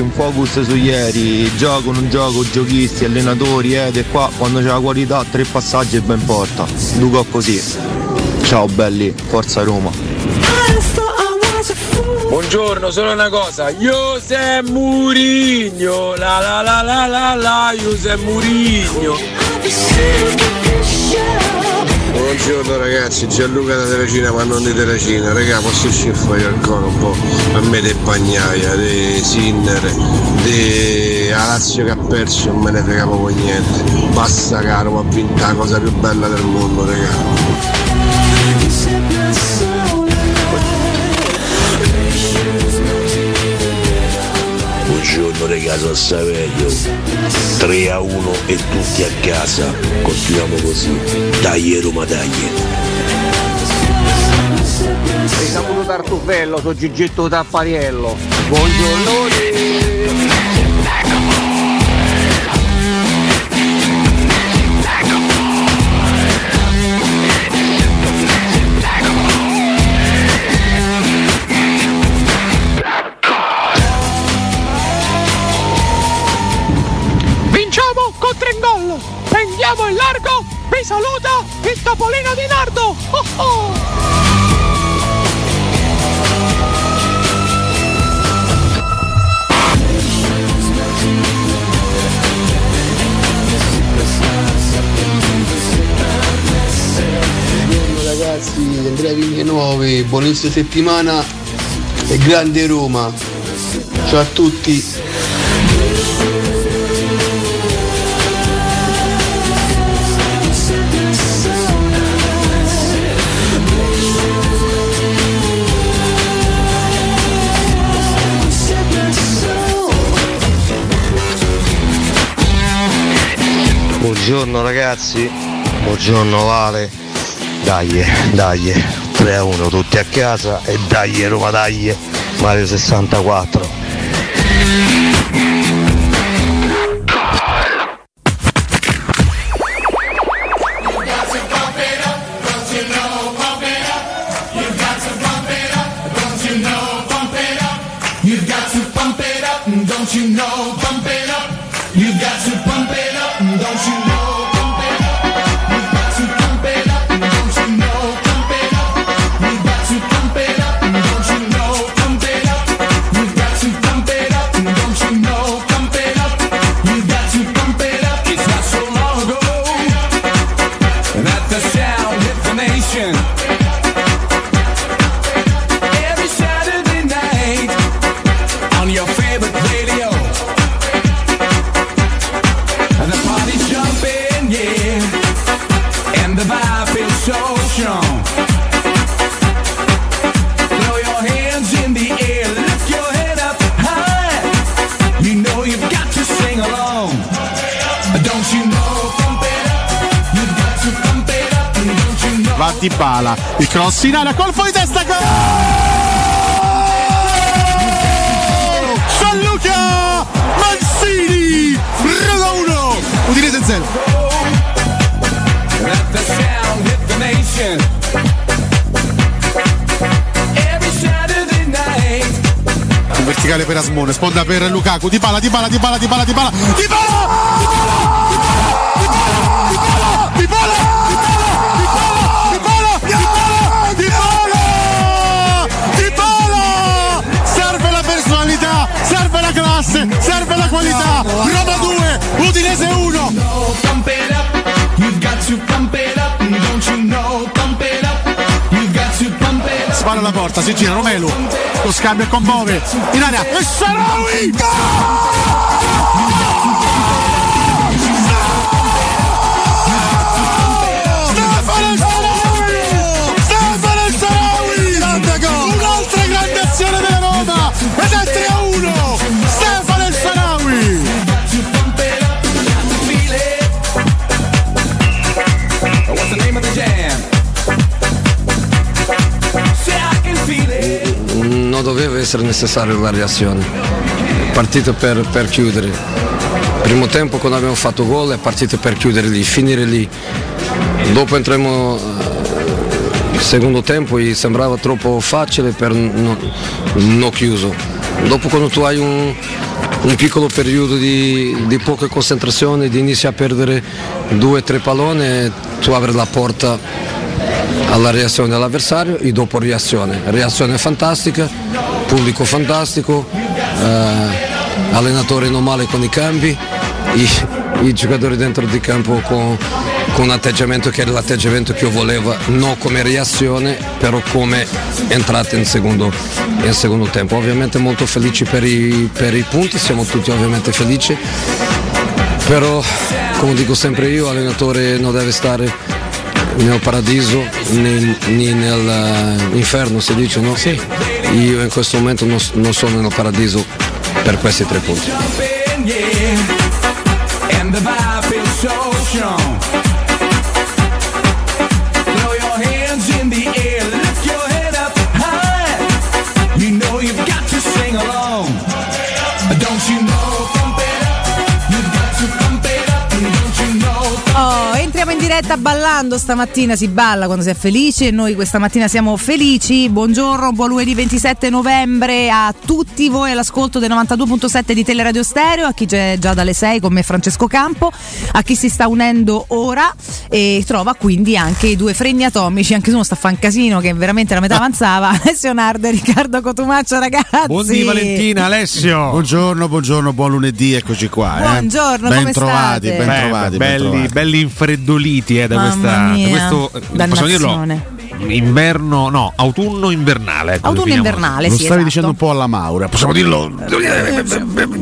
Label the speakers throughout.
Speaker 1: un focus su ieri, gioco, non gioco, giochisti, allenatori, ed è qua quando c'è la qualità, tre passaggi e ben porta. Duco così. Ciao belli, forza Roma.
Speaker 2: Buongiorno, solo una cosa, José Murigno, la la la la la la, José Murigno.
Speaker 3: Buongiorno ragazzi, Gianluca da Terracina ma non di Terracina, raga posso uscire fuori ancora un po' a me de Bagnaia, de Sinner, de Alazio che ha perso non me ne frega proprio niente, basta caro, ma ha vinto la cosa più bella del mondo raga.
Speaker 4: Buongiorno raga, sono Saverio 3 a 1 e tutti a casa Continuiamo così Dai Roma dai
Speaker 5: Sei saputo tartufello, sono Gigetto Tappariello Buongiorno
Speaker 6: Prendiamo il largo, vi saluta il topolino di Nardo! Oh oh!
Speaker 7: Buongiorno ragazzi, Andrea Vignanove, buon inizio settimana e grande Roma! Ciao a tutti!
Speaker 1: Buongiorno ragazzi, buongiorno Vale, dai, dai, 3 a 1 tutti a casa e dai Roma dai, Mario 64.
Speaker 8: Pala, il cross in aria, colpo di testa, gol!
Speaker 9: gioca Mancini Roma 1 Udinese 0 in verticale per Asmone sponda per Lukaku di pala di pala di pala di pala di pala di pala Ah, di pala di pala di pala di pala di pala serve la personalità serve la classe serve la qualità Roma 2 Udinese 1 spara alla porta si gira Romelu lo scambio con Bove in area e Sarawi Stefano Sarawi! Stefano Sarawi! Un'altra grande azione della Roma! Ed è 3 a 1! Stefano Sarawi!
Speaker 10: Non doveva essere necessario la reazione. È partita per, per chiudere. Primo tempo quando abbiamo fatto gol è partita per chiudere lì, finire lì. Dopo entriamo eh, secondo tempo e sembrava troppo facile per non no chiuso. Dopo quando tu hai un, un piccolo periodo di, di poca concentrazione, di inizi a perdere due o tre palloni, tu apri la porta alla reazione dell'avversario e dopo reazione. Reazione fantastica, pubblico fantastico, eh, allenatore non male con i cambi, i, i giocatori dentro di campo con, con un atteggiamento che era l'atteggiamento che io volevo, non come reazione, però come entrata in secondo, in secondo tempo. Ovviamente molto felici per i, per i punti, siamo tutti ovviamente felici, però come dico sempre io, allenatore non deve stare nel paradiso né, né nell'inferno si dice no? Sì. Io in questo momento non, non sono nel paradiso per questi tre punti.
Speaker 11: Oh, entriamo in diretta ballando stamattina, si balla quando si è felici e noi questa mattina siamo felici. Buongiorno, buon lunedì 27 novembre a tutti voi all'ascolto del 92.7 di Teleradio Stereo, a chi c'è già dalle 6 come Francesco Campo, a chi si sta unendo ora e trova quindi anche i due fregni atomici, anche se uno sta a fare un casino che veramente la
Speaker 12: Ah.
Speaker 11: metà avanzava, Alessio Nardo e Riccardo Cotumaccio ragazzi.
Speaker 12: Buondì Valentina, Alessio.
Speaker 9: Buongiorno, buongiorno, buon lunedì, eccoci qua. eh.
Speaker 11: Buongiorno,
Speaker 9: ben
Speaker 11: come
Speaker 9: trovati,
Speaker 11: state?
Speaker 9: ben
Speaker 11: Beh,
Speaker 9: trovati, ben
Speaker 12: belli,
Speaker 9: trovati.
Speaker 12: belli infreddoliti eh, da,
Speaker 11: Mamma
Speaker 12: questa, da
Speaker 11: mia.
Speaker 12: questo eh, possiamo
Speaker 11: Dannazione.
Speaker 12: dirlo inverno no autunno invernale ecco,
Speaker 11: Autunno
Speaker 12: definiamolo.
Speaker 11: invernale, Lo sì, stavi esatto. dicendo un
Speaker 9: po' alla Maura
Speaker 8: Possiamo dirlo, Eh,
Speaker 9: Cioè,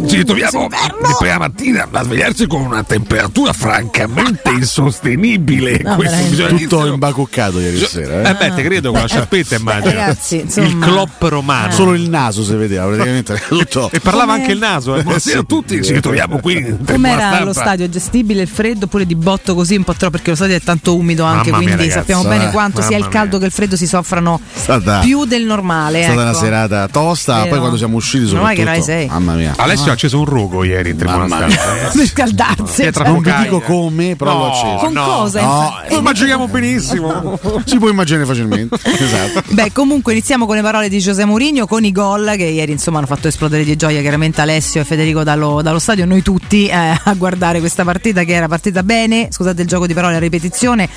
Speaker 8: ci ritroviamo di prima mattina a svegliarci con una temperatura francamente insostenibile.
Speaker 9: No,
Speaker 8: Questo
Speaker 9: veramente.
Speaker 8: bisogna
Speaker 9: Tutto
Speaker 8: dirlo.
Speaker 9: imbacuccato ieri sera. Eh,
Speaker 12: Eh, beh, te credo con la sciarpetta immagino.
Speaker 11: ragazzi,
Speaker 12: il
Speaker 11: insomma.
Speaker 12: clop romano.
Speaker 9: Solo il naso si vedeva praticamente tutto.
Speaker 12: E parlava anche il naso. Eh.
Speaker 8: Buonasera a tutti, ci ritroviamo qui. in
Speaker 11: Com'era
Speaker 8: tribuna
Speaker 11: lo
Speaker 8: stampa.
Speaker 11: stadio? Gestibile il freddo oppure di botto così un po' troppo perché lo stadio è tanto umido anche,
Speaker 9: Mamma mia,
Speaker 11: quindi
Speaker 9: ragazzi,
Speaker 11: sappiamo
Speaker 9: eh,
Speaker 11: bene quanto sia il
Speaker 9: mamma
Speaker 11: caldo che il freddo si soffrano
Speaker 9: Stata-
Speaker 11: più del normale.
Speaker 9: È stata
Speaker 11: ecco.
Speaker 9: una serata tosta,
Speaker 11: Vero.
Speaker 9: poi quando siamo usciti
Speaker 11: Meno male che erai
Speaker 9: soprattutto.
Speaker 11: sei.
Speaker 9: Mamma mia.
Speaker 12: Alessio ha acceso un rogo ieri in tribuna
Speaker 9: Mamma
Speaker 12: stampa.
Speaker 11: per scaldarsi.
Speaker 12: Pietra
Speaker 9: Non vi
Speaker 12: Focaia.
Speaker 9: dico come, però
Speaker 12: No,
Speaker 9: l'ho acceso.
Speaker 11: Con
Speaker 12: no,
Speaker 11: cosa?
Speaker 9: no,
Speaker 11: infatti?
Speaker 12: Lo immaginiamo benissimo.
Speaker 9: Si può immaginare facilmente. esatto.
Speaker 11: Beh, comunque iniziamo con le parole di José Mourinho con i gol che ieri insomma hanno fatto esplodere di gioia chiaramente Alessio e Federico dallo, dallo stadio, noi tutti eh, a guardare questa partita che era partita bene, scusate il gioco di parole a ripetizione,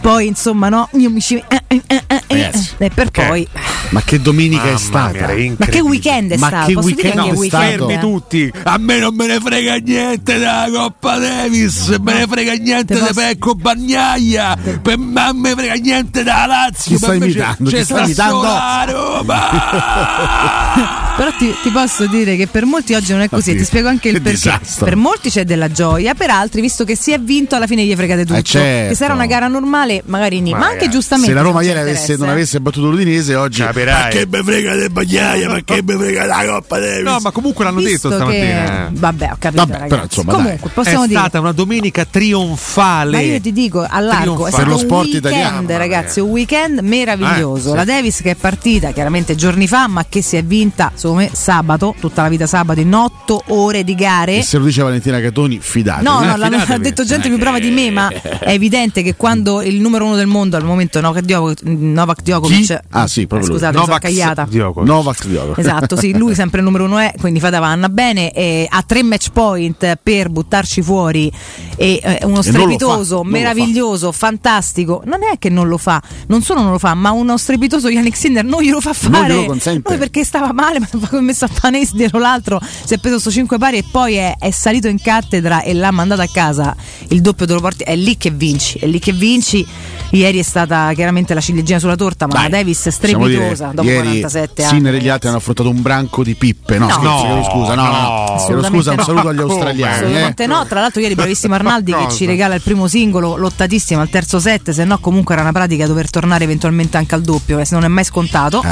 Speaker 11: poi insomma no, io mi ci... eh, eh, eh, eh, eh,
Speaker 9: Ragazzi,
Speaker 11: e per
Speaker 9: che-
Speaker 11: poi...
Speaker 9: Ma che domenica è
Speaker 12: Mamma mia,
Speaker 9: stata?
Speaker 12: era
Speaker 11: Ma che
Speaker 12: incredibile.
Speaker 11: weekend è
Speaker 9: Ma
Speaker 11: stato?
Speaker 9: che
Speaker 11: Posso dire
Speaker 9: weekend
Speaker 11: che
Speaker 9: è stato?
Speaker 11: weekend
Speaker 12: Fermi
Speaker 11: eh?
Speaker 12: tutti,
Speaker 8: A me non me ne frega niente della Coppa Davis, me ne frega niente
Speaker 11: Te
Speaker 8: di
Speaker 11: posso-
Speaker 8: Pecco Bagnaia, per me non me frega niente della Lazio,
Speaker 9: Chi stai
Speaker 8: per me c'è-
Speaker 9: imitando?
Speaker 8: c'è
Speaker 9: Chi stai
Speaker 8: sta
Speaker 9: imitando?
Speaker 8: solo la Roma!
Speaker 11: Però ti, ti posso dire che per molti oggi non è così,
Speaker 12: Ah,
Speaker 9: Oddio,
Speaker 11: ti spiego anche il
Speaker 9: che
Speaker 11: perché.
Speaker 9: disastro.
Speaker 11: Per molti c'è della gioia, per altri, visto che si è vinto, alla fine gli fregate tutto.
Speaker 9: Eh, certo.
Speaker 11: Che sarà una gara normale, magari ni, ma,
Speaker 12: Ma
Speaker 11: anche
Speaker 12: ragazzi,
Speaker 11: giustamente.
Speaker 9: Se la Roma
Speaker 11: non c'è
Speaker 9: ieri avesse-
Speaker 11: interesse,
Speaker 9: non
Speaker 11: eh.
Speaker 9: avesse battuto l'Udinese, oggi
Speaker 12: Cioè, operai.
Speaker 8: Ma che me frega del bagnaia, ma che me frega la coppa Davis.
Speaker 12: No, ma comunque l'hanno
Speaker 11: Visto
Speaker 12: detto stamattina. eh.
Speaker 11: Che... Vabbè, ho capito.
Speaker 12: Vabbè, però,
Speaker 11: ragazzi.
Speaker 12: insomma, dai.
Speaker 11: Comunque, possiamo
Speaker 12: è
Speaker 11: dire.
Speaker 12: stata una domenica trionfale.
Speaker 11: Ma io ti dico a largo, è
Speaker 12: Trionfale.
Speaker 11: stato
Speaker 12: Per lo
Speaker 11: un
Speaker 12: sport
Speaker 11: weekend,
Speaker 12: italiano, mamma mia.
Speaker 11: ragazzi, un weekend meraviglioso.
Speaker 12: Eh, sì.
Speaker 11: La Davis che è partita chiaramente giorni fa, ma che si è vinta, secondo me, sabato, tutta la vita sabato, in otto ore di
Speaker 9: E
Speaker 11: gare.
Speaker 9: se lo dice Valentina Catoni, fidate.
Speaker 12: Eh,
Speaker 11: No, no, l'hanno- l'ha detto gente più brava di me, ma è evidente che quando il numero uno del mondo al momento Novak Djokovic, Novak
Speaker 9: Chi?
Speaker 11: Djokovic
Speaker 9: Ah, sì, proprio lui.
Speaker 11: Scusate, mi sono cagliata.
Speaker 9: Djokovic. Novak Djokovic.
Speaker 11: Esatto, sì, lui sempre il numero uno è, quindi fa davanti bene, eh, ha tre match point per buttarci fuori e eh,
Speaker 9: non
Speaker 11: uno
Speaker 9: lo
Speaker 11: strepitoso,
Speaker 9: fa, non lo
Speaker 11: meraviglioso, fantastico. Non è che non lo fa, non solo non lo fa, ma uno strepitoso Yannick Sinner non glielo fa
Speaker 9: Non
Speaker 11: fare.
Speaker 9: glielo consente.
Speaker 11: Lui perché stava male, ma come messo a Panes dietro l'altro, si è preso sto 5 pari e poi è, è salito in cattedra e l'ha mandato a casa. Il doppio te lo porti, è lì che vinci, è lì che vinci. Ieri è stata chiaramente la ciliegina sulla torta, ma la Davis è
Speaker 9: Possiamo dire,
Speaker 11: strepitosa dopo
Speaker 9: ieri
Speaker 11: 47 anni.
Speaker 9: Sinner e gli altri hanno affrontato un branco di pippe. No,
Speaker 11: No.
Speaker 9: scherzo,
Speaker 11: No,
Speaker 9: chiedo scusa, no, no.
Speaker 11: no.
Speaker 9: Chiedo scusa, un saluto agli
Speaker 11: Assolutamente no.
Speaker 9: australiani. eh.
Speaker 11: Assolutamente no, tra l'altro ieri bravissimo Arnaldi che
Speaker 9: Cosa?
Speaker 11: ci regala il primo singolo, lottatissimo al terzo set, se no comunque era una pratica dover tornare eventualmente anche al doppio, eh, se non è mai scontato.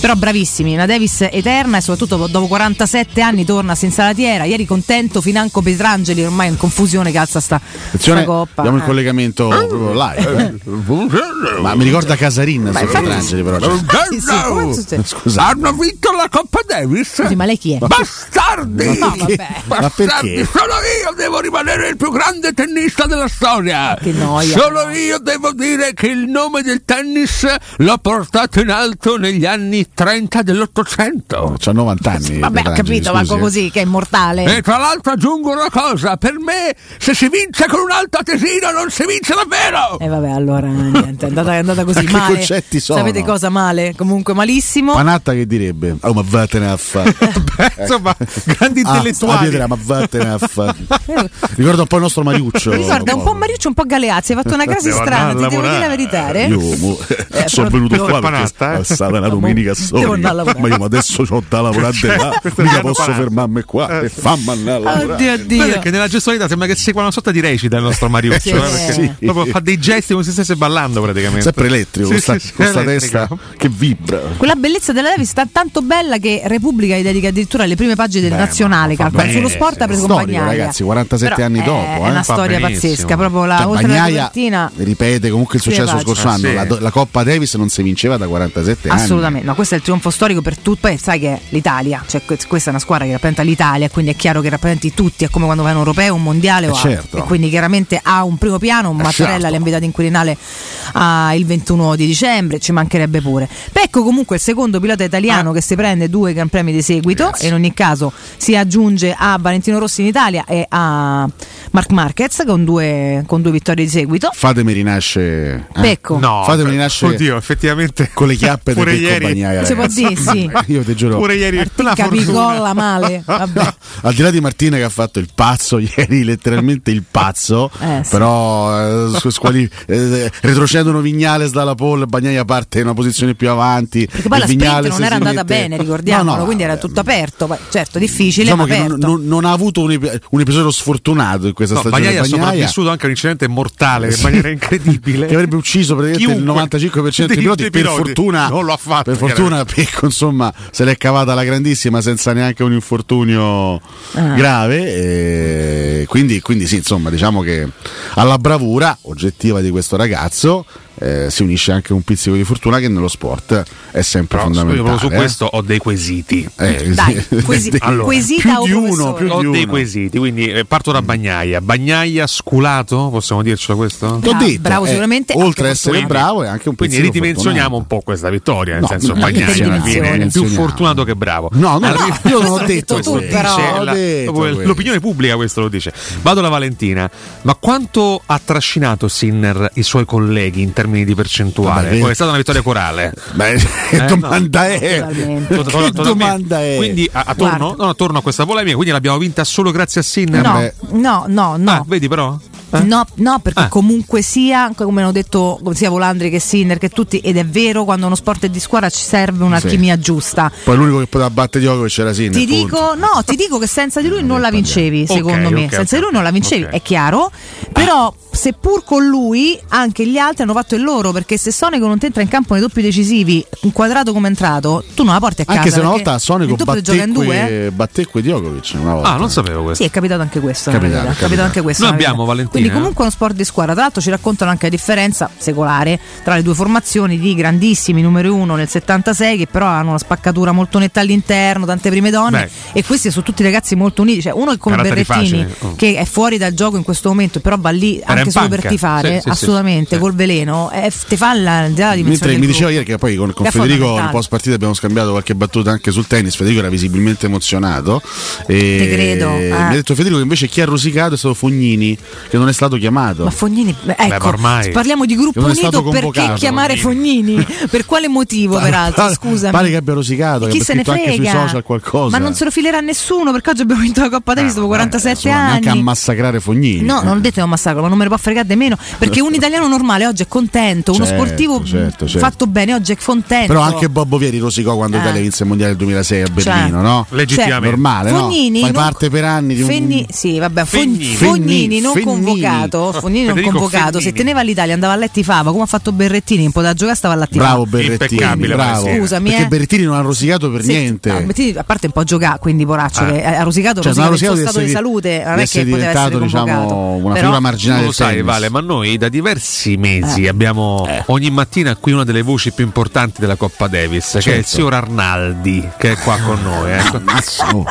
Speaker 11: Però bravissimi, una Davis eterna e soprattutto dopo 47 anni torna senza la tiera, ieri contento Financo Petrangeli ormai in confusione calza sta, sta
Speaker 9: Attenzione,
Speaker 11: coppa.
Speaker 9: abbiamo il
Speaker 11: Eh.
Speaker 9: collegamento proprio live. eh. Ma mi ricorda Casarin
Speaker 11: Ma
Speaker 9: su
Speaker 11: infatti-
Speaker 9: Petrangeli, però. cioè,
Speaker 11: Sì, sì, come succede?
Speaker 9: Scusa.
Speaker 8: Hanno vinto la Coppa Davis?
Speaker 11: Sì, ma lei chi è?
Speaker 8: Bastardi!
Speaker 11: No, vabbè.
Speaker 9: Ma
Speaker 8: Bastardi,
Speaker 9: perché?
Speaker 8: solo io devo rimanere il più grande tennista della storia.
Speaker 11: Ah, Che noia.
Speaker 8: Solo io devo dire che il nome del tennis l'ho portato in alto negli anni 30 dell'Ottocento.
Speaker 9: C'ha 90 anni.
Speaker 11: Vabbè, ho
Speaker 9: Petrangeli,
Speaker 11: capito, ma
Speaker 9: scusi, eh.
Speaker 11: così che è immortale.
Speaker 8: E tra l'altro aggiungo una cosa, per me se si vince con un'alta tesina non si vince davvero!
Speaker 11: E Eh, vabbè, allora niente, è andata, è andata così
Speaker 9: Ma che
Speaker 11: male.
Speaker 9: concetti sono?
Speaker 11: Sapete cosa male? Comunque malissimo.
Speaker 9: Panatta che direbbe? Oh, ma vattene a Ecco. fare.
Speaker 12: Insomma, grandi intellettuali.
Speaker 9: ah, ma vattene a fare.
Speaker 11: Eh,
Speaker 9: Ricordo un po' il nostro Mariuccio.
Speaker 11: Mi ricorda un po' Mariuccio, un po' Galeazzi, hai fatto una crasi
Speaker 9: Devo
Speaker 11: strana, ti
Speaker 9: andare a
Speaker 11: devo dire la
Speaker 9: lavorare.
Speaker 11: verità. eh.
Speaker 9: Io mo,
Speaker 11: però-
Speaker 9: sono venuto
Speaker 11: Devo
Speaker 9: qua
Speaker 11: fare
Speaker 9: perché
Speaker 11: panasta, eh.
Speaker 9: è stata una domenica
Speaker 11: andare a
Speaker 9: sola.
Speaker 11: lavorare.
Speaker 9: Ma io adesso ho da lavorare
Speaker 12: Cioè,
Speaker 9: là,
Speaker 12: questo Eh, è
Speaker 9: "Ah, mica
Speaker 12: piano
Speaker 9: posso
Speaker 12: panasta.
Speaker 9: fermarmi qua e fammi andare a lavorare.
Speaker 12: Perché nella gestualità sembra che segua una sorta di recita il nostro Mariuccio.
Speaker 9: Sì.
Speaker 12: eh, perché
Speaker 9: Sì.
Speaker 12: Proprio fa dei gesti come se stesse ballando praticamente.
Speaker 9: Sempre elettrico,
Speaker 12: Sì,
Speaker 9: con sta,
Speaker 12: sì, sì,
Speaker 9: con sta
Speaker 12: elettrico.
Speaker 9: testa che vibra.
Speaker 11: Quella bellezza della Davis è tanto bella che Repubblica gli dedica addirittura le prime pagine del
Speaker 9: Beh, ma
Speaker 11: nazionale,
Speaker 9: fa
Speaker 11: calcola,
Speaker 9: bene,
Speaker 11: sullo sport ha preso
Speaker 9: storico,
Speaker 11: compagnia.
Speaker 9: ragazzi, 47 anni dopo,
Speaker 11: È
Speaker 9: eh.
Speaker 11: una
Speaker 9: Fa
Speaker 11: storia
Speaker 9: benissimo.
Speaker 11: pazzesca, proprio la
Speaker 9: Cioè,
Speaker 11: oltre la
Speaker 9: Bagnaia-
Speaker 11: copertina.
Speaker 9: Ripete comunque il
Speaker 11: Sì,
Speaker 9: successo
Speaker 11: facile.
Speaker 9: dello scorso anno.
Speaker 12: Ah,
Speaker 11: Eh, sì.
Speaker 9: La, do- la Coppa Davis non si vinceva da 47 anni.
Speaker 11: Assolutamente, no, questo è il trionfo storico per tutti. Poi sai che è l'Italia, cioè que- questa è una squadra che rappresenta l'Italia, quindi è chiaro che rappresenti tutti, è come quando vai a un europeo, un mondiale o
Speaker 9: Eh,
Speaker 11: a-
Speaker 9: certo.
Speaker 11: e quindi chiaramente ha un primo piano, un
Speaker 9: Eh,
Speaker 11: Mattarella
Speaker 9: certo.
Speaker 11: l'ha invitato in Quirinale ah, il 21 di dicembre, ci mancherebbe pure. Pecco comunque è il secondo pilota
Speaker 9: Ah.
Speaker 11: italiano che si prende due gran premi di seguito e in ogni caso si aggiunge a Valentino Rossi in Italia e a Mark Marquez con due, con due vittorie di seguito.
Speaker 9: Fatemi rinasce. eh?
Speaker 11: Pecco. No,
Speaker 9: Fatemi
Speaker 12: per-
Speaker 9: rinascere.
Speaker 12: oddio, effettivamente.
Speaker 9: Con le chiappe di
Speaker 12: Pure
Speaker 9: Pecco
Speaker 12: ieri.
Speaker 9: Bagnaia.
Speaker 11: Si può
Speaker 9: ragazzi.
Speaker 11: dire, sì.
Speaker 9: Io ti giuro.
Speaker 12: Pure ieri la
Speaker 11: Capicolla male. Vabbè.
Speaker 9: Al di là di Martina che ha fatto il pazzo ieri, letteralmente il pazzo,
Speaker 11: Eh, sì.
Speaker 9: però eh, squ- squali- eh, retrocedono Vignales dalla pole, Bagnaia parte in una posizione più avanti.
Speaker 11: Perché poi
Speaker 9: e
Speaker 11: la sprint
Speaker 9: Vignales
Speaker 11: non era
Speaker 9: si
Speaker 11: andata
Speaker 9: mette-
Speaker 11: bene, ricordiamolo,
Speaker 9: No, no,
Speaker 11: quindi era tutto aperto, ma certo difficile,
Speaker 9: Diciamo
Speaker 11: ma
Speaker 9: che
Speaker 11: aperto.
Speaker 9: non, non- non ha avuto un, ep- un episodio sfortunato in questa
Speaker 12: No,
Speaker 9: stagione.
Speaker 12: Bagnaia ha
Speaker 9: Bagnaia,
Speaker 12: sopravvissuto anche a un incidente mortale in maniera incredibile.
Speaker 9: che avrebbe ucciso praticamente
Speaker 12: Chiunque.
Speaker 9: il 95% dei
Speaker 12: Dei-
Speaker 9: piloti,
Speaker 12: dei
Speaker 9: per
Speaker 12: piloti.
Speaker 9: fortuna
Speaker 12: Non lo ha fatto,
Speaker 9: per fortuna Pecco insomma se l'è cavata alla grandissima senza neanche un infortunio
Speaker 11: Ah.
Speaker 9: grave e quindi, quindi sì insomma diciamo che alla bravura oggettiva di questo ragazzo eh, si unisce anche un pizzico di fortuna che nello sport è sempre
Speaker 12: Io
Speaker 9: fondamentale
Speaker 12: proprio su
Speaker 9: eh.
Speaker 12: questo ho dei quesiti.
Speaker 9: Eh,
Speaker 11: Dai, quesi- quesita
Speaker 9: più
Speaker 11: o
Speaker 9: di uno,
Speaker 11: professore?
Speaker 9: più
Speaker 12: ho
Speaker 9: di
Speaker 12: dei
Speaker 9: uno.
Speaker 12: quesiti, quindi eh, parto da Bagnaia. Bagnaia sculato, possiamo dircelo questo?
Speaker 9: T'ho Bra- detto, bravo eh, sicuramente, oltre a essere
Speaker 12: Quindi-
Speaker 9: bravo è anche un
Speaker 12: Quindi
Speaker 9: pizzico
Speaker 12: ridimensioniamo un po' questa vittoria, nel
Speaker 9: No,
Speaker 12: senso
Speaker 9: no,
Speaker 12: Bagnaia alla fine è più
Speaker 9: ridimensioniamo.
Speaker 12: fortunato che bravo.
Speaker 9: No, no,
Speaker 12: Arriva-
Speaker 9: no, io non ho detto
Speaker 12: Questo
Speaker 9: tu,
Speaker 12: dice
Speaker 9: però, ho
Speaker 12: la-
Speaker 9: detto
Speaker 12: proprio
Speaker 9: questo.
Speaker 12: l'opinione pubblica questo lo dice. Vado alla Valentina, ma quanto ha trascinato Sinner i suoi colleghi in termini di percentuale?
Speaker 9: Vabbè,
Speaker 12: Poi è stata una vittoria corale.
Speaker 9: Beh,
Speaker 11: Eh,
Speaker 9: che domanda è?
Speaker 11: Totalmente.
Speaker 9: Che
Speaker 12: Totalmente.
Speaker 9: domanda è?
Speaker 12: Quindi a- attorno,
Speaker 11: Guarda.
Speaker 12: no, attorno a questa polemica, quindi l'abbiamo vinta solo grazie a Sinner.
Speaker 11: No, no, no, no.
Speaker 12: Ah, Eh, vedi però?
Speaker 9: Eh?
Speaker 11: No, no, perché comunque sia, anche come hanno detto sia Volandri che Sinner, che tutti, ed è vero, quando uno sport è di squadra ci serve un'alchimia giusta.
Speaker 9: Poi l'unico che poteva battere Djokovic c'era Sinner.
Speaker 11: Ti
Speaker 9: punto.
Speaker 11: dico, no, ti dico che senza di lui non la vincevi,
Speaker 9: Ok,
Speaker 11: secondo
Speaker 9: ok,
Speaker 11: me.
Speaker 9: ok.
Speaker 11: senza di lui non la vincevi, è chiaro. Però, seppur con lui, anche gli altri hanno fatto il loro. Perché se Sonico non ti entra in campo nei doppi decisivi, inquadrato come è entrato, tu non la porti a casa.
Speaker 9: Anche se una
Speaker 11: perché
Speaker 9: volta Sonico
Speaker 11: il doppio te gioca in due. eh.
Speaker 9: batté batteque Djokovic. Una volta.
Speaker 12: Ah, non sapevo questo.
Speaker 11: Sì, è capitato anche questo. nella
Speaker 9: Capitato,
Speaker 11: vita, è
Speaker 9: capitato.
Speaker 11: capitato anche questo.
Speaker 12: Noi
Speaker 11: nella
Speaker 12: abbiamo
Speaker 11: vita.
Speaker 12: Valentina.
Speaker 9: eh?
Speaker 11: Quindi, comunque, è uno sport di squadra. Tra l'altro, ci raccontano anche la differenza secolare tra le due formazioni di grandissimi numero uno nel 76, che però hanno una spaccatura molto netta all'interno, tante prime donne. E questi sono tutti ragazzi molto uniti. Cioè, uno è come
Speaker 8: Caratteri
Speaker 11: Berrettini,
Speaker 8: facili, oh.
Speaker 11: che è fuori dal gioco in questo momento, però va lì
Speaker 9: Era
Speaker 11: anche
Speaker 9: in
Speaker 11: solo
Speaker 9: panca.
Speaker 11: per tifare,
Speaker 9: Sì, sì,
Speaker 11: assolutamente, col veleno, eh, f- te fa la, già la dimensione. del
Speaker 9: Mentre mi
Speaker 11: gruppo.
Speaker 9: diceva ieri che poi con, con
Speaker 11: È
Speaker 9: Federico
Speaker 11: fondamentale.
Speaker 9: in post partita abbiamo scambiato qualche battuta anche sul tennis. Federico era visibilmente emozionato. E
Speaker 11: Te credo,
Speaker 9: Mi
Speaker 11: eh.
Speaker 9: ha detto Federico che invece chi ha rosicato è stato Fognini, che non è stato chiamato.
Speaker 11: Ma Fognini, beh, ecco,
Speaker 9: ma ormai-
Speaker 11: parliamo di gruppo
Speaker 9: Non è stato
Speaker 11: unito, perché
Speaker 9: convocato,
Speaker 11: chiamare Fognini? per quale motivo, peraltro?
Speaker 9: Pare-
Speaker 11: Scusa.
Speaker 9: Pare che abbia rosicato,
Speaker 11: E
Speaker 9: che
Speaker 11: chi se
Speaker 9: abbia
Speaker 11: ne
Speaker 9: scritto anche sui
Speaker 11: frega?
Speaker 9: social qualcosa.
Speaker 11: Ma
Speaker 9: Ah,
Speaker 11: non se lo filerà nessuno perché oggi abbiamo vinto la Coppa Davis dopo 47
Speaker 9: Insomma, neanche a
Speaker 11: anni.
Speaker 9: massacrare Fognini. eh.
Speaker 11: No, non ho detto che è un massacro, ma non me ne può fregare nemmeno. Perché un italiano normale oggi è contento, uno
Speaker 9: Certo,
Speaker 11: sportivo
Speaker 9: certo, certo.
Speaker 11: fatto bene oggi è contento.
Speaker 9: Però anche Bobbo Vieri rosicò quando
Speaker 11: Eh.
Speaker 9: l'Italia vinse il mondiale del 2006 a
Speaker 11: Cioè,
Speaker 9: Berlino, no?
Speaker 11: Legittimamente.
Speaker 9: Normale, no?
Speaker 11: Fognini
Speaker 9: Fai
Speaker 11: non-
Speaker 9: parte per anni di un...
Speaker 11: Fenni- sì, vabbè, Fon-
Speaker 9: Fennini.
Speaker 11: Fognini,
Speaker 9: Fennini,
Speaker 11: non
Speaker 9: Fennini.
Speaker 11: convocato, Fognini non
Speaker 9: Federico
Speaker 11: convocato, se
Speaker 9: Fennini.
Speaker 11: teneva l'Italia andava a letti fava, come ha fatto Berrettini, un po' da giocare stava a letti fava.
Speaker 9: Bravo Berrettini,
Speaker 12: Impeccabile,
Speaker 9: bravo.
Speaker 12: Valentino.
Speaker 11: Scusami,
Speaker 9: Perché
Speaker 11: eh.
Speaker 9: Berrettini non ha rosicato per
Speaker 11: Sì, Ah,
Speaker 9: niente.
Speaker 11: no, Berrettini, a parte un po' giocare, quindi poraccio
Speaker 9: Eh.
Speaker 11: che ha rosicato,
Speaker 9: Cioè,
Speaker 11: rosicato
Speaker 9: non ha
Speaker 11: il suo
Speaker 9: rosicato di
Speaker 11: stato di
Speaker 9: essere-
Speaker 11: salute, Eh, non
Speaker 9: di
Speaker 11: è che
Speaker 9: essere
Speaker 11: poteva essere
Speaker 9: diventato, diciamo,
Speaker 11: convocato.
Speaker 9: una
Speaker 11: Però-
Speaker 9: figura marginale
Speaker 12: Tu lo
Speaker 9: del
Speaker 12: sai,
Speaker 9: tennis.
Speaker 12: Vale, ma noi da diversi mesi
Speaker 11: Eh.
Speaker 12: abbiamo ogni mattina qui una delle voci più importanti della Coppa Davis, che è il
Speaker 9: Certo.
Speaker 12: signor Arnaldi, che è qua con noi. Ecco.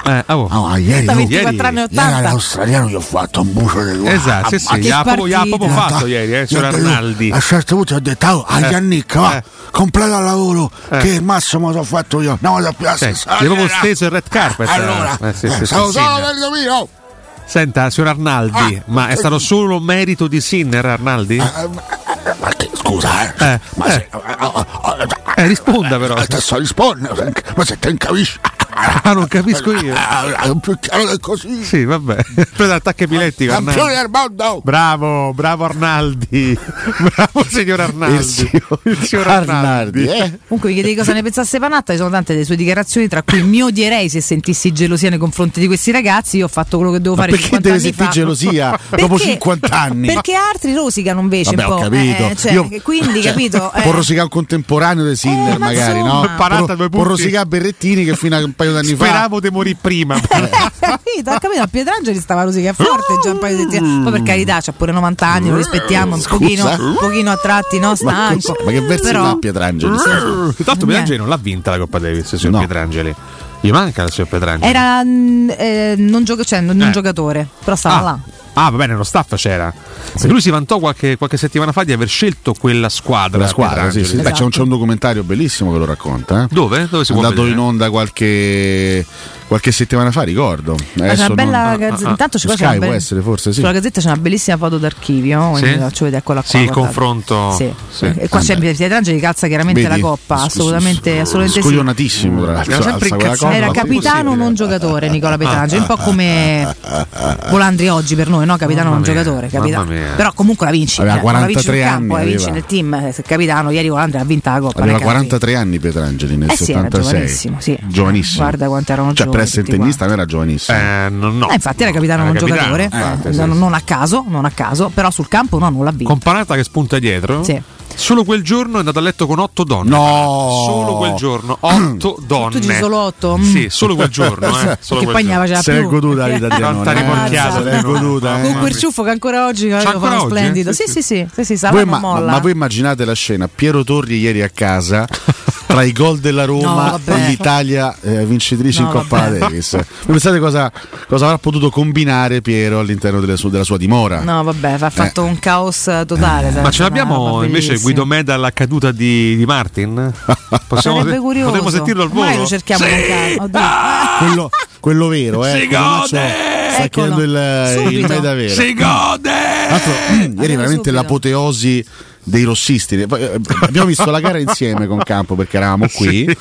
Speaker 12: Eh, ah, oh.
Speaker 9: Ah, ieri,
Speaker 12: Da
Speaker 9: oh,
Speaker 12: 24
Speaker 9: ieri,
Speaker 12: anni
Speaker 9: ieri
Speaker 12: 80.
Speaker 9: all'australiano gli ho fatto un buco di due.
Speaker 12: Esatto, sì,
Speaker 9: Ah,
Speaker 12: sì,
Speaker 9: ma
Speaker 12: gli
Speaker 9: che
Speaker 12: ha proprio- gli ha
Speaker 9: partita.
Speaker 12: proprio fatto ieri, eh,
Speaker 9: Gli ho
Speaker 12: signor
Speaker 9: detto io,
Speaker 12: Arnaldi.
Speaker 9: A un certo punto ho detto,
Speaker 8: "Oh,
Speaker 9: "Au, a
Speaker 12: Eh,
Speaker 9: Giannicca, va,
Speaker 12: eh.
Speaker 9: completa il lavoro, che il massimo l'ho fatto io. Andiamo da più a
Speaker 12: Sì, gli
Speaker 9: sessanta.
Speaker 12: avevo steso il red carpet.
Speaker 9: Allora,
Speaker 12: eh, sì, sì, sì,
Speaker 9: sono
Speaker 12: sì.
Speaker 9: solo per il domino.
Speaker 12: Senta, signor
Speaker 9: Ah,
Speaker 12: Arnaldi, ma è
Speaker 9: eh,
Speaker 12: stato solo merito di Sinner, Arnaldi?
Speaker 9: ah, Scusa, eh. oh, ma se...
Speaker 12: Eh, risponda però.
Speaker 9: Adesso rispondo, ma se te non capisci... Eh,
Speaker 12: Ah, non capisco io.
Speaker 9: più chiaro che così.
Speaker 12: Sì, vabbè. Prende attacco epilettico.
Speaker 9: Campione del
Speaker 12: Arnaldi.
Speaker 9: mondo!
Speaker 12: Bravo, bravo Arnaldi. Bravo signor Arnaldi.
Speaker 9: Il signor-
Speaker 12: signor
Speaker 9: Arnaldi, eh.
Speaker 11: Comunque vi chiedi cosa ne pensasse Panatta, ci sono tante delle sue dichiarazioni, tra cui mi odierei se sentissi gelosia nei confronti di questi ragazzi, io ho fatto quello che dovevo
Speaker 9: Ma
Speaker 11: fare
Speaker 9: perché
Speaker 11: 50
Speaker 9: deve
Speaker 11: anni
Speaker 9: sentire
Speaker 11: fa.
Speaker 9: gelosia dopo 50 anni?
Speaker 11: Perché altri rosicano invece
Speaker 9: Vabbè,
Speaker 11: un po'.
Speaker 9: ho capito.
Speaker 11: eh, cioè,
Speaker 9: Io-
Speaker 11: quindi,
Speaker 9: cioè,
Speaker 11: capito? eh.
Speaker 9: Può rosicare un contemporaneo di Sinner,
Speaker 11: ma
Speaker 9: magari,
Speaker 11: insomma.
Speaker 9: no?
Speaker 12: Parata,
Speaker 9: può,
Speaker 12: due
Speaker 9: può
Speaker 12: punti.
Speaker 9: rosicare Berrettini che fino a un paio d'anni fa. Eh,
Speaker 12: Speravo di morire prima.
Speaker 11: capito, ha capito, a Pietrangeli stava rosicando forte già un paio di settimane. Poi per carità, c'ha pure 90 anni, lo rispettiamo un
Speaker 9: Scusa?
Speaker 11: pochino, un pochino a tratti, no,
Speaker 9: Ma,
Speaker 11: stanco.
Speaker 9: ma che versi
Speaker 11: Però-
Speaker 9: fa Pietrangeli?
Speaker 12: Tanto Pietrangeli non l'ha vinta la Coppa Davis, signor Pietrangeli. Gli manca il signor Pietrangeli.
Speaker 11: Era mm, eh, non, gioca- cioè, non- non
Speaker 12: Eh.
Speaker 11: giocatore, però stava là.
Speaker 12: Ah, va bene, nello staff c'era. Perché lui si vantò qualche, qualche settimana fa di aver scelto quella squadra.
Speaker 9: La squadra, sì,
Speaker 12: Pietrangeli.
Speaker 9: sì. Beh,
Speaker 11: Esatto.
Speaker 9: c'è, un, c'è un documentario bellissimo che lo racconta. eh.
Speaker 12: Dove? Dove si
Speaker 9: È
Speaker 12: può
Speaker 9: andato
Speaker 12: vedere?
Speaker 9: in onda qualche, qualche settimana fa, ricordo.
Speaker 11: Ma c'è
Speaker 9: Adesso
Speaker 11: una bella
Speaker 12: Ah,
Speaker 9: non-
Speaker 11: gazzetta. Intanto ci
Speaker 9: Sky
Speaker 11: faccio una
Speaker 9: può
Speaker 11: bella-
Speaker 9: essere, forse sì.
Speaker 11: Sulla gazzetta c'è una bellissima foto d'archivio.
Speaker 9: Sì?
Speaker 11: Quindi la faccio vedere eccola qua.
Speaker 9: Sì, il
Speaker 11: guardate.
Speaker 9: confronto.
Speaker 11: Sì.
Speaker 9: Sì.
Speaker 11: E qua c'è Pietrangeli calza chiaramente
Speaker 9: Vedi?
Speaker 11: la coppa.
Speaker 9: Scusi,
Speaker 11: Assolutamente, assolutamente sì.
Speaker 9: Scoglionatissimo, tra l'altro.
Speaker 12: Era sempre
Speaker 9: alza quella
Speaker 12: incazzato.
Speaker 9: cosa,
Speaker 11: Era
Speaker 9: ma come
Speaker 11: capitano non giocatore Nicola Pietrangeli, un po'
Speaker 9: Ah,
Speaker 11: come Volandri oggi per noi, no? Capitano non
Speaker 9: Mamma mia,
Speaker 11: giocatore,
Speaker 9: mamma
Speaker 11: capita-
Speaker 9: mia.
Speaker 11: però comunque la vinci,
Speaker 9: Aveva
Speaker 11: eh, la vinci
Speaker 9: 43
Speaker 11: sul campo,
Speaker 9: anni,
Speaker 11: la vinci
Speaker 9: aveva.
Speaker 11: nel team, eh, se capitano ieri Volandri ha vinto la coppa.
Speaker 9: Aveva
Speaker 11: ragazzi.
Speaker 9: 43 anni Pietrangeli nel
Speaker 11: Eh sì, era
Speaker 9: 76.
Speaker 11: giovanissimo, sì.
Speaker 9: Giovanissimo.
Speaker 11: Guarda quanto erano
Speaker 9: Cioè, per
Speaker 11: giovani
Speaker 9: essere
Speaker 11: tutti
Speaker 9: tennista non era giovanissimo.
Speaker 12: Eh,
Speaker 11: Eh, infatti era capitano
Speaker 12: Era
Speaker 11: non
Speaker 12: capitano,
Speaker 11: giocatore,
Speaker 12: infatti,
Speaker 11: eh,
Speaker 12: sì,
Speaker 11: non,
Speaker 12: sì.
Speaker 11: non a caso, non a caso, però sul campo no, non l'ha vinto.
Speaker 12: Con Panata che spunta dietro.
Speaker 11: Sì.
Speaker 12: Solo quel giorno è andato a letto con otto donne. No! Solo quel giorno, otto donne.
Speaker 11: Tu ci solo otto? mm.
Speaker 12: Sì, solo quel giorno, eh. Solo
Speaker 11: Perché
Speaker 12: quel
Speaker 11: poi ne
Speaker 12: giorno.
Speaker 11: faceva
Speaker 9: Se
Speaker 11: più.
Speaker 9: l'è goduta la vita di
Speaker 12: Tanta
Speaker 9: Denone, eh.
Speaker 12: rimarchiata,
Speaker 9: Se l'è
Speaker 12: Denone.
Speaker 9: goduta, eh.
Speaker 11: Con quel ciuffo che ancora oggi lo
Speaker 12: ancora
Speaker 11: fanno
Speaker 12: oggi, eh?
Speaker 11: splendido. Sì, sì, sì, sì, sì, Sala
Speaker 9: Voi,
Speaker 11: non
Speaker 9: ma, ma-
Speaker 11: molla.
Speaker 9: ma voi immaginate la scena Piero Torri ieri a casa tra i gol della
Speaker 11: No,
Speaker 9: Roma
Speaker 11: vabbè.
Speaker 9: e l'Italia eh, vincitrice
Speaker 11: No,
Speaker 9: in Coppa
Speaker 11: vabbè.
Speaker 9: Davis Voi pensate cosa, cosa avrà potuto combinare Piero all'interno delle sue- della sua dimora
Speaker 11: No, vabbè, ha fatto un caos totale.
Speaker 12: Eh. Ma ce l'abbiamo invece Guido Meda alla caduta di, di Martin? Possiamo,
Speaker 11: Sarebbe curioso.
Speaker 12: potremmo sentirlo al
Speaker 11: Ormai
Speaker 12: volo?
Speaker 11: lo cerchiamo con calma. Oddio.
Speaker 9: quello, quello vero eh,
Speaker 12: Si
Speaker 9: quello là c'è- sta chiedendo il, il
Speaker 12: Subito.
Speaker 9: meda vero
Speaker 12: Si gode!
Speaker 9: Tra l'altro, ieri veramente l'apoteosi dei rossisti. Poi, eh, Abbiamo visto la gara insieme con Campo perché eravamo qui.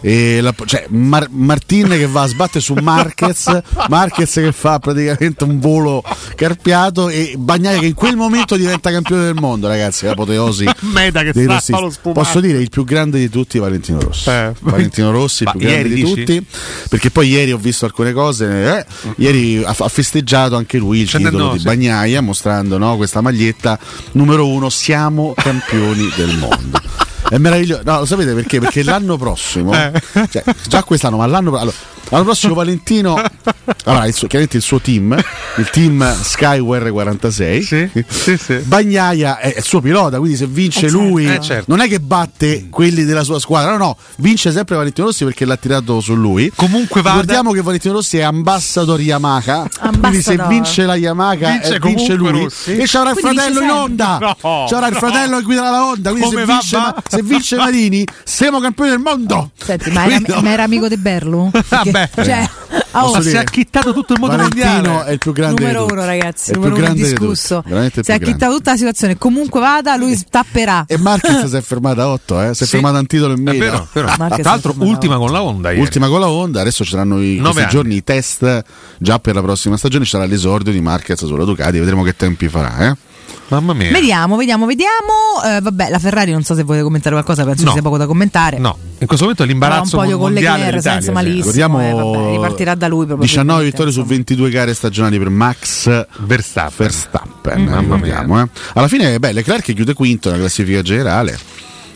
Speaker 9: E la- cioè, Mar- Martin che va a sbattere su Marquez, Marquez che fa praticamente un volo carpiato e Bagnaia che in quel momento diventa campione del mondo, ragazzi, l'apoteosi
Speaker 13: Meda che
Speaker 9: dei
Speaker 13: fa
Speaker 9: rossisti.
Speaker 13: lo spumato.
Speaker 9: Posso dire il più grande di tutti Valentino Rossi. Valentino Rossi, il
Speaker 13: Ma
Speaker 9: più grande
Speaker 13: ieri
Speaker 9: di
Speaker 13: dici?
Speaker 9: tutti, perché poi ieri ho visto alcune cose, eh, ieri ha, ha festeggiato anche lui il
Speaker 13: Scendendo,
Speaker 9: titolo di
Speaker 13: sì.
Speaker 9: Bagnaia mostrando no, questa maglietta numero uno, siamo campioni del mondo. È meraviglioso, no, lo sapete perché? Perché l'anno prossimo,
Speaker 13: Eh.
Speaker 9: cioè, già quest'anno, ma l'anno, pro- allora, l'anno prossimo Valentino, allora, il suo- chiaramente il suo team, il team Skyware 46, Bagnaia è il suo pilota, quindi se vince
Speaker 13: Eh,
Speaker 9: lui
Speaker 13: certo. Eh, certo.
Speaker 9: non è che batte quelli della sua squadra, no, no, vince sempre Valentino Rossi perché l'ha tirato su lui. Comunque
Speaker 13: vada-
Speaker 9: Ricordiamo che Valentino Rossi è ambassador Yamaha, quindi se
Speaker 13: Ambassador.
Speaker 9: vince la Yamaha
Speaker 13: Vince
Speaker 9: eh, vince
Speaker 13: comunque
Speaker 9: lui
Speaker 13: Rossi.
Speaker 9: e c'avrà il
Speaker 13: Quindi
Speaker 9: fratello
Speaker 13: vince
Speaker 9: in
Speaker 13: sempre.
Speaker 9: onda.
Speaker 13: No,
Speaker 9: c'avrà il
Speaker 13: no.
Speaker 9: fratello che guiderà la Honda, quindi se
Speaker 13: Come va,
Speaker 9: vince,
Speaker 13: va?
Speaker 9: se vince Marini siamo campioni del mondo.
Speaker 11: Senti, ma era, ma era amico De Berlu? Vabbè, cioè, oh,
Speaker 9: Ah, Eh, Posso dire?
Speaker 13: acchittato tutto il
Speaker 9: Valentino è il più grande
Speaker 11: numero
Speaker 9: di tutti.
Speaker 11: uno, ragazzi,
Speaker 9: È il
Speaker 11: numero
Speaker 9: più
Speaker 11: uno
Speaker 9: grande di tutti,
Speaker 11: discusso.
Speaker 9: veramente il
Speaker 11: Si è
Speaker 9: più Eh. grande.
Speaker 11: acchittata tutta la situazione. Comunque vada, lui tapperà.
Speaker 9: E Marquez si è fermata a 8, eh? si è fermata un titolo in meno.
Speaker 13: vero, vero. Marquez Tra l'altro si è fermata a ultima otto. con la Honda ieri.
Speaker 9: Ultima con la Honda, adesso ci saranno i,
Speaker 13: Nove
Speaker 9: questi
Speaker 13: anni.
Speaker 9: giorni i test già per la prossima stagione, ci sarà l'esordio di Marquez sulla Ducati, vedremo che tempi farà. Eh?
Speaker 13: Mamma mia.
Speaker 11: Vediamo, vediamo, vediamo. Eh, vabbè, la Ferrari non so se volete commentare qualcosa, penso
Speaker 13: No.
Speaker 11: ci sia poco da commentare.
Speaker 13: No, in questo momento è
Speaker 11: Avrà
Speaker 13: l'imbarazzo
Speaker 11: un podio con
Speaker 13: mondiale
Speaker 11: Leclerc,
Speaker 13: dell'Italia,
Speaker 11: senza malissimo,
Speaker 9: Ricordiamo-
Speaker 11: eh, vabbè, ripartirà da lui proprio.
Speaker 9: 19 vittorie su 22 gare stagionali per Max Verstappen.
Speaker 11: Mm.
Speaker 13: Mamma
Speaker 9: ricordiamo, eh. Alla fine, beh, Leclerc che chiude quinto nella classifica generale,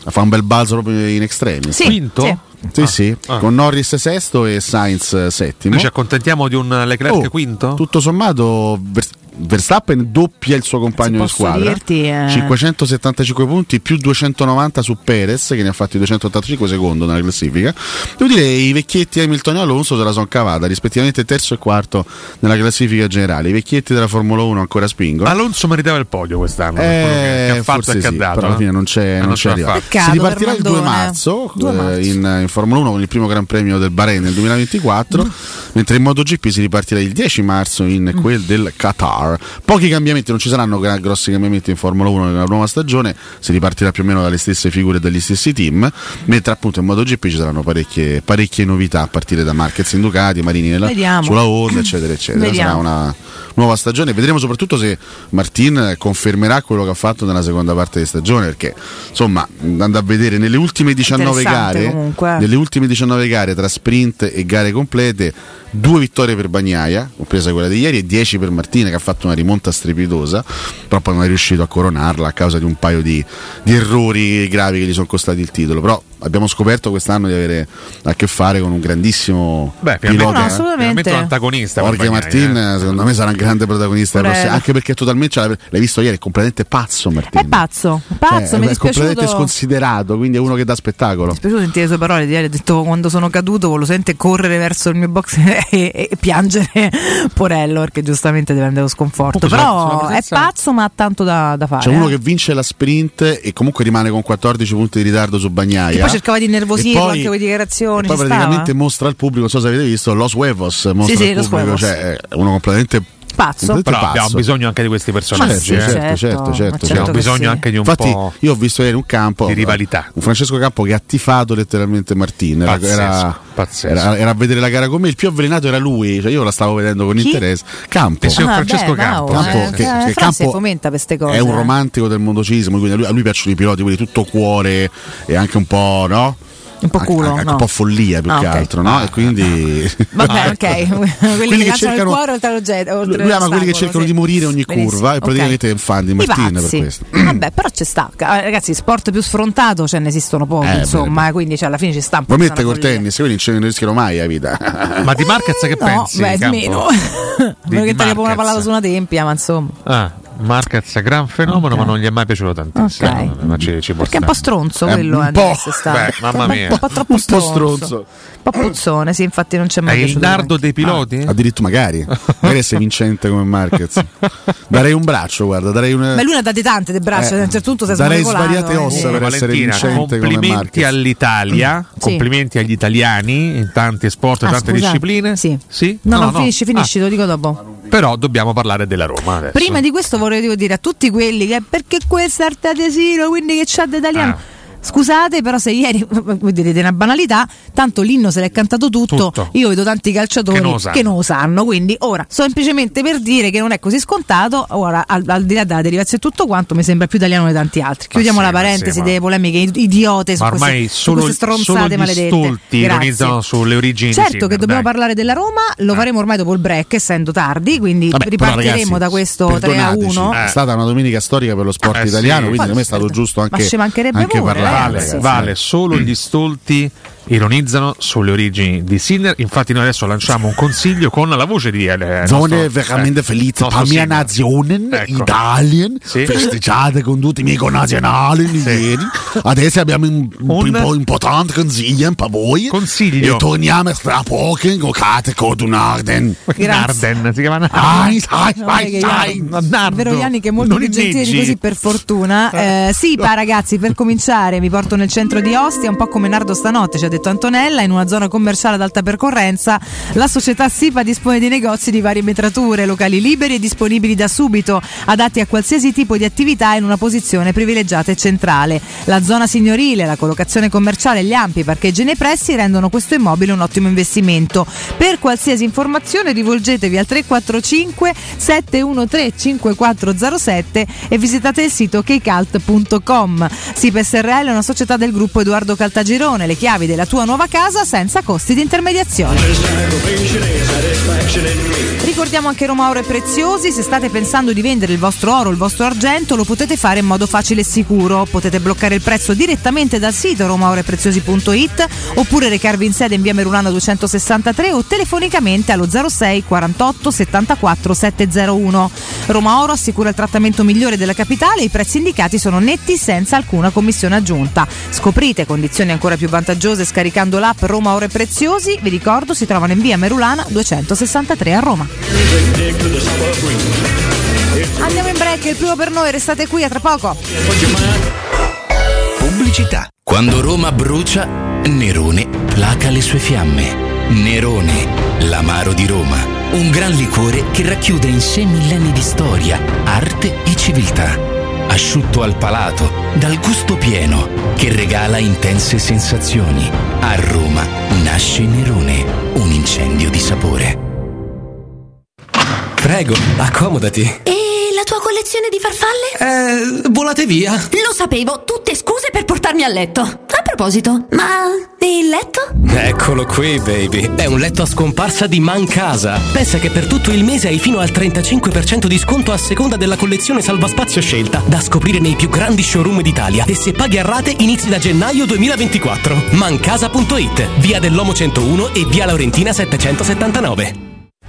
Speaker 9: fa un bel balzo proprio in extremis.
Speaker 11: Sì, Quinto? sì.
Speaker 9: Sì, sì,
Speaker 13: ah.
Speaker 9: con Norris sesto e Sainz eh, settimo.
Speaker 13: Noi ci accontentiamo di un Leclerc
Speaker 9: Oh,
Speaker 13: quinto?
Speaker 9: Tutto sommato, Vers- Verstappen doppia il suo compagno di
Speaker 11: Posso
Speaker 9: squadra.
Speaker 11: dirti, eh.
Speaker 9: 575 punti più 290 su Perez che ne ha fatti 285 secondo nella classifica. Devo dire i vecchietti Hamilton e Alonso se la sono cavata, rispettivamente terzo e quarto nella classifica generale. I vecchietti della Formula 1 ancora spingono.
Speaker 13: Alonso meritava il podio quest'anno. per quello che,
Speaker 9: Eh,
Speaker 13: che ha fatto
Speaker 9: forse
Speaker 13: e che ha
Speaker 9: sì,
Speaker 13: dato.
Speaker 9: però alla
Speaker 13: eh.
Speaker 9: fine non c'è,
Speaker 13: Eh,
Speaker 9: non
Speaker 13: non ce
Speaker 9: c'è
Speaker 13: l'ha
Speaker 9: arrivato.
Speaker 13: fatta. Peccato
Speaker 9: si
Speaker 13: per
Speaker 9: ripartirà il 2
Speaker 13: Mandone.
Speaker 9: marzo,
Speaker 13: 2
Speaker 9: eh,
Speaker 13: marzo.
Speaker 9: in, in Formula 1 con il primo Gran Premio del Bahrain nel
Speaker 11: Mm.
Speaker 9: 2024, mentre in MotoGP si ripartirà il 10 marzo in quel del Qatar. Pochi cambiamenti, non ci saranno gra- grossi cambiamenti in Formula 1 nella nuova stagione, si ripartirà più o meno dalle stesse figure e dagli stessi team, mentre appunto in MotoGP ci saranno parecchie, parecchie novità a partire da Marquez in Ducati, Marini nella,
Speaker 11: Vediamo.
Speaker 9: sulla Honda, eccetera, eccetera.
Speaker 11: Vediamo.
Speaker 9: Sarà una nuova stagione. Vedremo soprattutto se Martin confermerà quello che ha fatto nella seconda parte di stagione, perché insomma, andando a vedere nelle ultime 19
Speaker 11: Interessante
Speaker 9: gare,
Speaker 11: comunque. eh.
Speaker 9: nelle ultime 19 gare tra sprint e gare complete, due vittorie per Bagnaia, compresa quella di ieri, e 10 per Martin che ha fatto una rimonta strepitosa, però poi non è riuscito a coronarla a causa di un paio di, di errori gravi che gli sono costati il titolo, però abbiamo scoperto quest'anno di avere a che fare con un grandissimo
Speaker 13: Beh,
Speaker 9: pilota.
Speaker 13: finalmente,
Speaker 9: eh.
Speaker 13: finalmente un antagonista. per
Speaker 9: Jorge
Speaker 13: Bagnaia, eh.
Speaker 9: Martin, secondo me, sarà un grande protagonista della
Speaker 11: Prego.
Speaker 9: prossima, anche perché totalmente l'hai l'hai visto ieri, è completamente pazzo Martin.
Speaker 11: È pazzo,
Speaker 9: Cioè,
Speaker 11: pazzo, mi
Speaker 9: è
Speaker 11: è
Speaker 9: completamente
Speaker 11: dispiaciuto.
Speaker 9: sconsiderato, quindi è uno che dà spettacolo.
Speaker 11: Mi è piaciuto sentire le sue parole di ieri, ha detto quando sono caduto lo sente correre verso il mio box e, e- e piangere Porello perché giustamente deve andare lo sconforto.
Speaker 9: Comunque, sulla-
Speaker 11: Però è pazzo ma ha tanto da, da fare.
Speaker 9: C'è uno
Speaker 11: eh.
Speaker 9: che vince la sprint e comunque rimane con 14 punti di ritardo su Bagnaia.
Speaker 11: Che poi cercava di
Speaker 9: E
Speaker 11: innervosirlo
Speaker 9: poi-
Speaker 11: anche con le
Speaker 9: e
Speaker 11: dichiarazioni.
Speaker 9: poi
Speaker 11: ci
Speaker 9: praticamente
Speaker 11: stava.
Speaker 9: mostra al pubblico, non so se avete visto, Los Huevos, mostra
Speaker 11: sì,
Speaker 9: al
Speaker 11: Los
Speaker 9: pubblico,
Speaker 11: Huevos.
Speaker 9: cioè è uno completamente
Speaker 11: Pazzo.
Speaker 9: completamente
Speaker 13: Però abbiamo
Speaker 9: pazzo.
Speaker 13: bisogno anche di questi personaggi.
Speaker 9: Certo,
Speaker 13: eh.
Speaker 9: certo, certo, certo, certo.
Speaker 13: Abbiamo bisogno anche di un
Speaker 9: Infatti,
Speaker 13: po'.
Speaker 9: io ho visto ieri un campo
Speaker 13: di rivalità.
Speaker 9: Un Francesco Campo che ha tifato letteralmente Martin. Era,
Speaker 13: Pazzesco,
Speaker 9: era-
Speaker 13: pazzesco.
Speaker 9: era- era a vedere la gara con me. Il più avvelenato era lui. Cioè io la stavo vedendo con
Speaker 11: Chi?
Speaker 9: interesse. Campo.
Speaker 11: Ah, beh, bravo, eh,
Speaker 9: Campo, che-
Speaker 11: eh,
Speaker 9: che
Speaker 11: Fra si
Speaker 9: Campo
Speaker 11: fomenta queste cose. eh.
Speaker 9: è un romantico del mondocismo. Quindi a lui, a lui piacciono i piloti, quelli tutto cuore e anche un po', no?
Speaker 11: Un po' culo,
Speaker 9: anche
Speaker 11: no?
Speaker 9: un po' follia più
Speaker 11: Ah,
Speaker 9: che
Speaker 11: ok.
Speaker 9: altro, no? E
Speaker 13: ah,
Speaker 9: quindi
Speaker 11: Vabbè, ok. Quelli,
Speaker 9: Quelli
Speaker 11: che
Speaker 9: che
Speaker 11: lanciano il
Speaker 9: cercano-
Speaker 11: cuore oltre l'oggetto.
Speaker 9: lui
Speaker 11: oltre
Speaker 9: ama quelli che
Speaker 11: l'ostacolo,
Speaker 9: cercano
Speaker 11: sì.
Speaker 9: di morire ogni
Speaker 11: Benissimo,
Speaker 9: curva e
Speaker 11: ok.
Speaker 9: praticamente è un fan di
Speaker 11: I
Speaker 9: Martin per
Speaker 11: pazzi.
Speaker 9: questo.
Speaker 11: Vabbè, però ci sta. Ah, Ragazzi, sport più sfrontato ce ne esistono pochi,
Speaker 9: Eh,
Speaker 11: insomma, quindi cioè, alla fine ci sta un po'
Speaker 9: Poi
Speaker 11: questa
Speaker 9: mette col
Speaker 11: follia. Eh,
Speaker 9: tennis, quindi non ne rischiano mai a vita.
Speaker 13: Ma di Marquez che
Speaker 11: No,
Speaker 13: pensi?
Speaker 11: beh,
Speaker 13: Campo?
Speaker 11: meno.
Speaker 13: Di-
Speaker 11: Meno
Speaker 13: di
Speaker 11: che tagliamo una
Speaker 13: Marquez?
Speaker 11: pallata su una tempia, ma insomma.
Speaker 13: Ah, Marquez, gran fenomeno, ma non gli è mai piaciuto tantissimo.
Speaker 11: Ok.
Speaker 13: Ma ci, ci può
Speaker 11: Perché è un po' stronzo
Speaker 13: Eh,
Speaker 11: quello,
Speaker 13: un
Speaker 11: eh,
Speaker 13: po'.
Speaker 11: adesso sta.
Speaker 13: Beh, mamma mia.
Speaker 11: Un po' troppo
Speaker 13: Un po'
Speaker 11: stronzo.
Speaker 13: stronzo.
Speaker 11: Un po' puzzone, sì, infatti non c'è
Speaker 13: È
Speaker 11: mai
Speaker 13: il
Speaker 11: piaciuto. Ah.
Speaker 13: nardo dei piloti?
Speaker 9: Ah, Addirittura magari, magari sei vincente come Marquez. Darei un braccio, guarda, darei un...
Speaker 11: Ma lui ne ha date tante di braccia,
Speaker 9: Eh,
Speaker 11: a un certo punto si è eh.
Speaker 9: darei
Speaker 11: smarricolato,
Speaker 9: svariate
Speaker 11: quindi-
Speaker 9: ossa per essere
Speaker 13: Valentina,
Speaker 9: vincente come
Speaker 13: complimenti
Speaker 9: Marquez.
Speaker 13: all'Italia,
Speaker 11: Mm, Sì.
Speaker 13: complimenti agli italiani in tanti sport e
Speaker 11: Ah,
Speaker 13: tante
Speaker 11: scusa.
Speaker 13: discipline.
Speaker 11: Sì.
Speaker 13: Sì?
Speaker 11: No, no, finisci, finisci, lo dico dopo.
Speaker 13: Ah,
Speaker 12: Ah, Però dobbiamo parlare della Roma. adesso.
Speaker 11: Prima di questo vorrei dire a tutti quelli che perché questo è artatesino, quindi che c'ha d'italiano.
Speaker 12: Ah.
Speaker 11: Scusate, però se ieri voi direte una banalità, tanto l'inno se l'è cantato tutto,
Speaker 12: Tutto.
Speaker 11: io vedo tanti calciatori
Speaker 12: Che non lo sanno.
Speaker 11: non lo sanno, quindi ora semplicemente per dire che non è così scontato, ora al, al di là della derivazione e tutto quanto mi sembra più italiano di tanti altri. Chiudiamo
Speaker 12: sì,
Speaker 11: la
Speaker 12: ma
Speaker 11: parentesi
Speaker 12: sì, ma-
Speaker 11: delle polemiche id- idiote su
Speaker 12: Ma ormai
Speaker 11: queste, su
Speaker 12: solo,
Speaker 11: queste stronzate
Speaker 12: solo gli
Speaker 11: maledette.
Speaker 12: stolti
Speaker 11: Grazie.
Speaker 12: ironizzano sulle origini.
Speaker 11: Certo
Speaker 12: di
Speaker 11: che
Speaker 12: Sinner,
Speaker 11: dobbiamo
Speaker 12: dai.
Speaker 11: parlare della Roma, lo faremo ormai dopo il break, essendo tardi, quindi
Speaker 9: Eh. Vabbè, però,
Speaker 11: ripartiremo
Speaker 9: ragazzi,
Speaker 11: da questo 3 a
Speaker 9: perdonateci, eh.
Speaker 11: 1.
Speaker 9: È stata una domenica storica per lo sport
Speaker 12: Eh, sì.
Speaker 9: italiano, quindi
Speaker 12: Ma-
Speaker 9: per me è stato giusto
Speaker 11: ma
Speaker 9: anche,
Speaker 11: ci mancherebbe
Speaker 9: anche
Speaker 11: pure,
Speaker 9: parlare.
Speaker 12: Vale,
Speaker 9: ragazzi.
Speaker 12: vale, solo gli stolti ironizzano sulle origini di Sinner. Infatti, noi adesso lanciamo un consiglio con la voce di eh,
Speaker 9: Zone
Speaker 12: nostro-
Speaker 9: veramente
Speaker 12: eh,
Speaker 9: felice per
Speaker 12: nostro
Speaker 9: la mia
Speaker 12: Sinner.
Speaker 9: nazione, Italien,
Speaker 12: Sì.
Speaker 9: festeggiate con tutti i miei connazionali ieri. Adesso abbiamo un, un po' importante consiglio eh, per voi.
Speaker 12: Consiglio.
Speaker 9: E torniamo tra poco in giocate con un Arden.
Speaker 12: Narden si chiama
Speaker 9: Ai, ai,
Speaker 11: No,
Speaker 9: ai,
Speaker 11: che
Speaker 9: ai.
Speaker 11: Ian- Vero Ianni che è molto
Speaker 9: Non
Speaker 11: più gentile di
Speaker 9: inneggi.
Speaker 11: così per fortuna. Eh, sì, pa ragazzi, per cominciare vi porto nel centro di Ostia, un po' come Nardo stanotte, ci ha detto Antonella, in una zona commerciale ad alta percorrenza. La società SIPA dispone di negozi di varie metrature, locali liberi e disponibili da subito, adatti a qualsiasi tipo di attività in una posizione privilegiata e centrale. La zona signorile, la collocazione commerciale, gli ampi parcheggi nei pressi rendono questo immobile un ottimo investimento. Per qualsiasi informazione rivolgetevi al 345 713 5407 e visitate il sito keycult.com. SIP SRL è una società del gruppo Edoardo Caltagirone, le chiavi della tua nuova casa senza costi di intermediazione. Ricordiamo anche Roma Oro e Preziosi, se state pensando di vendere il vostro oro o il vostro argento lo potete fare in modo facile e sicuro, potete bloccare il prezzo direttamente dal sito romaorepreziosi.it oppure recarvi in sede in via Merulana 263 o telefonicamente allo 06 48 74 701. Roma Oro assicura il trattamento migliore della capitale e i prezzi indicati sono netti senza alcuna commissione aggiunta. Scoprite condizioni ancora più vantaggiose scaricando l'app Roma Oro e Preziosi, vi ricordo si trovano in via Merulana 263 a Roma. Andiamo in break, il primo per noi, restate qui a tra poco.
Speaker 14: Pubblicità. Quando Roma brucia, Nerone placa le sue fiamme. Nerone, l'amaro di Roma. Un gran liquore che racchiude in sé millenni di storia, arte e civiltà. Asciutto al palato, dal gusto pieno, che regala intense sensazioni. A Roma nasce Nerone, un incendio di sapore.
Speaker 15: Prego, accomodati.
Speaker 16: E la tua collezione di farfalle?
Speaker 15: Eh, volate via.
Speaker 16: Lo sapevo, tutte scuse per portarmi a letto. A proposito, ma il letto?
Speaker 15: Eccolo qui, baby. È un letto a scomparsa di Mancasa. Pensa che per tutto il mese hai fino al 35% di sconto a seconda della collezione salvaspazio scelta, da scoprire nei più grandi showroom d'Italia. E se paghi a rate inizi da gennaio 2024. Mancasa.it, via dell'Omo 101 e via Laurentina 779.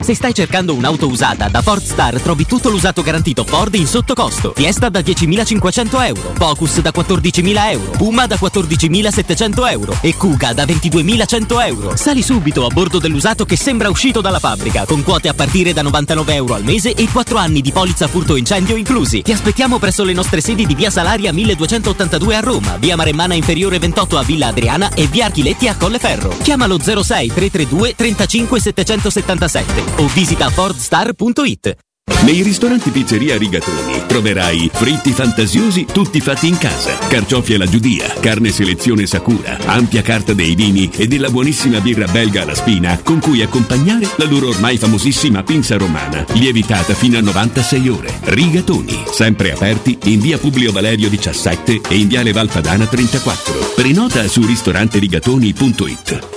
Speaker 17: Se stai cercando un'auto usata, da Ford Star trovi tutto l'usato garantito Ford in sottocosto. Fiesta da 10.500 euro, Focus da 14.000 euro, Puma da 14.700 euro e Kuga da 22.100 euro. Sali subito a bordo dell'usato che sembra uscito dalla fabbrica, con quote a partire da 99 euro al mese e 4 anni di polizza furto incendio inclusi. Ti aspettiamo presso le nostre sedi di Via Salaria 1282 a Roma, Via Maremmana Inferiore 28 a Villa Adriana e Via Archiletti a Colleferro. Chiamalo 06 332 35 777 o visita fordstar.it.
Speaker 18: Nei ristoranti Pizzeria Rigatoni troverai fritti fantasiosi tutti fatti in casa, carciofi alla giudia, carne selezione Sakura, ampia carta dei vini e della buonissima birra belga alla spina con cui accompagnare la loro ormai famosissima pinza romana, lievitata fino a 96 ore. Rigatoni, sempre aperti in via Publio Valerio 17 e in viale Valpadana 34. Prenota su ristoranterigatoni.it.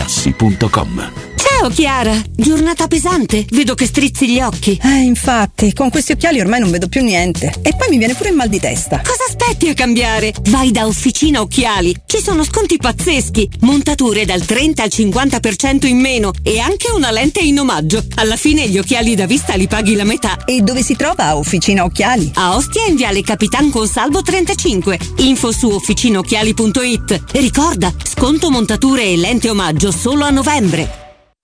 Speaker 18: artigianamaterassi.com.
Speaker 19: Ciao Chiara, giornata pesante, vedo che strizzi gli occhi. Eh, infatti, con questi occhiali ormai non vedo più niente. E poi mi viene pure il mal di testa.
Speaker 20: Cosa aspetti a cambiare?
Speaker 19: Vai da Officina Occhiali, ci sono sconti pazzeschi, montature dal 30 al 50% in meno e anche una lente in omaggio. Alla fine gli occhiali da vista li paghi la metà. E dove si trova Officina Occhiali? A Ostia in Viale Capitan Consalvo 35. Info su officinaocchiali.it. E Ricorda, sconto montature e lente omaggio solo a novembre.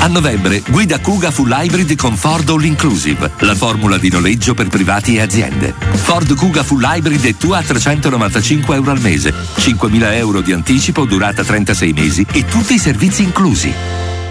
Speaker 21: A novembre, guida Kuga Full Hybrid con Ford All Inclusive, la formula di noleggio per privati e aziende. Ford Kuga Full Hybrid è tua a 395 euro al mese, 5.000 euro di anticipo, durata 36 mesi e tutti i servizi inclusi.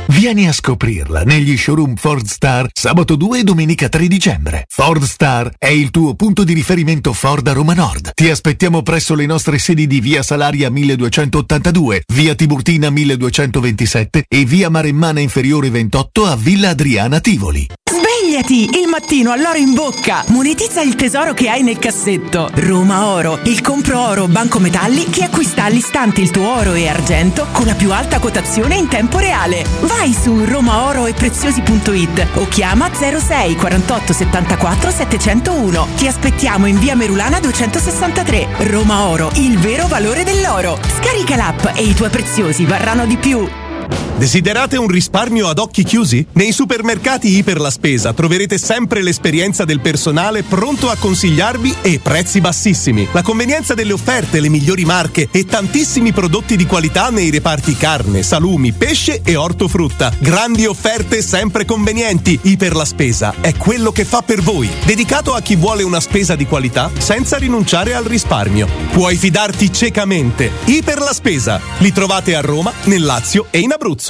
Speaker 22: Vieni a scoprirla negli showroom Ford Star sabato 2 e domenica 3 dicembre. Ford Star è il tuo punto di riferimento Ford a Roma Nord. Ti aspettiamo presso le nostre sedi di Via Salaria 1282, Via Tiburtina 1227 e Via Maremmana Inferiore 28 a Villa Adriana Tivoli.
Speaker 23: Svegliati! Il mattino all'oro in bocca! Monetizza il tesoro che hai nel cassetto. Roma Oro, il compro oro Banco Metalli che acquista all'istante il tuo oro e argento con la più alta cotazione in tempo reale. Vai su romaoro e preziosi.it o chiama 06 48 74 701. Ti aspettiamo in via Merulana 263. Roma Oro, il vero valore dell'oro. Scarica l'app e i tuoi preziosi varranno di più.
Speaker 24: Desiderate un risparmio ad occhi chiusi? Nei supermercati Iper la Spesa troverete sempre l'esperienza del personale pronto a consigliarvi e prezzi bassissimi. La convenienza delle offerte, le migliori marche e tantissimi prodotti di qualità nei reparti carne, salumi, pesce e ortofrutta. Grandi offerte sempre convenienti. Iper la Spesa è quello che fa per voi. Dedicato a chi vuole una spesa di qualità senza rinunciare al risparmio. Puoi fidarti ciecamente. Iper la Spesa. Li trovate a Roma, nel Lazio e in Abruzzo.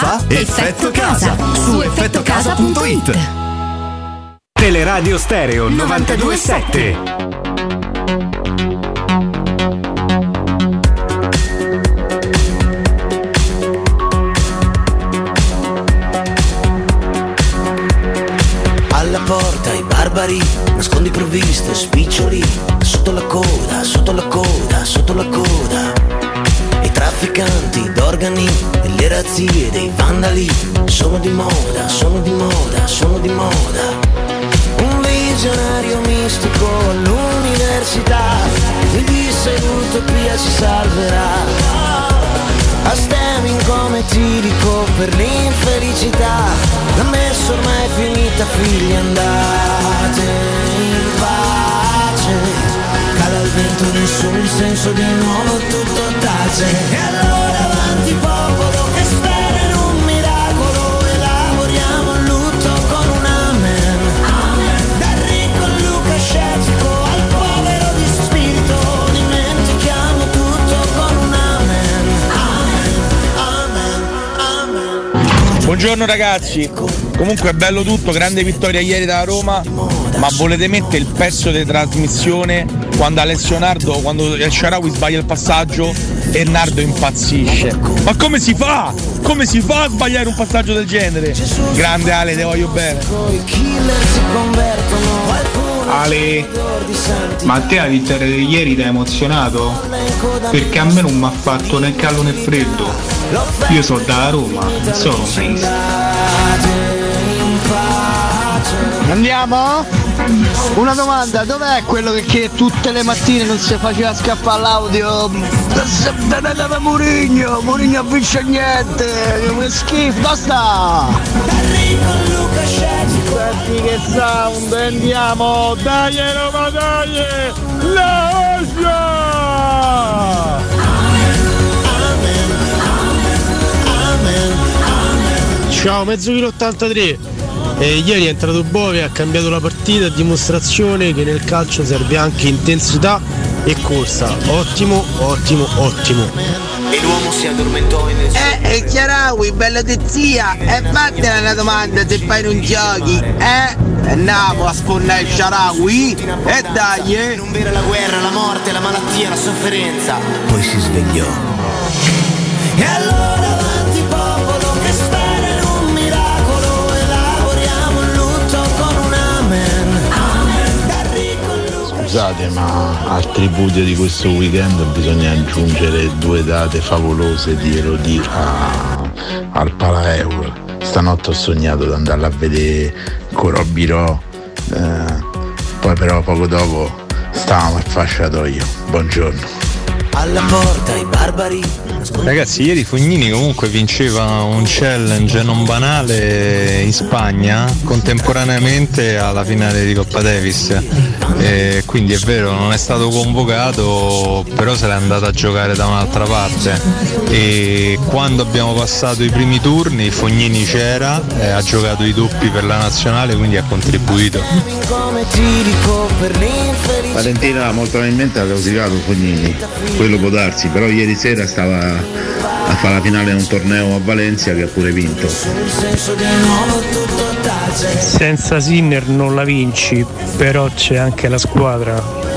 Speaker 25: Effetto Casa su effettocasa.it.
Speaker 26: Teleradio Stereo 927.
Speaker 8: Alla porta i barbari, nascondi provviste, spiccioli, sotto la coda, sotto la coda, sotto la coda. I trafficanti d'organi e le razzie dei vandali sono di moda, sono di moda, sono di moda. Un visionario mistico all'università mi disse l'utopia si salverà. Astemming come ti dico per l'infelicità, la messa ormai è finita figli andate in pace. Cala il vento nessun senso di nuovo tutto tace. E allora avanti popolo che spera in un miracolo, elaboriamo il lutto con un amen. Dal ricco al Luca scettico al povero di spirito, dimentichiamo tutto con un amen. Amen, amen, amen.
Speaker 27: Buongiorno ragazzi, comunque è bello tutto, grande vittoria ieri da Roma,
Speaker 25: ma volete mettere il pezzo di trasmissione quando Alessionardo, quando il Sharawi sbaglia il passaggio e Nardo impazzisce. Ma come si fa? Come si fa a sbagliare un passaggio del genere? Grande Ale, te voglio bene.
Speaker 28: Ale, ma a te la vittoria di ieri ti ha emozionato? Perché a me non mi ha fatto né caldo né freddo. Io sono da Roma, non sono un paese.
Speaker 8: Andiamo? Una domanda, dov'è quello che, che tutte le mattine non si faceva scappare l'audio? Murigno, Murigno non vince niente, che schifo, basta!
Speaker 29: Senti che sound, andiamo! Dai Roma, dai! La
Speaker 8: Ah.
Speaker 29: Ossia!
Speaker 30: Ciao, mezzo chilo 83. E ieri è entrato Bove, ha cambiato la partita, dimostrazione che nel calcio serve anche intensità e corsa. Ottimo, ottimo, ottimo.
Speaker 14: E l'uomo si addormentò in
Speaker 8: Eh, e Chiaraui, bella di zia, e fatela una domanda se poi non giochi, eh? Andiamo a sfornare il Chiaraui, e dai, eh?
Speaker 14: Non vera la guerra, la morte, la malattia, la sofferenza. Poi si svegliò.
Speaker 30: E allora avanti popolo che spera in un miracolo elaboriamo il lutto con un amen.
Speaker 7: Scusate, ma al tripudio di questo weekend bisogna aggiungere due date favolose di Elodie a- al Palaeuro. Stanotte ho sognato di andarla a vedere con Robby Ro, eh, poi però poco dopo stavamo al fasciatoio. Buongiorno.
Speaker 31: Alla porta i barbari.
Speaker 12: Ragazzi, ieri Fognini comunque vinceva un challenge non banale in Spagna contemporaneamente alla finale di Coppa Davis. E quindi è vero, non è stato convocato, però se l'è andato a giocare da un'altra parte. E quando abbiamo passato i primi turni, Fognini c'era, eh, ha giocato i doppi per la nazionale, quindi ha contribuito.
Speaker 29: Come ti dico per l'infelicità.
Speaker 7: Valentina molto probabilmente ha rosicato Fognini, quello può darsi, però ieri sera stava a fare la finale di un torneo a Valencia che ha pure vinto.
Speaker 29: Senza Sinner non la vinci, però c'è anche la squadra,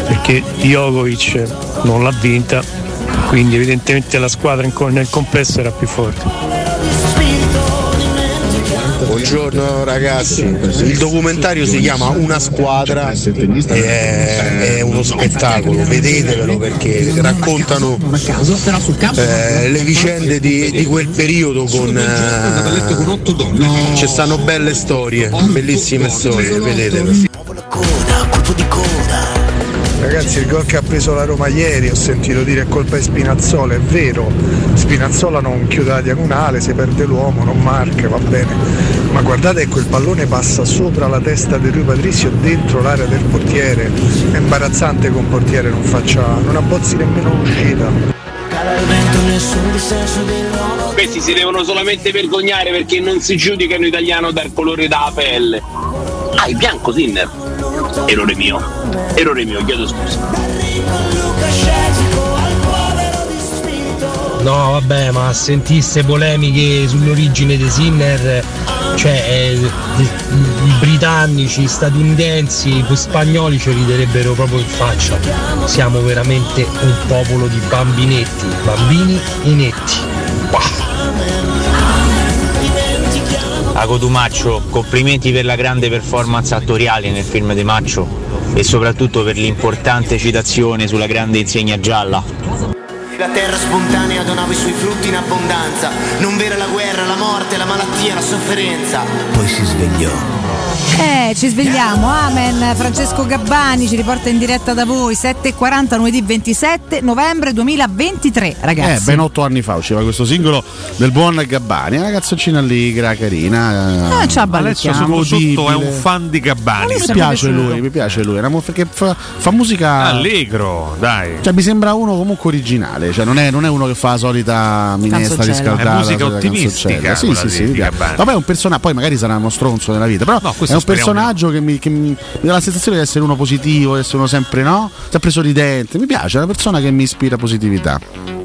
Speaker 29: perché Djokovic non l'ha vinta, quindi evidentemente la squadra in co- nel complesso era più forte.
Speaker 3: Buongiorno ragazzi, il documentario si chiama Una squadra e è, è uno spettacolo, vedetevelo perché raccontano eh, le vicende di, di quel periodo con... eh, ci stanno belle storie, bellissime storie, vedetevelo. Ragazzi, il gol che ha preso la Roma ieri, ho sentito dire è colpa di Spinazzola, è vero. Spinazzola non chiude la diagonale, se perde l'uomo, non marca, va bene. Ma guardate che quel pallone passa sopra la testa di Rui Patricio dentro l'area del portiere. È imbarazzante che un portiere non faccia, non abbozzi nemmeno un'uscita.
Speaker 18: Questi si devono solamente vergognare perché non si giudicano italiano dal colore della pelle. Ah, il bianco Sinner. Errore mio. Errore mio, chiedo scusa.
Speaker 32: No, vabbè, ma sentiste polemiche sull'origine di Sinner, cioè eh, di- i britannici, statunitensi, gli spagnoli ci riderebbero proprio in faccia. Siamo veramente un popolo di bambinetti, bambini inetti.
Speaker 1: A Cotumaccio, complimenti per la grande performance attoriale nel film di Maccio e soprattutto per l'importante citazione sulla grande insegna gialla.
Speaker 14: La terra spontanea donava i suoi frutti in abbondanza. Non vera la guerra, la morte, la malattia, la sofferenza.
Speaker 7: Poi si svegliò.
Speaker 11: Eh, ci svegliamo, amen. Francesco Gabbani ci riporta in diretta da voi 7.40 lunedì 27 novembre 2023,
Speaker 9: Eh,
Speaker 11: ragazzi.
Speaker 9: ben otto anni fa usciva questo singolo del buon Gabbani, una ragazzoncina ligra, carina.
Speaker 11: Eh, ciao,
Speaker 33: Alessio
Speaker 9: ballicchiamo,
Speaker 33: Sotto è
Speaker 9: godibile.
Speaker 33: un fan di Gabbani.
Speaker 9: Mi piace lui, mi piace lui, era mo- perché fa, fa musica
Speaker 33: Allegro, dai.
Speaker 9: Cioè, mi sembra uno comunque originale, cioè, non, è, non è uno che fa la solita minestra
Speaker 33: Canzoncella.
Speaker 9: riscaldata.
Speaker 33: È musica
Speaker 9: solita
Speaker 33: ottimistica,
Speaker 9: canzoncella. Sì,
Speaker 33: quella
Speaker 9: sì,
Speaker 33: di-
Speaker 9: sì.
Speaker 33: di
Speaker 9: mi piace.
Speaker 33: Gabbani.
Speaker 9: Vabbè, è un personaggio, poi magari sarà uno stronzo nella vita, però
Speaker 33: questo
Speaker 9: è un
Speaker 33: speriamo
Speaker 9: personaggio che mi, che mi- mi dà la sensazione di essere uno positivo, di essere uno sempre no, sempre sorridente. Mi piace, è una persona che mi ispira positività.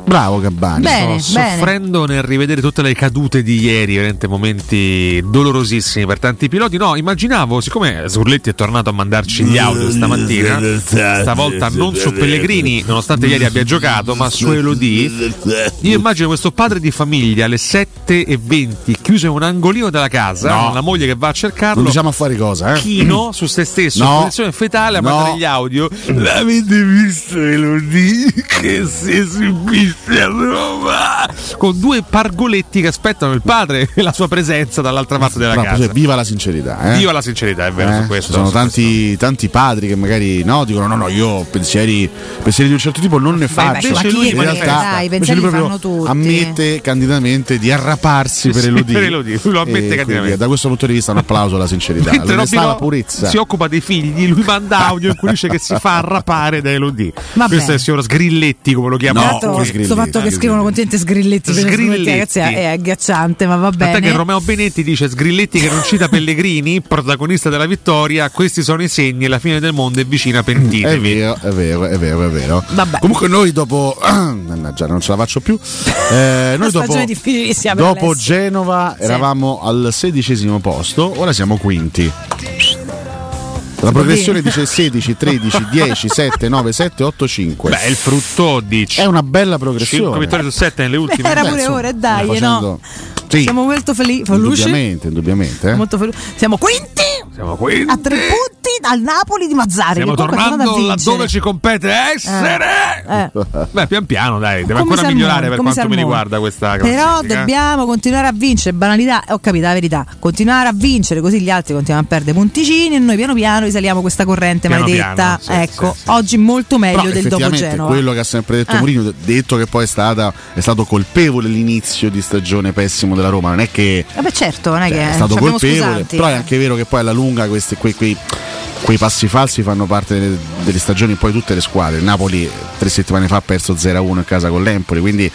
Speaker 9: Bravo Gabbani.
Speaker 11: Bene,
Speaker 12: Sto
Speaker 11: bene.
Speaker 12: soffrendo nel rivedere tutte le cadute di ieri, veramente momenti dolorosissimi per tanti piloti. No, immaginavo, siccome Surletti è tornato a mandarci gli
Speaker 9: Mm,
Speaker 12: audio stamattina, stavolta non su Pellegrini, nonostante ieri abbia giocato, ma su Elodie. Io immagino questo padre di famiglia alle 7.20, chiuso in un angolino della casa,
Speaker 9: No.
Speaker 12: con la moglie che va a cercarlo.
Speaker 9: Non diciamo a fare cosa, eh?
Speaker 12: Chino su se stesso,
Speaker 9: No.
Speaker 12: in posizione fetale a
Speaker 9: No.
Speaker 12: mandare gli audio.
Speaker 9: Mm. L'avete visto Elodie che
Speaker 12: si esibisce a Roma con due pargoletti che aspettano il padre e la sua presenza dall'altra parte della
Speaker 9: No,
Speaker 12: casa.
Speaker 9: cioè, viva la sincerità, eh?
Speaker 12: Viva la sincerità, è vero
Speaker 9: Eh,
Speaker 12: su questo.
Speaker 9: ci sono tanti, tanti padri che magari no, dicono no, no, io pensieri, pensieri di un certo tipo non ne faccio.
Speaker 11: invece
Speaker 9: In
Speaker 11: lui li
Speaker 9: realtà,
Speaker 11: manifesta. Dai, i
Speaker 9: invece
Speaker 11: pensieri
Speaker 9: lui
Speaker 11: li
Speaker 9: proprio
Speaker 11: fanno tutti.
Speaker 9: ammette candidamente di arraparsi per
Speaker 12: Sì,
Speaker 9: Elodie.
Speaker 12: per Elodie, lui lo
Speaker 9: E
Speaker 12: ammette
Speaker 9: quindi,
Speaker 12: candidamente.
Speaker 9: Da questo punto di vista un applauso alla sincerità,
Speaker 12: Mentre
Speaker 9: l'onestà,
Speaker 12: Robinò
Speaker 9: la purezza.
Speaker 12: si occupa dei figli, lui manda audio in cui dice che si fa arrapare da Elodie. Questo è il signor Sgrilletti, come lo chiama.
Speaker 11: Tanto, questo fatto che scrivono continuamente sgrilletti, per le
Speaker 12: Sgrilletti.
Speaker 11: sgrilletti, ragazzi, è è agghiacciante, ma va
Speaker 12: Tant'è che
Speaker 11: bene.
Speaker 12: Romeo Benetti dice Sgrilletti che non cita Pellegrini, protagonista della vittoria, questi sono i segni, la fine del mondo è vicina,
Speaker 9: È
Speaker 12: pentitevi.
Speaker 9: vero, è vero, è vero, è vero.
Speaker 11: Vabbè.
Speaker 9: Comunque noi dopo... Mannaggia, non ce la faccio più. Eh,
Speaker 11: Una
Speaker 9: noi dopo...
Speaker 11: stagione difficilissima per
Speaker 9: Dopo
Speaker 11: Alessio.
Speaker 9: Genova
Speaker 11: Sì.
Speaker 9: eravamo al sedicesimo posto, ora siamo quinti. La progressione dice 16, 13, 10, 7, 9, 7, 8, 5.
Speaker 12: Beh, il frutto dice.
Speaker 9: È una bella progressione.
Speaker 12: 5 vittorie su 7 nelle ultime.
Speaker 11: Era pure
Speaker 9: Beh, insomma,
Speaker 11: ora, dai,
Speaker 9: stiamo facendo-
Speaker 11: no?
Speaker 9: Sì,
Speaker 11: Siamo molto felici.
Speaker 9: indubbiamente, indubbiamente. eh.
Speaker 11: Molto felici. Siamo quinti
Speaker 12: Siamo qui.
Speaker 11: a tre punti dal Napoli di Mazzari.
Speaker 12: Stiamo
Speaker 11: che comunque è tornato a
Speaker 12: tornando
Speaker 11: vincere.
Speaker 12: laddove ci compete essere.
Speaker 11: Eh.
Speaker 12: Beh, pian piano, dai,
Speaker 11: Come
Speaker 12: deve ancora
Speaker 11: Salmone,
Speaker 12: migliorare per
Speaker 11: come
Speaker 12: quanto mi
Speaker 11: Salmone.
Speaker 12: riguarda questa
Speaker 11: Però
Speaker 12: classifica.
Speaker 11: dobbiamo continuare a vincere, banalità, eh, ho capito la verità, continuare a vincere così gli altri continuano a perdere punticini e noi piano piano risaliamo questa corrente
Speaker 9: Piano
Speaker 11: maledetta.
Speaker 9: piano, sì,
Speaker 11: ecco, oggi molto meglio
Speaker 9: Però
Speaker 11: del dopo
Speaker 9: effettivamente
Speaker 11: Genova.
Speaker 9: quello che ha sempre detto
Speaker 11: Ah.
Speaker 9: Mourinho, d- detto che poi è, stata, è stato colpevole l'inizio di stagione pessimo della Roma, non è che
Speaker 11: Vabbè certo, non è che
Speaker 9: Cioè, è stato
Speaker 11: ci abbiamo eh.
Speaker 9: colpevole,
Speaker 11: scusanti.
Speaker 9: però è anche vero che poi alla lunga questi- quei, quei- quei passi falsi fanno parte delle, delle stagioni poi tutte le squadre. Il Napoli tre settimane fa ha perso 0-1 in casa con l'Empoli, quindi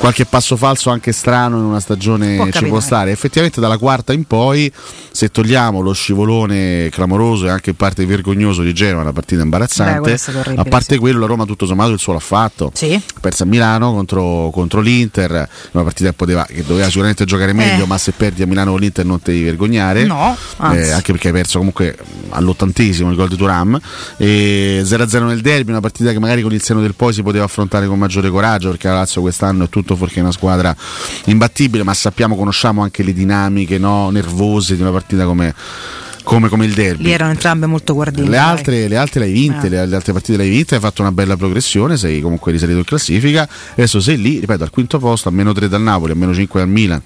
Speaker 9: qualche passo falso anche strano in una stagione
Speaker 22: Può
Speaker 9: ci può
Speaker 22: capitare.
Speaker 9: stare. Effettivamente dalla quarta in poi, se togliamo lo scivolone clamoroso e anche in parte vergognoso di Genova, una partita
Speaker 22: Beh,
Speaker 9: imbarazzante,
Speaker 22: quello è stato orribile,
Speaker 9: a parte quello la Roma tutto sommato il suo l'ha fatto. Ha Perso a Milano contro, contro l'Inter, una partita che, poteva, che doveva sicuramente giocare meglio,
Speaker 22: Eh.
Speaker 9: ma se perdi a Milano con l'Inter non ti devi vergognare.
Speaker 22: No, anzi.
Speaker 9: Eh, anche perché hai perso comunque all'ottantesimo il gol di Turam. E 0-0 nel derby, una partita che magari con il seno del poi si poteva affrontare con maggiore coraggio, perché la Lazio quest'anno è tutto fuorché una squadra imbattibile, ma sappiamo, conosciamo anche le dinamiche no, nervose di una partita come, come- come il derby.
Speaker 11: Lì erano entrambe molto guardine.
Speaker 9: Le
Speaker 11: dai.
Speaker 9: altre, le altre le hai vinte,
Speaker 11: Eh.
Speaker 9: le, le altre partite le hai vinte, hai fatto una bella progressione, sei comunque risalito in classifica. Adesso sei lì, ripeto, al quinto posto, a meno 3 dal Napoli, a meno 5 dal Milan.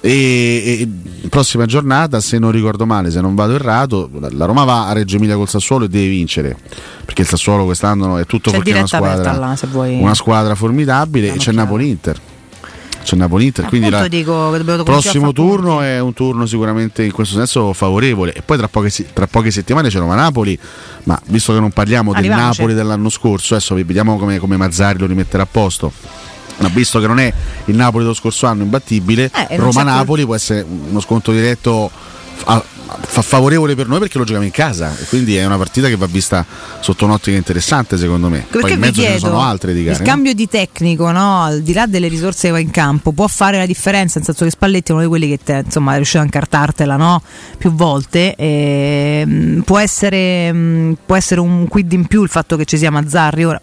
Speaker 9: E, e prossima giornata, se non ricordo male, se non vado errato, la, la Roma va a Reggio Emilia col Sassuolo e deve vincere. Perché il Sassuolo quest'anno è tutto
Speaker 11: C'è
Speaker 9: perché è una
Speaker 11: diretta aperta
Speaker 9: squadra,
Speaker 11: Cioè, là, se vuoi.
Speaker 9: una squadra formidabile e c'è Napoli Inter. C'è Napoli Inter, quindi la,
Speaker 11: Appunto dico che dobbiamo
Speaker 9: il
Speaker 11: cominciare a
Speaker 9: prossimo turno è un turno sicuramente in questo senso favorevole e poi tra poche, se- tra poche settimane c'è Roma Napoli ma visto che non parliamo del
Speaker 22: Arriviamoci.
Speaker 9: Napoli dell'anno scorso adesso vediamo come, come Mazzari lo rimetterà a posto ma visto che non è il Napoli dello scorso anno imbattibile
Speaker 22: Eh, e non c'è
Speaker 9: Roma-Napoli può essere uno scontro diretto fa- fa- favorevole per noi perché lo giochiamo in casa e quindi è una partita che va vista sotto un'ottica interessante secondo me poi
Speaker 11: Perché vi
Speaker 9: in mezzo ce ne
Speaker 11: chiedo,
Speaker 9: sono altre di eh? gare
Speaker 11: il
Speaker 9: no?
Speaker 11: cambio di tecnico, no? al di là delle risorse che va in campo, può fare la differenza, nel senso che Spalletti è uno di quelli che te, insomma, è riuscito a incartartela no? più volte, e, mh, può, essere, mh, può essere un quid in più il fatto che ci sia Mazzarri ora,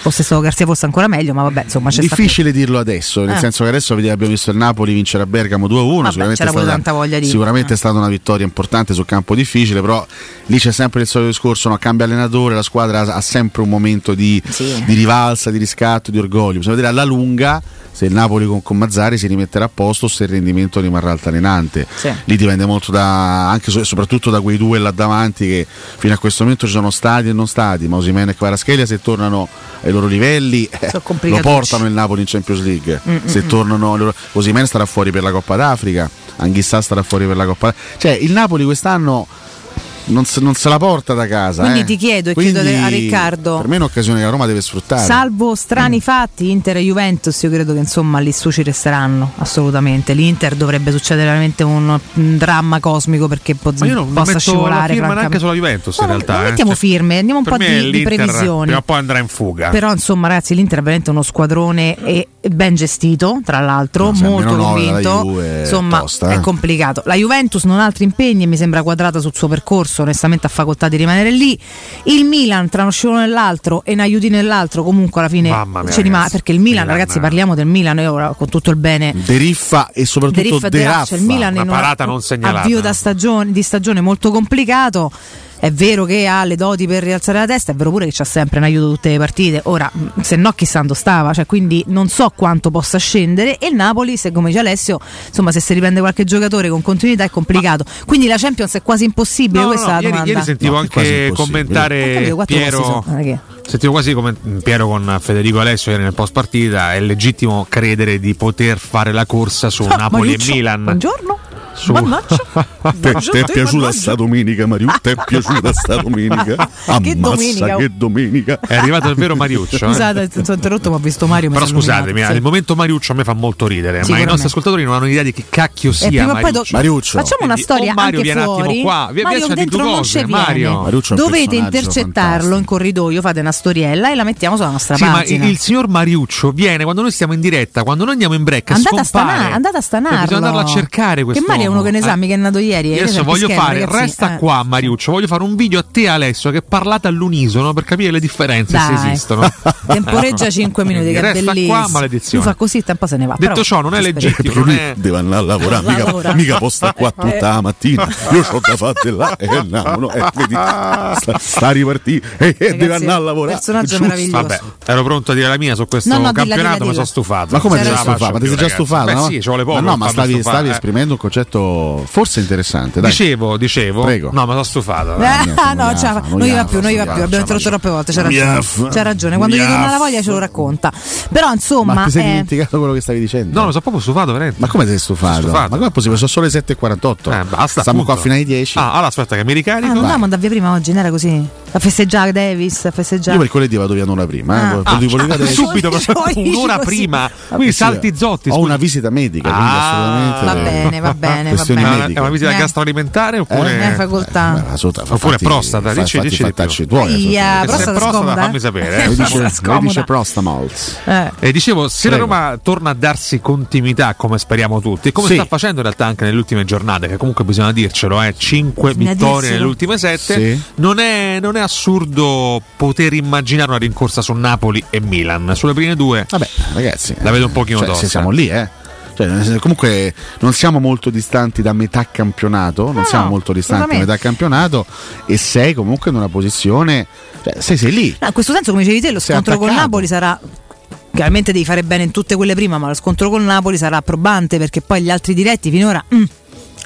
Speaker 11: forse se Garzia fosse ancora meglio, ma vabbè, insomma, c'è sta-
Speaker 9: difficile dirlo adesso, nel
Speaker 11: Eh.
Speaker 9: senso che adesso vedi- abbiamo visto il Napoli vincere a Bergamo 2-1,
Speaker 11: Vabbè,
Speaker 9: sicuramente, è
Speaker 11: c'era pure
Speaker 9: stata,
Speaker 11: tanta voglia di- Ah.
Speaker 9: sicuramente è stata una vittoria importante sul campo difficile, però lì c'è sempre il solito discorso, no? cambia allenatore, la squadra ha, ha sempre un momento di, di rivalsa, di riscatto, di orgoglio, bisogna vedere alla lunga se il Napoli con, con Mazzari si rimetterà a posto o se il rendimento rimarrà altalenante.
Speaker 22: Sì.
Speaker 9: Lì dipende molto da, anche so- e soprattutto da quei due là davanti che fino a questo momento ci sono stati e non stati, ma Osimene e Kvaratskhelia se tornano ai loro livelli eh, lo
Speaker 22: complicatucci.
Speaker 9: portano il Napoli in Champions League.
Speaker 22: Mm, mm,
Speaker 9: se
Speaker 22: mm.
Speaker 9: tornano ai loro- Osimhen starà fuori per la Coppa d'Africa, Anghissà starà fuori per la Coppa. Cioè il Napoli quest'anno non se, non se la porta da casa.
Speaker 11: Quindi
Speaker 9: eh.
Speaker 11: ti chiedo e
Speaker 9: Quindi,
Speaker 11: chiedo a Riccardo.
Speaker 9: Per me è un'occasione che la Roma deve sfruttare.
Speaker 11: Salvo strani fatti, Inter e Juventus, io credo che insomma lì su ci resteranno assolutamente. L'Inter dovrebbe succedere veramente un, un dramma cosmico perché po-
Speaker 12: Ma io non, non
Speaker 11: possa
Speaker 12: metto
Speaker 11: scivolare.
Speaker 12: la firma neanche
Speaker 11: francamente.
Speaker 12: sulla Juventus in realtà.
Speaker 11: non
Speaker 12: eh.
Speaker 11: mettiamo
Speaker 12: Cioè,
Speaker 11: firme, andiamo un
Speaker 12: per
Speaker 11: po'
Speaker 12: me
Speaker 11: di, di
Speaker 12: l'Inter
Speaker 11: previsioni.
Speaker 12: Prima o poi andrà in fuga.
Speaker 11: Però insomma ragazzi l'Inter è veramente uno squadrone e ben gestito, tra l'altro,
Speaker 9: se
Speaker 11: molto
Speaker 9: almeno nove dalla
Speaker 11: convinto.
Speaker 9: Juve è
Speaker 11: insomma
Speaker 9: tosta, eh.
Speaker 11: è complicato. La Juventus non ha altri impegni e mi sembra quadrata sul suo percorso, onestamente ha facoltà di rimanere lì. Il Milan tra uno scivolone e l'altro e un aiuti nell'altro comunque alla fine
Speaker 9: Mamma mia,
Speaker 11: ci rimane
Speaker 9: ragazzi.
Speaker 11: perché il Milan,
Speaker 9: Milan,
Speaker 11: ragazzi parliamo del Milan, io ora con tutto il bene
Speaker 9: Deriffa e soprattutto
Speaker 11: Deriffa e Deraffa,
Speaker 9: Deraffa.
Speaker 11: il Milan in avvio da stagione, di stagione molto complicato. È vero che ha le doti per rialzare la testa, è vero pure che c'ha sempre un aiuto tutte le partite. Ora, mh, se no, chissà dove stava, cioè, quindi non so quanto possa scendere. E il Napoli, se come dice Alessio, insomma, se si riprende qualche giocatore con continuità è complicato. quindi la Champions è quasi impossibile.
Speaker 12: No, no,
Speaker 11: questa
Speaker 12: no,
Speaker 11: è la
Speaker 12: ieri,
Speaker 11: domanda.
Speaker 12: ieri sentivo anche
Speaker 11: Ho capito,
Speaker 12: commentare
Speaker 11: quattro
Speaker 12: Piero.
Speaker 11: passi sono, non è che-
Speaker 12: Sentivo quasi come Piero con Federico Alessio ieri nel post partita. È legittimo credere di poter fare la corsa su Napoli e
Speaker 11: Mariuccio,
Speaker 12: Milan.
Speaker 11: Buongiorno.
Speaker 12: Su-
Speaker 11: Mannaggia.
Speaker 8: Te, te è piaciuta sta domenica, Mario? Te è piaciuta sta domenica? Ammazza,
Speaker 11: Che
Speaker 8: che
Speaker 11: domenica,
Speaker 8: domenica!
Speaker 11: oh.
Speaker 12: È arrivato il vero Mariuccio. eh.
Speaker 11: Scusate, sono interrotto, ma ho visto Mario. mi
Speaker 12: Però
Speaker 11: si è illuminato,
Speaker 12: scusatemi, eh,
Speaker 11: sì.
Speaker 12: al momento Mariuccio a me fa molto ridere, ma i
Speaker 11: Sicuramente.
Speaker 12: nostri ascoltatori non hanno idea di che cacchio sia
Speaker 11: E prima o poi
Speaker 12: Mariuccio.
Speaker 11: do- Facciamo una
Speaker 12: Quindi,
Speaker 11: storia
Speaker 12: o Mario
Speaker 11: anche
Speaker 12: viene
Speaker 11: fuori.
Speaker 12: un attimo qua, via,
Speaker 11: Mario
Speaker 12: via c'ha di
Speaker 11: dentro
Speaker 12: due
Speaker 11: non
Speaker 12: cose,
Speaker 11: c'è
Speaker 12: Mario.
Speaker 11: Dovete intercettarlo in corridoio, fate una storiella e la mettiamo sulla nostra
Speaker 12: Sì, ma
Speaker 11: pagina.
Speaker 12: il, il signor Mariuccio viene quando noi stiamo in diretta, quando noi andiamo in break,
Speaker 11: Andate a,
Speaker 12: scompare.
Speaker 11: stanare, andate a stanarlo.
Speaker 12: Cioè, bisogna andarlo a cercare
Speaker 11: Che
Speaker 12: quest'uomo.
Speaker 11: Mario è uno che ne sa,
Speaker 12: Eh.
Speaker 11: mica è nato ieri.
Speaker 12: Io
Speaker 11: Io
Speaker 12: adesso
Speaker 11: sempre
Speaker 12: voglio
Speaker 11: scherzo,
Speaker 12: fare,
Speaker 11: ragazzi.
Speaker 12: resta
Speaker 11: Eh.
Speaker 12: qua Mariuccio, voglio fare un video a te Alessio che parlate all'unisono per capire le differenze
Speaker 11: Dai.
Speaker 12: se esistono.
Speaker 11: Temporeggia 5 minuti, che è
Speaker 12: Resta
Speaker 11: bellissimo.
Speaker 12: qua maledizione.
Speaker 11: Lui fa così, il tempo se ne va.
Speaker 12: Detto
Speaker 11: Però-
Speaker 12: ciò, non è legittimo, non è
Speaker 8: Deve Ah, andare a lavorare,
Speaker 11: Lavora.
Speaker 8: mica, mica può stare qua tutta la mattina. Io ho da fare là e no, no, eh, vedi, sta, sta a ripartire
Speaker 9: eh,
Speaker 8: e deve andare a lavorare. Giusto.
Speaker 12: Vabbè, ero pronto a dire la mia su questo
Speaker 8: No, no, dilla,
Speaker 12: campionato,
Speaker 8: dilla, Cioè,
Speaker 12: ma
Speaker 8: dilla.
Speaker 12: sono stufato.
Speaker 9: Ma come
Speaker 12: Non
Speaker 9: ti
Speaker 12: ce
Speaker 9: sei
Speaker 12: la faccio
Speaker 9: stufato? Ma ti sei
Speaker 12: più,
Speaker 9: già
Speaker 12: ragazzi.
Speaker 9: stufato?
Speaker 12: Beh,
Speaker 9: no?
Speaker 12: sì, ci vuole poco.
Speaker 9: Ma no,
Speaker 12: per
Speaker 9: ma
Speaker 12: farmi
Speaker 9: stavi,
Speaker 12: stufare,
Speaker 9: stavi
Speaker 12: eh.
Speaker 9: esprimendo un concetto forse interessante. Dai.
Speaker 12: Dicevo, dicevo.
Speaker 9: Prego.
Speaker 12: No, ma sono stufato. dai.
Speaker 11: Eh, no, ce la fa- non gli va
Speaker 12: fa,
Speaker 11: più, non gli va più.
Speaker 12: non ce la
Speaker 11: Abbiamo interrotto troppe volte. C'ha
Speaker 9: Miaf.
Speaker 11: ragione. C'ha ragione. Quando gli
Speaker 9: Miaf.
Speaker 11: torna la voglia ce lo racconta. Però insomma.
Speaker 9: ma ti sei
Speaker 11: eh,
Speaker 9: dimenticato quello che stavi dicendo?
Speaker 12: No, lo sono proprio stufato, veramente.
Speaker 9: Ma come sei stufato?
Speaker 12: stufato. Eh,
Speaker 9: Ma come è possibile? Sono solo le 7.48. Stiamo qua fino ai 10.
Speaker 12: Ah, allora aspetta che mi
Speaker 11: Ah,
Speaker 12: ricarico.
Speaker 11: non dovevamo andare via prima oggi, non era così? A festeggiare Davis, a festeggiare.
Speaker 9: Io per quelledì vado via un'ora prima. eh.
Speaker 11: Cioè, Ah.
Speaker 9: Volevo-
Speaker 11: Ah,
Speaker 9: volevo
Speaker 11: cioè,
Speaker 9: dire adesso.
Speaker 11: subito, proprio Gioisci un'ora così. prima. Quindi salti
Speaker 9: zotti. Ah. Ho una visita medica, quindi assolutamente.
Speaker 11: va bene, va bene, va
Speaker 9: Questioni
Speaker 11: bene.
Speaker 12: È una visita
Speaker 11: Eh.
Speaker 12: gastroalimentare
Speaker 11: Ne hai
Speaker 12: oppure
Speaker 11: Eh, facoltà.
Speaker 9: Ah,
Speaker 12: Oppure prostata, dici- dici di più.
Speaker 9: tuoi.
Speaker 11: Aia, prostata
Speaker 12: se è prostata,
Speaker 11: scomoda, eh?
Speaker 12: fammi sapere, eh.
Speaker 9: Lei dice,
Speaker 12: Scomoda.
Speaker 9: lei dice prostamols.
Speaker 11: Eh.
Speaker 12: E dicevo, se
Speaker 9: Prego.
Speaker 12: la Roma torna a darsi continuità, come speriamo tutti, e come
Speaker 9: Sì.
Speaker 12: sta facendo in realtà anche nelle ultime giornate, che comunque bisogna dircelo, eh, 5
Speaker 9: Bisogna
Speaker 12: vittorie
Speaker 9: dirselo.
Speaker 12: nelle ultime 7,
Speaker 9: Sì.
Speaker 12: non, è, non è assurdo poter immaginare una rincorsa su Napoli e Milan. Sulle prime due,
Speaker 9: Vabbè, ragazzi,
Speaker 12: la vedo un pochino
Speaker 9: Cioè,
Speaker 12: tosta.
Speaker 9: se siamo lì, eh. Cioè, nel senso, comunque non siamo molto distanti da metà campionato, non siamo molto distanti da
Speaker 11: assolutamente.
Speaker 9: metà campionato e sei comunque in una posizione, cioè, sei, sei lì.
Speaker 11: No, in questo senso, come dicevi te, lo
Speaker 9: Sei
Speaker 11: scontro con
Speaker 9: attaccato.
Speaker 11: Napoli sarà. Chiaramente devi fare bene in tutte quelle prima, ma lo scontro con Napoli sarà probante perché poi gli altri diretti finora. mm,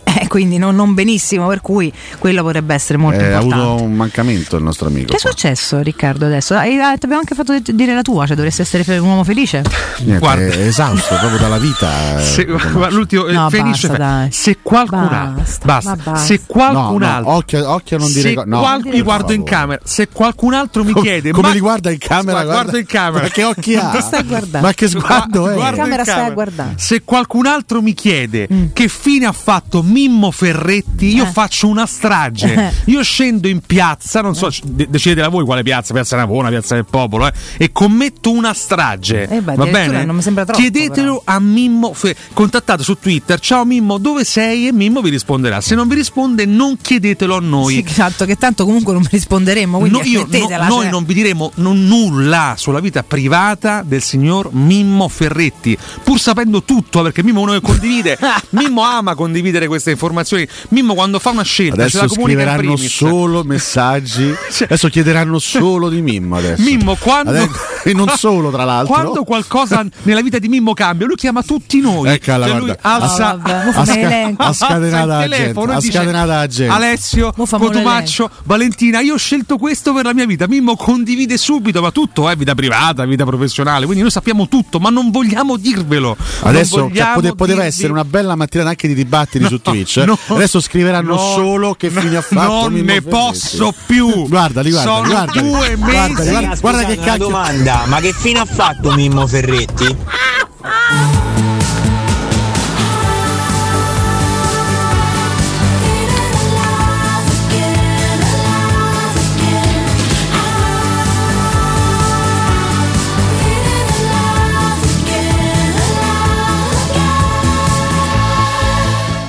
Speaker 11: eh, quindi non, non benissimo, per cui quello potrebbe essere molto
Speaker 9: Eh, ha
Speaker 11: importante.
Speaker 9: avuto un mancamento il nostro amico.
Speaker 11: Che è successo Riccardo adesso? Hai- ah, Ti abbiamo anche fatto de- dire la tua, cioè dovresti essere fe- un uomo felice.
Speaker 9: Niente, è esausto proprio dalla vita. eh,
Speaker 12: Se,
Speaker 9: Tommaso.
Speaker 12: guarda, l'ultimo eh,
Speaker 11: No,
Speaker 12: finisce
Speaker 11: basta,
Speaker 12: fe-
Speaker 11: dai.
Speaker 12: se qualcun
Speaker 11: Basta,
Speaker 12: altro
Speaker 11: ma
Speaker 12: basta,
Speaker 11: basta.
Speaker 12: se qualcun
Speaker 9: No, no,
Speaker 12: altro
Speaker 9: occhio, occhio a non dire
Speaker 12: se
Speaker 9: co- no,
Speaker 12: qual-
Speaker 9: per
Speaker 12: mi guardo in
Speaker 9: favore.
Speaker 12: camera se qualcun altro mi chiede
Speaker 9: come
Speaker 12: ma-
Speaker 9: li guarda in camera?
Speaker 12: Guarda- guardo in camera
Speaker 9: Ma che occhi ha?
Speaker 12: Ti
Speaker 11: stai guardando.
Speaker 9: Ma che sguardo è?
Speaker 12: Guarda in
Speaker 11: camera stai Mm. a guardare.
Speaker 12: se qualcun altro mi chiede che fine ha fatto Mimmo Ferretti
Speaker 11: Eh.
Speaker 12: io faccio una strage io scendo in piazza non
Speaker 11: Eh.
Speaker 12: so de- decidetela voi quale piazza piazza Navona piazza del Popolo eh, e commetto una strage
Speaker 11: Eh beh,
Speaker 12: va
Speaker 11: addirittura
Speaker 12: bene
Speaker 11: non mi sembra troppo,
Speaker 12: chiedetelo a Mimmo Fe- contattate su Twitter ciao Mimmo dove sei e Mimmo vi risponderà se non vi risponde non chiedetelo a noi
Speaker 11: Sì, esatto, che tanto comunque non risponderemo, quindi
Speaker 12: No, io- no-
Speaker 11: smettetela,
Speaker 12: noi
Speaker 11: cioè.
Speaker 12: non vi diremo non nulla sulla vita privata del signor Mimmo Ferretti, pur sapendo tutto, perché Mimmo è uno che condivide, Mimmo ama condividere queste informazioni. Mimmo quando fa una scelta ce
Speaker 9: Adesso
Speaker 12: cioè, la comunica in
Speaker 9: scriveranno
Speaker 12: primis. Cioè,
Speaker 9: solo messaggi. Adesso chiederanno solo di Mimmo. Adesso.
Speaker 12: Mimmo, quando-
Speaker 9: Adesso- e non solo, tra l'altro.
Speaker 12: Quando qualcosa nella vita di Mimmo cambia, lui chiama tutti noi.
Speaker 9: Eccola,
Speaker 12: Cioè, lui
Speaker 9: Ecco, guarda.
Speaker 12: alza,
Speaker 9: Ah, vabbè, mo fa me l'elenco. ha scatenato
Speaker 12: alza il
Speaker 9: la
Speaker 12: telefono
Speaker 9: gente,
Speaker 12: e
Speaker 9: ha
Speaker 12: dice,
Speaker 9: scatenato la gente.
Speaker 12: Alessio,
Speaker 9: Mo fa me
Speaker 12: Cotumaccio, Valentina, io ho scelto questo per la mia vita. Mimmo condivide subito, ma tutto è vita privata, vita professionale. Quindi noi sappiamo tutto, ma non vogliamo dirvelo. Non
Speaker 9: Adesso cioè,
Speaker 12: vogliamo
Speaker 9: pote- poteva
Speaker 12: dirvi-
Speaker 9: essere una bella mattinata anche di dibattiti su Twitch. Cioè, adesso scriveranno solo che fine ha fatto.
Speaker 12: non
Speaker 9: Mimmo
Speaker 12: ne
Speaker 9: Ferretti.
Speaker 12: posso più.
Speaker 9: Guardali, guarda,
Speaker 12: Sono
Speaker 9: guarda.
Speaker 12: due mesi.
Speaker 9: Guarda, guarda, guarda che
Speaker 34: Scusate,
Speaker 9: cacchio.
Speaker 34: Una domanda, ma che fine ha fatto Mimmo Ferretti?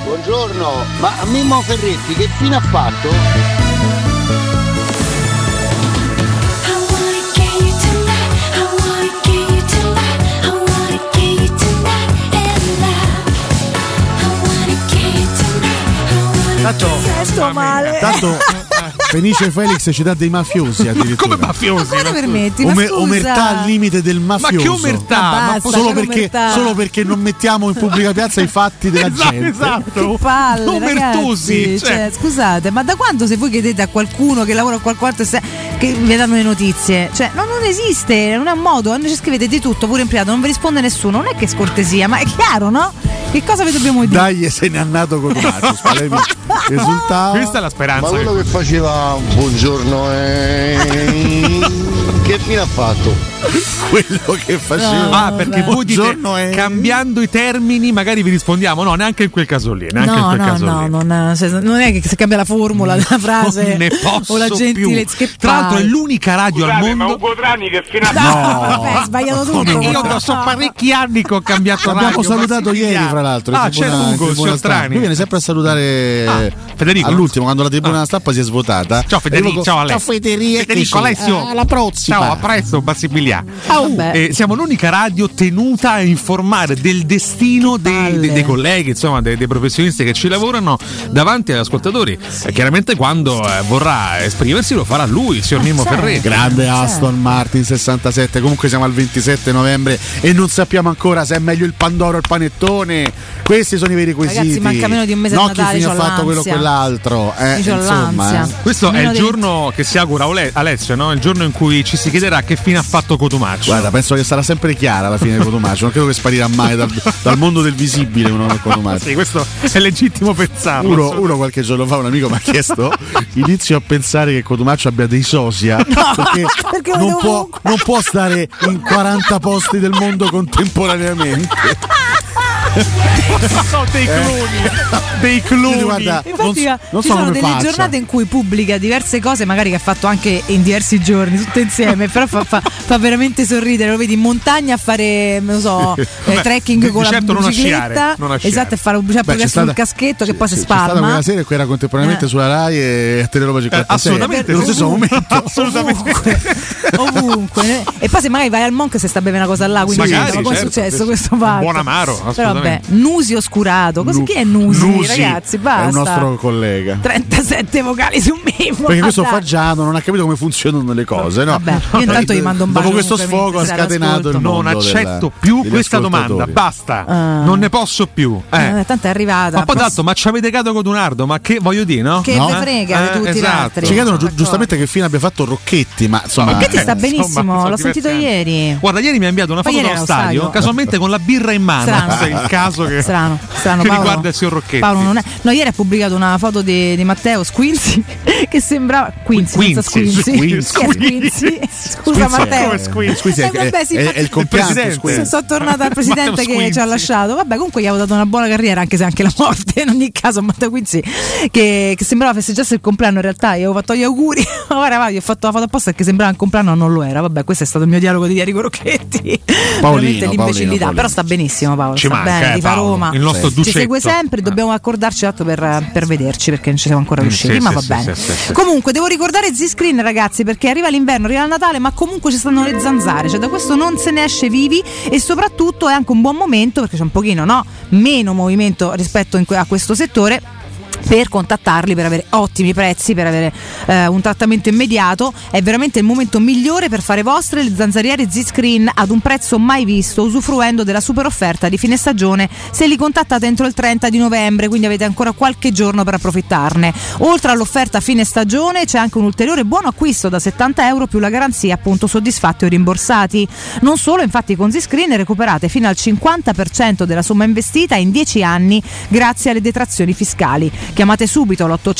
Speaker 35: Buongiorno, ma Mimmo Ferretti che fine ha fatto?
Speaker 9: Tanto,
Speaker 11: Sto male.
Speaker 9: tanto Fenice Felix ci dà dei mafiosi addirittura.
Speaker 12: come mafiosi?
Speaker 11: Come permetti? Ma
Speaker 9: Ome-
Speaker 11: scusa.
Speaker 9: omertà al limite del mafioso.
Speaker 12: che omertà?
Speaker 11: Ma Ma basta, posso-
Speaker 9: solo,
Speaker 11: che
Speaker 9: perché,
Speaker 11: omertà.
Speaker 9: solo perché non mettiamo in pubblica piazza i fatti della
Speaker 12: Esatto,
Speaker 9: gente.
Speaker 12: esatto.
Speaker 11: Che palle,
Speaker 12: Omertosi,
Speaker 11: ragazzi.
Speaker 12: cioè.
Speaker 11: Cioè, scusate, ma da quando se voi chiedete a qualcuno che lavora a qualche altro se- che vi danno le notizie? Cioè, no, non esiste, non è un modo, ci scrivete di tutto, pure in privato, non vi risponde nessuno, non è che è scortesia, ma è chiaro, no? Che cosa vi dobbiamo dire?
Speaker 9: Dai, se ne è andato con Marcos. Palevi risultava.
Speaker 12: Questa è la speranza.
Speaker 8: Ma quello che faceva buongiorno eh, che fine ha fatto?
Speaker 9: Quello che
Speaker 12: Ah, perché voi dite
Speaker 9: eh.
Speaker 12: cambiando i termini, magari vi rispondiamo. No, neanche in quel caso lì. Neanche in
Speaker 11: No,
Speaker 12: quel
Speaker 11: no,
Speaker 12: caso
Speaker 11: no,
Speaker 12: lì.
Speaker 11: non, ha- cioè, non è che si cambia la formula della frase
Speaker 12: Non ne posso
Speaker 11: o la gentilezza.
Speaker 12: più.
Speaker 11: Che
Speaker 12: Tra l'altro, è
Speaker 11: palle.
Speaker 12: l'unica radio al mondo.
Speaker 11: No, vabbè, hai sbagliato tutto.
Speaker 12: Io da so parecchi anni che ho cambiato radio.
Speaker 9: L'abbiamo salutato
Speaker 12: ma si
Speaker 9: ieri,
Speaker 12: chiama.
Speaker 9: fra l'altro. in
Speaker 12: Ah, c'è
Speaker 9: tribuna- in
Speaker 12: Ugo
Speaker 9: tribuna stampa.
Speaker 12: Siostrani.
Speaker 9: Lui viene sempre a salutare eh,
Speaker 12: Ah, Federico? Ah.
Speaker 9: all'ultimo, quando la tribuna della stampa si è svuotata.
Speaker 12: Ciao Federico,
Speaker 9: Arrivo con-
Speaker 12: ciao Alessio.
Speaker 9: Ciao Federico,
Speaker 12: Federico, Alessio.
Speaker 9: Ah, la prossima.
Speaker 12: Ciao, a presto, Bassipilia.
Speaker 11: Ah,
Speaker 12: Eh, siamo l'unica radio tenuta a informare del destino dei, dei- dei colleghi, insomma, dei, dei professionisti che ci lavorano davanti agli ascoltatori. Eh, chiaramente quando eh, vorrà esprimersi lo farà lui, il signor
Speaker 11: Ah,
Speaker 12: Mimmo
Speaker 11: certo,
Speaker 12: Ferretti.
Speaker 9: Grande Aston Martin 67. Comunque siamo al 27 novembre e non sappiamo ancora se è meglio il Pandoro o il panettone. Questi sono i veri quesiti.
Speaker 11: Ragazzi, manca meno di un mese a
Speaker 9: No, chi
Speaker 11: Natale,
Speaker 9: fine ha
Speaker 11: c'ho
Speaker 9: fatto quello o
Speaker 11: l'ansia.
Speaker 9: quell'altro. Eh,
Speaker 11: Io c'ho
Speaker 9: insomma,
Speaker 11: l'ansia.
Speaker 9: eh.
Speaker 12: Questo è
Speaker 11: Meno
Speaker 12: il
Speaker 11: dei-
Speaker 12: giorno che si augura Ole- Alessio, no? il giorno in cui ci si chiederà che fine ha fatto Cotumaccio.
Speaker 9: Guarda, penso che sarà sempre chiara alla fine di Cotomaccio. Non credo che sparirà mai dal, dal mondo del visibile uno del Cotomaccio.
Speaker 12: Sì, questo è legittimo pensarlo.
Speaker 9: Uno, uno qualche giorno fa un amico mi ha chiesto inizio a pensare che Cotumaccio abbia dei sosia perché,
Speaker 11: Perché
Speaker 9: non,
Speaker 11: vedo
Speaker 9: può, non può stare in 40 posti del mondo contemporaneamente
Speaker 12: Sono dei cloni, dei cloni.
Speaker 9: Eh. Guarda, non,
Speaker 11: Infatti,
Speaker 9: so- non
Speaker 11: ci
Speaker 9: so
Speaker 11: ah, sono
Speaker 9: come
Speaker 11: delle
Speaker 9: faccia.
Speaker 11: giornate in cui pubblica diverse cose, magari che ha fatto anche in diversi giorni, tutte insieme, però fa, fa- fa veramente sorridere. Lo vedi in montagna a fare, non so, eh,
Speaker 9: Vabbè,
Speaker 11: trekking
Speaker 9: di
Speaker 11: con
Speaker 9: certo
Speaker 11: la
Speaker 9: non a
Speaker 11: bicicletta.
Speaker 9: sciare, non a sciare.
Speaker 11: Esatto, e fare un
Speaker 9: Beh, c'è
Speaker 11: bicicletta
Speaker 9: stata-
Speaker 11: sul caschetto che poi si
Speaker 9: C'è stata quella
Speaker 11: spalma.
Speaker 9: sera e quella contemporaneamente
Speaker 11: Eh.
Speaker 9: sulla Rai e a Teleroma 56
Speaker 11: assolutamente,
Speaker 9: nello stesso
Speaker 11: ovunque.
Speaker 9: momento
Speaker 11: ovunque. ne- E poi se magari vai al Monk se sta beve una cosa là, quindi
Speaker 9: Magari,
Speaker 11: dici, ma come
Speaker 9: certo.
Speaker 11: è successo questo fatto?
Speaker 9: buon amaro,
Speaker 11: Però vabbè,
Speaker 9: assolutamente.
Speaker 11: Nusi oscurato. Così chi è Nusi, ragazzi? Basta.
Speaker 9: è un nostro collega
Speaker 11: 37 vocali su Mimmo.
Speaker 9: Perché questo
Speaker 11: dai.
Speaker 9: fagiano non ha capito come funzionano le cose, no?
Speaker 11: io intanto gli mando un bacio,
Speaker 9: Dopo questo
Speaker 11: comunque,
Speaker 9: sfogo ha
Speaker 11: Michele,
Speaker 9: scatenato il
Speaker 11: all'ascolto.
Speaker 9: mondo
Speaker 12: Non accetto
Speaker 9: della-
Speaker 12: più
Speaker 9: degli
Speaker 12: questa domanda,
Speaker 9: ascoltatori.
Speaker 12: basta, non ne posso più. Eh.
Speaker 11: Ah. Eh, tanto è arrivata.
Speaker 12: Ma poi tanto, ma ci avete cato con un ardo, ma che voglio dire, no?
Speaker 11: Che
Speaker 12: No? Eh, esatto.
Speaker 11: ve frega di tutti gli altri.
Speaker 9: Ci chiedono giu- giustamente che fine abbia fatto Rocchetti, ma insomma.
Speaker 11: Perché ti sta
Speaker 9: eh,
Speaker 11: benissimo?
Speaker 9: insomma, sono
Speaker 11: L'ho
Speaker 9: diversi
Speaker 11: sentito
Speaker 9: anni.
Speaker 11: ieri.
Speaker 12: Guarda, ieri mi ha inviato una
Speaker 11: Ma
Speaker 12: foto
Speaker 11: ieri
Speaker 12: dallo
Speaker 11: era allo
Speaker 12: stadio,
Speaker 11: stadio.
Speaker 12: casualmente con la birra in mano.
Speaker 11: Strano.
Speaker 12: Questo è il caso che,
Speaker 11: Strano, strano.
Speaker 12: Eh. che
Speaker 11: Paolo.
Speaker 12: riguarda il signor Rocchetti.
Speaker 11: Paolo non è. No, ieri ha pubblicato una foto di, di Matteo Squinzi che sembrava. Quinzi, senza
Speaker 9: Quinzi,
Speaker 11: Squinzi.
Speaker 9: Squinzi.
Speaker 11: Che è Squinzi. Scusa Matteo.
Speaker 9: Scusi, è,
Speaker 11: Eh, vabbè,
Speaker 9: è-
Speaker 11: sì,
Speaker 9: è-
Speaker 11: infatti-
Speaker 9: è il compianto.
Speaker 11: Sì,
Speaker 9: Squinzi.
Speaker 11: Sono tornata al presidente che
Speaker 9: Matteo
Speaker 11: ci ha
Speaker 9: Squinzi.
Speaker 11: lasciato. Vabbè, comunque gli avevo dato una buona carriera, anche se anche la morte. In ogni caso, Matteo Quinzi che, che sembrava festeggiasse il compleanno. In realtà, gli avevo fatto gli auguri. Ora va, gli ho fatto la foto apposta perché sembrava un compleanno, non lo era. Vabbè, questo è stato il mio dialogo di ieri con Rocchetti. Veramente l'imbecillità.
Speaker 9: Paolino.
Speaker 11: Però sta benissimo, Paolo.
Speaker 9: Ci
Speaker 11: sta
Speaker 9: manca,
Speaker 11: bene,
Speaker 9: eh,
Speaker 11: ti fa
Speaker 9: Paolo,
Speaker 11: Roma.
Speaker 9: il nostro
Speaker 11: Ci segue
Speaker 9: ducetto.
Speaker 11: sempre. Dobbiamo accordarci tanto per, per vederci perché non ci siamo ancora
Speaker 9: Mm,
Speaker 11: riusciti.
Speaker 9: sì,
Speaker 11: ma
Speaker 9: sì,
Speaker 11: va
Speaker 9: sì,
Speaker 11: bene.
Speaker 9: sì, sì, sì.
Speaker 11: Comunque, devo ricordare Z-Screen, ragazzi, perché arriva l'inverno, arriva il Natale, ma comunque ci stanno le zanzare. Cioè, da questo non se ne esce vivi e soprattutto è anche un buon momento perché c'è un pochino no? meno movimento rispetto in que- a questo settore. per contattarli per avere ottimi prezzi, per avere eh, un trattamento immediato. È veramente il momento migliore per fare vostre le zanzariere Z-Screen ad un prezzo mai visto, usufruendo della super offerta di fine stagione se li contattate entro il 30 di novembre, quindi avete ancora qualche giorno per approfittarne. Oltre all'offerta fine stagione c'è anche un ulteriore buono acquisto da 70 euro più la garanzia appunto soddisfatti o rimborsati. Non solo, infatti con Z-Screen recuperate fino al 50% della somma investita in 10 anni grazie alle detrazioni fiscali. Chiamate subito l'800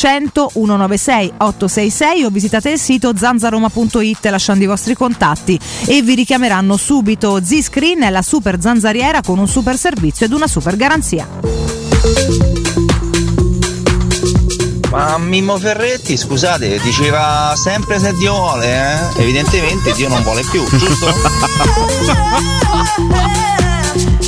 Speaker 11: 196 866 o visitate il sito zanzaroma.it lasciando i vostri contatti e vi richiameranno subito. Z-Screen è la super zanzariera con un super servizio ed una super garanzia.
Speaker 36: Ma Mimmo Ferretti, scusate, diceva sempre se Dio vuole, eh? Evidentemente Dio non vuole più, giusto?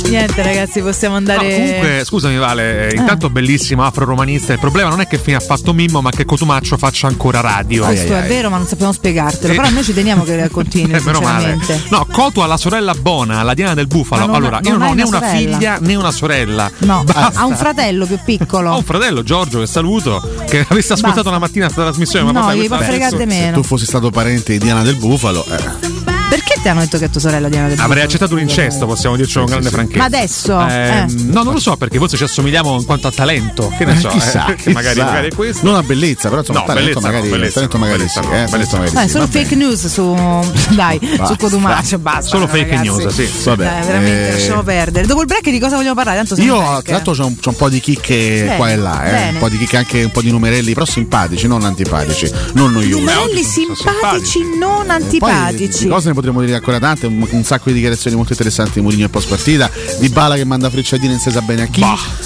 Speaker 11: Niente ragazzi, possiamo andare...
Speaker 12: Comunque, scusami Vale, eh, intanto bellissimo afro-romanista. Il problema non è che fine ha fatto Mimmo, ma che Cotumaccio faccia ancora radio.
Speaker 11: Questo è vero, ma non sappiamo spiegartelo.
Speaker 12: Sì.
Speaker 11: Però noi ci teniamo che continui.
Speaker 12: Eh, meno male.
Speaker 11: sinceramente.
Speaker 12: No, Cotu ha la sorella Bona, la Diana del Bufalo.
Speaker 11: Ma non-
Speaker 12: allora, io
Speaker 11: non
Speaker 12: non ho
Speaker 11: hai
Speaker 12: né
Speaker 11: una
Speaker 12: una
Speaker 11: sorella?
Speaker 12: figlia né una sorella.
Speaker 11: No,
Speaker 12: Basta.
Speaker 11: ha un fratello più piccolo.
Speaker 9: Oh.
Speaker 12: Ho un fratello Giorgio che saluto, che avesse ascoltato
Speaker 11: Basta.
Speaker 12: una mattina questa trasmissione, ma
Speaker 11: No,
Speaker 12: vabbè,
Speaker 11: gli
Speaker 12: questo
Speaker 11: può fregare
Speaker 12: adesso-
Speaker 11: di
Speaker 9: Se
Speaker 11: meno.
Speaker 9: tu fossi stato parente di Diana del Bufalo, eh.
Speaker 11: Perché ti hanno detto che è tua sorella Diana del
Speaker 12: Avrei
Speaker 11: Bufalo?
Speaker 12: accettato un incesto, possiamo dirci con
Speaker 9: Sì,
Speaker 12: grande
Speaker 9: sì, sì.
Speaker 12: franchezza.
Speaker 11: Ma adesso?
Speaker 12: Ehm,
Speaker 11: Eh.
Speaker 12: No, non lo so perché forse ci assomigliamo in quanto a talento. Che ne so, eh,
Speaker 9: chissà,
Speaker 12: che magari,
Speaker 9: chissà.
Speaker 12: magari è questo.
Speaker 9: Non a bellezza, però insomma,
Speaker 12: No,
Speaker 9: talento
Speaker 12: bellezza
Speaker 9: magari,
Speaker 12: no, bellezza
Speaker 9: talento
Speaker 12: no,
Speaker 9: magari
Speaker 12: bellezza
Speaker 9: sì,
Speaker 12: no,
Speaker 9: eh,
Speaker 12: bellezza
Speaker 9: talento
Speaker 12: no.
Speaker 9: magari
Speaker 11: Dai,
Speaker 9: sì,
Speaker 11: solo
Speaker 9: va bene.
Speaker 11: fake news su, dai, su
Speaker 9: Basta.
Speaker 11: Codumaccio, basta.
Speaker 12: Solo fake
Speaker 11: ragazzi.
Speaker 12: news, sì, sì.
Speaker 9: Vabbè,
Speaker 11: Dai, veramente
Speaker 9: eh,
Speaker 11: lasciamo perdere. Dopo il break di cosa vogliamo parlare? Tanto siamo
Speaker 9: Io
Speaker 11: in
Speaker 9: tra
Speaker 11: break. eh.
Speaker 9: l'altro c'ho un, c'ho un po' di chicche
Speaker 11: Bene,
Speaker 9: qua e là, eh.
Speaker 11: bene.
Speaker 9: un po' di chicche anche un po' di numerelli, però simpatici, non antipatici, non noiosi.
Speaker 11: Numerelli simpatici, non
Speaker 9: Eh, Poi, di
Speaker 11: antipatici.
Speaker 9: cose ne potremmo dire ancora tante, un, un sacco di dichiarazioni molto interessanti di Mourinho e post partita, di Bala che manda frecciatine in sa bene a chi.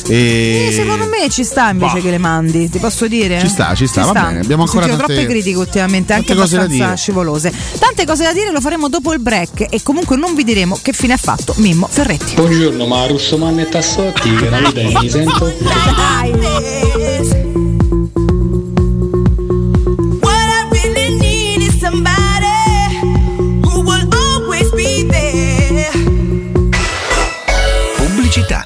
Speaker 9: E...
Speaker 11: Eh, secondo me ci sta invece
Speaker 9: Bah.
Speaker 11: che le mandi, ti posso dire?
Speaker 9: Ci sta, ci sta, va bene. Abbiamo
Speaker 11: Ho
Speaker 9: ancora
Speaker 11: sentito
Speaker 9: tante-
Speaker 11: troppe critiche ultimamente, anche
Speaker 9: tante cose da
Speaker 11: abbastanza
Speaker 9: dire.
Speaker 11: scivolose. Tante cose da dire, lo faremo dopo il break e comunque non vi diremo che fine ha fatto Mimmo Ferretti.
Speaker 29: Buongiorno, ma Russomanno e Tassotti, che la vita mi sento.
Speaker 8: What I really need is somebody who will always be there.
Speaker 37: Pubblicità.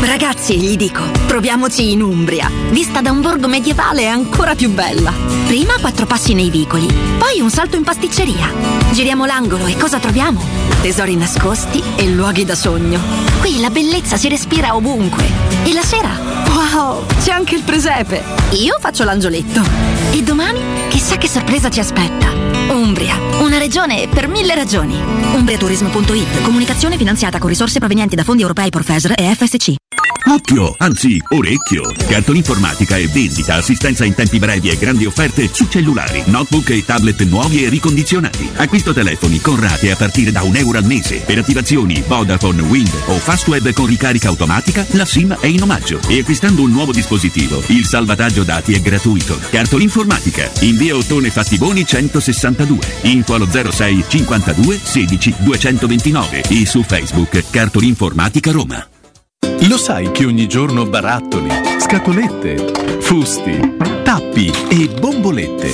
Speaker 16: Ragazzi, gli dico, proviamoci in Umbria. Vista da un borgo medievale è ancora più bella. Prima quattro passi nei vicoli, poi un salto in pasticceria. Giriamo l'angolo e cosa troviamo? Tesori nascosti e luoghi da sogno. Qui la bellezza si respira ovunque. E la sera? Wow, c'è anche il presepe. Io faccio l'angioletto. E domani? Chissà che sorpresa ci aspetta. Umbria, una regione per mille ragioni. Umbriaturismo.it, comunicazione finanziata con risorse provenienti da fondi europei Profesor e FSC. Occhio, anzi orecchio. Cartolinformatica e vendita, assistenza in tempi brevi e grandi offerte su cellulari, notebook e tablet nuovi e ricondizionati. Acquisto telefoni con rate a partire da un euro al mese. Per attivazioni Vodafone, Wind o Fastweb con ricarica automatica, la SIM è in omaggio. E acquistando un nuovo dispositivo, il salvataggio dati è gratuito. Cartolinformatica, in via Ottone Fattiboni 162, info allo 06 52 16 229 e su Facebook Cartolinformatica Roma.
Speaker 22: Lo sai che ogni giorno barattoli, scatolette, fusti, tappi e bombolette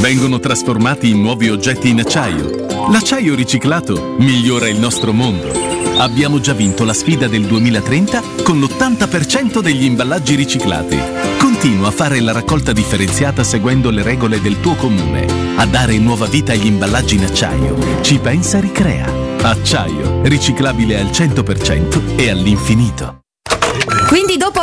Speaker 22: vengono trasformati in nuovi oggetti in acciaio. L'acciaio riciclato migliora il nostro mondo. Abbiamo già vinto la sfida del 2030 con l'80% degli imballaggi riciclati. Continua
Speaker 38: Continua a fare la raccolta differenziata seguendo le regole del tuo comune. A dare nuova vita agli imballaggi in acciaio. Ci pensa Ricrea. Acciaio, riciclabile al 100% e all'infinito.
Speaker 16: Quindi dopo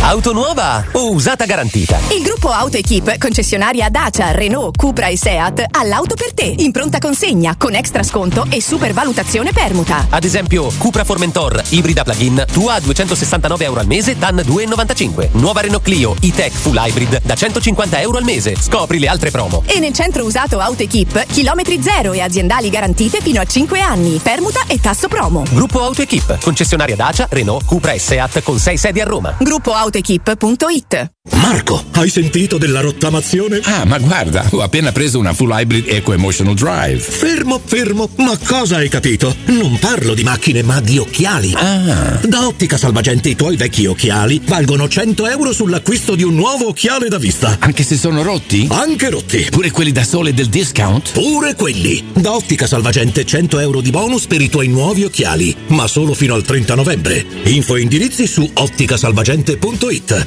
Speaker 15: Auto nuova o usata garantita?
Speaker 39: Il gruppo AutoEquip, concessionaria Dacia, Renault, Cupra e Seat, ha l'auto per te, in pronta consegna, con extra sconto e supervalutazione permuta.
Speaker 15: Ad esempio, Cupra Formentor, ibrida plug-in, tua a 269 euro al mese, dan 2,95. Nuova Renault Clio, e-tech full hybrid, da 150 euro al mese. Scopri le altre promo.
Speaker 39: E nel centro usato AutoEquip, chilometri zero e aziendali garantite fino a 5 anni, permuta e tasso promo.
Speaker 15: Gruppo AutoEquip, concessionaria Dacia, Renault, Cupra e Seat, con 6 sedi a Roma.
Speaker 39: Gruppo AutoEquip.it
Speaker 25: Marco, hai sentito della rottamazione?
Speaker 40: Ah, ma guarda, ho appena preso una full hybrid Eco Emotional Drive.
Speaker 25: Fermo, fermo, ma cosa hai capito? Non parlo di macchine, ma di occhiali.
Speaker 40: Ah.
Speaker 25: Da Ottica Salvagente i tuoi vecchi occhiali valgono 100 euro sull'acquisto di un nuovo occhiale da vista.
Speaker 40: Anche se sono rotti?
Speaker 25: Anche rotti.
Speaker 40: Pure quelli da sole del discount?
Speaker 25: Pure quelli. Da Ottica Salvagente 100 euro di bonus per i tuoi nuovi occhiali, ma solo fino al 30 novembre. Info e indirizzi su otticasalvagente.it.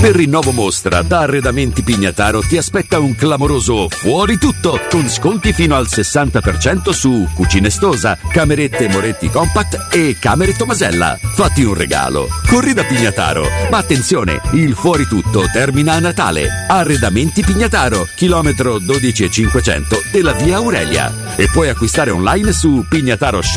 Speaker 41: Per Rinnovo Mostra da Arredamenti Pignataro ti aspetta un clamoroso fuori tutto con sconti fino al 60% su cucine Stosa, camerette Moretti Compact e camere Tomasella. Fatti un regalo. Corri da Pignataro. Ma attenzione, il fuori tutto termina a Natale. Arredamenti Pignataro, chilometro 12500 della via Aurelia. E puoi acquistare online su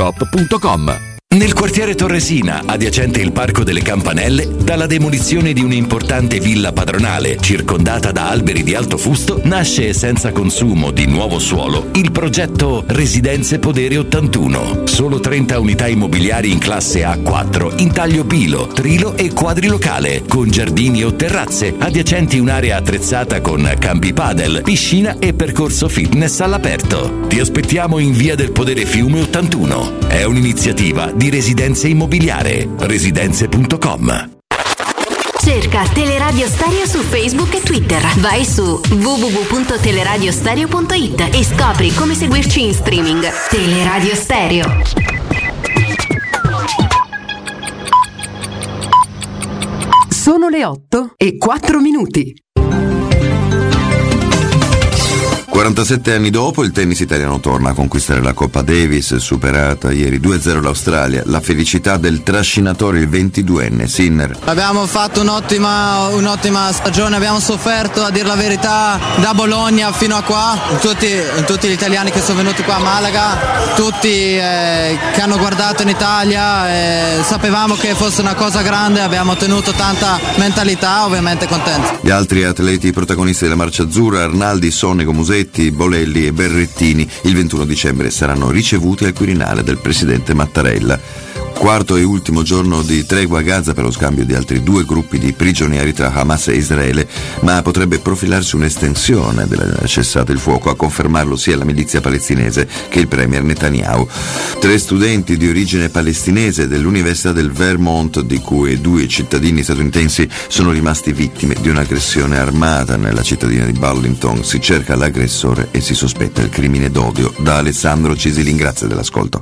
Speaker 41: pignataroshop.com.
Speaker 42: Nel quartiere Torresina, adiacente il Parco delle Campanelle, dalla demolizione di un'importante villa padronale circondata da alberi di alto fusto, nasce senza consumo di nuovo suolo il progetto Residenze Podere 81. Solo 30 unità immobiliari in classe A4, in taglio pilo, trilo e quadrilocale, con giardini o terrazze, adiacenti un'area attrezzata con campi padel, piscina e percorso fitness all'aperto. Ti aspettiamo in via del Podere Fiume 81. È un'iniziativa di residenze immobiliare. Residenze.com
Speaker 20: Cerca Teleradio Stereo su Facebook e Twitter. Vai su www.teleradiostereo.it e scopri come seguirci in streaming. Teleradio Stereo.
Speaker 11: Sono le 8 e 4 minuti.
Speaker 43: 47 anni dopo il tennis italiano torna a conquistare la Coppa Davis, superata ieri 2-0 l'Australia, la felicità del trascinatore il 22enne Sinner.
Speaker 44: Abbiamo fatto un'ottima, un'ottima stagione, abbiamo sofferto a dire la verità da Bologna fino a qua, tutti, tutti gli italiani che sono venuti qua a Malaga, tutti eh, che hanno guardato in Italia, eh, sapevamo che fosse una cosa grande, abbiamo ottenuto tanta mentalità, ovviamente contenti.
Speaker 43: Gli altri atleti protagonisti della marcia azzurra, Arnaldi, Sonnego, Musetti, Bolelli e Berrettini, il 21 dicembre saranno ricevuti al Quirinale del presidente Mattarella. quarto e ultimo giorno di tregua a Gaza per lo scambio di altri due gruppi di prigionieri tra Hamas e Israele, ma potrebbe profilarsi un'estensione della cessata il fuoco, a confermarlo sia la milizia palestinese che il premier Netanyahu. Tre studenti di origine palestinese dell'Università del Vermont, di cui due cittadini statunitensi, sono rimasti vittime di un'aggressione armata nella cittadina di Burlington. Si cerca l'aggressore e si sospetta il crimine d'odio. Da Alessandro Cisilin, grazie dell'ascolto.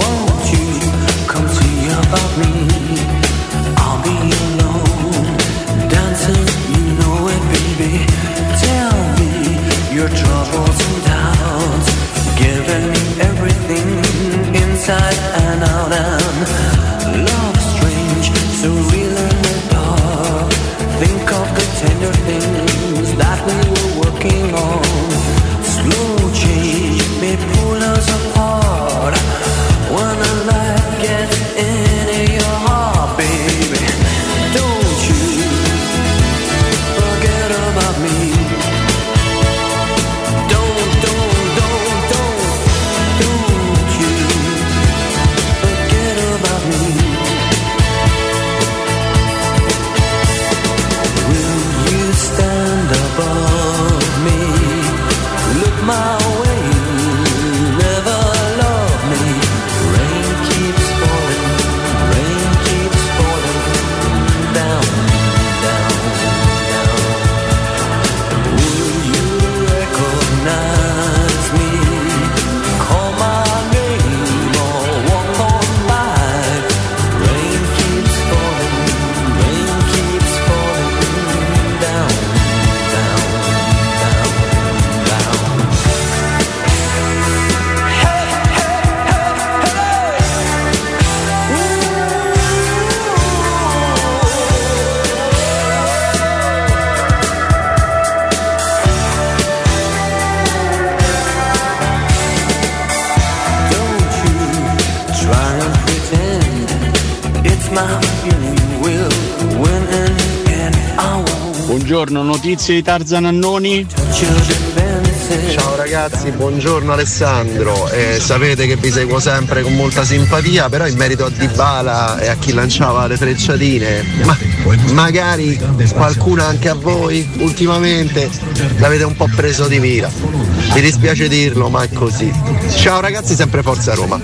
Speaker 8: Won't you come see about me? I'll be alone, dancing, you know it, baby. Tell me your troubles and doubts, giving me everything inside and out. And love strange, so real in the dark. Think of the tender things that we were working on. Slow change may pull us apart. When a light gets into your heart, baby, don't you forget about me. Don't, don't, don't, don't, don't you forget about me. Will you stand above me? Look my way, never love me. Rain keeps falling, rain keeps falling down, down, down. Will you recognize me? Call my name or walk on by. Rain keeps falling, rain keeps falling down, down, down, down. Don't you try and pretend it's my feeling will win in the end. I won't
Speaker 45: Buongiorno, notizie di Tarzan Annoni.
Speaker 7: Ciao ragazzi, buongiorno Alessandro. Eh, sapete che vi seguo sempre con molta simpatia, però in merito a Dybala Ah, e a chi lanciava le frecciatine, ma magari qualcuno anche a voi ultimamente l'avete un po' preso di mira. Mi dispiace dirlo, ma è così. Ciao ragazzi, sempre Forza Roma.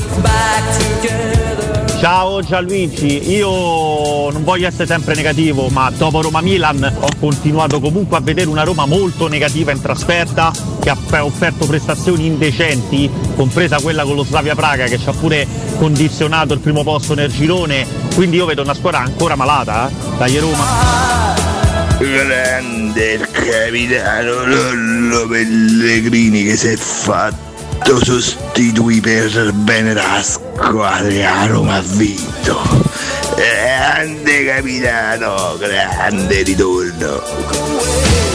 Speaker 1: Ciao Gianluigi, io non voglio essere sempre negativo, ma dopo Roma Milan ho continuato comunque a vedere una Roma molto negativa in trasferta, che ha fe- offerto prestazioni indecenti, compresa quella con lo Slavia Praga che ci ha pure condizionato il primo posto nel girone, quindi io vedo una squadra ancora malata, eh? dai Roma.
Speaker 3: Grande il capitano Lollo Pellegrini che si è fatto sostituire per bene la squadra e la Roma ha vinto. Grande capitano, grande ritorno.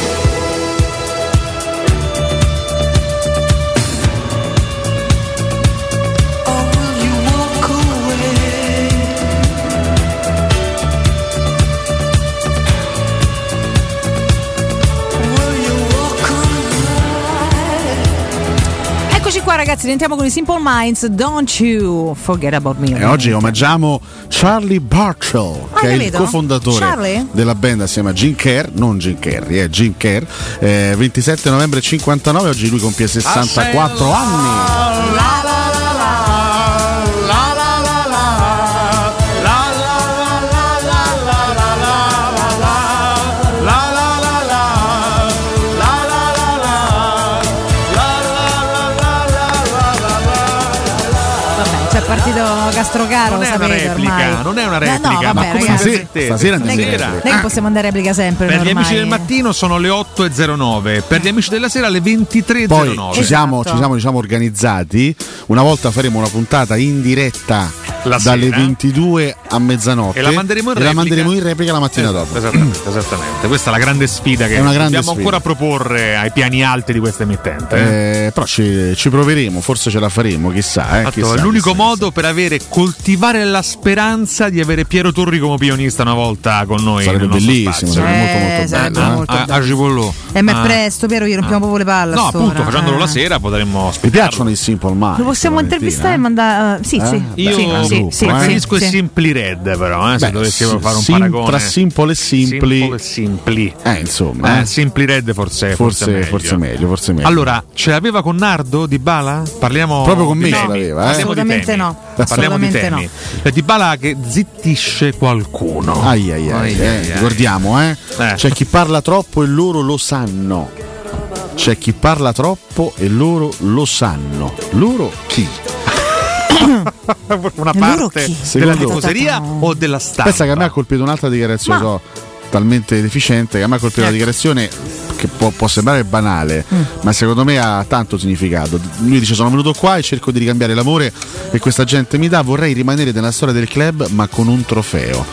Speaker 11: Eccoci qua ragazzi, rientriamo con i Simple Minds, Don't You Forget About Me.
Speaker 9: E oggi omaggiamo Charlie Barchell,
Speaker 11: Ah,
Speaker 9: che è il
Speaker 11: capito.
Speaker 9: cofondatore
Speaker 11: Charlie?
Speaker 9: della band assieme a Jim Kerr, non Jim Carrey, è Jim Kerr. Eh, 27 novembre 59, oggi lui compie 64
Speaker 12: Ah,
Speaker 9: anni.
Speaker 11: Vabbè, c'è partito Castrocaro,
Speaker 12: Non è una
Speaker 11: sapete
Speaker 12: replica,
Speaker 11: ormai.
Speaker 12: non è una
Speaker 11: No,
Speaker 12: replica,
Speaker 11: No, vabbè,
Speaker 12: ma come
Speaker 11: ragazzi,
Speaker 12: stasera- stasera
Speaker 11: non è che-
Speaker 12: stasera.
Speaker 11: non è che possiamo andare a replica sempre
Speaker 12: Per gli
Speaker 11: ormai.
Speaker 12: amici del mattino sono le 8.09, per gli amici della sera le 23.09. Esatto.
Speaker 11: Esatto.
Speaker 9: Poi ci siamo, ci siamo, diciamo, organizzati. Una volta faremo una puntata in diretta
Speaker 12: La
Speaker 9: dalle
Speaker 12: sera.
Speaker 9: 22 a mezzanotte
Speaker 12: E la manderemo in
Speaker 9: e la
Speaker 12: replica.
Speaker 9: manderemo in replica la mattina
Speaker 12: Esatto,
Speaker 9: dopo.
Speaker 12: Esattamente, esattamente. Questa è la grande sfida che
Speaker 9: È una grande
Speaker 12: dobbiamo
Speaker 9: sfida.
Speaker 12: ancora proporre ai piani alti di questa emittente. eh.
Speaker 9: Eh, però ci, ci proveremo, forse ce la faremo, chissà. Eh,
Speaker 12: Fatto,
Speaker 9: chissà,
Speaker 12: è Esatto, l'unico modo per avere coltivare la speranza di avere Piero Torri come pionista una volta con noi.
Speaker 9: Sarebbe
Speaker 12: nel nostro
Speaker 9: bellissimo,
Speaker 12: spazio.
Speaker 9: sarebbe
Speaker 11: molto, molto Eh, sarebbe bello, eh. molto
Speaker 12: A, a Cipollò.
Speaker 11: E ma
Speaker 12: Ah.
Speaker 11: è presto, Piero, gli rompiamo proprio le palle. a
Speaker 12: No,
Speaker 11: st'ora. eh.
Speaker 12: appunto, facendolo la sera potremmo
Speaker 9: Mi piacciono i Simple Minds.
Speaker 11: Lo possiamo intervistare e mandare. sì,
Speaker 9: Eh?
Speaker 11: sì.
Speaker 9: Io-
Speaker 11: sì,
Speaker 9: Beh,
Speaker 11: sì, sì,
Speaker 12: preferisco
Speaker 11: sì, sì.
Speaker 12: i Simply Red, però, eh, se
Speaker 9: Beh,
Speaker 12: dovessimo
Speaker 9: sì,
Speaker 12: fare un
Speaker 9: sim-
Speaker 12: paragone.
Speaker 9: tra simple e simpli.
Speaker 12: Simple e simpli.
Speaker 9: Eh, insomma, eh.
Speaker 12: Simply Red forse,
Speaker 9: Forse-
Speaker 12: forse,
Speaker 9: forse meglio, forse meglio.
Speaker 12: Allora, ce l'aveva con Nardo Di Bala? Parliamo
Speaker 9: Proprio con
Speaker 12: di
Speaker 9: me ce
Speaker 12: temi.
Speaker 9: l'aveva, eh?
Speaker 12: Parliamo di
Speaker 9: Assolutamente
Speaker 12: temi.
Speaker 9: no,
Speaker 12: Parliamo di
Speaker 9: assolutamente
Speaker 12: temi. È Di Bala che zittisce qualcuno.
Speaker 9: Ai, ai, ai,
Speaker 12: Ai,
Speaker 9: eh,
Speaker 12: ai, ai.
Speaker 9: ricordiamo, eh. C'è chi parla troppo e loro lo sanno. C'è chi parla troppo e loro lo sanno. Loro chi?
Speaker 12: Una
Speaker 9: Loro
Speaker 12: parte
Speaker 9: chi?
Speaker 12: della
Speaker 9: Secondo-
Speaker 12: tifoseria o della stampa?
Speaker 9: Pensa che a me ha colpito un'altra dichiarazione, so, talmente deficiente che a me ha colpito una
Speaker 11: Ecco.
Speaker 9: dichiarazione che può, può sembrare banale,
Speaker 11: Mm.
Speaker 9: ma secondo me ha tanto significato. Lui dice sono venuto qua e cerco di ricambiare l'amore che questa gente mi dà, vorrei rimanere nella storia del club ma con un trofeo.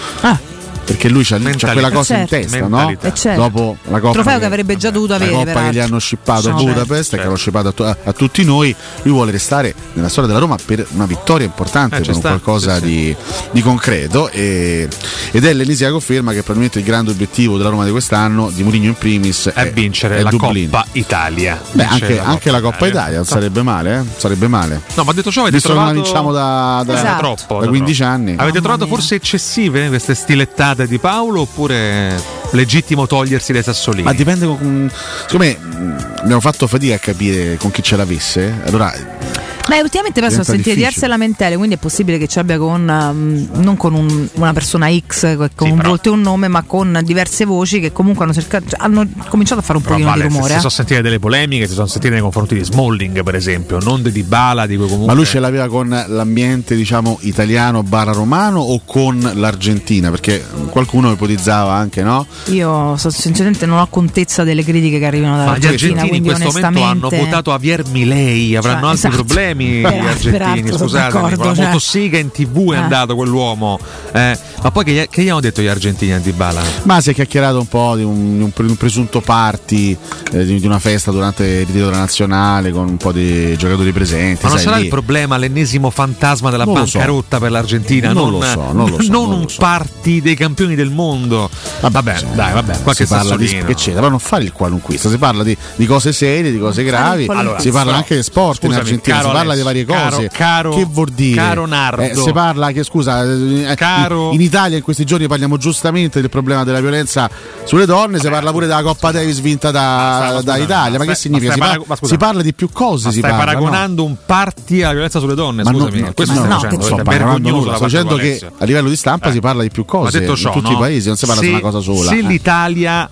Speaker 9: Perché lui c'ha, c'ha
Speaker 12: Mentalità.
Speaker 9: quella cosa in
Speaker 11: Ah. Certo.
Speaker 9: testa,
Speaker 11: Mentalità.
Speaker 9: no?
Speaker 11: Eh, certo.
Speaker 9: Dopo la coppa
Speaker 11: Trofeo
Speaker 9: che-
Speaker 11: che avrebbe già dovuto
Speaker 9: la
Speaker 11: avere.
Speaker 9: coppa che
Speaker 11: peraltro.
Speaker 9: gli hanno shippato a
Speaker 11: No,
Speaker 9: Budapest e che hanno shippato a, tu- a- a tutti noi lui vuole restare nella storia della Roma per una vittoria importante
Speaker 12: Eh, ci
Speaker 9: per un
Speaker 12: sta,
Speaker 9: qualcosa
Speaker 12: sì, sì.
Speaker 9: Di, di concreto e- ed è l'ennesima conferma che probabilmente il grande obiettivo della Roma di quest'anno di Mourinho in primis è,
Speaker 12: è vincere
Speaker 9: è
Speaker 12: la
Speaker 9: Dublino.
Speaker 12: Coppa Italia.
Speaker 9: Beh,
Speaker 12: Vincere eh.
Speaker 9: anche, anche la Coppa Italia non
Speaker 12: No.
Speaker 9: sarebbe male, eh? sarebbe male.
Speaker 12: No, ma detto ciò avete
Speaker 9: Visto
Speaker 12: trovato
Speaker 9: che non la vinciamo diciamo,
Speaker 12: Ah,
Speaker 9: da, da-
Speaker 11: Esatto.
Speaker 12: Da troppo,
Speaker 9: da 15 anni.
Speaker 12: Avete trovato forse eccessive queste stilettate di Paolo oppure legittimo togliersi dai sassolini?
Speaker 9: Ma dipende con. Secondo me mh, abbiamo fatto fatica a capire con chi ce l'avesse. Allora,
Speaker 11: Beh, ultimamente penso
Speaker 9: Diventa
Speaker 11: ho sentito
Speaker 9: difficile.
Speaker 11: diverse lamentele, quindi è possibile che ci abbia con um, non con un- una persona X con un volto e un nome, ma con diverse voci che comunque hanno cercato cioè, hanno cominciato a fare un
Speaker 12: Però
Speaker 11: pochino
Speaker 12: Ah, vale,
Speaker 11: di
Speaker 12: se
Speaker 11: rumore.
Speaker 12: si
Speaker 11: eh.
Speaker 12: sono sentite delle polemiche, si sono sentite nei confronti di Smalling, per esempio, non di Dybala, di cui comunque.
Speaker 9: Ma lui ce l'aveva con l'ambiente diciamo italiano barra romano o con l'Argentina? Perché qualcuno ipotizzava anche, no?
Speaker 11: Io so- sinceramente non ho contezza delle critiche che arrivano
Speaker 12: Ma gli
Speaker 11: dall'Argentina,
Speaker 12: argentini in
Speaker 11: quindi
Speaker 12: questo momento
Speaker 11: onestamente
Speaker 12: hanno votato Javier Milei, avranno
Speaker 9: Cioè,
Speaker 12: altri
Speaker 11: esatto.
Speaker 12: problemi gli
Speaker 11: Peraltro,
Speaker 12: argentini,
Speaker 11: peraltro,
Speaker 9: esatto,
Speaker 11: sono
Speaker 12: scusatemi, con la
Speaker 11: d'accordo, cioè.
Speaker 12: motosega in tv è
Speaker 11: Eh.
Speaker 12: andato quell'uomo. eh. ma poi che gli, che gli hanno detto gli argentini a Dybala?
Speaker 9: Ma si è chiacchierato un po' di un, di un pre- un presunto party eh, di, di una festa durante il ritiro della nazionale con un po' di giocatori presenti.
Speaker 12: Ma non
Speaker 9: sai,
Speaker 12: sarà
Speaker 9: lì.
Speaker 12: il problema l'ennesimo fantasma della
Speaker 9: Non lo so.
Speaker 12: bancarotta per l'Argentina?
Speaker 9: Non lo so, non lo so, non
Speaker 12: un party dei campioni del mondo. Vabbè, dai, Ah, vabbè, qualche
Speaker 9: si parla di
Speaker 12: sassolino.
Speaker 9: che c'è, però non fare il qualunquista, si parla di, di cose serie, di cose gravi,
Speaker 12: qualunquista.
Speaker 9: si parla
Speaker 12: Allora,
Speaker 9: anche di sport
Speaker 12: scusami,
Speaker 9: in Argentina, si
Speaker 12: caro
Speaker 9: parla di varie
Speaker 12: Alessio,
Speaker 9: cose.
Speaker 12: caro- caro-
Speaker 9: che vuol dire?
Speaker 12: caro Nardo.
Speaker 9: Eh, si parla che scusa, eh,
Speaker 12: Caro-
Speaker 9: in in Italia in questi giorni parliamo giustamente del problema della violenza sulle donne, si parla pure della Coppa Davis vinta da,
Speaker 12: ma
Speaker 9: da
Speaker 12: scusami,
Speaker 9: Italia, ma
Speaker 12: ma
Speaker 9: che
Speaker 12: stai- ma
Speaker 9: significa? Si,
Speaker 12: stai
Speaker 9: par-
Speaker 12: parago- ma
Speaker 9: si
Speaker 12: scusami.
Speaker 9: parla di più cose,
Speaker 12: Ma
Speaker 9: si
Speaker 12: stai
Speaker 9: parla. no?
Speaker 12: paragonando un party alla violenza sulle donne?
Speaker 9: Ma
Speaker 12: scusami, questo
Speaker 9: no,
Speaker 12: stai
Speaker 9: no,
Speaker 12: facendo,
Speaker 9: sto
Speaker 12: è
Speaker 9: parlando
Speaker 12: vergognoso
Speaker 9: nulla,
Speaker 12: la
Speaker 9: sto
Speaker 12: parte
Speaker 9: dicendo
Speaker 12: di
Speaker 9: che
Speaker 12: Alessio.
Speaker 9: a livello di stampa si parla di più
Speaker 12: Ma
Speaker 9: cose
Speaker 12: detto ciò,
Speaker 9: in tutti
Speaker 12: no?
Speaker 9: i paesi, non si parla
Speaker 12: se,
Speaker 9: di una cosa sola.
Speaker 12: Se
Speaker 9: eh.
Speaker 12: l'Italia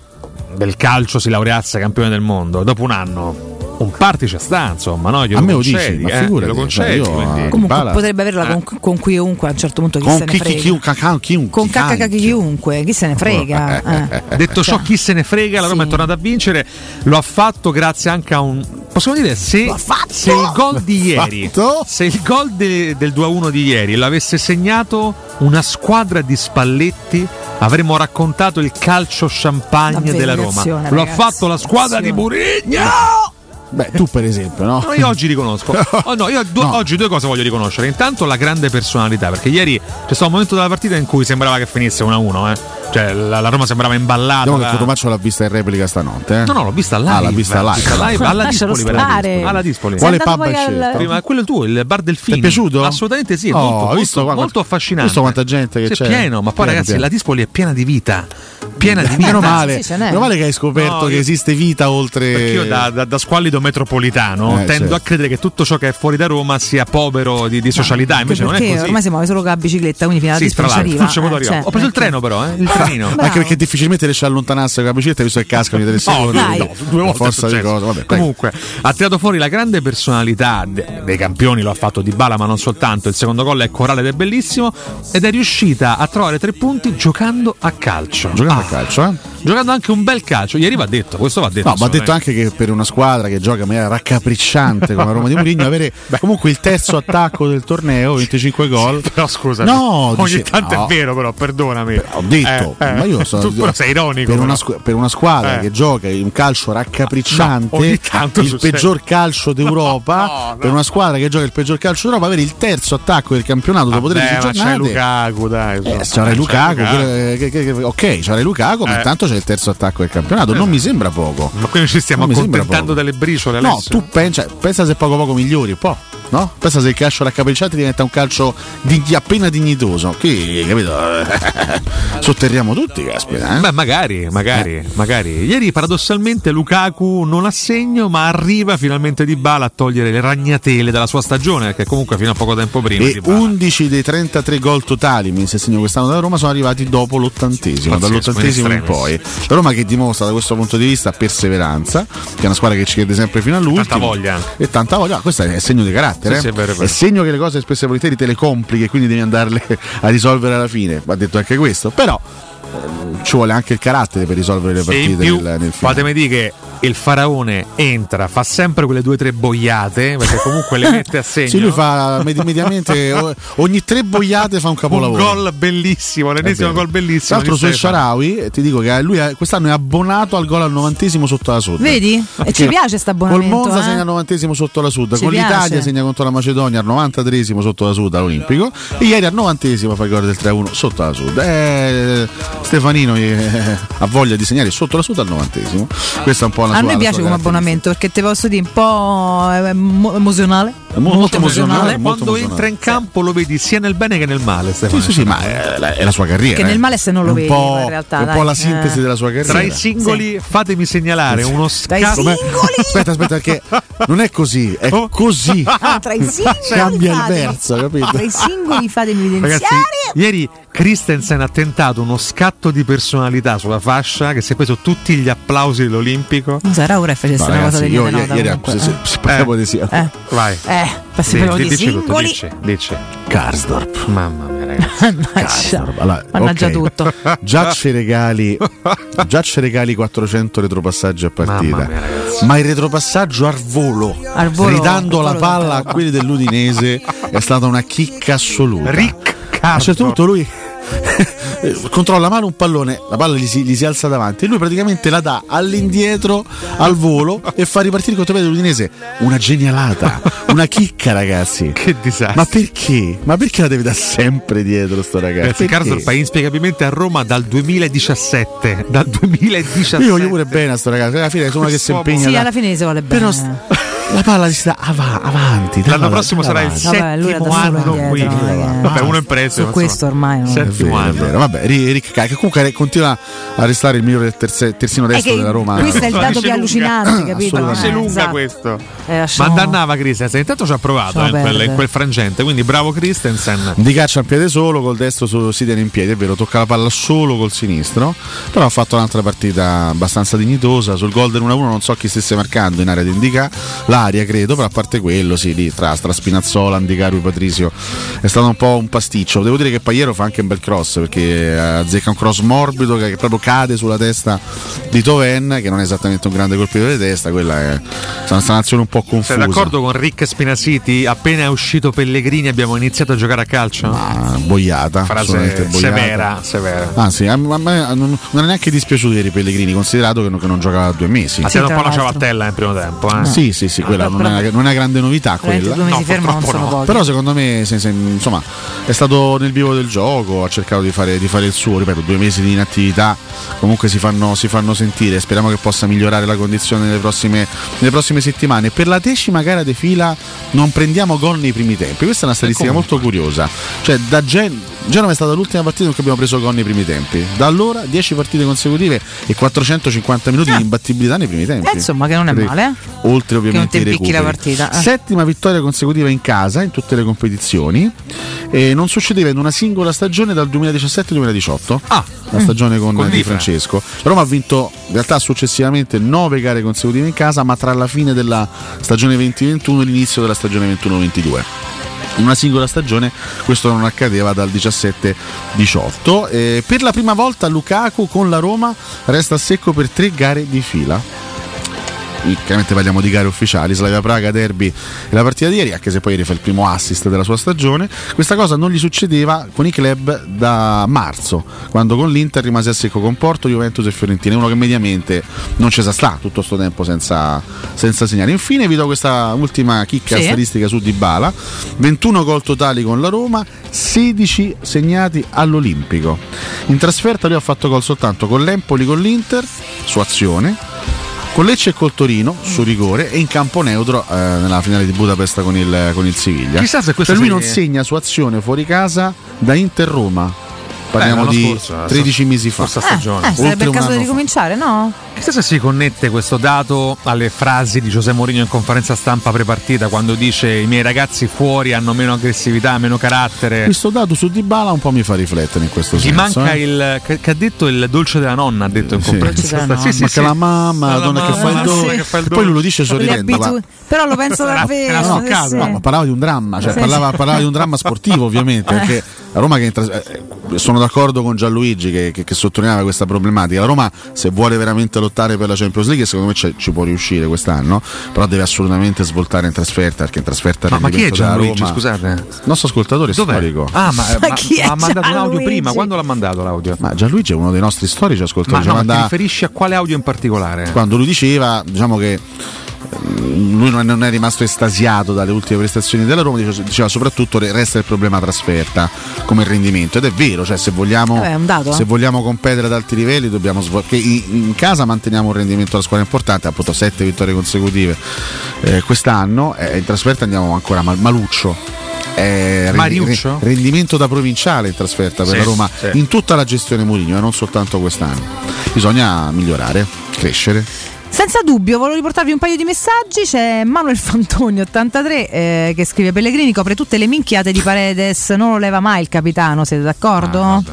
Speaker 12: del calcio si laureasse campione del mondo dopo un anno, un party c'è sta, insomma, no? Glielo
Speaker 9: A me lo dici,
Speaker 12: concedi,
Speaker 9: ma
Speaker 12: eh,
Speaker 9: figurati,
Speaker 12: glielo
Speaker 9: cioè,
Speaker 12: concedi,
Speaker 9: io,
Speaker 12: quindi.
Speaker 9: eh,
Speaker 11: Comunque
Speaker 9: Dybala-
Speaker 11: potrebbe averla
Speaker 12: Eh.
Speaker 11: con, con chiunque a un certo punto chi
Speaker 9: Con
Speaker 11: se ne
Speaker 9: chi-
Speaker 11: frega.
Speaker 9: chi- chiunque, can- chiunque,
Speaker 11: con cacca
Speaker 9: anche.
Speaker 11: chiunque, chi se ne frega. eh.
Speaker 12: Detto ciò,
Speaker 11: Cioè,
Speaker 12: chi se ne frega, la Roma è tornata a vincere. Lo ha fatto grazie anche a un. Possiamo dire se, se il gol di ieri, se il gol de- del 2-1 di ieri l'avesse segnato una squadra di spalletti, avremmo raccontato il calcio champagne
Speaker 9: Una
Speaker 12: della Roma.
Speaker 9: benedizione,
Speaker 12: Lo ha
Speaker 9: ragazzi,
Speaker 12: fatto la squadra di
Speaker 9: benedizione.
Speaker 12: Murigno.
Speaker 9: Beh, tu per esempio, no?
Speaker 12: No, io oggi riconosco. Oh, no, io due- oggi due cose voglio riconoscere. Intanto la grande personalità, perché ieri c'è stato un momento della partita in cui sembrava che finisse 1-1, eh. Cioè la, la Roma sembrava imballata.
Speaker 9: Diciamo che
Speaker 12: da-
Speaker 9: Cotomaccio l'ha vista in replica stanotte. eh?
Speaker 12: No, no, l'ho vista live.
Speaker 9: Ah, l'ha vista live.
Speaker 12: L'ho vista live alla
Speaker 9: Lascialo
Speaker 12: Dispoli, però, alla
Speaker 9: stare.
Speaker 12: Dispoli. Alla Dispoli.
Speaker 9: Quale Sei andato pub poi hai al- scelto?
Speaker 12: Prima, quello è tuo, il bar del film.
Speaker 9: Ti è piaciuto?
Speaker 12: Assolutamente sì, è
Speaker 9: Oh,
Speaker 12: molto,
Speaker 9: hai
Speaker 12: molto-
Speaker 9: visto qua-
Speaker 12: molto affascinante.
Speaker 9: visto quanta gente che
Speaker 12: Sì,
Speaker 9: c'è?
Speaker 12: pieno, ma poi
Speaker 9: Pieno,
Speaker 12: ragazzi,
Speaker 9: pieno.
Speaker 12: la Dispoli è piena di vita. Piena di vita.
Speaker 9: Meno male, meno male che hai scoperto
Speaker 12: No,
Speaker 9: che
Speaker 12: io-
Speaker 9: esiste vita oltre.
Speaker 12: Perché io da, da- da squallido metropolitano
Speaker 9: Eh,
Speaker 12: tendo
Speaker 9: certo.
Speaker 12: a credere che tutto ciò che è fuori da Roma sia povero di, di socialità, invece non è
Speaker 11: perché
Speaker 12: così.
Speaker 11: ormai siamo solo con la bicicletta, quindi fino alla
Speaker 12: sì, tra
Speaker 11: disponibilità arriva.
Speaker 12: l'altro, non ci potevo
Speaker 11: eh,
Speaker 12: arrivare.
Speaker 11: cioè,
Speaker 12: Ho preso il treno però, eh,
Speaker 9: Ah,
Speaker 12: il trenino.
Speaker 9: Anche perché difficilmente riesce a allontanarsi con la bicicletta visto che cascano i tre secondi.
Speaker 12: dai.
Speaker 9: No,
Speaker 12: due volte è
Speaker 9: forza di
Speaker 12: successo.
Speaker 9: cose. Vabbè, prego.
Speaker 12: Comunque, ha tirato fuori la grande personalità de- dei campioni, lo ha fatto Di Bala, ma non soltanto. Il secondo gol è corale ed è bellissimo. Ed è riuscita a trovare tre punti giocando a calcio. Ah.
Speaker 9: Giocando a calcio, eh?
Speaker 12: giocando anche un bel calcio. Ieri va detto, questo va detto.
Speaker 9: No, ma ha detto anche che per una squadra che gioca in maniera raccapricciante come la Roma di Mourinho, avere comunque il terzo attacco del torneo, 25 gol.
Speaker 12: Però scusa,
Speaker 9: no,
Speaker 12: eh. ogni
Speaker 9: dice-
Speaker 12: tanto
Speaker 9: no,
Speaker 12: è vero, però perdonami.
Speaker 9: Ho detto,
Speaker 12: Eh, eh.
Speaker 9: ma io sono
Speaker 12: tu però sei ironico.
Speaker 9: Per,
Speaker 12: però.
Speaker 9: una, squ- per una squadra
Speaker 12: Eh.
Speaker 9: che gioca in un calcio raccapricciante,
Speaker 12: No, ogni tanto
Speaker 9: il
Speaker 12: succede.
Speaker 9: peggior calcio d'Europa. Per una squadra che gioca il peggior calcio d'Europa, avere il terzo attacco del campionato dopo
Speaker 12: Vabbè,
Speaker 9: 13
Speaker 12: ma c'è
Speaker 9: giornate.
Speaker 12: Lukaku, dai.
Speaker 9: Eh,
Speaker 12: insomma.
Speaker 9: c'era Lukaku,
Speaker 12: Lukaku.
Speaker 9: quello- che- che- che- ok, c'era Lukaku, ma
Speaker 12: Eh. Esatto.
Speaker 9: intanto c'è il terzo attacco del campionato. Non mi sembra poco.
Speaker 12: Ma qui non ci stiamo
Speaker 9: Non mi sembra
Speaker 12: accontentando delle briciole,
Speaker 9: No,
Speaker 12: Alessio.
Speaker 9: tu pensa, pensa se poco poco migliori, poi, no? Pensa se il calcio raccapricciante diventa un calcio digni- appena dignitoso. Qui, capito? Sotterriamo tutti, caspita. eh?
Speaker 12: Beh, magari, magari, magari. Ieri paradossalmente Lukaku non ha segno, ma arriva finalmente Di Bala a togliere le ragnatele dalla sua stagione, perché comunque fino a poco tempo prima
Speaker 9: E
Speaker 12: Dybala-
Speaker 9: 11 dei 33 gol totali messi a segno quest'anno da Roma sono arrivati dopo l'ottantesimo,
Speaker 12: Pazzesco,
Speaker 9: dall'ottantesimo
Speaker 12: in
Speaker 9: in poi. La Roma che dimostra da questo punto di vista perseveranza, che è una squadra che ci chiede sempre fino all'ultimo.
Speaker 12: Tanta voglia anche.
Speaker 9: E tanta voglia, Ah, questo è segno di carattere.
Speaker 12: Sì, sì,
Speaker 9: eh.
Speaker 12: è vero, è vero.
Speaker 9: È segno che le cose spesso e volentieri te le complichi e quindi devi andarle a risolvere alla fine. Va detto anche questo, però ehm, ci vuole anche il carattere per risolvere le
Speaker 12: E in
Speaker 9: partite
Speaker 12: più,
Speaker 9: nel, nel finale.
Speaker 12: fatemi dire che il faraone entra, fa sempre quelle due o tre boiate, perché comunque le mette a segno.
Speaker 9: Sì, lui fa med- mediamente o- ogni tre boiate fa un
Speaker 12: un
Speaker 9: capolavoro.
Speaker 12: gol bellissimo, l'ennesimo
Speaker 9: È vero.
Speaker 12: gol
Speaker 9: Tra
Speaker 12: bellissimo.
Speaker 9: l'altro
Speaker 12: di
Speaker 9: su El
Speaker 12: Stefano.
Speaker 9: Sharawi, eh, ti dico che lui è- quest'anno è abbonato al gol al novantesimo sotto la Sud.
Speaker 11: eh. Vedi? E ci
Speaker 9: Perché
Speaker 11: piace sta
Speaker 9: Col
Speaker 11: abbonamento.
Speaker 9: Monza
Speaker 11: eh?
Speaker 9: segna al novantesimo sotto la Sud,
Speaker 11: Ci
Speaker 9: con l'Italia
Speaker 11: piace.
Speaker 9: segna contro la Macedonia al 93 sotto la Sud all'Olimpico e ieri al novantesimo fa il gol del 3-1 sotto la Sud. Eh, Stefanino eh, ha voglia di segnare sotto la Sud al novantesimo. Questa è un po' la
Speaker 11: A
Speaker 9: sua
Speaker 11: noi
Speaker 9: la
Speaker 11: piace
Speaker 9: sua
Speaker 11: come
Speaker 9: caratteristica.
Speaker 11: abbonamento perché te posso dire un po' eh, mo- emozionale.
Speaker 9: È mo- molto emozionale, molto
Speaker 12: Quando entra
Speaker 9: emozionale.
Speaker 12: in campo lo vedi sia nel bene che nel male. Stefano.
Speaker 9: Sì, sì, sì, ma è la, è la sua carriera.
Speaker 11: Che
Speaker 9: eh.
Speaker 11: nel male se non lo
Speaker 9: È un
Speaker 11: vedi,
Speaker 9: po'-
Speaker 11: in realtà,
Speaker 9: È un
Speaker 11: dai.
Speaker 9: po' la sintesi
Speaker 11: Eh.
Speaker 9: della sua carriera.
Speaker 12: Tra i singoli, fatemi segnalare uno scatto. Oh.
Speaker 9: Aspetta, aspetta, perché non è così, è così.
Speaker 11: Ah, tra i singoli
Speaker 9: Cambia il
Speaker 11: fate-
Speaker 9: verso, capito?
Speaker 11: Tra i singoli fatemi evidenziare.
Speaker 12: Ragazzi, ieri Christensen ha tentato uno scatto di personalità sulla fascia che si è preso tutti gli applausi dell'Olimpico.
Speaker 11: Non sarà ora che facesse
Speaker 12: No,
Speaker 11: una
Speaker 12: ragazzi,
Speaker 11: cosa del
Speaker 12: io
Speaker 11: genere,
Speaker 12: ieri-
Speaker 11: no,
Speaker 12: ieri
Speaker 11: comunque.
Speaker 12: se- se- se parliamo di sì.
Speaker 11: Eh.
Speaker 12: Vai.
Speaker 11: Eh, ma se
Speaker 12: Di-
Speaker 11: parliamo
Speaker 12: di-
Speaker 11: di
Speaker 12: dici tutto,
Speaker 11: singoli.
Speaker 12: dici, dici. Karsdorp. Mamma mia, ragazzi.
Speaker 11: Mannaggia.
Speaker 9: Allora,
Speaker 11: Mannaggia
Speaker 9: ok.
Speaker 11: tutto.
Speaker 9: Già ci regali, già ci regali 400 retropassaggi a partita.
Speaker 12: Mamma mia,
Speaker 9: ma il retropassaggio al volo,
Speaker 11: Al volo,
Speaker 9: ridando
Speaker 11: al
Speaker 9: la
Speaker 11: volo
Speaker 9: palla a quelli dell'Udinese, è stata una chicca assoluta.
Speaker 12: Rick
Speaker 9: a un certo punto lui Eh, controlla a mano un pallone, la palla gli si, gli si alza davanti e lui praticamente la dà all'indietro al volo e fa ripartire il contropiede dell'Udinese. Una genialata, una chicca, ragazzi.
Speaker 12: Che disastro.
Speaker 9: Ma perché? Ma perché la deve dare sempre dietro sto ragazzo?
Speaker 12: Ragazzi, Karsdorp
Speaker 9: Perché?
Speaker 12: è inspiegabilmente a Roma dal 2017. Dal 2017.
Speaker 9: Io voglio pure bene a sto ragazzo, alla fine sono uno che si
Speaker 12: Quest'uomo-
Speaker 9: impegna.
Speaker 11: Sì,
Speaker 9: da-
Speaker 11: alla fine si vuole bene.
Speaker 9: La palla si sta ava- avanti. dai,
Speaker 12: L'anno
Speaker 9: dai,
Speaker 12: prossimo
Speaker 9: dai,
Speaker 12: sarà il
Speaker 9: avanti.
Speaker 11: Vabbè, lui era da
Speaker 12: settimo
Speaker 11: solo
Speaker 12: anno qui.
Speaker 11: indietro, eh.
Speaker 12: Vabbè, uno è in prezzo,
Speaker 11: Su
Speaker 12: insomma.
Speaker 11: questo ormai non-
Speaker 9: È vero, è vero. Vabbè, Ri- Rick Kai, che comunque re- continua a restare il migliore terze- terzino
Speaker 11: È
Speaker 9: destro
Speaker 11: che
Speaker 9: della Roma.
Speaker 11: Questo è il dato che è allucinante, capito?
Speaker 12: Assolutamente.
Speaker 11: Eh,
Speaker 12: lunga
Speaker 11: esatto.
Speaker 12: questo.
Speaker 11: Eh,
Speaker 12: Ma
Speaker 11: lasciamo-
Speaker 12: andannava Christensen, intanto ci ha provato
Speaker 9: Lasciamo
Speaker 12: eh, in, quel,
Speaker 9: perdere.
Speaker 12: in quel frangente, quindi bravo Christensen.
Speaker 9: Di caccia a piede solo, col destro su- si tiene in piedi, è vero, tocca la palla solo col sinistro, però ha fatto un'altra partita abbastanza dignitosa, sul gol del 1-1 non so chi stesse marcando in area di Indica, l'aria credo, però a parte quello, sì, lì tra, tra Spinazzola, Andicario e Patrizio è stato un po' un pasticcio, devo dire che Paiero fa anche un bel cross, perché eh, azzecca un cross morbido che che proprio cade sulla testa di Toven, che non è esattamente un grande colpitore di testa, quella è è una azione un po'
Speaker 12: Sei
Speaker 9: confusa.
Speaker 12: d'accordo con Rick Spinasiti? Appena è uscito Pellegrini abbiamo iniziato a giocare a calcio?
Speaker 9: Ah, boiata, assolutamente
Speaker 12: Frase
Speaker 9: boiata.
Speaker 12: severa, severa.
Speaker 9: Anzi, a me- a me non non è neanche dispiaciuto ieri Pellegrini, considerato che non, che non giocava da due mesi.
Speaker 12: Ha tirato Ah, un po' la ciabattella in primo tempo. Eh.
Speaker 9: Sì, sì, sì, quella non è, una- non è una grande novità quella.
Speaker 12: due mesi No, fermo non purtroppo sono no. pochi.
Speaker 9: Però secondo me se- se- insomma, è stato nel vivo del gioco, ha cercato di fare, di fare il suo, ripeto, due mesi di inattività comunque si fanno, si fanno sentire, speriamo che possa migliorare la condizione nelle prossime, nelle prossime settimane. Per la decima gara di fila non prendiamo gol nei primi tempi, questa è
Speaker 11: Eh,
Speaker 9: una statistica molto curiosa. Cioè da Gen- Genova è stata l'ultima partita in cui abbiamo preso gol nei primi tempi. Da allora 10 partite consecutive e 450 minuti di imbattibilità nei primi tempi.
Speaker 11: Eh, insomma, che non è male, eh.
Speaker 9: Oltre
Speaker 11: Che
Speaker 9: ovviamente
Speaker 11: non ti
Speaker 9: i
Speaker 11: impicchi la
Speaker 9: recuperi.
Speaker 11: partita, eh.
Speaker 9: Settima vittoria consecutiva in casa in tutte le competizioni. E non succedeva in una singola stagione dal 2017-2018. La stagione con,
Speaker 12: Ah. Con
Speaker 9: Di
Speaker 12: Difra.
Speaker 9: Francesco. La Roma ha vinto in realtà successivamente 9 gare consecutive in casa, ma tra la fine della stagione 2021 e l'inizio della stagione 21-22. in una singola stagione questo non accadeva dal 17-18. Eh, per la prima volta Lukaku con la Roma resta a secco per tre gare di fila chiaramente parliamo di gare ufficiali, Slavia Praga, Derby e la partita di ieri, anche se poi ieri fa il primo assist della sua stagione, questa cosa non gli succedeva con i club da marzo, quando con l'Inter rimase a secco con Porto, Juventus e Fiorentina, uno che mediamente non ci sa sta tutto questo tempo senza, senza segnare. Infine vi do questa ultima chicca
Speaker 13: Sì.
Speaker 9: statistica su Dybala, 21 gol totali con la Roma, 16 segnati all'Olimpico. In trasferta lui ha fatto gol soltanto con l'Empoli, con l'Inter, su azione con Lecce e col Torino su rigore e in campo neutro eh, nella finale di Budapest con il, con il Siviglia.
Speaker 12: Chissà se questo
Speaker 9: Per lui
Speaker 12: si-
Speaker 9: non segna su azione fuori casa da Inter Roma. Parliamo
Speaker 12: l'anno
Speaker 9: di
Speaker 12: scorso, eh,
Speaker 9: 13 mesi fa.
Speaker 12: scorsa stagione.
Speaker 11: Eh, sarebbe
Speaker 12: Oltre
Speaker 11: il
Speaker 12: un
Speaker 11: caso di
Speaker 12: anno fa.
Speaker 11: ricominciare, no?
Speaker 12: Chissà se si connette questo dato alle frasi di José Mourinho in conferenza stampa prepartita quando dice i miei ragazzi fuori hanno meno aggressività, meno carattere.
Speaker 9: Questo dato su Dybala un po' mi fa riflettere in questo
Speaker 12: Gli
Speaker 9: senso.
Speaker 12: manca
Speaker 9: eh.
Speaker 12: il. Che, che ha detto il dolce della nonna, ha detto in conferenza stampa.
Speaker 9: Sì, sì, sì. la mamma, la donna che fa il
Speaker 12: dove
Speaker 9: dolce. E Poi lui lo dice sorridendo.
Speaker 11: abitu-
Speaker 9: ma-
Speaker 11: Però lo penso davvero.
Speaker 9: No,
Speaker 11: sì,
Speaker 9: caso.
Speaker 11: sì.
Speaker 9: No, ma parlava di un dramma, cioè
Speaker 11: Sì,
Speaker 9: parlava,
Speaker 11: sì.
Speaker 9: parlava di un dramma sportivo ovviamente, perché la Roma che entra- eh, sono d'accordo con Gianluigi che, che- che sottolineava questa problematica, la Roma se vuole veramente lottare per la Champions League secondo me ci, ci può riuscire quest'anno, però deve assolutamente svoltare in trasferta, perché in trasferta il
Speaker 12: Ma, ma chi è
Speaker 9: rendimento della
Speaker 12: Gianluigi?
Speaker 9: Roma-
Speaker 12: Scusate.
Speaker 9: Nostro ascoltatore
Speaker 12: Dov'è?
Speaker 9: storico.
Speaker 12: Ah, ma,
Speaker 9: Ma
Speaker 12: ma-
Speaker 9: chi è
Speaker 12: ha mandato un audio
Speaker 9: Gianluigi?
Speaker 12: prima. Quando l'ha mandato l'audio?
Speaker 9: Ma Gianluigi è uno dei nostri storici
Speaker 12: Ma,
Speaker 9: ascoltatori.
Speaker 12: no,
Speaker 9: ci
Speaker 12: ma ti
Speaker 9: manda-
Speaker 12: riferisci a quale audio in particolare?
Speaker 9: quando lui diceva diciamo che eh, lui non è- non è rimasto estasiato dalle ultime prestazioni della Roma dice- diceva soprattutto re- resta il problema trasferta come rendimento ed è vero cioè se vogliamo,
Speaker 11: Vabbè, è un dato, eh.
Speaker 9: se vogliamo competere ad alti livelli dobbiamo svol- che in, in casa manteniamo un rendimento alla squadra importante appunto 7 vittorie consecutive eh, quest'anno eh, in trasferta andiamo ancora mal- maluccio Eh, rendi-
Speaker 12: Mariuccio?
Speaker 9: re- rendimento da provinciale in trasferta per
Speaker 12: Sì,
Speaker 9: la Roma
Speaker 12: sì.
Speaker 9: in tutta la gestione Mourinho e non soltanto quest'anno bisogna migliorare crescere
Speaker 11: Senza dubbio, volevo riportarvi un paio di messaggi. C'è Manuel Fantoni 83 eh, che scrive: Pellegrini copre tutte le minchiate di Paredes, non lo leva mai il capitano. Siete d'accordo?
Speaker 9: Ah,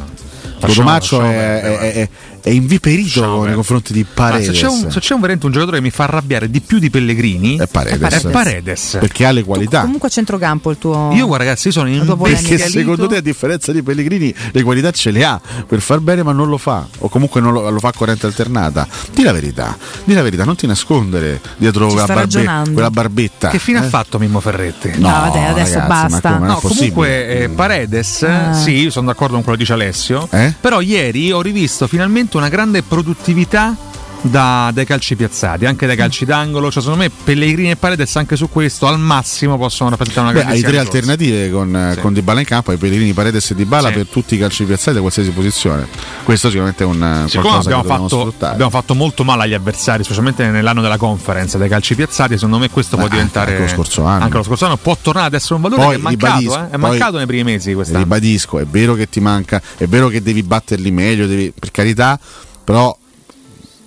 Speaker 9: Rodomaccio è,
Speaker 12: eh,
Speaker 9: è, è- è inviperito nei confronti di
Speaker 12: Ma
Speaker 9: Paredes.
Speaker 12: eh. Ah, se, c'è un, se c'è un- veramente un giocatore che mi fa arrabbiare di più di Pellegrini è
Speaker 9: Paredes.
Speaker 12: È Paredes.
Speaker 9: Perché ha le qualità.
Speaker 11: Comunque a centrocampo il tuo.
Speaker 12: Io, guarda, ragazzi, io sono in
Speaker 11: dopo
Speaker 9: Perché
Speaker 11: Galito.
Speaker 9: secondo te, a differenza di Pellegrini, le qualità ce le ha per far bene, ma non lo fa, o comunque non lo, lo fa a corrente alternata. Di la verità, di la verità, non ti nascondere dietro
Speaker 12: Ci
Speaker 9: quella,
Speaker 12: sta
Speaker 9: barbe-
Speaker 12: ragionando.
Speaker 9: quella barbetta.
Speaker 12: Che fine ha
Speaker 9: eh?
Speaker 12: fatto Mimmo Ferretti?
Speaker 9: No, No, vabbè, adesso ragazzi, ma basta. come, non è
Speaker 12: No,
Speaker 9: possibile.
Speaker 12: comunque eh, Paredes,
Speaker 9: Ah.
Speaker 12: sì, io sono d'accordo con quello che dice Alessio,
Speaker 9: Eh?
Speaker 12: però ieri ho rivisto finalmente una grande produttività da- dai calci piazzati, anche dai calci d'angolo, cioè secondo me Pellegrini e Paredes anche su questo al massimo possono rappresentare una
Speaker 9: Beh, hai
Speaker 12: grande
Speaker 9: tre alternative con, eh, con Dybala in campo, hai Pellegrini, Paredes e Dybala per tutti i calci piazzati da qualsiasi posizione. Questo sicuramente è un eh, qualcosa
Speaker 12: Siccome abbiamo
Speaker 9: che dobbiamo
Speaker 12: fatto,
Speaker 9: sfruttare.
Speaker 12: abbiamo fatto molto male agli avversari, specialmente nell'anno della conference dai calci piazzati, secondo me questo può diventare
Speaker 9: anche lo scorso anno.
Speaker 12: anche lo scorso anno può tornare ad essere un valore che è mancato,
Speaker 9: ribadisco,
Speaker 12: eh, è
Speaker 9: poi
Speaker 12: mancato nei primi mesi quest'anno.
Speaker 9: Ribadisco, è vero che ti manca, è vero che devi batterli meglio, devi- per carità, però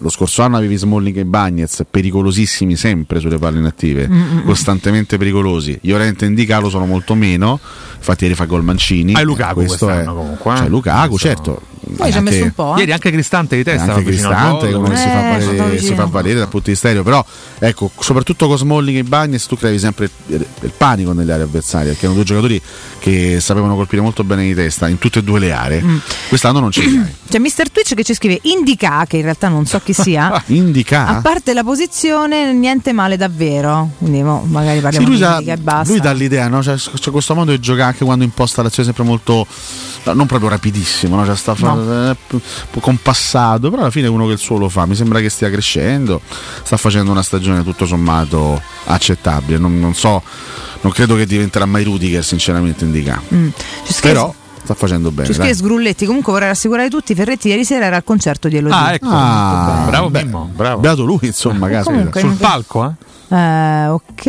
Speaker 9: lo scorso anno avevi Smalling e Bagnez pericolosissimi sempre sulle palle inattive,
Speaker 12: Mm, mm, mm.
Speaker 9: costantemente pericolosi. Llorente e Indicalo sono molto meno, infatti ieri fa gol Mancini.
Speaker 12: Hai Lukaku
Speaker 9: questo
Speaker 12: quest'anno
Speaker 9: è,
Speaker 12: comunque, eh.
Speaker 9: Cioè Lukaku, certo.
Speaker 11: Poi ci ha
Speaker 9: anche-
Speaker 11: messo un po'. eh.
Speaker 12: Ieri anche Cristante di testa
Speaker 9: anche
Speaker 12: era vicino al
Speaker 9: Cristante
Speaker 12: gol.
Speaker 9: come si, fa
Speaker 11: Eh, sono stato
Speaker 9: valere, si
Speaker 11: vicino.
Speaker 9: fa valere dal punto di stereo però ecco soprattutto con Smalling e Bagnes tu creavi sempre il, il panico nelle aree avversarie perché erano due giocatori che sapevano colpire molto bene di testa in tutte e due le aree
Speaker 11: Mm.
Speaker 9: quest'anno non ce li hai
Speaker 11: C'è Mr. Twitch che ci scrive: Indica, che in realtà non so chi sia.
Speaker 9: Ah, Indica
Speaker 11: A parte la posizione, niente male davvero. Quindi mo, magari
Speaker 9: Sì,
Speaker 11: parliamo
Speaker 9: lui,
Speaker 11: di
Speaker 9: dà,
Speaker 11: Indica e basta.
Speaker 9: lui dà l'idea, no? Cioè, c- c'è questo modo di giocare anche quando imposta l'azione sempre molto no, non proprio rapidissimo, no? Cioè, sta fa- eh, p- p- compassato, però alla fine è uno che il suo lo fa, mi sembra che stia crescendo, sta facendo una stagione tutto sommato accettabile, non, non so, non credo che diventerà mai Rudiger sinceramente indica.
Speaker 11: Mm. Ci scrive-
Speaker 9: Però sta facendo bene.
Speaker 11: Ci
Speaker 12: Esatto.
Speaker 11: scrive
Speaker 9: dai.
Speaker 11: Sgrulletti, comunque vorrei rassicurare tutti, Ferretti ieri sera era al concerto di Elodie.
Speaker 12: ecco.
Speaker 9: Ah, beh, Beato lui, insomma, caspita.
Speaker 11: ecco. Ah, Comunque, Sul
Speaker 12: palco, eh?
Speaker 11: Eh, ok,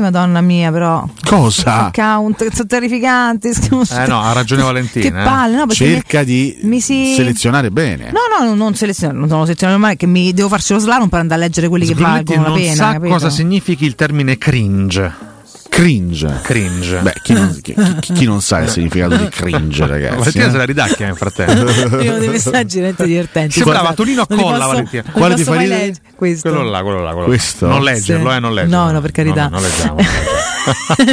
Speaker 11: madonna mia, però.
Speaker 9: Cosa?
Speaker 11: Account, sono terrificanti.
Speaker 12: Eh no, ha ragione Valentina. eh.
Speaker 11: Che palle, no, perché
Speaker 9: Cerca di
Speaker 11: mi si-
Speaker 9: selezionare bene.
Speaker 11: No, no, non seleziono, non sono selezionato male, che mi devo farci lo slalom per andare a leggere quelli
Speaker 12: Sgrulletti
Speaker 11: che valgono
Speaker 12: non
Speaker 11: la pena.
Speaker 12: sa
Speaker 11: capito?
Speaker 12: cosa significhi il termine cringe.
Speaker 9: Cringe.
Speaker 12: Cringe.
Speaker 9: Beh, chi non, chi- chi- chi non sa il significato di cringe, ragazzi?
Speaker 12: Valentina
Speaker 9: eh?
Speaker 12: se la ridacchia nel frattempo.
Speaker 11: Prima dei messaggi veramente divertenti.
Speaker 12: Sembrava
Speaker 11: Guardate,
Speaker 12: Tonino a
Speaker 11: non li
Speaker 12: colla,
Speaker 11: posso-
Speaker 12: Valentina.
Speaker 11: non li
Speaker 12: Quale ti
Speaker 11: posso
Speaker 12: fa
Speaker 11: mai
Speaker 12: ridere?
Speaker 11: leggere. Questo.
Speaker 12: Quello là, quello là, quello là.
Speaker 9: Questo?
Speaker 12: Non leggerlo,
Speaker 11: Sì.
Speaker 12: eh, non leggerlo.
Speaker 11: No, no, per carità.
Speaker 12: No, no, non leggiamo.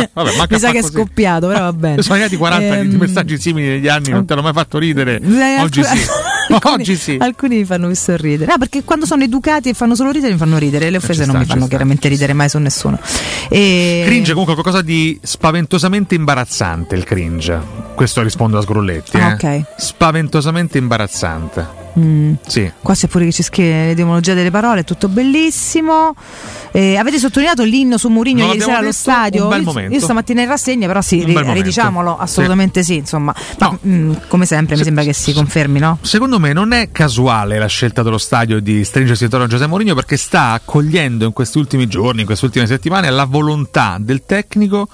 Speaker 12: Vabbè, manca
Speaker 11: Mi sa
Speaker 12: fa
Speaker 11: che è
Speaker 12: così.
Speaker 11: scoppiato, però va bene.
Speaker 12: Sono arrivati 40 di
Speaker 11: Ehm,
Speaker 12: messaggi simili negli anni, non te l'ho mai fatto ridere.
Speaker 11: eh,
Speaker 12: Oggi
Speaker 11: alcuni-
Speaker 12: sì. Oggi sì.
Speaker 11: Alcuni mi fanno sorridere. Ah, perché quando sono educati e fanno solo ridere mi fanno ridere,
Speaker 12: Eh,
Speaker 11: le offese non mi fanno chiaramente ridere mai su nessuno. E...
Speaker 12: Cringe è comunque qualcosa di spaventosamente imbarazzante il cringe. Questo rispondo a Sgrulletti.
Speaker 11: Ah,
Speaker 12: eh. Spaventosamente imbarazzante.
Speaker 11: Mm.
Speaker 12: Sì.
Speaker 11: Qua c'è pure che ci scrive l'etimologia delle parole, è tutto bellissimo. Eh, avete sottolineato l'inno su Mourinho
Speaker 12: Non
Speaker 11: ieri sera
Speaker 12: l'abbiamo
Speaker 11: allo
Speaker 12: detto?
Speaker 11: stadio?
Speaker 12: Un bel
Speaker 11: Io-
Speaker 12: momento.
Speaker 11: io, stamattina in rassegna, però sì,
Speaker 12: Un
Speaker 11: ri-
Speaker 12: bel momento.
Speaker 11: ridiciamolo,
Speaker 12: Sì.
Speaker 11: assolutamente sì, insomma. Ma, mm, come sempre mi sembra che si confermi, no?
Speaker 12: Secondo me non è casuale la scelta dello stadio di stringersi intorno a Giuseppe Mourinho perché sta accogliendo in questi ultimi giorni, in queste ultime settimane, la volontà del tecnico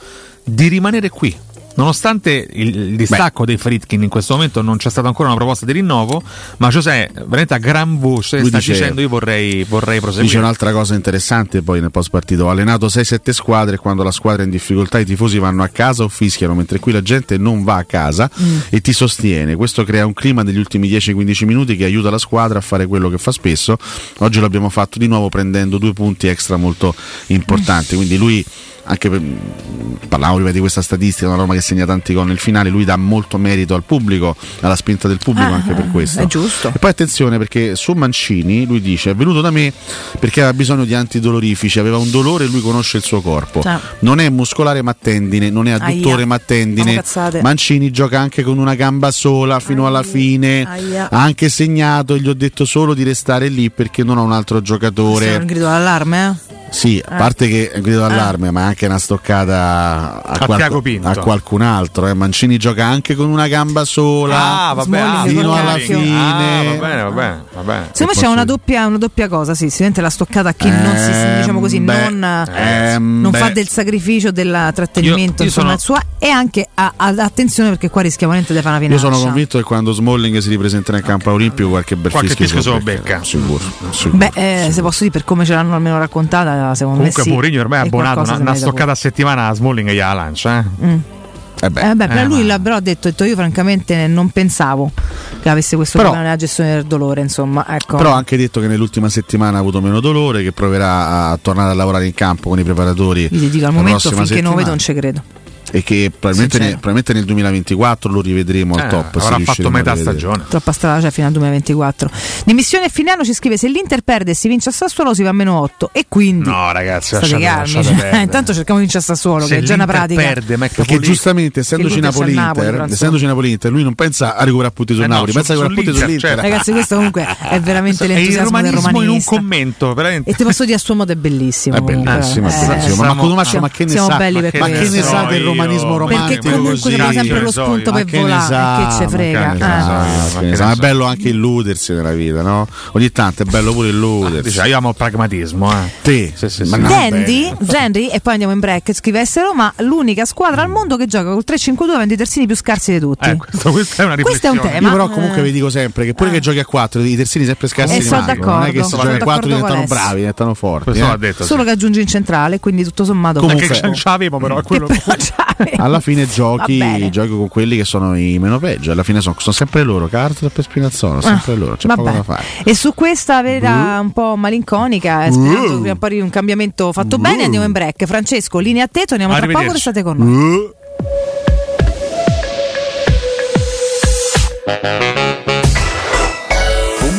Speaker 12: di rimanere qui. Nonostante il, il distacco dei Fritkin in questo momento non c'è stata ancora una proposta di rinnovo, ma Giuseppe veramente a gran voce
Speaker 9: Lui
Speaker 12: sta
Speaker 9: dice-
Speaker 12: dicendo io vorrei, vorrei proseguire.
Speaker 9: Dice un'altra cosa interessante poi nel post partito. Ho allenato 6-7 squadre e quando la squadra è in difficoltà i tifosi vanno a casa o fischiano, mentre qui la gente non va a casa
Speaker 13: Mm.
Speaker 9: e ti sostiene. Questo crea un clima negli ultimi 10-15 minuti che aiuta la squadra a fare quello che fa spesso. Oggi l'abbiamo fatto di nuovo prendendo due punti extra molto importanti. Quindi lui anche per, parlavamo prima di questa statistica, una Roma che segna tanti gol nel finale, lui dà molto merito al pubblico, alla spinta del pubblico
Speaker 13: Ah,
Speaker 9: anche per questo.
Speaker 13: è giusto.
Speaker 9: E poi attenzione perché su Mancini lui dice è venuto da me perché aveva bisogno di antidolorifici, aveva un dolore e lui conosce il suo corpo.
Speaker 13: Sì.
Speaker 9: Non è muscolare ma tendine, non è adduttore
Speaker 13: Aia.
Speaker 9: ma
Speaker 13: Fanno
Speaker 9: tendine.
Speaker 13: cazzate.
Speaker 9: Mancini gioca anche con una gamba sola fino alla fine.
Speaker 11: Aia.
Speaker 9: Ha anche segnato e gli ho detto solo di restare lì perché non ho un altro
Speaker 11: Questo è
Speaker 9: giocatore.
Speaker 11: un grido d'allarme, eh?
Speaker 9: Sì, a
Speaker 11: Eh.
Speaker 9: parte che è grido d'allarme, ma anche una stoccata a, qualco-
Speaker 12: Tiago Pinto.
Speaker 9: a qualcun altro. eh. Mancini gioca anche con una gamba sola
Speaker 12: Ah, vabbè, ah,
Speaker 9: fino alla
Speaker 12: Smalling.
Speaker 9: fine.
Speaker 12: Ah, va bene, va bene, va bene.
Speaker 11: Secondo me c'è una doppia, una doppia cosa, sì, sicuramente la stoccata a chi non si diciamo così,
Speaker 9: Ehm, beh,
Speaker 11: non,
Speaker 9: ehm,
Speaker 11: non
Speaker 9: beh.
Speaker 11: fa del sacrificio del trattenimento,
Speaker 9: Io- io
Speaker 11: insomma,
Speaker 9: sono-
Speaker 11: il suo- e anche a- a- attenzione perché qua rischiamo veramente di fare una
Speaker 9: Io
Speaker 11: finaccia.
Speaker 9: sono convinto che quando Smalling si ripresenterà in campo olimpico qualche bel
Speaker 12: Qualche
Speaker 9: fischio
Speaker 12: fischio
Speaker 9: se lo
Speaker 12: se lo becca.
Speaker 9: Sicuro, sicuro.
Speaker 11: Beh, eh, se posso dire per come ce l'hanno almeno raccontata, secondo
Speaker 12: Comunque
Speaker 11: me sì.
Speaker 12: Mourinho ormai è
Speaker 11: E
Speaker 12: abbonato,
Speaker 11: qualcosa
Speaker 12: una,
Speaker 11: se
Speaker 12: una
Speaker 11: merita pure.
Speaker 12: stoccata a settimana a Smalling gliela lancia. Eh?
Speaker 11: Mm.
Speaker 9: Eh
Speaker 11: Eh beh, però
Speaker 12: Eh,
Speaker 11: lui l'ha però ha detto, ha detto, io francamente non pensavo che avesse questo
Speaker 9: Però-
Speaker 11: problema nella gestione del dolore, insomma, ecco.
Speaker 9: Però ha anche detto che nell'ultima settimana ha avuto meno dolore, che proverà a tornare a lavorare in campo con i preparatori.
Speaker 11: Io ti dico, al
Speaker 9: la
Speaker 11: momento
Speaker 9: prossima
Speaker 11: finché non lo vedo non
Speaker 9: settimana.
Speaker 11: ci credo.
Speaker 9: E che probabilmente,
Speaker 11: Sincero.
Speaker 9: ne- probabilmente nel 2024 lo rivedremo al top.
Speaker 12: Eh,
Speaker 9: se
Speaker 12: avrà
Speaker 9: riusciremo
Speaker 12: fatto
Speaker 9: a
Speaker 12: metà
Speaker 9: rivedere.
Speaker 12: stagione.
Speaker 11: Troppa strada c'è fino al 2024. Dimissione a fine anno ci scrive se l'Inter perde e si vince a Sassuolo si va a meno 8 e quindi
Speaker 12: No,
Speaker 9: Mm.
Speaker 12: ragazzi,
Speaker 11: state
Speaker 12: lasciate,
Speaker 11: calmi.
Speaker 12: lasciate
Speaker 11: cioè,
Speaker 12: perdere.
Speaker 11: intanto cerchiamo di vincere a Sassuolo
Speaker 12: Se
Speaker 11: che è già una
Speaker 12: l'Inter
Speaker 11: pratica.
Speaker 12: perde, ma è
Speaker 9: Perché
Speaker 12: capolista.
Speaker 9: giustamente,
Speaker 11: Che
Speaker 9: essendoci
Speaker 11: l'Inter c'è
Speaker 9: Napoli,
Speaker 11: a Napoli,
Speaker 9: Inter,
Speaker 11: pranzo.
Speaker 9: essendoci Napoli Inter, lui non pensa a recuperare punti sul
Speaker 12: Eh no,
Speaker 9: Napoli,
Speaker 12: su-
Speaker 9: pensa a recuperare punti
Speaker 12: sull'Inter,
Speaker 9: sull'Inter.
Speaker 12: certo.
Speaker 11: cioè, Ragazzi, questo comunque è veramente
Speaker 12: E il
Speaker 11: l'entusiasmo del
Speaker 12: romanismo in un
Speaker 11: romanista.
Speaker 12: commento, veramente.
Speaker 11: E te posso dire a suo modo è bellissimo.
Speaker 9: È
Speaker 11: comunque,
Speaker 9: bellissimo,
Speaker 11: eh.
Speaker 9: è bellissimo. Ma
Speaker 11: siamo-
Speaker 9: Cotumaccio, ma che ne
Speaker 11: siamo
Speaker 9: sa?
Speaker 11: belli
Speaker 9: Ma
Speaker 11: per
Speaker 9: che- ma che
Speaker 11: questo.
Speaker 9: ne sa del romanismo
Speaker 11: Perché
Speaker 9: romantico
Speaker 11: comunque
Speaker 9: così?
Speaker 11: troviamo sempre
Speaker 9: Che
Speaker 11: lo
Speaker 9: ne so
Speaker 11: spunto
Speaker 9: io.
Speaker 11: per
Speaker 9: Ma che ne
Speaker 11: volare,
Speaker 9: sa?
Speaker 11: che ce
Speaker 9: Ma
Speaker 11: frega.
Speaker 9: che ne sa?
Speaker 11: eh.
Speaker 9: Ma che ne sa? Ma è bello anche illudersi nella vita, no? Ogni tanto è bello pure illudersi.
Speaker 12: Dice, io amo il pragmatismo. Eh.
Speaker 9: Te, ma no,
Speaker 11: Dandy, Dandy, e poi andiamo in break. Scrive "È Roma, l'unica squadra al mondo che gioca col 3-5-2 avendo i terzini più scarsi di tutti.
Speaker 12: Eh,
Speaker 9: Eh,
Speaker 12: questo, questa è una
Speaker 11: Questo è un
Speaker 9: Io
Speaker 11: tema.
Speaker 9: però comunque
Speaker 11: Eh.
Speaker 9: vi dico sempre che pure che giochi a 4 i terzini sempre scarsi
Speaker 11: Eh,
Speaker 9: di
Speaker 11: sono
Speaker 9: mano. Non è che se
Speaker 11: d'accordo,
Speaker 9: giochi a
Speaker 11: sono
Speaker 9: 4
Speaker 11: d'accordo
Speaker 9: diventano
Speaker 11: con
Speaker 9: bravi,
Speaker 11: Alessio.
Speaker 9: diventano forti.
Speaker 12: Questo
Speaker 9: eh.
Speaker 12: l'ha detto,
Speaker 11: Solo che aggiunge in centrale, quindi tutto sommato.
Speaker 9: Comunque-
Speaker 12: Perché non ce l'avevo, però. è quello-
Speaker 9: alla fine
Speaker 11: Va
Speaker 9: giochi,
Speaker 11: bene.
Speaker 9: giochi con quelli che sono i meno peggio. Alla fine sono, sono sempre loro, Cartrap e Spinazzola, sono
Speaker 11: Ah,
Speaker 9: sempre loro, c'è
Speaker 11: vabbè.
Speaker 9: poco da fare.
Speaker 11: E su questa vera un po' malinconica, eh, sperando che prima o poi arrivi un cambiamento fatto bene, andiamo in break. Francesco, linea a te, torniamo tra poco,
Speaker 12: Arrivederci.
Speaker 11: restate con noi.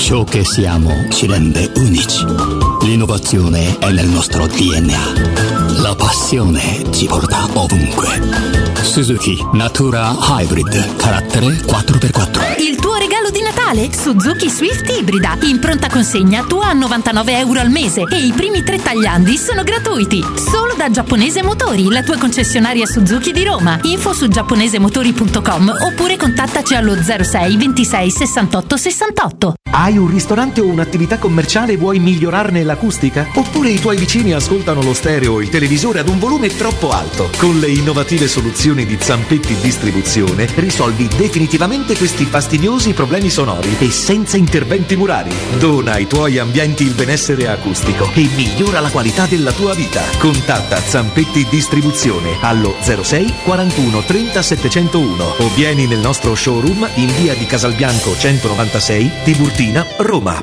Speaker 14: Ciò che siamo ci rende unici. L'innovazione è nel nostro DNA. La passione ci porta ovunque. Su Suzuki Natura Hybrid, carattere 4x4.
Speaker 46: Il tuo regalo di Natale? Suzuki Swift Ibrida. In pronta consegna tua a 99 euro al mese e i primi tre tagliandi sono gratuiti. Solo da Giapponese Motori, la tua concessionaria Suzuki di Roma. Info su giapponesemotori.com oppure contattaci allo 06 26 68 68.
Speaker 47: Hai un ristorante o un'attività commerciale e vuoi migliorarne l'acustica? Oppure i tuoi vicini ascoltano lo stereo o il televisore ad un volume troppo alto? Con le innovative soluzioni di Zampetti Distribuzione risolvi definitivamente questi fastidiosi problemi sonori e senza interventi murari. Dona ai tuoi ambienti il benessere acustico e migliora la qualità della tua vita. Contatta Zampetti Distribuzione allo 06 41 30 701 o vieni nel nostro showroom in via di Casalbianco 196 Tiburtina, Roma.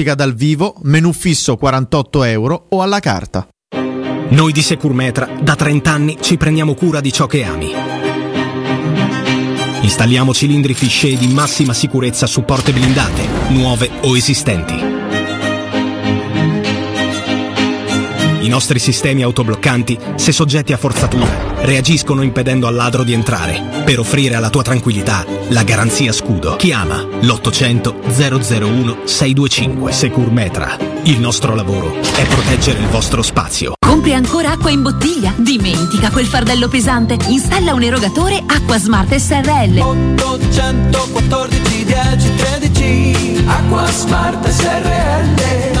Speaker 9: dal vivo, menù fisso 48 euro o alla carta.
Speaker 25: Noi di Securmetra da 30 anni ci prendiamo cura di ciò che ami. Installiamo cilindri Fichet di massima sicurezza su porte blindate, nuove o esistenti. I nostri sistemi autobloccanti, se soggetti a forzatura, reagiscono impedendo al ladro di entrare, per offrire alla tua tranquillità la garanzia scudo. Chiama l'800 001 625 Securmetra. Il nostro lavoro è proteggere il vostro spazio.
Speaker 46: Compri ancora acqua in bottiglia? Dimentica quel fardello pesante. Installa un erogatore Acqua Smart SRL.
Speaker 8: 814 10 13 Acqua Smart SRL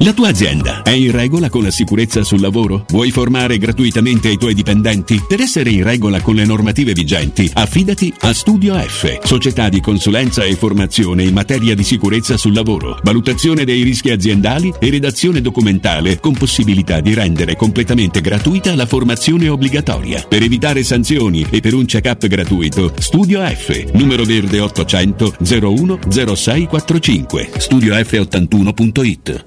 Speaker 48: La tua azienda è in regola con la sicurezza sul lavoro? Vuoi formare gratuitamente i tuoi dipendenti? Per essere in regola con le normative vigenti, affidati a Studio F, società di consulenza e formazione in materia di sicurezza sul lavoro, valutazione dei rischi aziendali e redazione documentale con possibilità di rendere completamente gratuita la formazione obbligatoria. Per evitare sanzioni e per un check-up gratuito, Studio F, numero verde 800 01 0645, studioof81.it.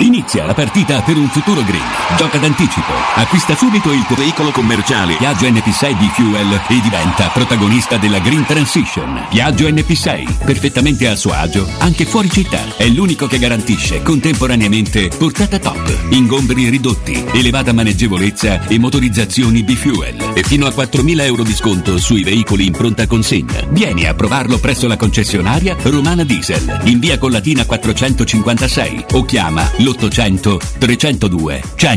Speaker 18: Inizia la partita per un futuro green. Gioca d'anticipo. Acquista subito il tuo veicolo commerciale Piaggio NP6 di Fuel e diventa protagonista della Green Transition. Piaggio NP6, perfettamente a suo agio, anche fuori città. È l'unico che garantisce contemporaneamente portata top, ingombri ridotti, elevata maneggevolezza e motorizzazioni B-Fuel. E fino a 4.000 euro di sconto sui veicoli in pronta consegna. Vieni a provarlo presso la concessionaria Romana Diesel, in via Collatina 456 o chiama l'800 302 100.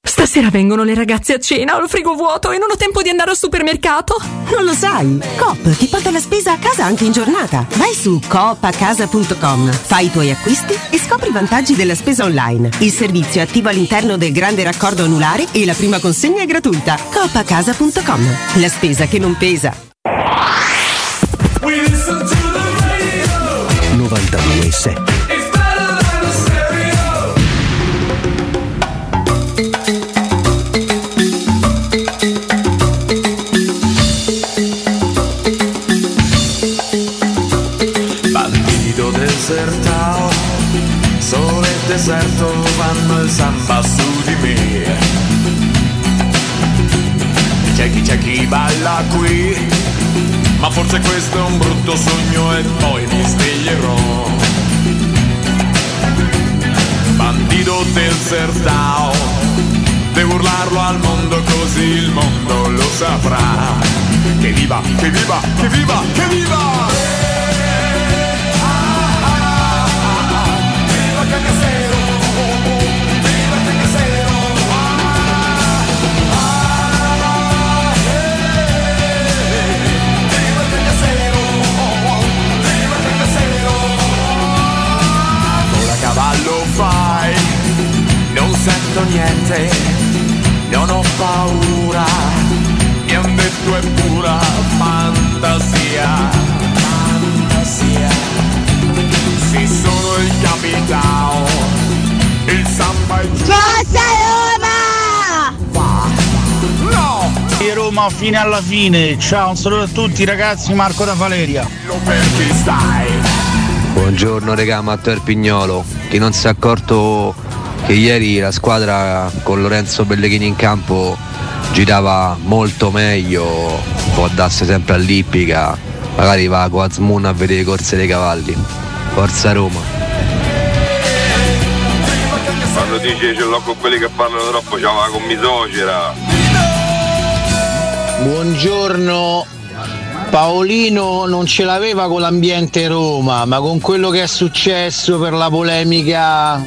Speaker 49: Stasera vengono le ragazze a cena, ho il frigo vuoto e non ho tempo di andare al supermercato.
Speaker 50: Non lo sai? Coop ti porta la spesa a casa anche in giornata. Vai su coopacasa.com, fai i tuoi acquisti e scopri i vantaggi della spesa online. Il servizio è attivo all'interno del grande raccordo anulare e la prima consegna è gratuita. coopacasa.com, la spesa che non pesa.
Speaker 25: 92.7
Speaker 8: Bandito desertao, sole e deserto fanno il samba su di me. C'è chi, c'è chi balla qui, ma forse questo è un brutto sogno e poi mi sveglierò. Bandito desertao, devo urlarlo al mondo così il mondo lo saprà. Che viva, che viva, che viva, che viva! Con la cavallo fai, non sento niente, non ho paura, mi han detto è pura fantasia, fantasia. Sì, sono il capitao, il samba è giù.
Speaker 1: Forza Roma!
Speaker 8: No!
Speaker 1: E Roma fino alla fine. Ciao, un saluto a tutti ragazzi, Marco da Valeria.
Speaker 8: Ci stai?
Speaker 10: Buongiorno regà Matteo Erpignolo, chi non si è accorto che ieri la squadra con Lorenzo Pellegrini in campo girava molto meglio, può darsi sempre all'Ippica, magari va a Guazmun a vedere le corse dei cavalli. Forza Roma.
Speaker 51: Quando dice ce l'ho con quelli che parlano troppo, ciao con mi socera.
Speaker 1: Buongiorno. Paolino non ce l'aveva con l'ambiente Roma, ma con quello che è successo per la polemica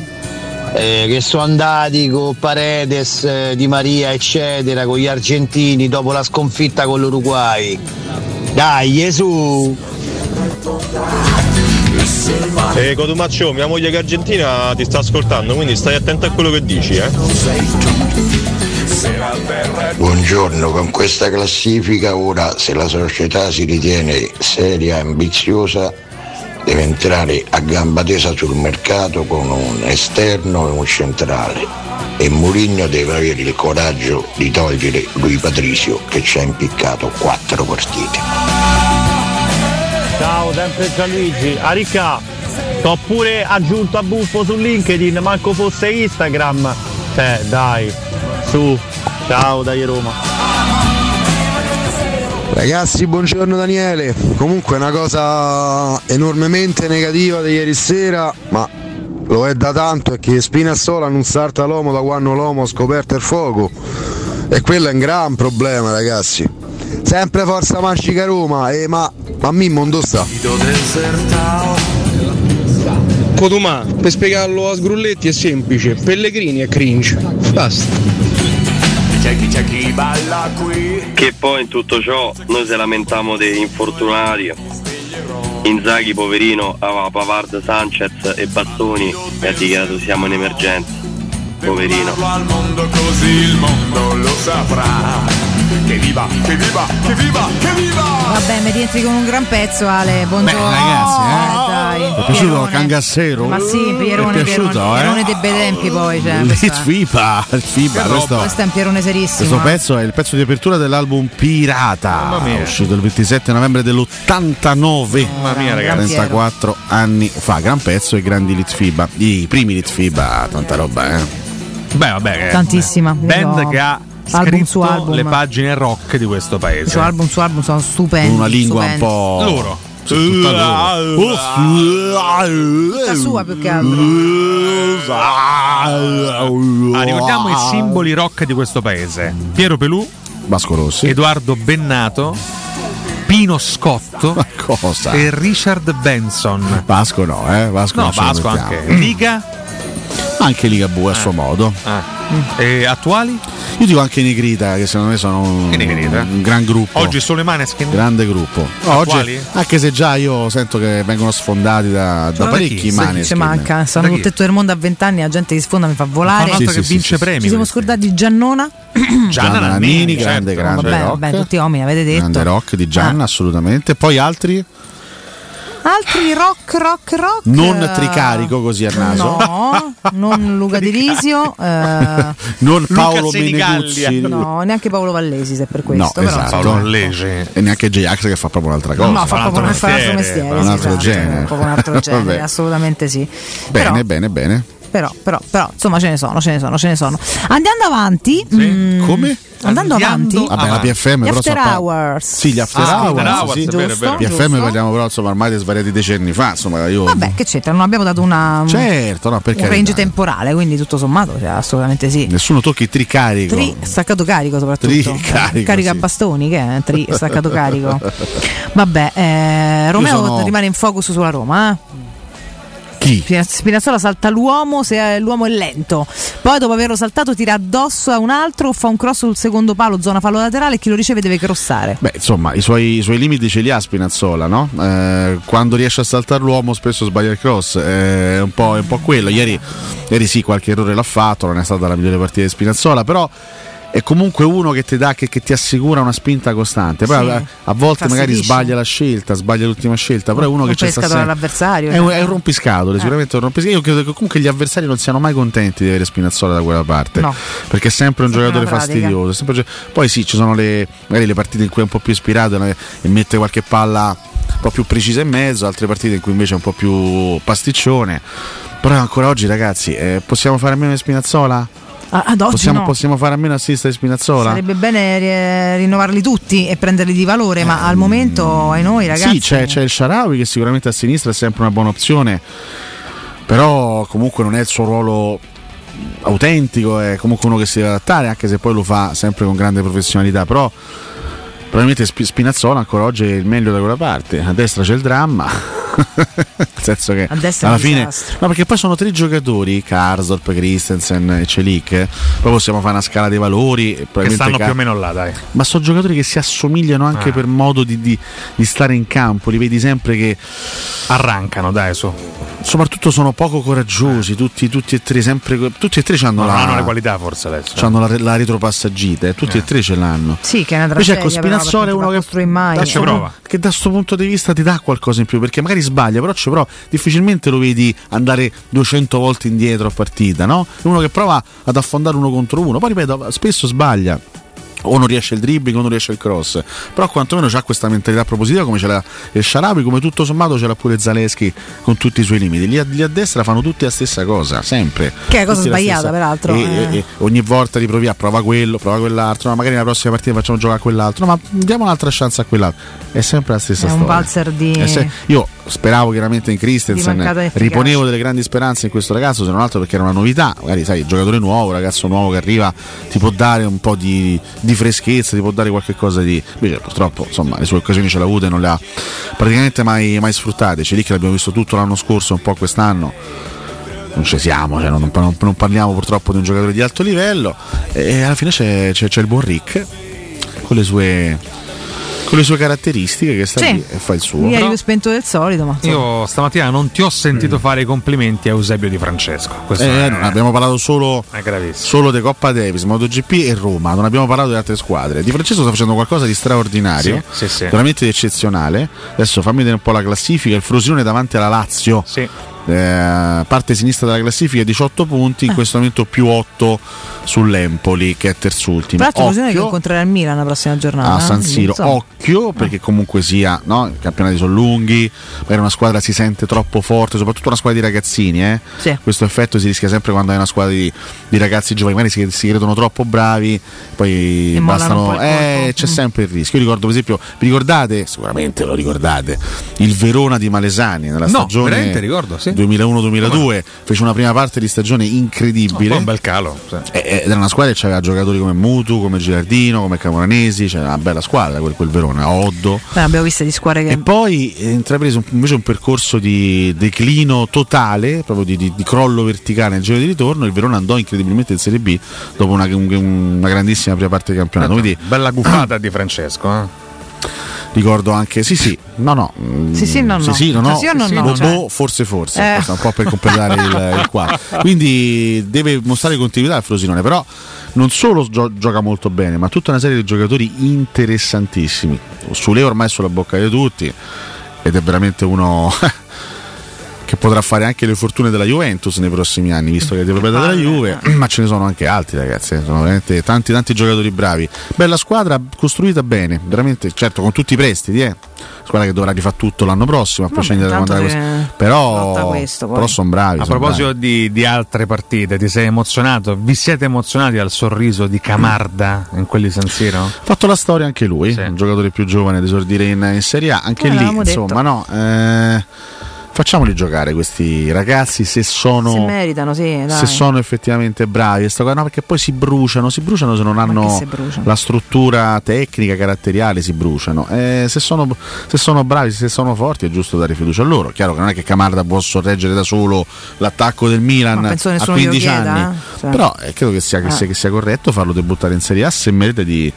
Speaker 1: eh, che sono andati con Paredes, eh, Di Maria, eccetera, con gli argentini dopo la sconfitta con l'Uruguay. Dai, Gesù!
Speaker 52: E Eh, Cotumaccio, mia moglie che è argentina ti sta ascoltando, quindi stai attento a quello che dici, eh.
Speaker 43: Buongiorno, con questa classifica ora se la società si ritiene seria e ambiziosa deve entrare a gamba tesa sul mercato con un esterno e un centrale e Mourinho deve avere il coraggio di togliere lui Patricio che ci ha impiccato quattro partite.
Speaker 1: Ciao, sempre Gianluigi, Aricca, t'ho pure aggiunto a buffo su LinkedIn, manco fosse Instagram. Cioè, dai, su, ciao dai Roma.
Speaker 7: Ragazzi, buongiorno Daniele. Comunque una cosa enormemente negativa di ieri sera, ma lo è da tanto, è che Spinazzola non salta l'uomo da quando l'uomo ha scoperto il fuoco. E quello è un gran problema, ragazzi. Sempre forza magica Roma, eh, ma, ma Mimmo non sta.
Speaker 52: Cotumà, per spiegarlo a Sgrulletti è semplice, Pellegrini è cringe. Basta.
Speaker 8: C'è chi, c'è chi balla qui.
Speaker 51: Che poi in tutto ciò noi se lamentiamo degli infortunati. Inzaghi, poverino, aveva Pavard, Sanchez e Bastoni e ha dichiarato siamo in emergenza. Poverino.
Speaker 8: Al mondo così il mondo lo saprà. Che viva, che viva, che viva, che viva!
Speaker 11: Vabbè, mi rientri con un gran pezzo, Ale. Buongiorno.
Speaker 9: ragazzi,
Speaker 12: Oh,
Speaker 11: eh.
Speaker 9: Ti è piaciuto Cangassero?
Speaker 11: Ma sì, Pierone,
Speaker 9: Ti è piaciuto,
Speaker 11: Pierone,
Speaker 9: eh?
Speaker 11: Pierone dei Bedempi poi. Cioè,
Speaker 9: Il
Speaker 11: questo, è-
Speaker 9: FIBA, il FIBA, questo,
Speaker 11: questo è un Pierone
Speaker 9: questo
Speaker 11: serissimo. eh.
Speaker 9: pezzo è il pezzo di apertura dell'album Pirata, uscito il 27 novembre dell'89,
Speaker 12: Mamma mia, ragazzi.
Speaker 9: 34 anni fa, gran pezzo e grandi Liz FIBA, i primi Liz FIBA, tanta roba eh.
Speaker 12: Beh, vabbè. eh,
Speaker 11: Tantissima.
Speaker 12: Band
Speaker 11: Io-
Speaker 12: che ha
Speaker 11: album su
Speaker 12: scritto
Speaker 11: album.
Speaker 12: le pagine rock di questo paese.
Speaker 11: Su album su album sono stupendi. stupendi.
Speaker 12: loro.
Speaker 9: Sì, tutta loro.
Speaker 11: Tutta sua più che altro.
Speaker 12: Ah, ricordiamo i simboli rock di questo paese: Piero Pelù,
Speaker 9: Vasco Rossi,
Speaker 12: Edoardo Bennato, Pino Scotto e Richard Benson.
Speaker 9: Vasco no, eh? Vasco
Speaker 12: No,
Speaker 9: non ce lo
Speaker 12: Vasco
Speaker 9: mettiamo. Mm.
Speaker 12: anche. Liga? Eh.
Speaker 9: Anche Ligabue a suo modo.
Speaker 12: E attuali? eh.
Speaker 9: Io dico anche Negrita, che secondo me sono un, un gran gruppo.
Speaker 12: Oggi solo le Maneskin?
Speaker 9: Grande gruppo. No,
Speaker 12: Attuali?
Speaker 9: oggi, anche se già io sento che vengono sfondati da, da
Speaker 11: Ma
Speaker 9: parecchi
Speaker 11: chi?
Speaker 9: mani.
Speaker 11: Ci manca, sono sul tetto del mondo a vent'anni, la gente che sfonda mi fa volare.
Speaker 9: Ma fa un altro Sì, che sì, vince sì, sì. premi,
Speaker 11: Ci siamo scordati di Giannona.
Speaker 9: Gianna Nannini, grande, grande
Speaker 11: Vabbè,
Speaker 9: rock.
Speaker 11: vabbè, tutti uomini, avete
Speaker 9: Grande
Speaker 11: detto.
Speaker 9: rock di
Speaker 12: Ah.
Speaker 9: Gianna, assolutamente. Poi altri
Speaker 11: Altri rock, rock, rock.
Speaker 9: non
Speaker 11: eh,
Speaker 9: tricarico così a naso.
Speaker 11: No, non Luca Di Risio, eh,
Speaker 9: non Paolo Meneguzzi.
Speaker 11: No, neanche Paolo Vallesi se è per
Speaker 9: No,
Speaker 11: questo. però,
Speaker 9: esatto.
Speaker 11: insomma,
Speaker 9: E neanche J-Ax che fa proprio un'altra cosa.
Speaker 11: No, fa proprio un fa un altro mestiere,
Speaker 9: Un
Speaker 11: sì,
Speaker 9: altro
Speaker 11: esatto,
Speaker 9: genere.
Speaker 11: proprio un altro genere,
Speaker 9: Vabbè.
Speaker 11: assolutamente sì. Però-
Speaker 9: Bene, bene, bene.
Speaker 11: però, però, però, insomma, ce ne sono, ce ne sono, ce ne sono. Andiamo avanti. Mm,
Speaker 9: Come?
Speaker 11: Andando avanti.
Speaker 9: Vabbè, la PFM
Speaker 11: Ah, Gli
Speaker 9: però
Speaker 11: after
Speaker 9: so pa-
Speaker 11: hours.
Speaker 9: Sì, gli after
Speaker 11: Ah,
Speaker 9: hours.
Speaker 11: after hours,
Speaker 9: sì.
Speaker 11: è vero, è vero.
Speaker 9: PFM
Speaker 11: Giusto.
Speaker 9: parliamo però insomma ormai di svariati decenni fa, insomma io
Speaker 11: Vabbè, che c'entra? Non abbiamo dato una,
Speaker 9: Certo, no, per
Speaker 11: un range
Speaker 9: carità.
Speaker 11: temporale, quindi tutto sommato, cioè, assolutamente sì.
Speaker 9: Nessuno tocchi tricarico.
Speaker 11: Tri staccato carico soprattutto.
Speaker 9: Tricarico,
Speaker 11: Carica
Speaker 9: ecco. sì.
Speaker 11: a bastoni, che è tri staccato carico. Vabbè, eh, Romeo
Speaker 9: Io sono-
Speaker 11: rimane in focus sulla Roma. eh.
Speaker 9: Chi?
Speaker 11: Spina- Spinazzola salta l'uomo se eh, l'uomo è lento. Poi dopo averlo saltato tira addosso a un altro, fa un cross sul secondo palo, zona fallo laterale e chi lo riceve deve crossare.
Speaker 9: Beh, insomma, i suoi, i suoi limiti ce li ha Spinazzola, no? Eh, quando riesce a saltare l'uomo spesso sbaglia il cross, eh, è, un po', è un po' quello. Ieri, ieri sì, qualche errore l'ha fatto, non è stata la migliore partita di Spinazzola, però è comunque uno che ti dà, che, che ti assicura una spinta costante. Poi
Speaker 11: Sì.
Speaker 9: a, a volte magari
Speaker 11: Infastidisce.
Speaker 9: sbaglia la scelta, sbaglia l'ultima scelta, però è uno
Speaker 11: Un
Speaker 9: che c'è sta
Speaker 11: pescatore
Speaker 9: sempre.
Speaker 11: all'avversario,
Speaker 9: È un,
Speaker 11: cioè.
Speaker 9: è un rompiscatole, sicuramente è un rompiscatole. Io credo che comunque gli avversari non siano mai contenti di avere Spinazzola da quella parte.
Speaker 11: No.
Speaker 9: Perché è sempre un
Speaker 11: Sempre una
Speaker 9: giocatore
Speaker 11: pratica.
Speaker 9: fastidioso. è sempre un gio- Poi sì, ci sono le, magari le partite in cui è un po' più ispirato no? e mette qualche palla un po' più precisa in mezzo, altre partite in cui invece è un po' più pasticcione. Però ancora oggi, ragazzi, eh, possiamo fare a meno di Spinazzola?
Speaker 11: Ah, Ad oggi
Speaker 9: eh, possiamo,
Speaker 11: no.
Speaker 9: possiamo fare a meno assista di Spinazzola?
Speaker 11: Sarebbe bene ri- rinnovarli tutti e prenderli di
Speaker 9: Eh,
Speaker 11: valore, ma al
Speaker 9: mm.
Speaker 11: momento ai noi ragazzi.
Speaker 9: Sì, c'è, c'è il Sharawi che sicuramente a sinistra è sempre una buona opzione, però comunque non è il suo ruolo autentico, è comunque uno che si deve adattare, anche se poi lo fa sempre con grande professionalità, però probabilmente Spi- Spinazzola ancora oggi è il meglio da quella parte, a destra c'è il dramma. Nel senso che
Speaker 11: A destra è
Speaker 9: alla
Speaker 11: un
Speaker 9: fine,
Speaker 11: disastro.
Speaker 9: no, perché poi sono tre giocatori: Karsdorp, Christensen e Celic. eh. Poi possiamo fare una scala dei valori. e
Speaker 12: Che
Speaker 9: probabilmente
Speaker 12: stanno
Speaker 9: Ka-
Speaker 12: più o meno là, dai.
Speaker 9: ma sono giocatori che si assomigliano anche
Speaker 12: Ah.
Speaker 9: per modo di, di- di stare in campo, li vedi sempre che
Speaker 12: arrancano, dai, su. Eh.
Speaker 9: Soprattutto sono poco coraggiosi, tutti, tutti e tre, sempre co- tutti e tre hanno,
Speaker 12: Non
Speaker 9: la,
Speaker 12: hanno le qualità, forse adesso.
Speaker 9: c'hanno la, la retropassagita, eh, tutti e tre ce l'hanno.
Speaker 11: Sì, che è una
Speaker 9: Invece,
Speaker 11: tragedia.
Speaker 9: ecco, Spinazzola è uno che
Speaker 11: costruisce mai.
Speaker 9: Da sto pu- Che da questo punto di vista ti dà qualcosa in più, perché magari sbaglia, però ci prova, difficilmente lo vedi andare 200 volte indietro a partita, no? È Uno che prova ad affondare uno contro uno, poi ripeto, spesso sbaglia. O non riesce il dribbling o non riesce il cross. Però quantomeno c'ha questa mentalità propositiva come ce l'ha il Sharabi, come tutto sommato ce l'ha pure Zaleschi con tutti i suoi limiti. Lì a, lì a destra fanno tutti la stessa cosa, sempre.
Speaker 11: Che è cosa
Speaker 9: Tutti la
Speaker 11: sbagliata,
Speaker 9: stessa-
Speaker 11: peraltro,
Speaker 9: E-
Speaker 11: eh.
Speaker 9: e- e ogni volta riproviamo, prova quello, prova quell'altro, no, magari nella prossima partita facciamo giocare a quell'altro, no, ma diamo un'altra chance a quell'altro. È sempre la stessa
Speaker 11: È un
Speaker 9: storia.
Speaker 11: valzer di.
Speaker 9: Eh, se- io speravo chiaramente in
Speaker 11: Di mancata
Speaker 9: Christensen,
Speaker 11: efficacia.
Speaker 9: riponevo delle grandi speranze in questo ragazzo, se non altro perché era una novità, magari sai, giocatore nuovo, ragazzo nuovo che arriva, ti può dare un po' di, di freschezza, ti può dare qualche cosa di... Invece purtroppo, insomma, le sue occasioni ce l'ha avute e non le ha praticamente mai, mai sfruttate, c'è lì che l'abbiamo visto tutto l'anno scorso, un po' quest'anno. Non ci siamo, cioè, non, non- non parliamo purtroppo di un giocatore di alto livello e alla fine c'è, c'è- c'è il buon Rick con le sue, con le sue caratteristiche che sta
Speaker 11: Sì.
Speaker 9: lì e fa il suo.
Speaker 11: Ieri più spento del solito, ma. insomma.
Speaker 12: Io stamattina non ti ho sentito fare i complimenti a Eusebio Di Francesco. Questo
Speaker 9: Mm. Eh,
Speaker 12: è-
Speaker 9: non abbiamo parlato solo,
Speaker 12: è gravissimo.
Speaker 9: solo di Coppa Davis, MotoGP e Roma, non abbiamo parlato di altre squadre. Di Francesco sta facendo qualcosa di straordinario,
Speaker 12: Sì, sì, sì.
Speaker 9: veramente di eccezionale. Adesso fammi vedere un po' la classifica, il Frosinone davanti alla Lazio. eh, parte sinistra della classifica 18 punti,
Speaker 11: Eh.
Speaker 9: in questo momento più 8 sull'Empoli che è terzultima.
Speaker 11: Tra l'altro,
Speaker 9: Occhio-
Speaker 11: occasione che incontrerà il Milan la prossima giornata.
Speaker 9: a San
Speaker 11: eh?
Speaker 9: Siro.
Speaker 11: Insomma.
Speaker 9: Occhio perché comunque sia, no? i campionati sono lunghi, magari una squadra si sente troppo forte, soprattutto una squadra di ragazzini. eh.
Speaker 11: Sì.
Speaker 9: Questo effetto si rischia sempre quando è una squadra di, di ragazzi giovani, magari si, si credono troppo bravi, poi
Speaker 11: E mollano un
Speaker 9: bastano...
Speaker 11: po' il Mm.
Speaker 9: eh, c'è sempre il rischio. Io ricordo per esempio, vi ricordate, sicuramente lo ricordate, il Verona di Malesani nella
Speaker 12: No,
Speaker 9: stagione
Speaker 12: veramente ricordo, sì.
Speaker 9: 2001-2002, fece una prima parte di stagione incredibile.
Speaker 12: Poi un bel calo. sì.
Speaker 9: Eh, eh, Era una squadra che aveva giocatori come Mutu, come Gilardino, come Camoranesi, c'era una bella squadra quel, quel Verona, Oddo.
Speaker 11: Beh, abbiamo visto di squadre che.
Speaker 9: E poi eh, intraprese un- invece un percorso di declino totale, proprio di, di- di crollo verticale nel giro di ritorno. Il Verona andò incredibilmente in Serie B dopo una, un- una grandissima prima parte di campionato.
Speaker 11: Certo.
Speaker 9: Quindi,
Speaker 12: Bella guffata di Francesco. eh.
Speaker 9: Ricordo anche, sì, sì, no, no, mm,
Speaker 11: Sì, sì, no, no.
Speaker 9: no,
Speaker 11: Sì, sì, no, no,
Speaker 9: Bobo,
Speaker 11: cioè.
Speaker 9: forse, forse,
Speaker 11: Eh.
Speaker 9: Questo è un po' per completare il, il quadro. Quindi deve mostrare continuità al Frosinone, però non solo gio- gioca molto bene, ma tutta una serie di giocatori interessantissimi. Sule ormai è sulla bocca di tutti ed è veramente uno che potrà fare anche le fortune della Juventus nei prossimi anni, visto che è di proprietà della Juve, ma ce ne sono anche altri ragazzi, eh. sono veramente tanti tanti giocatori bravi. Bella squadra costruita bene, veramente, certo, con tutti i prestiti, eh. Squadra che dovrà rifare tutto l'anno prossimo, a prescindere da quando
Speaker 12: tanto
Speaker 9: andrà
Speaker 12: che
Speaker 9: questo.
Speaker 12: lotta
Speaker 9: Però,
Speaker 12: questo, poi.
Speaker 9: però sono bravi.
Speaker 12: A
Speaker 9: son
Speaker 12: proposito di, di altre partite, ti sei emozionato? Vi siete emozionati al sorriso di Camarda in quelli San Siro?
Speaker 9: Ha fatto la storia anche lui, un giocatore più giovane ad esordire in, in Serie A, anche
Speaker 12: Eh,
Speaker 9: lì,
Speaker 12: l'avevamo
Speaker 9: insomma,
Speaker 12: detto.
Speaker 9: no, eh, facciamoli giocare questi ragazzi se sono
Speaker 11: Si meritano, sì. Dai.
Speaker 9: se sono effettivamente bravi, sta cosa- no, perché poi si bruciano, si bruciano se non
Speaker 11: che
Speaker 9: hanno
Speaker 11: se bruciano?
Speaker 9: la struttura tecnica, caratteriale, si bruciano. Eh, se, sono, se sono bravi, se sono forti, è giusto dare fiducia a loro. Chiaro che non è che Camarda può sorreggere da solo l'attacco del Milan
Speaker 11: Ma penso
Speaker 9: a
Speaker 11: nessuno glielo
Speaker 9: 15
Speaker 11: chieda,
Speaker 9: anni,
Speaker 11: eh. Cioè.
Speaker 9: però eh, credo che sia, che
Speaker 11: Ah.
Speaker 9: sia- che sia corretto farlo debuttare in Serie A se merita di,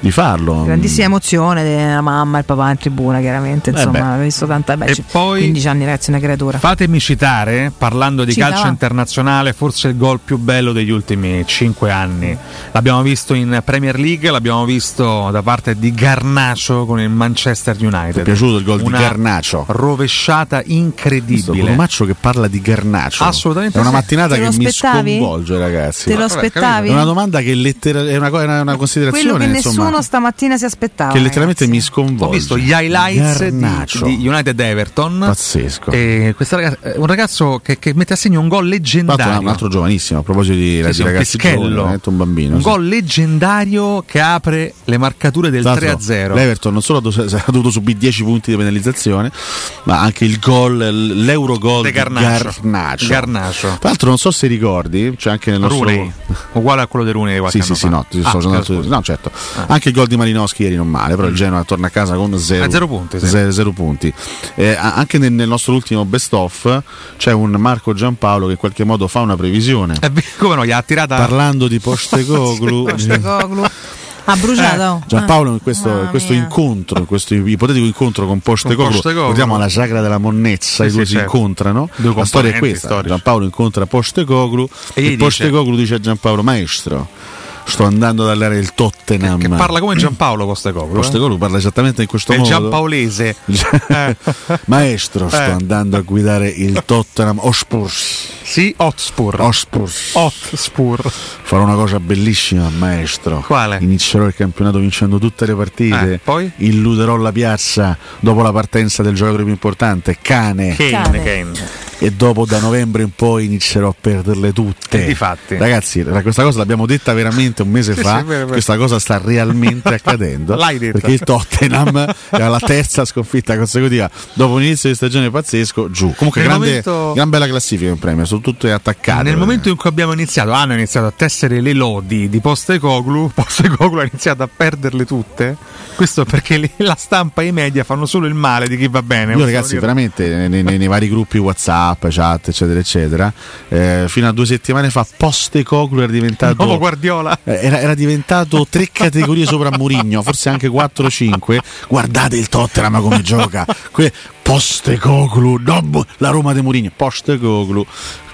Speaker 9: di farlo.
Speaker 11: Grandissima emozione della mamma e il papà in tribuna, chiaramente.
Speaker 9: Eh
Speaker 11: Insomma,
Speaker 9: beh.
Speaker 11: ha visto tanta. Beh,
Speaker 12: E
Speaker 11: c-
Speaker 12: poi-
Speaker 11: 15 anni, ragazzi, una creatura.
Speaker 12: Fatemi citare, parlando di
Speaker 11: Sì,
Speaker 12: calcio
Speaker 11: va.
Speaker 12: internazionale, forse il gol più bello degli ultimi 5 anni. L'abbiamo visto in Premier League, l'abbiamo visto da parte di Garnacio con il Manchester United.
Speaker 9: Ti è piaciuto il gol
Speaker 12: Una
Speaker 9: di Garnacio?
Speaker 12: Rovesciata
Speaker 9: Questo
Speaker 12: incredibile.
Speaker 9: Colomaccio che parla di Garnacio.
Speaker 12: Assolutamente
Speaker 9: È una
Speaker 12: sì.
Speaker 9: mattinata
Speaker 11: Te
Speaker 9: che
Speaker 11: lo
Speaker 9: mi
Speaker 11: aspettavi?
Speaker 9: sconvolge, ragazzi.
Speaker 11: Te lo aspettavi?
Speaker 9: È una domanda che lettera- è una, co- è una- una
Speaker 11: Quello
Speaker 9: considerazione
Speaker 11: che
Speaker 9: insomma,
Speaker 11: nessuno stamattina si aspettava.
Speaker 9: che letteralmente mi sconvolge.
Speaker 12: Ho visto gli highlights
Speaker 9: Garnacho.
Speaker 12: di, di United Everton.
Speaker 9: Pazzesco.
Speaker 12: E questa ragazza- è un ragazzo che, che mette a segno un gol
Speaker 9: Tra l'altro,
Speaker 12: leggendario.
Speaker 9: un altro giovanissimo, a proposito di, di
Speaker 12: sì, un
Speaker 9: ragazzi
Speaker 12: peschello.
Speaker 9: giovani, veramente un bambino.
Speaker 12: un
Speaker 9: sì.
Speaker 12: gol leggendario che apre le marcature del
Speaker 9: Tra l'altro,
Speaker 12: 3-0.
Speaker 9: L'Everton non solo ha dos- ha dovuto subire 10 punti di penalizzazione, ma anche il gol, l- l'eurogol
Speaker 12: De
Speaker 9: di
Speaker 12: Garnacho.
Speaker 9: Garnacio.
Speaker 12: Garnacio.
Speaker 9: Tra l'altro, non so se ricordi, c'è anche nel nostro.
Speaker 12: Rooney, uguale a quello di Rooney di qualche
Speaker 9: Sì, sì,
Speaker 12: anno
Speaker 9: sì, no, ti
Speaker 12: fa. Ah,
Speaker 9: sto
Speaker 12: scusa, Ah. Mm.
Speaker 9: andando- no, certo. Anche il gol di Malinowski ieri non male, però il Genoa torna a casa con zero,
Speaker 12: A zero punti, sì.
Speaker 9: Zero, zero punti. Eh, a- anche nel, nel nostro ultimo best of c'è un Marco Giampaolo che in qualche modo fa una previsione.
Speaker 12: Eh, beh, come no, gli ha tirata
Speaker 9: Parlando di Postecoglou,
Speaker 11: Coglu. eh, Ha
Speaker 9: Eh,
Speaker 11: bruciato. Ah.
Speaker 9: Giampaolo in questo, in questo incontro, in questo ipotetico incontro con
Speaker 12: Con
Speaker 9: Postecoglou,
Speaker 12: Postecoglou.
Speaker 9: vediamo alla sagra della monnezza,
Speaker 12: Sì,
Speaker 9: i due
Speaker 12: sì,
Speaker 9: si
Speaker 12: certo.
Speaker 9: incontrano.
Speaker 12: Due
Speaker 9: La storia è
Speaker 12: componenti
Speaker 9: questa,
Speaker 12: storici.
Speaker 9: Giampaolo incontra Postecoglou
Speaker 12: E gli
Speaker 9: e,
Speaker 12: dice-
Speaker 9: Postecoglou dice a Giampaolo maestro, sto andando ad allare il Tottenham.
Speaker 12: Che parla come Giampaolo Postecoglio.
Speaker 9: Postecoglou parla esattamente in questo
Speaker 12: È il
Speaker 9: modo.
Speaker 12: Giampaolese.
Speaker 9: Eh. Maestro, sto
Speaker 12: Eh.
Speaker 9: andando a guidare il Tottenham Hotspur.
Speaker 12: Sì, Hotspur.
Speaker 9: Hotspur.
Speaker 12: Hotspur.
Speaker 9: Farò una cosa bellissima, maestro.
Speaker 12: Quale?
Speaker 9: Inizierò il campionato vincendo tutte le partite.
Speaker 12: Eh, poi?
Speaker 9: Illuderò la piazza dopo la partenza del giocatore più importante, Cane.
Speaker 12: Kane, Kane.
Speaker 9: E dopo da novembre in poi inizierò a perderle tutte.
Speaker 12: E difatti.
Speaker 9: Ragazzi, ra- questa cosa l'abbiamo detta veramente un mese
Speaker 12: Sì,
Speaker 9: fa.
Speaker 12: sì, è vero, è vero.
Speaker 9: Questa cosa sta realmente accadendo.
Speaker 12: L'hai detta.
Speaker 9: Perché il Tottenham era la terza sconfitta consecutiva dopo un inizio di stagione pazzesco giù. Comunque
Speaker 12: Nel
Speaker 9: grande,
Speaker 12: momento-
Speaker 9: gran bella classifica in premio, sono tutte attaccate.
Speaker 12: Nel momento in cui abbiamo iniziato, hanno iniziato a tessere le lodi di Postecoglu, Postecoglu ha iniziato a perderle tutte. Questo perché le- la stampa e i media fanno solo il male di chi va bene.
Speaker 9: Io
Speaker 12: possiamo
Speaker 9: ragazzi
Speaker 12: dire.
Speaker 9: veramente nei, nei- nei vari gruppi Whatsapp, chat eccetera eccetera, eh, fino a due settimane fa Poste Coglu era diventato...
Speaker 12: Nuovo Guardiola.
Speaker 9: eh, Era, era diventato tre categorie sopra Murigno, forse anche 4 o 5. Guardate il Tottenham come gioca. Que- Poste Coglu, no, la Roma di Murigno. Poste Coglu.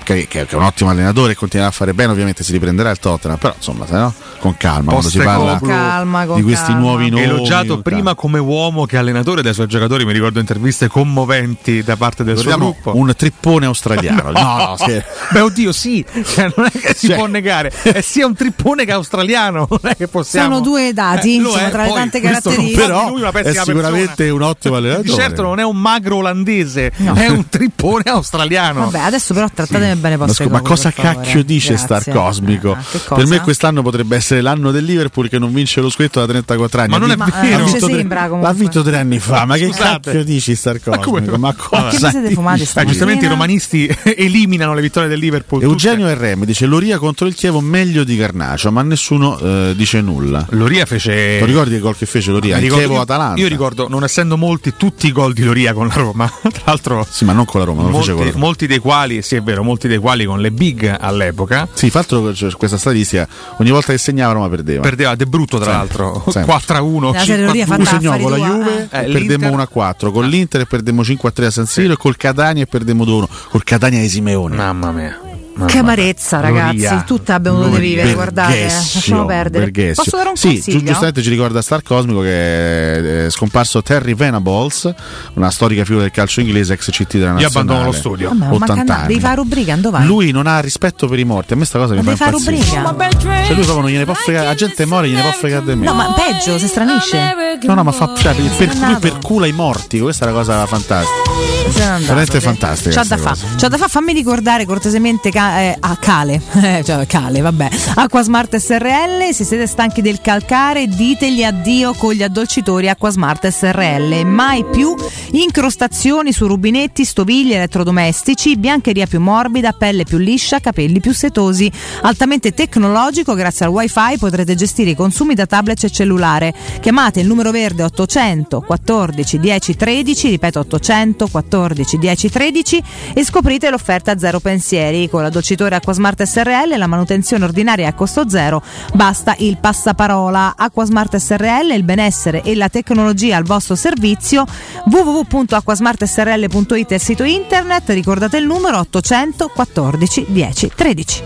Speaker 9: che, che- che è un ottimo allenatore e continuerà a fare bene, ovviamente si riprenderà il Tottenham, però insomma, se no, con calma, quando si parla
Speaker 11: Con calma, con
Speaker 9: di questi
Speaker 11: calma.
Speaker 9: nuovi nomi. eh,
Speaker 12: Elogiato prima come uomo che allenatore dai suoi giocatori, mi ricordo interviste commoventi da parte del
Speaker 9: Ricordiamo
Speaker 12: suo gruppo.
Speaker 9: un trippone australiano. no, no, scherzo.
Speaker 12: Beh, oddio, sì, Cioè, non è che si può negare, è sia un trippone che australiano, non è che possiamo.
Speaker 11: Sono due dati,
Speaker 12: Eh, lo
Speaker 11: insomma,
Speaker 12: è,
Speaker 11: tra le
Speaker 12: poi,
Speaker 11: tante
Speaker 12: questo non
Speaker 11: caratteristiche.
Speaker 12: fa di lui una pessima
Speaker 9: è sicuramente un ottimo allenatore.
Speaker 12: Di certo non è un magro olandese, è un trippone australiano.
Speaker 11: Vabbè, adesso però trattatemi bene
Speaker 9: Ma,
Speaker 11: vostre
Speaker 9: scu- ma
Speaker 11: cose,
Speaker 9: cosa
Speaker 11: per favore.
Speaker 9: cacchio dice
Speaker 11: Grazie. Ah,
Speaker 9: Star Cosmico?
Speaker 11: cosa?
Speaker 9: per me quest'anno potrebbe essere l'anno del Liverpool che non vince lo scudetto da 34 anni.
Speaker 12: Ma non è
Speaker 9: Ha vinto-
Speaker 12: vero.
Speaker 9: ha
Speaker 12: Non ci
Speaker 9: vinto tre-
Speaker 11: eh, sembra,
Speaker 9: L'ha
Speaker 11: comunque.
Speaker 9: vinto tre anni fa, ma che
Speaker 12: Scusate.
Speaker 9: cacchio dici Star Cosmico? Ma cosa?
Speaker 12: Vabbè. Eh, giustamente i romanisti eliminano le vittorie del Liverpool.
Speaker 9: Eugenio RM dice Loria contro il Chievo meglio di Carnaccio, ma nessuno eh, dice nulla.
Speaker 12: Loria fece.
Speaker 9: Ti ricordi il gol che fece Loria?
Speaker 12: Mi
Speaker 9: Il
Speaker 12: ricordo-
Speaker 9: Chievo
Speaker 12: io-
Speaker 9: Atalanta.
Speaker 12: Io ricordo, non essendo molti, tutti i gol di Loria con la Roma. Tra l'altro,
Speaker 9: Sì, ma non con la Roma, non lo
Speaker 12: molti,
Speaker 9: fece con la Roma.
Speaker 12: molti dei quali, sì, è vero, molti dei quali con le big all'epoca.
Speaker 9: Sì, fatto c'è questa statistica, ogni volta che segnava Roma perdeva.
Speaker 12: Perdeva ah, De Brutto, tra
Speaker 9: Sempre,
Speaker 12: l'altro.
Speaker 9: sempre.
Speaker 12: 4 a 1.
Speaker 11: La Serie Loria fatta
Speaker 9: segnò
Speaker 11: affari
Speaker 9: con la
Speaker 11: tua,
Speaker 9: Juve
Speaker 12: eh. Eh,
Speaker 9: e perdemmo
Speaker 12: l'Inter- Eh.
Speaker 9: 1 a 4, con l'Inter e perdemmo 5 a 3 a San Siro e col Catania e perdemmo 2 1, col Catania di Simeone.
Speaker 12: Mamma mia.
Speaker 11: Che amarezza,
Speaker 9: Loria.
Speaker 11: ragazzi, tutta abbiamo dovuto
Speaker 9: Loria.
Speaker 11: vivere, guardate, eh,
Speaker 9: Berghessio,
Speaker 11: lasciamo perdere.
Speaker 9: Berghessio.
Speaker 11: Posso dare un
Speaker 9: sì,
Speaker 11: consiglio?
Speaker 9: giu- giustamente ci ricorda Star Cosmico che eh, è scomparso Terry Venables, una storica figura del calcio inglese ex CT della
Speaker 12: Io
Speaker 9: nazionale.
Speaker 12: abbandono lo studio.
Speaker 11: Vabbè, ma
Speaker 9: 80
Speaker 11: canna- devi
Speaker 9: anni.
Speaker 11: fare rubrica, dove vai?
Speaker 9: Lui non ha rispetto per i morti, a me sta cosa mi
Speaker 11: Ma devi
Speaker 9: fa
Speaker 11: fare
Speaker 9: impazzire.
Speaker 11: rubrica.
Speaker 9: Cioè lui proprio non gliene può fregare, la gente muore gliene può fregare del meno.
Speaker 11: No, ma peggio, se stranisce.
Speaker 9: No, no, ma fa, cioè, per- lui
Speaker 11: Dannato.
Speaker 9: percula i morti, questa è una cosa fantastica.
Speaker 11: Se n'è andato,
Speaker 9: Veramente
Speaker 11: sì.
Speaker 9: fantastica
Speaker 11: C'ha
Speaker 9: questa
Speaker 11: da, fa. Cioè,
Speaker 9: cosa.
Speaker 11: C'ha da fa, fammi ricordare cortesemente ca- eh, a Cale, Eh, cioè Cale, vabbè. Acquasmart SRL, se siete stanchi del calcare, ditegli addio con gli addolcitori Acquasmart SRL. Mai più incrostazioni su rubinetti, stoviglie, elettrodomestici, biancheria più morbida, pelle più liscia, capelli più setosi. Altamente tecnologico, grazie al wifi potrete gestire i consumi da tablet e cellulare. Chiamate il numero verde 800 14 10 13, ripeto 800 14 10 13 e scoprite l'offerta zero pensieri. Con la dolcitore Acquasmart SRL la manutenzione ordinaria è a costo zero, basta il passaparola. Acquasmart SRL, il benessere e la tecnologia al vostro servizio. www.acquasmartsrl.it è il sito internet, ricordate il numero 800 14 10 13.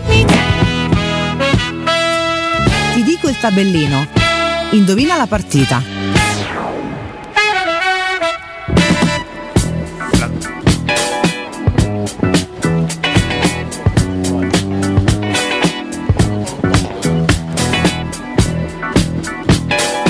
Speaker 11: Ti dico il tabellino. Indovina la partita.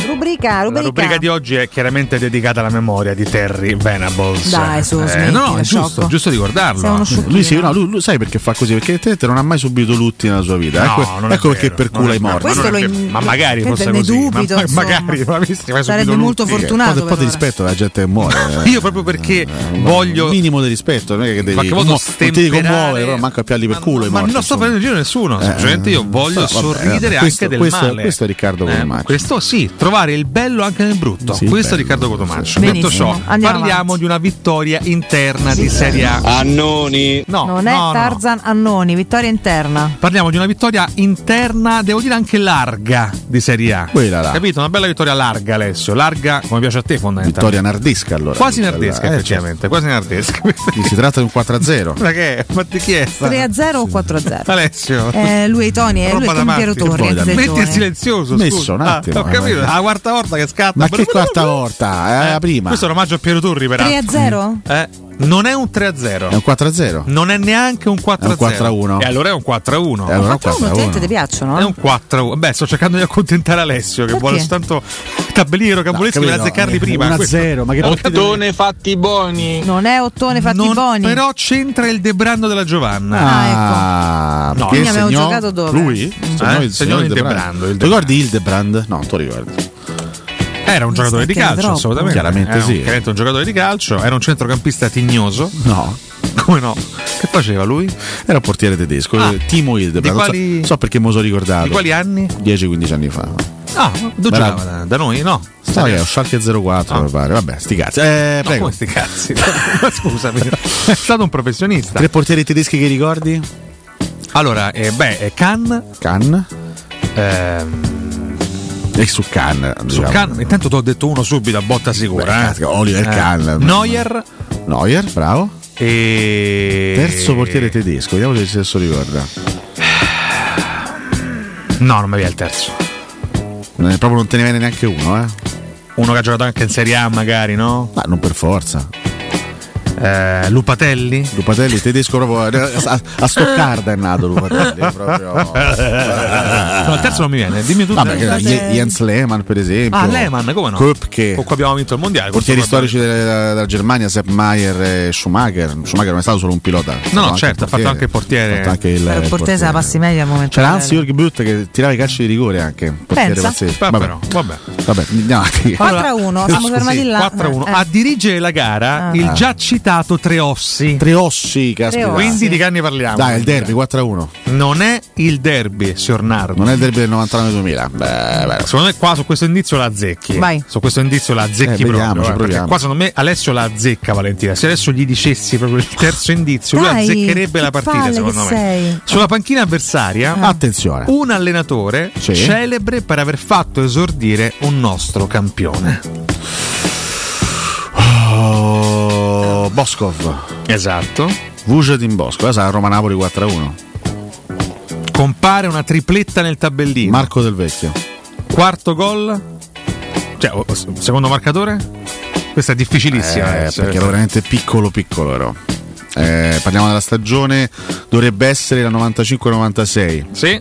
Speaker 11: Rubrica,
Speaker 12: La
Speaker 11: rubrica.
Speaker 12: rubrica di oggi è chiaramente dedicata alla memoria di Terry Venables.
Speaker 11: Dai, su,
Speaker 12: eh,
Speaker 11: smettila,
Speaker 12: no, è
Speaker 11: sciocco.
Speaker 12: giusto, giusto
Speaker 11: Sei uno
Speaker 12: ricordarlo.
Speaker 11: sciocchino.
Speaker 9: Lui, sì, no, lui, lui- sai perché fa così? Perché evidentemente non ha mai subito lutti nella sua vita.
Speaker 12: No,
Speaker 9: ecco
Speaker 12: non è
Speaker 9: ecco
Speaker 12: vero,
Speaker 9: perché percula
Speaker 12: non è
Speaker 9: i
Speaker 12: vero,
Speaker 9: morti.
Speaker 12: ma non è vero. Ma magari
Speaker 11: Questo
Speaker 12: fosse
Speaker 11: ne
Speaker 12: così. ma-
Speaker 11: dubito,
Speaker 12: ma-
Speaker 11: insomma.
Speaker 12: magari, ma visto, vai subito
Speaker 11: Sarebbe
Speaker 12: lui.
Speaker 11: molto fortunato,
Speaker 9: Un po' di
Speaker 11: però,
Speaker 9: rispetto alla gente che muore.
Speaker 12: Io proprio
Speaker 9: Eh,
Speaker 12: perché
Speaker 9: voglio. Un minimo di rispetto, non è che devi.
Speaker 12: qualche volta
Speaker 9: no, non ti dico
Speaker 12: stemperare-
Speaker 9: muovere, però manca più per culo. i
Speaker 12: Ma
Speaker 9: morti,
Speaker 12: non sto prendendo in giro Eh, nessuno, semplicemente io voglio
Speaker 9: però Eh, vabbè,
Speaker 12: sorridere
Speaker 9: vabbè,
Speaker 12: anche
Speaker 9: questo-
Speaker 12: del
Speaker 9: questo-
Speaker 12: male. Eh,
Speaker 9: questo è Riccardo Cotomaccio.
Speaker 12: Questo sì, trovare il bello anche nel brutto.
Speaker 9: Sì,
Speaker 12: questo è
Speaker 9: bello,
Speaker 12: Riccardo Cotomaccio.
Speaker 9: Benissimo,
Speaker 12: Detto ciò,
Speaker 11: andiamo
Speaker 12: parliamo di una vittoria interna di Serie A. Annoni. No,
Speaker 11: non
Speaker 12: no,
Speaker 11: è
Speaker 12: no.
Speaker 11: Tarzan Annoni, vittoria interna.
Speaker 12: Parliamo di una vittoria interna, devo dire anche larga di Serie A.
Speaker 9: Quella là.
Speaker 12: Capito? Una bella vittoria larga, Alessio. Larga come piace a te, fondamentalmente.
Speaker 9: Vittoria nardesca allora.
Speaker 12: Quasi
Speaker 9: Vittoria-
Speaker 12: nardesca,
Speaker 9: eh,
Speaker 12: effettivamente. Quasi nardesca.
Speaker 9: certo. Si tratta di un 4-0.
Speaker 12: Ma che è? Ma di chi è?
Speaker 11: 3 a 0 o 4 a 0?
Speaker 12: Alessio.
Speaker 11: Eh, lui è Tony, eh, lui
Speaker 12: Roba
Speaker 11: è
Speaker 12: da
Speaker 11: Tom Piero
Speaker 12: matti.
Speaker 11: Torri.
Speaker 12: Metti
Speaker 11: Zettone.
Speaker 12: il silenzioso.
Speaker 9: Messo
Speaker 12: scusa.
Speaker 9: un attimo,
Speaker 12: Ah, ho capito.
Speaker 9: eh.
Speaker 12: La quarta volta che scatta.
Speaker 9: Ma che quarta volta? È la prima.
Speaker 12: Questo è un omaggio a Piero Torri, peraltro.
Speaker 11: 3 a 0?
Speaker 12: Eh, non è un 3 a 0.
Speaker 9: È un 4-0.
Speaker 12: Non è neanche un 4 a 0.
Speaker 9: È un 4 a 1.
Speaker 12: E allora è un 4 a 1.
Speaker 9: Eh, allora è un 4 a 1.
Speaker 11: Ultimamente ti piacciono?
Speaker 12: È
Speaker 11: eh?
Speaker 12: un 4 a 1. Beh, sto cercando di accontentare Alessio, che
Speaker 11: Perché?
Speaker 12: vuole soltanto tabellini rocamboleschi per
Speaker 9: capito,
Speaker 12: azzeccarli
Speaker 9: eh,
Speaker 12: prima.
Speaker 9: 1 a
Speaker 12: Questo-
Speaker 9: 0, ma che
Speaker 12: Ho
Speaker 9: partite-
Speaker 12: capito.
Speaker 24: fatti buoni.
Speaker 11: Non è Ottone fatti
Speaker 12: Non-
Speaker 11: buoni.
Speaker 12: Però c'entra il debrando della Giovanna.
Speaker 9: Ah,
Speaker 12: ecco. No,
Speaker 9: perché
Speaker 12: quindi abbiamo
Speaker 9: segnò-
Speaker 12: giocato dove?
Speaker 9: Lui?
Speaker 12: Mm.
Speaker 9: Segnò
Speaker 12: Eh,
Speaker 9: il-
Speaker 12: segnò
Speaker 9: segnò
Speaker 12: Hildebrand,
Speaker 9: Hildebrand. Ti ricordi Hildebrand? No, non te lo ricordi.
Speaker 12: Era un giocatore di
Speaker 9: Che
Speaker 12: calcio,
Speaker 9: troppo.
Speaker 12: assolutamente.
Speaker 9: Chiaramente
Speaker 12: Era un-
Speaker 9: sì.
Speaker 12: chiaramente un giocatore di calcio, era un centrocampista tignoso.
Speaker 9: No.
Speaker 12: Come no? Che faceva lui? Di
Speaker 9: Era un portiere tedesco,
Speaker 12: Ah.
Speaker 9: eh, Timo Hildebrand.
Speaker 12: Di
Speaker 9: Non so-
Speaker 12: quali-
Speaker 9: So, perché me lo so ricordato.
Speaker 12: quali anni?
Speaker 9: 10-15 anni fa.
Speaker 12: Ah, dove
Speaker 9: Bravo.
Speaker 12: giocava? Da, da noi? No. Ah.
Speaker 9: Stava che era Schalke 04, mi pare. Vabbè, sti cazzi. Eh,
Speaker 12: No,
Speaker 9: prego.
Speaker 12: come sti cazzi? Ma Scusami, è stato un professionista.
Speaker 9: Tre portieri tedeschi che ricordi?
Speaker 12: Allora, eh, beh, è Can.
Speaker 9: Can.
Speaker 12: ehm,
Speaker 9: E su diciamo. Can.
Speaker 12: su Can- intanto ti ho detto uno subito a botta sicura. eh.
Speaker 9: Oliver
Speaker 12: Eh,
Speaker 9: Kahn.
Speaker 12: Neuer.
Speaker 9: Neuer, bravo.
Speaker 12: E...
Speaker 9: Terzo portiere tedesco, vediamo se se lo ricorda.
Speaker 12: No, non mi viene il terzo.
Speaker 9: Eh, proprio non te ne viene neanche uno, eh?
Speaker 12: Uno che ha giocato anche in Serie A, Ah, magari, no? Eh,
Speaker 9: Ma non per forza.
Speaker 12: Lupatelli?
Speaker 9: Lupatelli tedesco proprio eh, a, a- a Stoccarda è nato Lupatelli. proprio.
Speaker 12: No, il terzo non mi viene, Eh, dimmi tu.
Speaker 9: Vabbè, che- Je- Jens Lehmann per esempio.
Speaker 12: Ah, Lehmann, come no?
Speaker 9: Köpke.
Speaker 12: Con cui abbiamo vinto il mondiale.
Speaker 9: eh. Portieri
Speaker 12: questo qua-
Speaker 9: storici della, della Germania, Sepp Maier e Schumacher. Schumacher non è stato solo un pilota.
Speaker 12: No, no, certo, ha fatto anche il portiere.
Speaker 9: Ha fatto anche il,
Speaker 11: Il
Speaker 9: il
Speaker 11: portiere se la passi meglio al momento.
Speaker 9: C'era
Speaker 11: della-
Speaker 9: anzi Jörg Butt che tirava i calci di rigore anche. Portiere
Speaker 11: Eh. Pensa.
Speaker 9: pazzesco.
Speaker 11: Beh,
Speaker 9: Vabbè,
Speaker 12: però, vabbè.
Speaker 9: Vabbè, andiamo avanti.
Speaker 11: 4 a 1, siamo
Speaker 12: Scusi,
Speaker 11: fermati là.
Speaker 12: 4 a 1.
Speaker 11: Eh.
Speaker 12: A dirigere la gara
Speaker 11: Ah.
Speaker 12: il già citato Treossi.
Speaker 9: Treossi, caspita. Treossi.
Speaker 12: Quindi di che anni parliamo?
Speaker 9: Dai, il derby 4 a 1.
Speaker 12: Non è il derby, signor Nardo.
Speaker 9: Non è il derby del 99-2000. Beh, beh.
Speaker 12: Secondo me qua su questo indizio la azzecchi.
Speaker 9: Vai.
Speaker 12: Su questo indizio la azzecchi
Speaker 9: Eh, vediamo, ci
Speaker 12: proprio. perché
Speaker 9: proviamo.
Speaker 12: qua secondo me Alessio la azzecca Valentina. Se adesso gli dicessi proprio il terzo indizio, lui
Speaker 11: Dai,
Speaker 12: azzeccherebbe
Speaker 11: che
Speaker 12: la partita,
Speaker 11: palle
Speaker 12: secondo me.
Speaker 11: che sei. Ah.
Speaker 12: Sulla panchina avversaria,
Speaker 9: attenzione.
Speaker 12: Un allenatore
Speaker 9: Sì.
Speaker 12: celebre per aver fatto esordire un nostro campione.
Speaker 9: Oh, Boscov.
Speaker 12: Esatto.
Speaker 9: Vucetin Bosco, eh, questa sarà Roma Napoli 4 a 1.
Speaker 12: Compare una tripletta nel tabellino.
Speaker 9: Marco Del Vecchio.
Speaker 12: Quarto gol. Cioè, o- o- secondo marcatore? Questa è difficilissima.
Speaker 9: Eh,
Speaker 12: adesso.
Speaker 9: perché ero veramente piccolo piccolo ero. Eh, parliamo della stagione, dovrebbe essere la 95-96.
Speaker 12: Sì.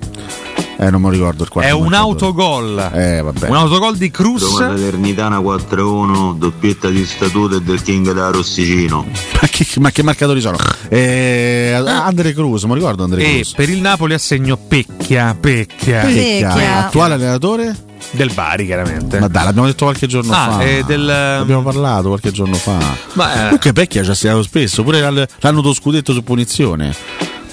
Speaker 9: Eh, non me lo ricordo il quarto.
Speaker 12: È un
Speaker 9: marcatore.
Speaker 12: autogol.
Speaker 9: Eh, vabbè.
Speaker 12: Un autogol di Cruz.
Speaker 53: Roma Salernitana 4-1, doppietta di Statuto e del King da Rossicino.
Speaker 9: Ma che, ma che marcatori sono? Eh,
Speaker 12: Ah.
Speaker 9: Andre Cruz, mi ricordo Andre
Speaker 12: E
Speaker 9: Cruz.
Speaker 12: per il Napoli assegno Pecchia, Pecchia.
Speaker 9: Pecchia. Attuale allenatore?
Speaker 12: Del Bari, chiaramente.
Speaker 9: Ma dai, l'abbiamo detto qualche giorno
Speaker 12: Ah,
Speaker 9: fa.
Speaker 12: eh, del-
Speaker 9: Abbiamo parlato qualche giorno fa.
Speaker 12: Ma, eh.
Speaker 9: Comunque Pecchia ci ha segnato spesso, pure l'al- l'anno dello scudetto su punizione.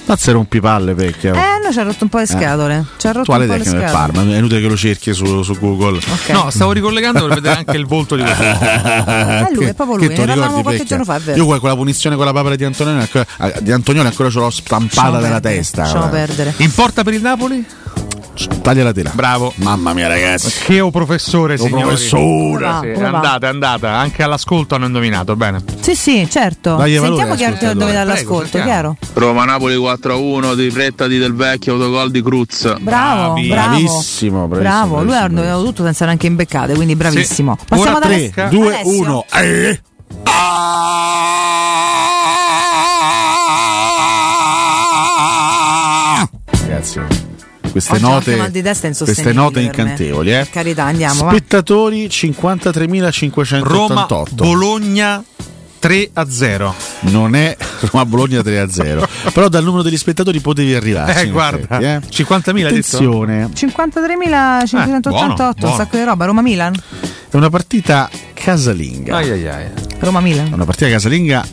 Speaker 9: Mazza rompipalle Pecchia.
Speaker 11: Eh, no, ci ha rotto un po' le
Speaker 9: Eh.
Speaker 11: scatole. Ci ha rotto
Speaker 9: Attuale
Speaker 11: un po' le
Speaker 9: tecnico del
Speaker 11: scatole.
Speaker 9: Parma, è inutile che lo cerchi su, su Google.
Speaker 12: No, stavo ricollegando per vedere anche il volto di questo.
Speaker 9: È
Speaker 11: Eh, lui, è proprio lui, ne parlavamo qualche giorno fa, è vero.
Speaker 9: Io quella, quella punizione con la papera di Antonioni ancora, eh, di Antonioni ancora ce l'ho stampata
Speaker 11: Lasciamo
Speaker 9: nella
Speaker 11: perdere,
Speaker 9: testa.
Speaker 11: lasciamo
Speaker 9: guarda.
Speaker 11: perdere.
Speaker 12: In porta per il Napoli?
Speaker 9: Taglia la tela.
Speaker 12: Bravo.
Speaker 9: Mamma mia, ragazzi.
Speaker 12: Che o professore,
Speaker 9: Oh,
Speaker 12: signori.
Speaker 9: Eh professore.
Speaker 11: Come va,
Speaker 12: Sì,
Speaker 11: come va?
Speaker 12: andate, andate. Anche all'ascolto hanno indovinato, bene.
Speaker 11: Sì, sì, certo.
Speaker 12: Dagli valore
Speaker 11: Sentiamo chi ha il
Speaker 12: all'ascoltatore.
Speaker 11: nome
Speaker 12: Prego,
Speaker 11: dall'ascolto,
Speaker 12: sentiamo.
Speaker 11: chiaro?
Speaker 24: Roma Napoli 4-1, tripletta di Del Vecchio, autogol di Cruz.
Speaker 11: Bravo, Bravi. bravo. Ah, Bravissimo, Bravo, lui ha dovevo tutto senza neanche imbeccate, quindi bravissimo. Passiamo
Speaker 9: Ora
Speaker 11: ad
Speaker 9: 3,
Speaker 11: Aless-
Speaker 9: 2,
Speaker 11: Alessio.
Speaker 9: 1. Ragazzi, queste
Speaker 11: Oggi ho anche mal
Speaker 9: note,
Speaker 11: di testa
Speaker 9: queste
Speaker 11: insostenibile
Speaker 9: note
Speaker 11: per me.
Speaker 9: incantevoli, eh.
Speaker 11: Per carità, andiamo, va.
Speaker 9: Spettatori 53.588.
Speaker 12: Roma, Bologna 3 a 0.
Speaker 9: non è Roma Bologna 3 a 0, però dal numero degli spettatori potevi arrivare.
Speaker 12: Eh, guarda, 50.000 hai detto?
Speaker 9: Attenzione,
Speaker 11: 53.588,
Speaker 9: Eh, buono,
Speaker 11: un sacco di roba. Roma-Milan?
Speaker 9: è una partita casalinga.
Speaker 12: Ai ai ai.
Speaker 9: È
Speaker 11: Roma-Milan.
Speaker 9: una partita casalinga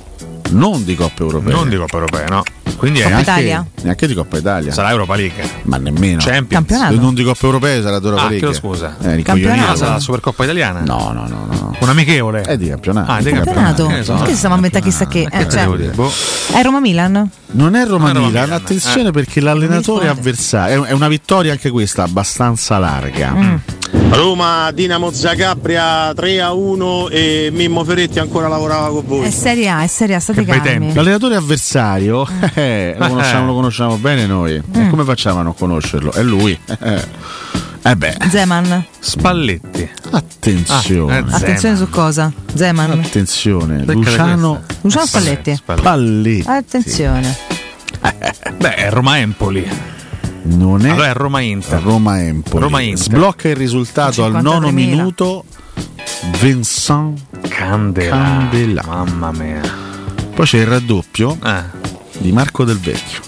Speaker 9: non di Coppa Europea.
Speaker 12: Non di Coppa Europea, no. Quindi è
Speaker 9: neanche,
Speaker 12: Italia?
Speaker 9: neanche di Coppa Italia.
Speaker 12: Sarà Europa League.
Speaker 9: Ma nemmeno.
Speaker 12: Champions.
Speaker 11: Campionato.
Speaker 9: Non di Coppa Europea, sarà di Europa
Speaker 12: Ah,
Speaker 9: League.
Speaker 12: chiedo scusa.
Speaker 9: Eh, ricoglionito.
Speaker 12: Ah, sarà la Supercoppa italiana?
Speaker 9: No, no, no, no.
Speaker 12: Un amichevole.
Speaker 9: È di campionato.
Speaker 12: Ah, è di
Speaker 11: Campionato?
Speaker 9: esatto.
Speaker 12: Eh,
Speaker 11: Perché
Speaker 12: insomma.
Speaker 11: ci stiamo a inventare chissà che? Eh, cioè, è Roma-Milan?
Speaker 9: Boh. Non è Roma
Speaker 11: Roma
Speaker 9: Milan,
Speaker 11: Milan,
Speaker 9: attenzione
Speaker 11: eh.
Speaker 9: perché l'allenatore
Speaker 11: Non mi
Speaker 9: avversario è è una vittoria anche questa abbastanza larga.
Speaker 45: Roma Dinamo Zagabria 3 a 1 e Mimmo Ferretti ancora lavorava con voi.
Speaker 11: È Serie A, è Serie A, state calmi.
Speaker 9: L'allenatore avversario
Speaker 11: Mm.
Speaker 9: eh, lo, conosciamo, lo conosciamo bene noi. E come facciamo a non conoscerlo? È lui. Eh beh,
Speaker 11: Zeman.
Speaker 12: Spalletti.
Speaker 11: Ah,
Speaker 9: attenzione.
Speaker 11: eh, Attenzione su cosa? Zeman.
Speaker 9: Attenzione,
Speaker 11: Beccala
Speaker 9: Luciano,
Speaker 11: questa. Luciano Spalletti.
Speaker 9: Palletti.
Speaker 11: Attenzione.
Speaker 12: Beh, è Roma Empoli.
Speaker 9: Non è
Speaker 12: Allora è Roma Inter.
Speaker 9: Roma Empoli.
Speaker 12: Roma Inter.
Speaker 9: Sblocca il risultato al nono
Speaker 12: 53.000.
Speaker 9: minuto. Vincent
Speaker 12: Candela.
Speaker 9: Candela.
Speaker 12: Mamma mia. Eh.
Speaker 9: Poi c'è il raddoppio di Marco Del Vecchio.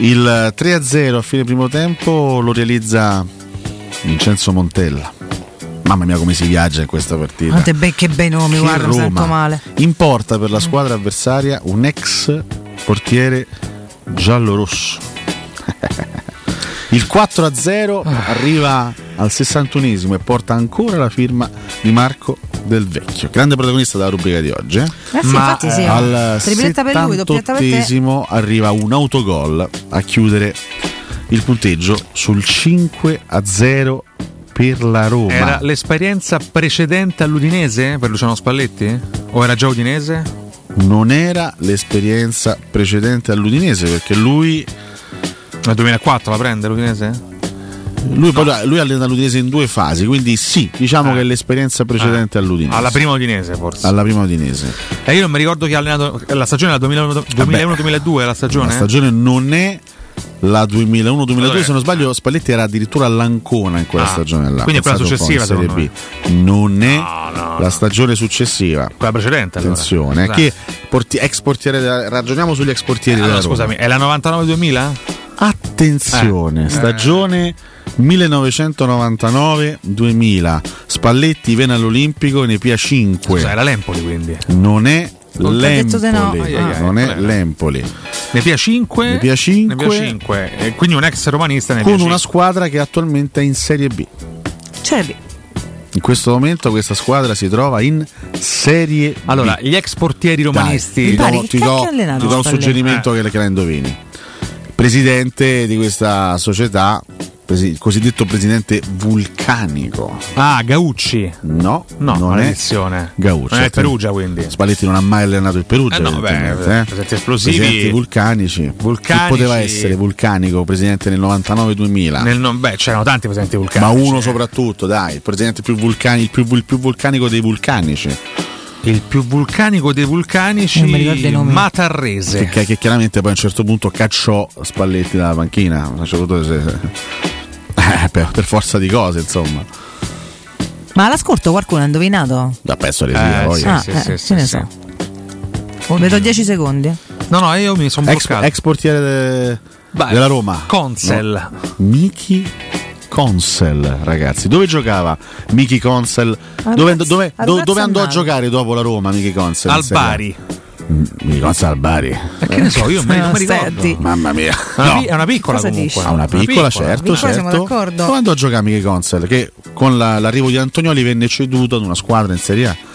Speaker 9: Il 3-0 a fine primo tempo lo realizza Vincenzo Montella. Mamma mia come si viaggia in questa partita.
Speaker 11: Quante becche bei nomi,
Speaker 9: Che
Speaker 11: guarda, mi sento
Speaker 9: Roma.
Speaker 11: male.
Speaker 9: In porta per la squadra avversaria un ex portiere giallo-rosso. Il 4-0
Speaker 11: Ah.
Speaker 9: arriva al 61esimo e porta ancora la firma di Marco Del Vecchio, grande protagonista della rubrica di oggi. Eh?
Speaker 11: sì, infatti sì.
Speaker 9: Al
Speaker 11: Tripletta per lui, doppietta per te.
Speaker 9: 78esimo arriva un autogol a chiudere il punteggio sul 5-0 per la Roma.
Speaker 12: Era l'esperienza precedente all'Udinese per Luciano Spalletti? O era già Udinese?
Speaker 9: non era l'esperienza precedente all'Udinese perché lui
Speaker 12: nel 2004 la prende l'Udinese?
Speaker 9: lui, poi, lui allena l'Udinese in due fasi quindi sì diciamo che è l'esperienza precedente all'Udinese
Speaker 12: Eh. Alla prima Udinese forse.
Speaker 9: alla prima Udinese
Speaker 12: E io non mi ricordo chi ha allenato la stagione la 2001-2002 la stagione?
Speaker 9: la stagione non è la 2001-2002
Speaker 12: Allora-
Speaker 9: se non sbaglio Spalletti era addirittura all'Ancona in quella
Speaker 12: Ah,
Speaker 9: stagione là
Speaker 12: quindi è quella
Speaker 9: Pensate un po' in
Speaker 12: successiva,
Speaker 9: Serie B. non è la stagione successiva
Speaker 12: quella precedente allora. Esatto.
Speaker 9: attenzione eh,
Speaker 12: Scusate.
Speaker 9: che porti- ex portiere della- ragioniamo sugli ex portieri
Speaker 12: Eh, Allora,
Speaker 9: della Roma.
Speaker 12: Ah, scusami, è la 99-2000?
Speaker 9: Attenzione,
Speaker 12: Eh.
Speaker 9: stagione 1999-2000. Spalletti venne all'Olimpico nei Pia 5.
Speaker 12: Scusa, era l'Empoli quindi.
Speaker 9: Non è
Speaker 12: Ho detto
Speaker 9: l'Empoli. Ah,
Speaker 12: di no. Ai, ai, ai,
Speaker 9: non è
Speaker 12: quello.
Speaker 9: l'Empoli.
Speaker 12: Ne Pia 5. Ne
Speaker 9: Pia 5.
Speaker 12: E quindi un ex romanista ne
Speaker 9: Con
Speaker 12: Pia
Speaker 9: una
Speaker 12: 5.
Speaker 9: squadra che attualmente è in Serie B. In questo momento questa squadra si trova in Serie B.
Speaker 12: Allora, gli ex portieri romanisti. Eh,
Speaker 9: Dai, ti do, ti do- ti do un suggerimento che, che la indovini. Presidente di questa società, presi- il cosiddetto presidente vulcanico.
Speaker 12: Ah, Gaucci.
Speaker 9: No,
Speaker 12: No,
Speaker 9: non è
Speaker 12: maledizione.
Speaker 9: Gaucci.
Speaker 12: Non è il
Speaker 9: attenzione.
Speaker 12: Perugia quindi.
Speaker 9: Spalletti non ha mai allenato il Perugia.
Speaker 12: Eh no, beh,
Speaker 9: evidentemente, eh.
Speaker 12: presenti esplosivi.
Speaker 9: Presidenti vulcanici.
Speaker 12: Vulcanici.
Speaker 9: Chi poteva essere vulcanico, presidente nel 99-2000.
Speaker 12: Nel non- beh, c'erano tanti presenti vulcanici.
Speaker 9: Ma uno soprattutto, dai, il presidente più vulcani, il, più, il più vulcanico dei vulcanici.
Speaker 12: Il più vulcanico dei vulcanici.
Speaker 9: Non mi ricordo i nomi.
Speaker 12: Matarrese.
Speaker 9: Che, che- che chiaramente poi a un certo punto cacciò Spalletti dalla panchina. A un certo punto se- eh, per, per forza di cose, insomma.
Speaker 11: Ma all'ascolto qualcuno ha indovinato?
Speaker 9: Da pezzo di
Speaker 12: Eh, sì,
Speaker 11: ah,
Speaker 12: sì,
Speaker 11: eh,
Speaker 12: sì,
Speaker 11: che
Speaker 12: sì,
Speaker 11: ne
Speaker 12: sì.
Speaker 11: so. Vedo 10 secondi.
Speaker 9: Ah,
Speaker 12: No, no, io mi sono
Speaker 9: Ex,
Speaker 12: bloccato.
Speaker 9: ex portiere de-
Speaker 12: Vai.
Speaker 9: della Roma.
Speaker 12: Consel.
Speaker 9: No. Miki Consel, ragazzi. Dove giocava Miki Consel?
Speaker 12: Ah,
Speaker 9: Dove,
Speaker 12: ragazzi,
Speaker 9: dove-
Speaker 12: a
Speaker 9: do-
Speaker 12: Roma
Speaker 9: dove andò a
Speaker 12: Zannaro.
Speaker 9: giocare dopo la Roma Miki Consel? in
Speaker 12: Al
Speaker 9: Serie A?
Speaker 12: Bari.
Speaker 9: Mm, Miki Consel al Bari.
Speaker 12: E Eh, che ne so, io me- non mi ricordo. Senti.
Speaker 9: Mamma mia.
Speaker 12: È una pi- Ah, è una piccola
Speaker 9: Cosa
Speaker 12: comunque.
Speaker 9: dici? Ah, una piccola, certo,
Speaker 11: Piccola, siamo
Speaker 9: certo.
Speaker 11: d'accordo.
Speaker 9: Dove andò a giocare Miki Consel? Che con la- l'arrivo di Antonioli venne ceduto ad una squadra in Serie A.
Speaker 11: Ah.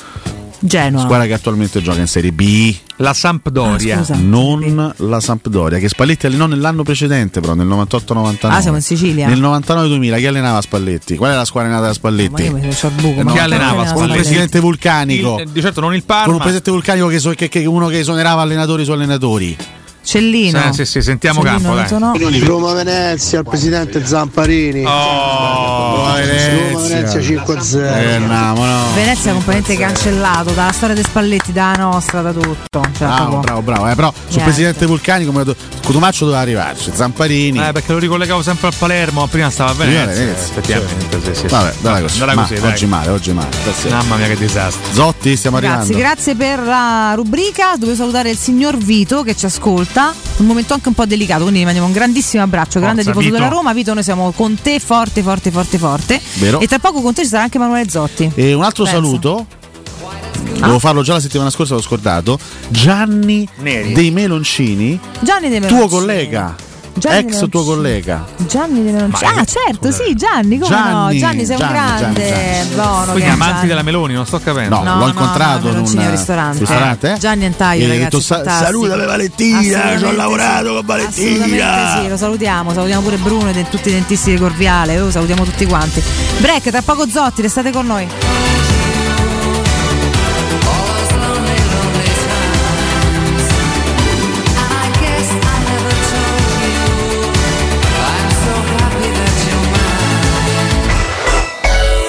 Speaker 11: Genoa.
Speaker 9: Squadra che attualmente gioca in Serie B.
Speaker 12: La Sampdoria.
Speaker 11: Ah, scusa.
Speaker 9: non la Sampdoria, che Spalletti allenò nell'anno precedente, però nel 98-99.
Speaker 11: Ah, siamo in Sicilia.
Speaker 9: Nel 99-2000 chi allenava Spalletti? Qual è la squadra allenata da Spalletti?
Speaker 11: Io mi c'ho il buco. ma
Speaker 9: Chi
Speaker 11: non
Speaker 9: allenava
Speaker 11: so.
Speaker 9: Spalletti? Con un presidente vulcanico.
Speaker 12: Il- di certo non il Parma.
Speaker 9: Con un presidente vulcanico che, so- che- che- uno che esonerava allenatori su allenatori.
Speaker 11: Cellino.
Speaker 12: Sì, sì, sì, sentiamo Cellino, Campo, dai. Antonò.
Speaker 10: Roma Venezia, il presidente Zamparini.
Speaker 12: Oh,
Speaker 10: Roma Venezia 5-0.
Speaker 9: Eh, no, ma no.
Speaker 11: Venezia è completamente cancellato dalla storia dei Spalletti, dalla nostra, da tutto. Cioè,
Speaker 9: Bravo,
Speaker 11: proprio-
Speaker 9: bravo, bravo. eh, però sul
Speaker 11: Niente.
Speaker 9: presidente vulcanico come do- Cotumaccio doveva arrivarci, Zamparini.
Speaker 12: Eh, perché lo ricollegavo sempre al Palermo, ma prima stava bene.
Speaker 9: Prima Venezia,
Speaker 12: effettivamente, sì, sì.
Speaker 9: Vabbè, dai così.
Speaker 12: Dai
Speaker 9: Ma-
Speaker 12: così, dai.
Speaker 9: Oggi male, oggi male. pazienza.
Speaker 12: Mamma mia, che disastro.
Speaker 9: Zotti, stiamo
Speaker 11: Ragazzi,
Speaker 9: arrivando.
Speaker 11: grazie per la rubrica. Devo salutare il signor Vito che ci ascolta. Un momento anche un po' delicato, quindi gli mandiamo un grandissimo abbraccio. Grande
Speaker 9: Forza,
Speaker 11: tifoso
Speaker 9: Vito.
Speaker 11: della Roma. Vito, noi siamo con te forte, forte, forte, forte.
Speaker 9: Vero.
Speaker 11: E tra poco con te ci sarà anche Emanuele Zotti.
Speaker 9: E un altro
Speaker 11: Pensa.
Speaker 9: saluto. Devo farlo già la settimana scorsa, l'ho scordato. Gianni
Speaker 11: Neri.
Speaker 9: dei Meloncini,
Speaker 11: Gianni De Meloncini.
Speaker 9: tuo collega,
Speaker 11: Gianni
Speaker 9: ex
Speaker 11: Meloncini.
Speaker 9: tuo collega.
Speaker 11: Gianni De Meloncini.
Speaker 9: Ma-
Speaker 11: Ah, certo, sì, Gianni, come no?
Speaker 9: Gianni,
Speaker 11: Gianni, sei un
Speaker 9: Gianni,
Speaker 11: grande.
Speaker 9: Gianni,
Speaker 11: Buono.
Speaker 12: Quindi
Speaker 11: che è
Speaker 12: amanti
Speaker 11: Gianni.
Speaker 12: della Meloni, non sto capendo.
Speaker 9: No, l'ho incontrato in un
Speaker 11: Meloncini al
Speaker 9: eh,
Speaker 11: ristorante.
Speaker 9: ristorante, eh.
Speaker 11: Gianni Antaio,
Speaker 9: E gli ho
Speaker 11: ragazzi,
Speaker 9: detto, "Sa-
Speaker 11: fantastico.
Speaker 9: salutami Valentina, ci ho
Speaker 11: Assolutamente
Speaker 9: lavorato
Speaker 11: sì.
Speaker 9: con Valentina.
Speaker 11: Assolutamente sì, lo salutiamo, salutiamo pure Bruno e de- tutti i dentisti di Corviale, oh, salutiamo tutti quanti. Break, tra poco Zotti, restate con noi.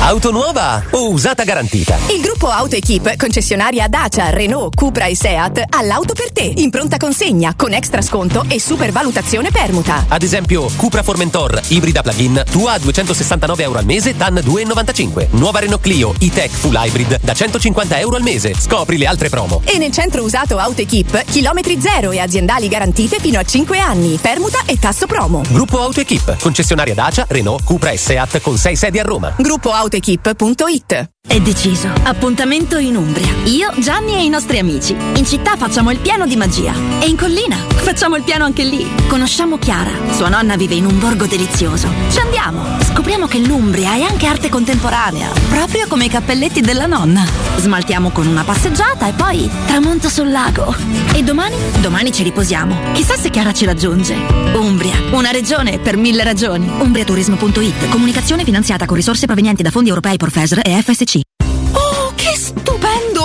Speaker 15: Auto nuova o usata garantita?
Speaker 39: Il gruppo AutoEquip, concessionaria Dacia, Renault, Cupra e Seat, ha l'auto per te, in pronta consegna, con extra sconto e supervalutazione permuta.
Speaker 15: Ad esempio, Cupra Formentor, ibrida plug-in, tua a 269 euro al mese, DAN 2,95. Nuova Renault Clio, e-tech full hybrid, da 150 euro al mese. Scopri le altre promo.
Speaker 39: E nel centro usato AutoEquip, chilometri zero e aziendali garantite fino a 5 anni, permuta e tasso promo.
Speaker 15: Gruppo AutoEquip, concessionaria Dacia, Renault, Cupra e Seat con 6 sedi a Roma.
Speaker 39: Gruppo AutoEquip.it
Speaker 16: È deciso. Appuntamento in Umbria. Io, Gianni e i nostri amici. In città facciamo il piano di magia. E in collina facciamo il piano anche lì. Conosciamo Chiara. Sua nonna vive in un borgo delizioso. Ci andiamo. Scopriamo che l'Umbria è anche arte contemporanea. Proprio come i cappelletti della nonna. Smaltiamo con una passeggiata e poi tramonto sul lago. E domani? Domani ci riposiamo. Chissà se Chiara ci raggiunge. Umbria. Una regione per mille ragioni. Umbriaturismo.it. Comunicazione finanziata con risorse provenienti da fondi europei Professor e FSC.
Speaker 39: Oh, che stupendo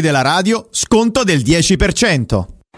Speaker 54: della radio, sconto del 10%.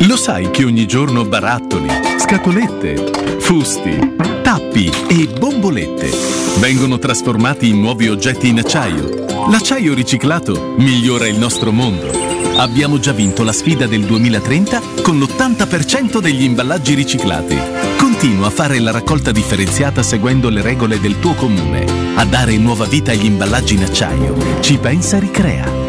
Speaker 22: Lo sai che ogni giorno barattoli, scatolette, fusti, tappi e bombolette vengono trasformati in nuovi oggetti in acciaio. L'acciaio riciclato migliora il nostro mondo. Abbiamo già vinto la sfida del 2030 con l'80% degli imballaggi riciclati. Continua a fare la raccolta differenziata seguendo le regole del tuo comune. A dare nuova vita agli imballaggi in acciaio. Ci pensa Ricrea.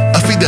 Speaker 53: Affida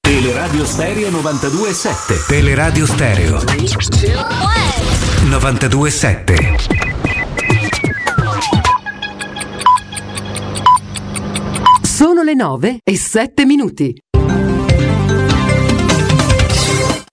Speaker 55: Teleradio Stereo 92.7 Teleradio Stereo 92.7
Speaker 39: Sono le 9 e 7 minuti.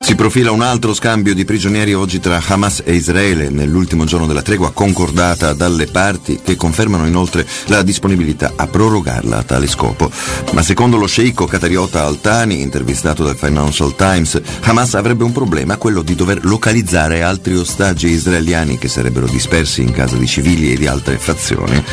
Speaker 43: Si profila un altro scambio di prigionieri oggi tra Hamas e Israele nell'ultimo giorno della tregua concordata dalle parti che confermano inoltre la disponibilità a prorogarla a tale scopo. Ma secondo lo sceicco catariota Altani, intervistato dal Financial Times, Hamas avrebbe un problema, quello di dover localizzare altri ostaggi israeliani che sarebbero dispersi in casa di civili e di altre fazioni.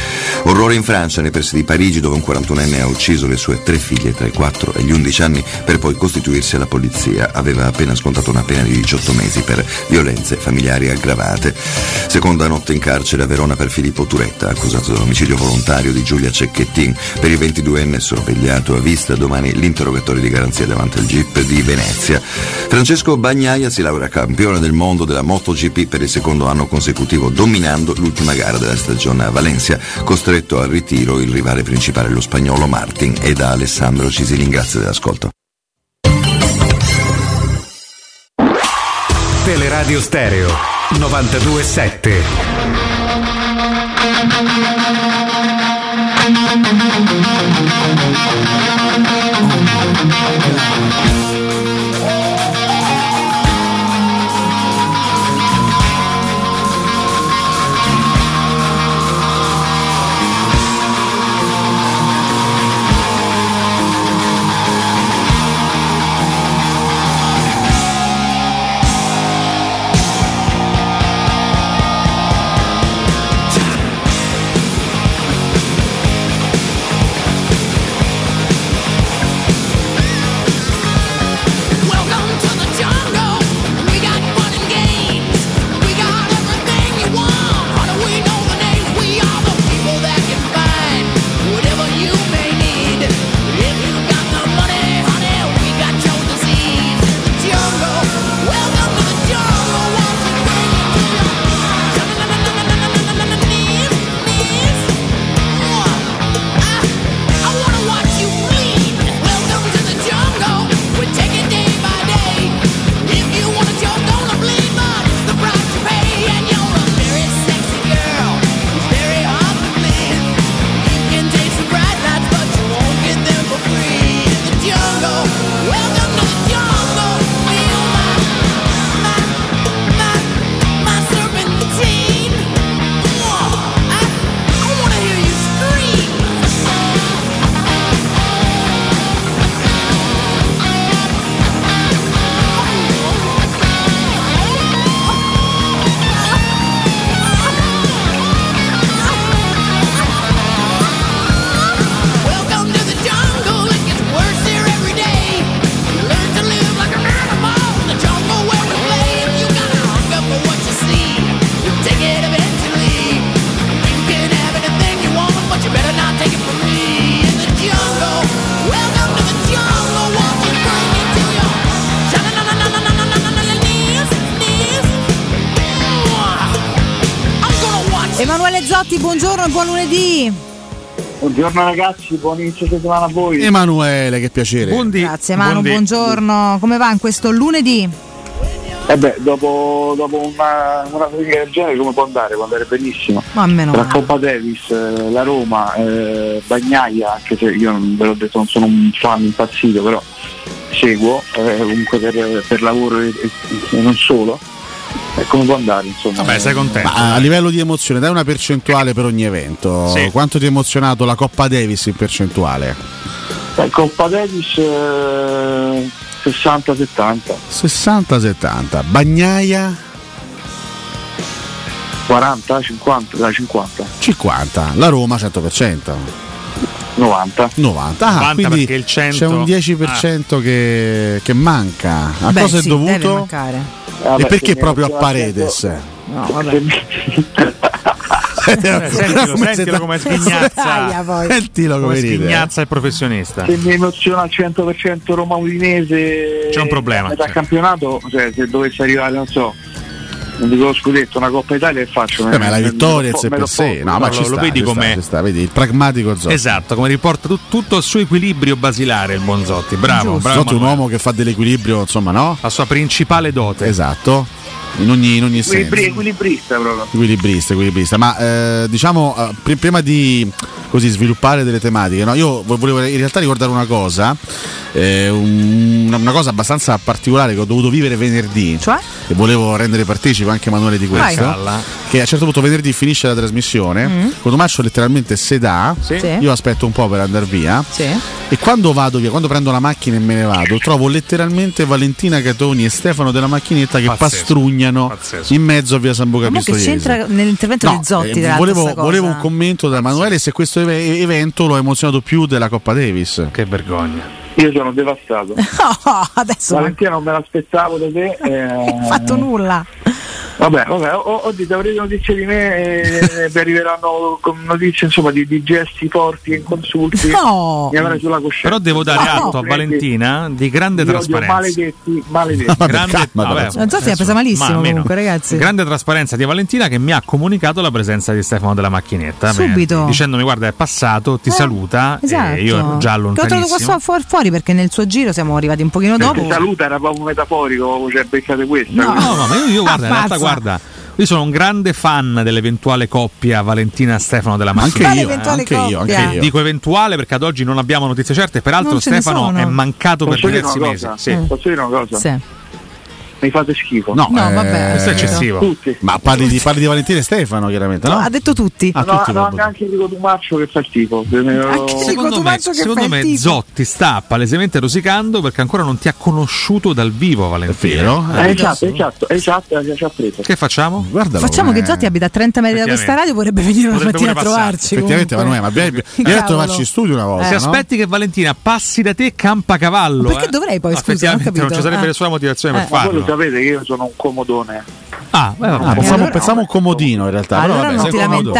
Speaker 43: Orrore in Francia, nei pressi di Parigi, dove un 41enne ha ucciso le sue tre figlie tra i 4 e gli 11 anni per poi costituirsi alla polizia. Aveva appena scontato una pena di 18 mesi per violenze familiari aggravate. Seconda notte in carcere a Verona per Filippo Turetta, accusato dell'omicidio volontario di Giulia Cecchettin. Per il 22enne sorvegliato a vista domani l'interrogatorio di garanzia davanti al GIP di Venezia. Francesco Bagnaia si laurea campione del mondo della MotoGP per il secondo anno consecutivo, dominando l'ultima gara della stagione a Valencia, costretto al ritiro il rivale principale, lo spagnolo Martin, e da Alessandro Cisilin. Grazie dell'ascolto.
Speaker 55: Teleradio Stereo 927.
Speaker 8: Welcome to the jungle. We got fun and games. We got everything you want. How do we know the names? We are the people that can find whatever you may need. If you got the money, honey, we got your disease. Jungle. Welcome to the jungle. What's it bringing to your knees? Knees. I wanna watch you bleed. Welcome to the jungle. We take it day by day. If you want it, you're gonna bleed, but the price you pay, and you're a very sexy girl. It's very hard to please. You can taste the bright lights, but you won't get them for free. In the jungle, welcome to the jungle. Feel my, my, my, my serpentine. I, I wanna hear you scream. Welcome to the jungle. It gets worse here every day. You learn to live like an animal in the jungle where we play. If you gotta look up for what you see, you'll take it eventually. You can have anything you want, but you better not take it from me. In the jungle, welcome to the jungle. What you bring into your knees, knees. I'm gonna watch you.
Speaker 11: Emanuele Zotti, buongiorno e buon lunedì.
Speaker 29: Buongiorno ragazzi, buon inizio settimana a voi.
Speaker 9: Emanuele, che piacere.
Speaker 11: Grazie Manu, buongiorno. Come va in questo lunedì?
Speaker 29: E Eh beh, dopo, dopo una, una fatica del genere come può andare? Può andare benissimo.
Speaker 11: Ma almeno
Speaker 29: Tra Coppa Davis, eh, la Roma, eh, Bagnaia, anche se io non- ve l'ho detto non sono un fan impazzito, però seguo eh, comunque per, per lavoro e, e- e non solo. E come può andare insomma?
Speaker 9: Ma a livello di emozione, dai una percentuale per ogni evento.
Speaker 29: Sì.
Speaker 9: Quanto ti ha emozionato la Coppa Davis in percentuale?
Speaker 29: Eh, Coppa Davis eh, 60-70,
Speaker 9: 60-70. Bagnaia
Speaker 29: 40-50, dai 50,
Speaker 9: 50. La Roma 100%.
Speaker 29: 90.
Speaker 9: 90. Ah,
Speaker 29: 90
Speaker 9: quindi
Speaker 29: perché il Ah. 100
Speaker 9: c'è un 10% che, che manca. A
Speaker 11: Beh,
Speaker 9: cosa
Speaker 11: sì,
Speaker 9: è
Speaker 11: Deve
Speaker 9: dovuto?
Speaker 11: mancare.
Speaker 9: e perché proprio a Paredes?
Speaker 11: No, vabbè.
Speaker 9: Eh,
Speaker 12: sentilo,
Speaker 9: come
Speaker 12: sentilo
Speaker 9: se-
Speaker 12: come
Speaker 11: Taglia
Speaker 12: sghignazza.
Speaker 11: poi.
Speaker 9: Ah, Sentilo come
Speaker 12: come
Speaker 9: ride, eh.
Speaker 12: sghignazza il professionista.
Speaker 29: Se mi emoziona al 100% Roma Udinese
Speaker 12: C'è un problema,
Speaker 29: a metà
Speaker 12: sì.
Speaker 29: campionato, cioè, se dovesse arrivare, non so, non dico lo scudetto, una Coppa Italia e faccio.
Speaker 9: Eh, ma la vittoria
Speaker 29: è
Speaker 9: il sé per sé, no, ma
Speaker 12: lo-
Speaker 9: ci
Speaker 12: lo
Speaker 9: sta,
Speaker 12: vedi
Speaker 9: ci sta,
Speaker 12: com'è.
Speaker 9: ci sta, vedi, il pragmatico Zotti.
Speaker 12: Esatto, come riporta tut- tutto il suo equilibrio basilare il Bonzotti. Bravo,
Speaker 9: Giusto.
Speaker 12: bravo.
Speaker 9: Zotti è un
Speaker 12: Manuel.
Speaker 9: uomo che fa dell'equilibrio, insomma, no?
Speaker 12: La sua principale dote.
Speaker 9: Esatto. In ogni, in ogni senso.
Speaker 29: equilibrista proprio.
Speaker 9: Equilibrista, equilibrista, ma eh, diciamo eh, pri- prima di così sviluppare delle tematiche, no? io vo- volevo in realtà ricordare una cosa, eh, un- una cosa abbastanza particolare che ho dovuto vivere venerdì e volevo rendere partecipe anche Emanuele di
Speaker 11: Cioè? Vai.
Speaker 9: questo,
Speaker 11: Calla.
Speaker 9: che a un certo punto venerdì finisce la trasmissione,
Speaker 11: Mm.
Speaker 9: Cotomaccio letteralmente sedà,
Speaker 11: Sì. Sì.
Speaker 9: io aspetto un po' per andare via
Speaker 11: Sì.
Speaker 9: e quando vado via, quando prendo la macchina e me ne vado, trovo letteralmente Valentina Catoni e Stefano della macchinetta che
Speaker 12: Pazzesco.
Speaker 9: pastrugnano in mezzo a via San Boca
Speaker 11: Ma che c'entra nell'intervento
Speaker 9: No,
Speaker 11: di Zotti?
Speaker 9: eh,
Speaker 11: tra l'altro,
Speaker 9: volevo,
Speaker 11: sta cosa?
Speaker 9: volevo un commento da Emanuele se questo eve- evento lo ha emozionato più della Coppa Davis.
Speaker 12: Che vergogna.
Speaker 29: Io sono devastato.
Speaker 11: No, adesso non
Speaker 29: Valentina non me l'aspettavo da te. eh,
Speaker 11: hai fatto nulla.
Speaker 29: Vabbè, vabbè, ho, ho detto avrete notizie di me e vi arriveranno con notizie insomma di, di gesti forti e consulti.
Speaker 11: No!
Speaker 29: Mi avrai sulla coscienza. Ah,
Speaker 12: Però devo dare
Speaker 29: No!
Speaker 12: atto a Valentina di grande
Speaker 29: Vi odio,
Speaker 12: trasparenza.
Speaker 29: Maledetti, maledetti.
Speaker 12: Grande- vabbè,
Speaker 11: Zotti l'ha presa
Speaker 12: insomma,
Speaker 11: malissimo
Speaker 12: ma almeno.
Speaker 11: comunque, ragazzi.
Speaker 12: Grande trasparenza di Valentina che mi ha comunicato la presenza di Stefano della macchinetta.
Speaker 11: Subito. Eh,
Speaker 12: beh, Dicendomi guarda è passato, ti
Speaker 9: Eh,
Speaker 12: saluta.
Speaker 11: Esatto.
Speaker 12: E io ero già
Speaker 11: Che ho trovato
Speaker 12: lontanissimo.
Speaker 11: qua so- fuor- fuori perché nel suo giro siamo arrivati un pochino dopo.
Speaker 29: Perché saluta era proprio metaforico, cioè beccate questa.
Speaker 12: No,
Speaker 29: quindi-
Speaker 12: no, ma io, io guarda, in realtà
Speaker 29: Ammazza.
Speaker 12: guarda, io sono un grande fan dell'eventuale coppia Valentina Stefano della
Speaker 9: Anche
Speaker 12: Massina.
Speaker 9: io, eh, Quale anche eventuale io, anche coppia? io.
Speaker 12: Dico eventuale perché ad oggi non abbiamo notizie certe, peraltro
Speaker 29: Non ce ne
Speaker 12: Stefano
Speaker 29: sono.
Speaker 12: è mancato per
Speaker 29: Posso dire
Speaker 12: diversi
Speaker 29: una
Speaker 12: mesi.
Speaker 29: cosa?
Speaker 12: Sì.
Speaker 29: Posso dire una cosa?
Speaker 11: Sì.
Speaker 29: Mi fate schifo.
Speaker 9: No, eh,
Speaker 12: questo è eccessivo.
Speaker 29: Tutti.
Speaker 9: Ma parli di, parli di Valentina e Stefano, chiaramente, no?
Speaker 11: Ha detto tutti.
Speaker 9: Ah,
Speaker 29: no,
Speaker 9: tutti
Speaker 29: no,
Speaker 9: proprio.
Speaker 29: anche Enrico Tumaccio che fa il Eh, tifo. Anche
Speaker 12: Ah, Secondo me, secondo me Zotti sta palesemente rosicando perché ancora non ti ha conosciuto dal vivo Valentina.
Speaker 29: Eh, esatto, esatto, esatto, eh, ci ha preso.
Speaker 12: Che facciamo?
Speaker 11: Facciamo che Zotti abita a 30 metri da questa radio, potrebbe venire una
Speaker 12: Potrebbe
Speaker 11: mattina a
Speaker 12: pure passare.
Speaker 11: trovarci.
Speaker 9: Effettivamente,
Speaker 11: comunque.
Speaker 9: Emanuele, ma vieni
Speaker 11: Cavolo.
Speaker 9: a trovarci in studio una volta.
Speaker 12: Se
Speaker 9: no?
Speaker 12: aspetti che Valentina passi da te campacavallo.
Speaker 11: Ma perché
Speaker 12: eh?
Speaker 11: dovrei poi,
Speaker 12: No,
Speaker 11: scusa, non ho
Speaker 12: effettivamente non,
Speaker 11: capito.
Speaker 12: ci sarebbe
Speaker 11: Ah.
Speaker 12: nessuna motivazione per
Speaker 29: Ma voi
Speaker 12: farlo.
Speaker 29: lo sapete che io sono un comodone.
Speaker 12: Ah, beh, vabbè.
Speaker 9: Ah, pensavo, pensavo un comodino in realtà. però vabbè, sei comodo.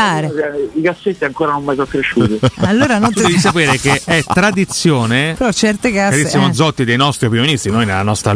Speaker 29: I cassetti ancora non mi sono cresciuti.
Speaker 11: Allora non
Speaker 12: Tu devi sapere che è tradizione
Speaker 11: Però certe casse.
Speaker 12: Carissimo
Speaker 11: eh.
Speaker 12: Zotti dei nostri opinionisti, noi nella nostra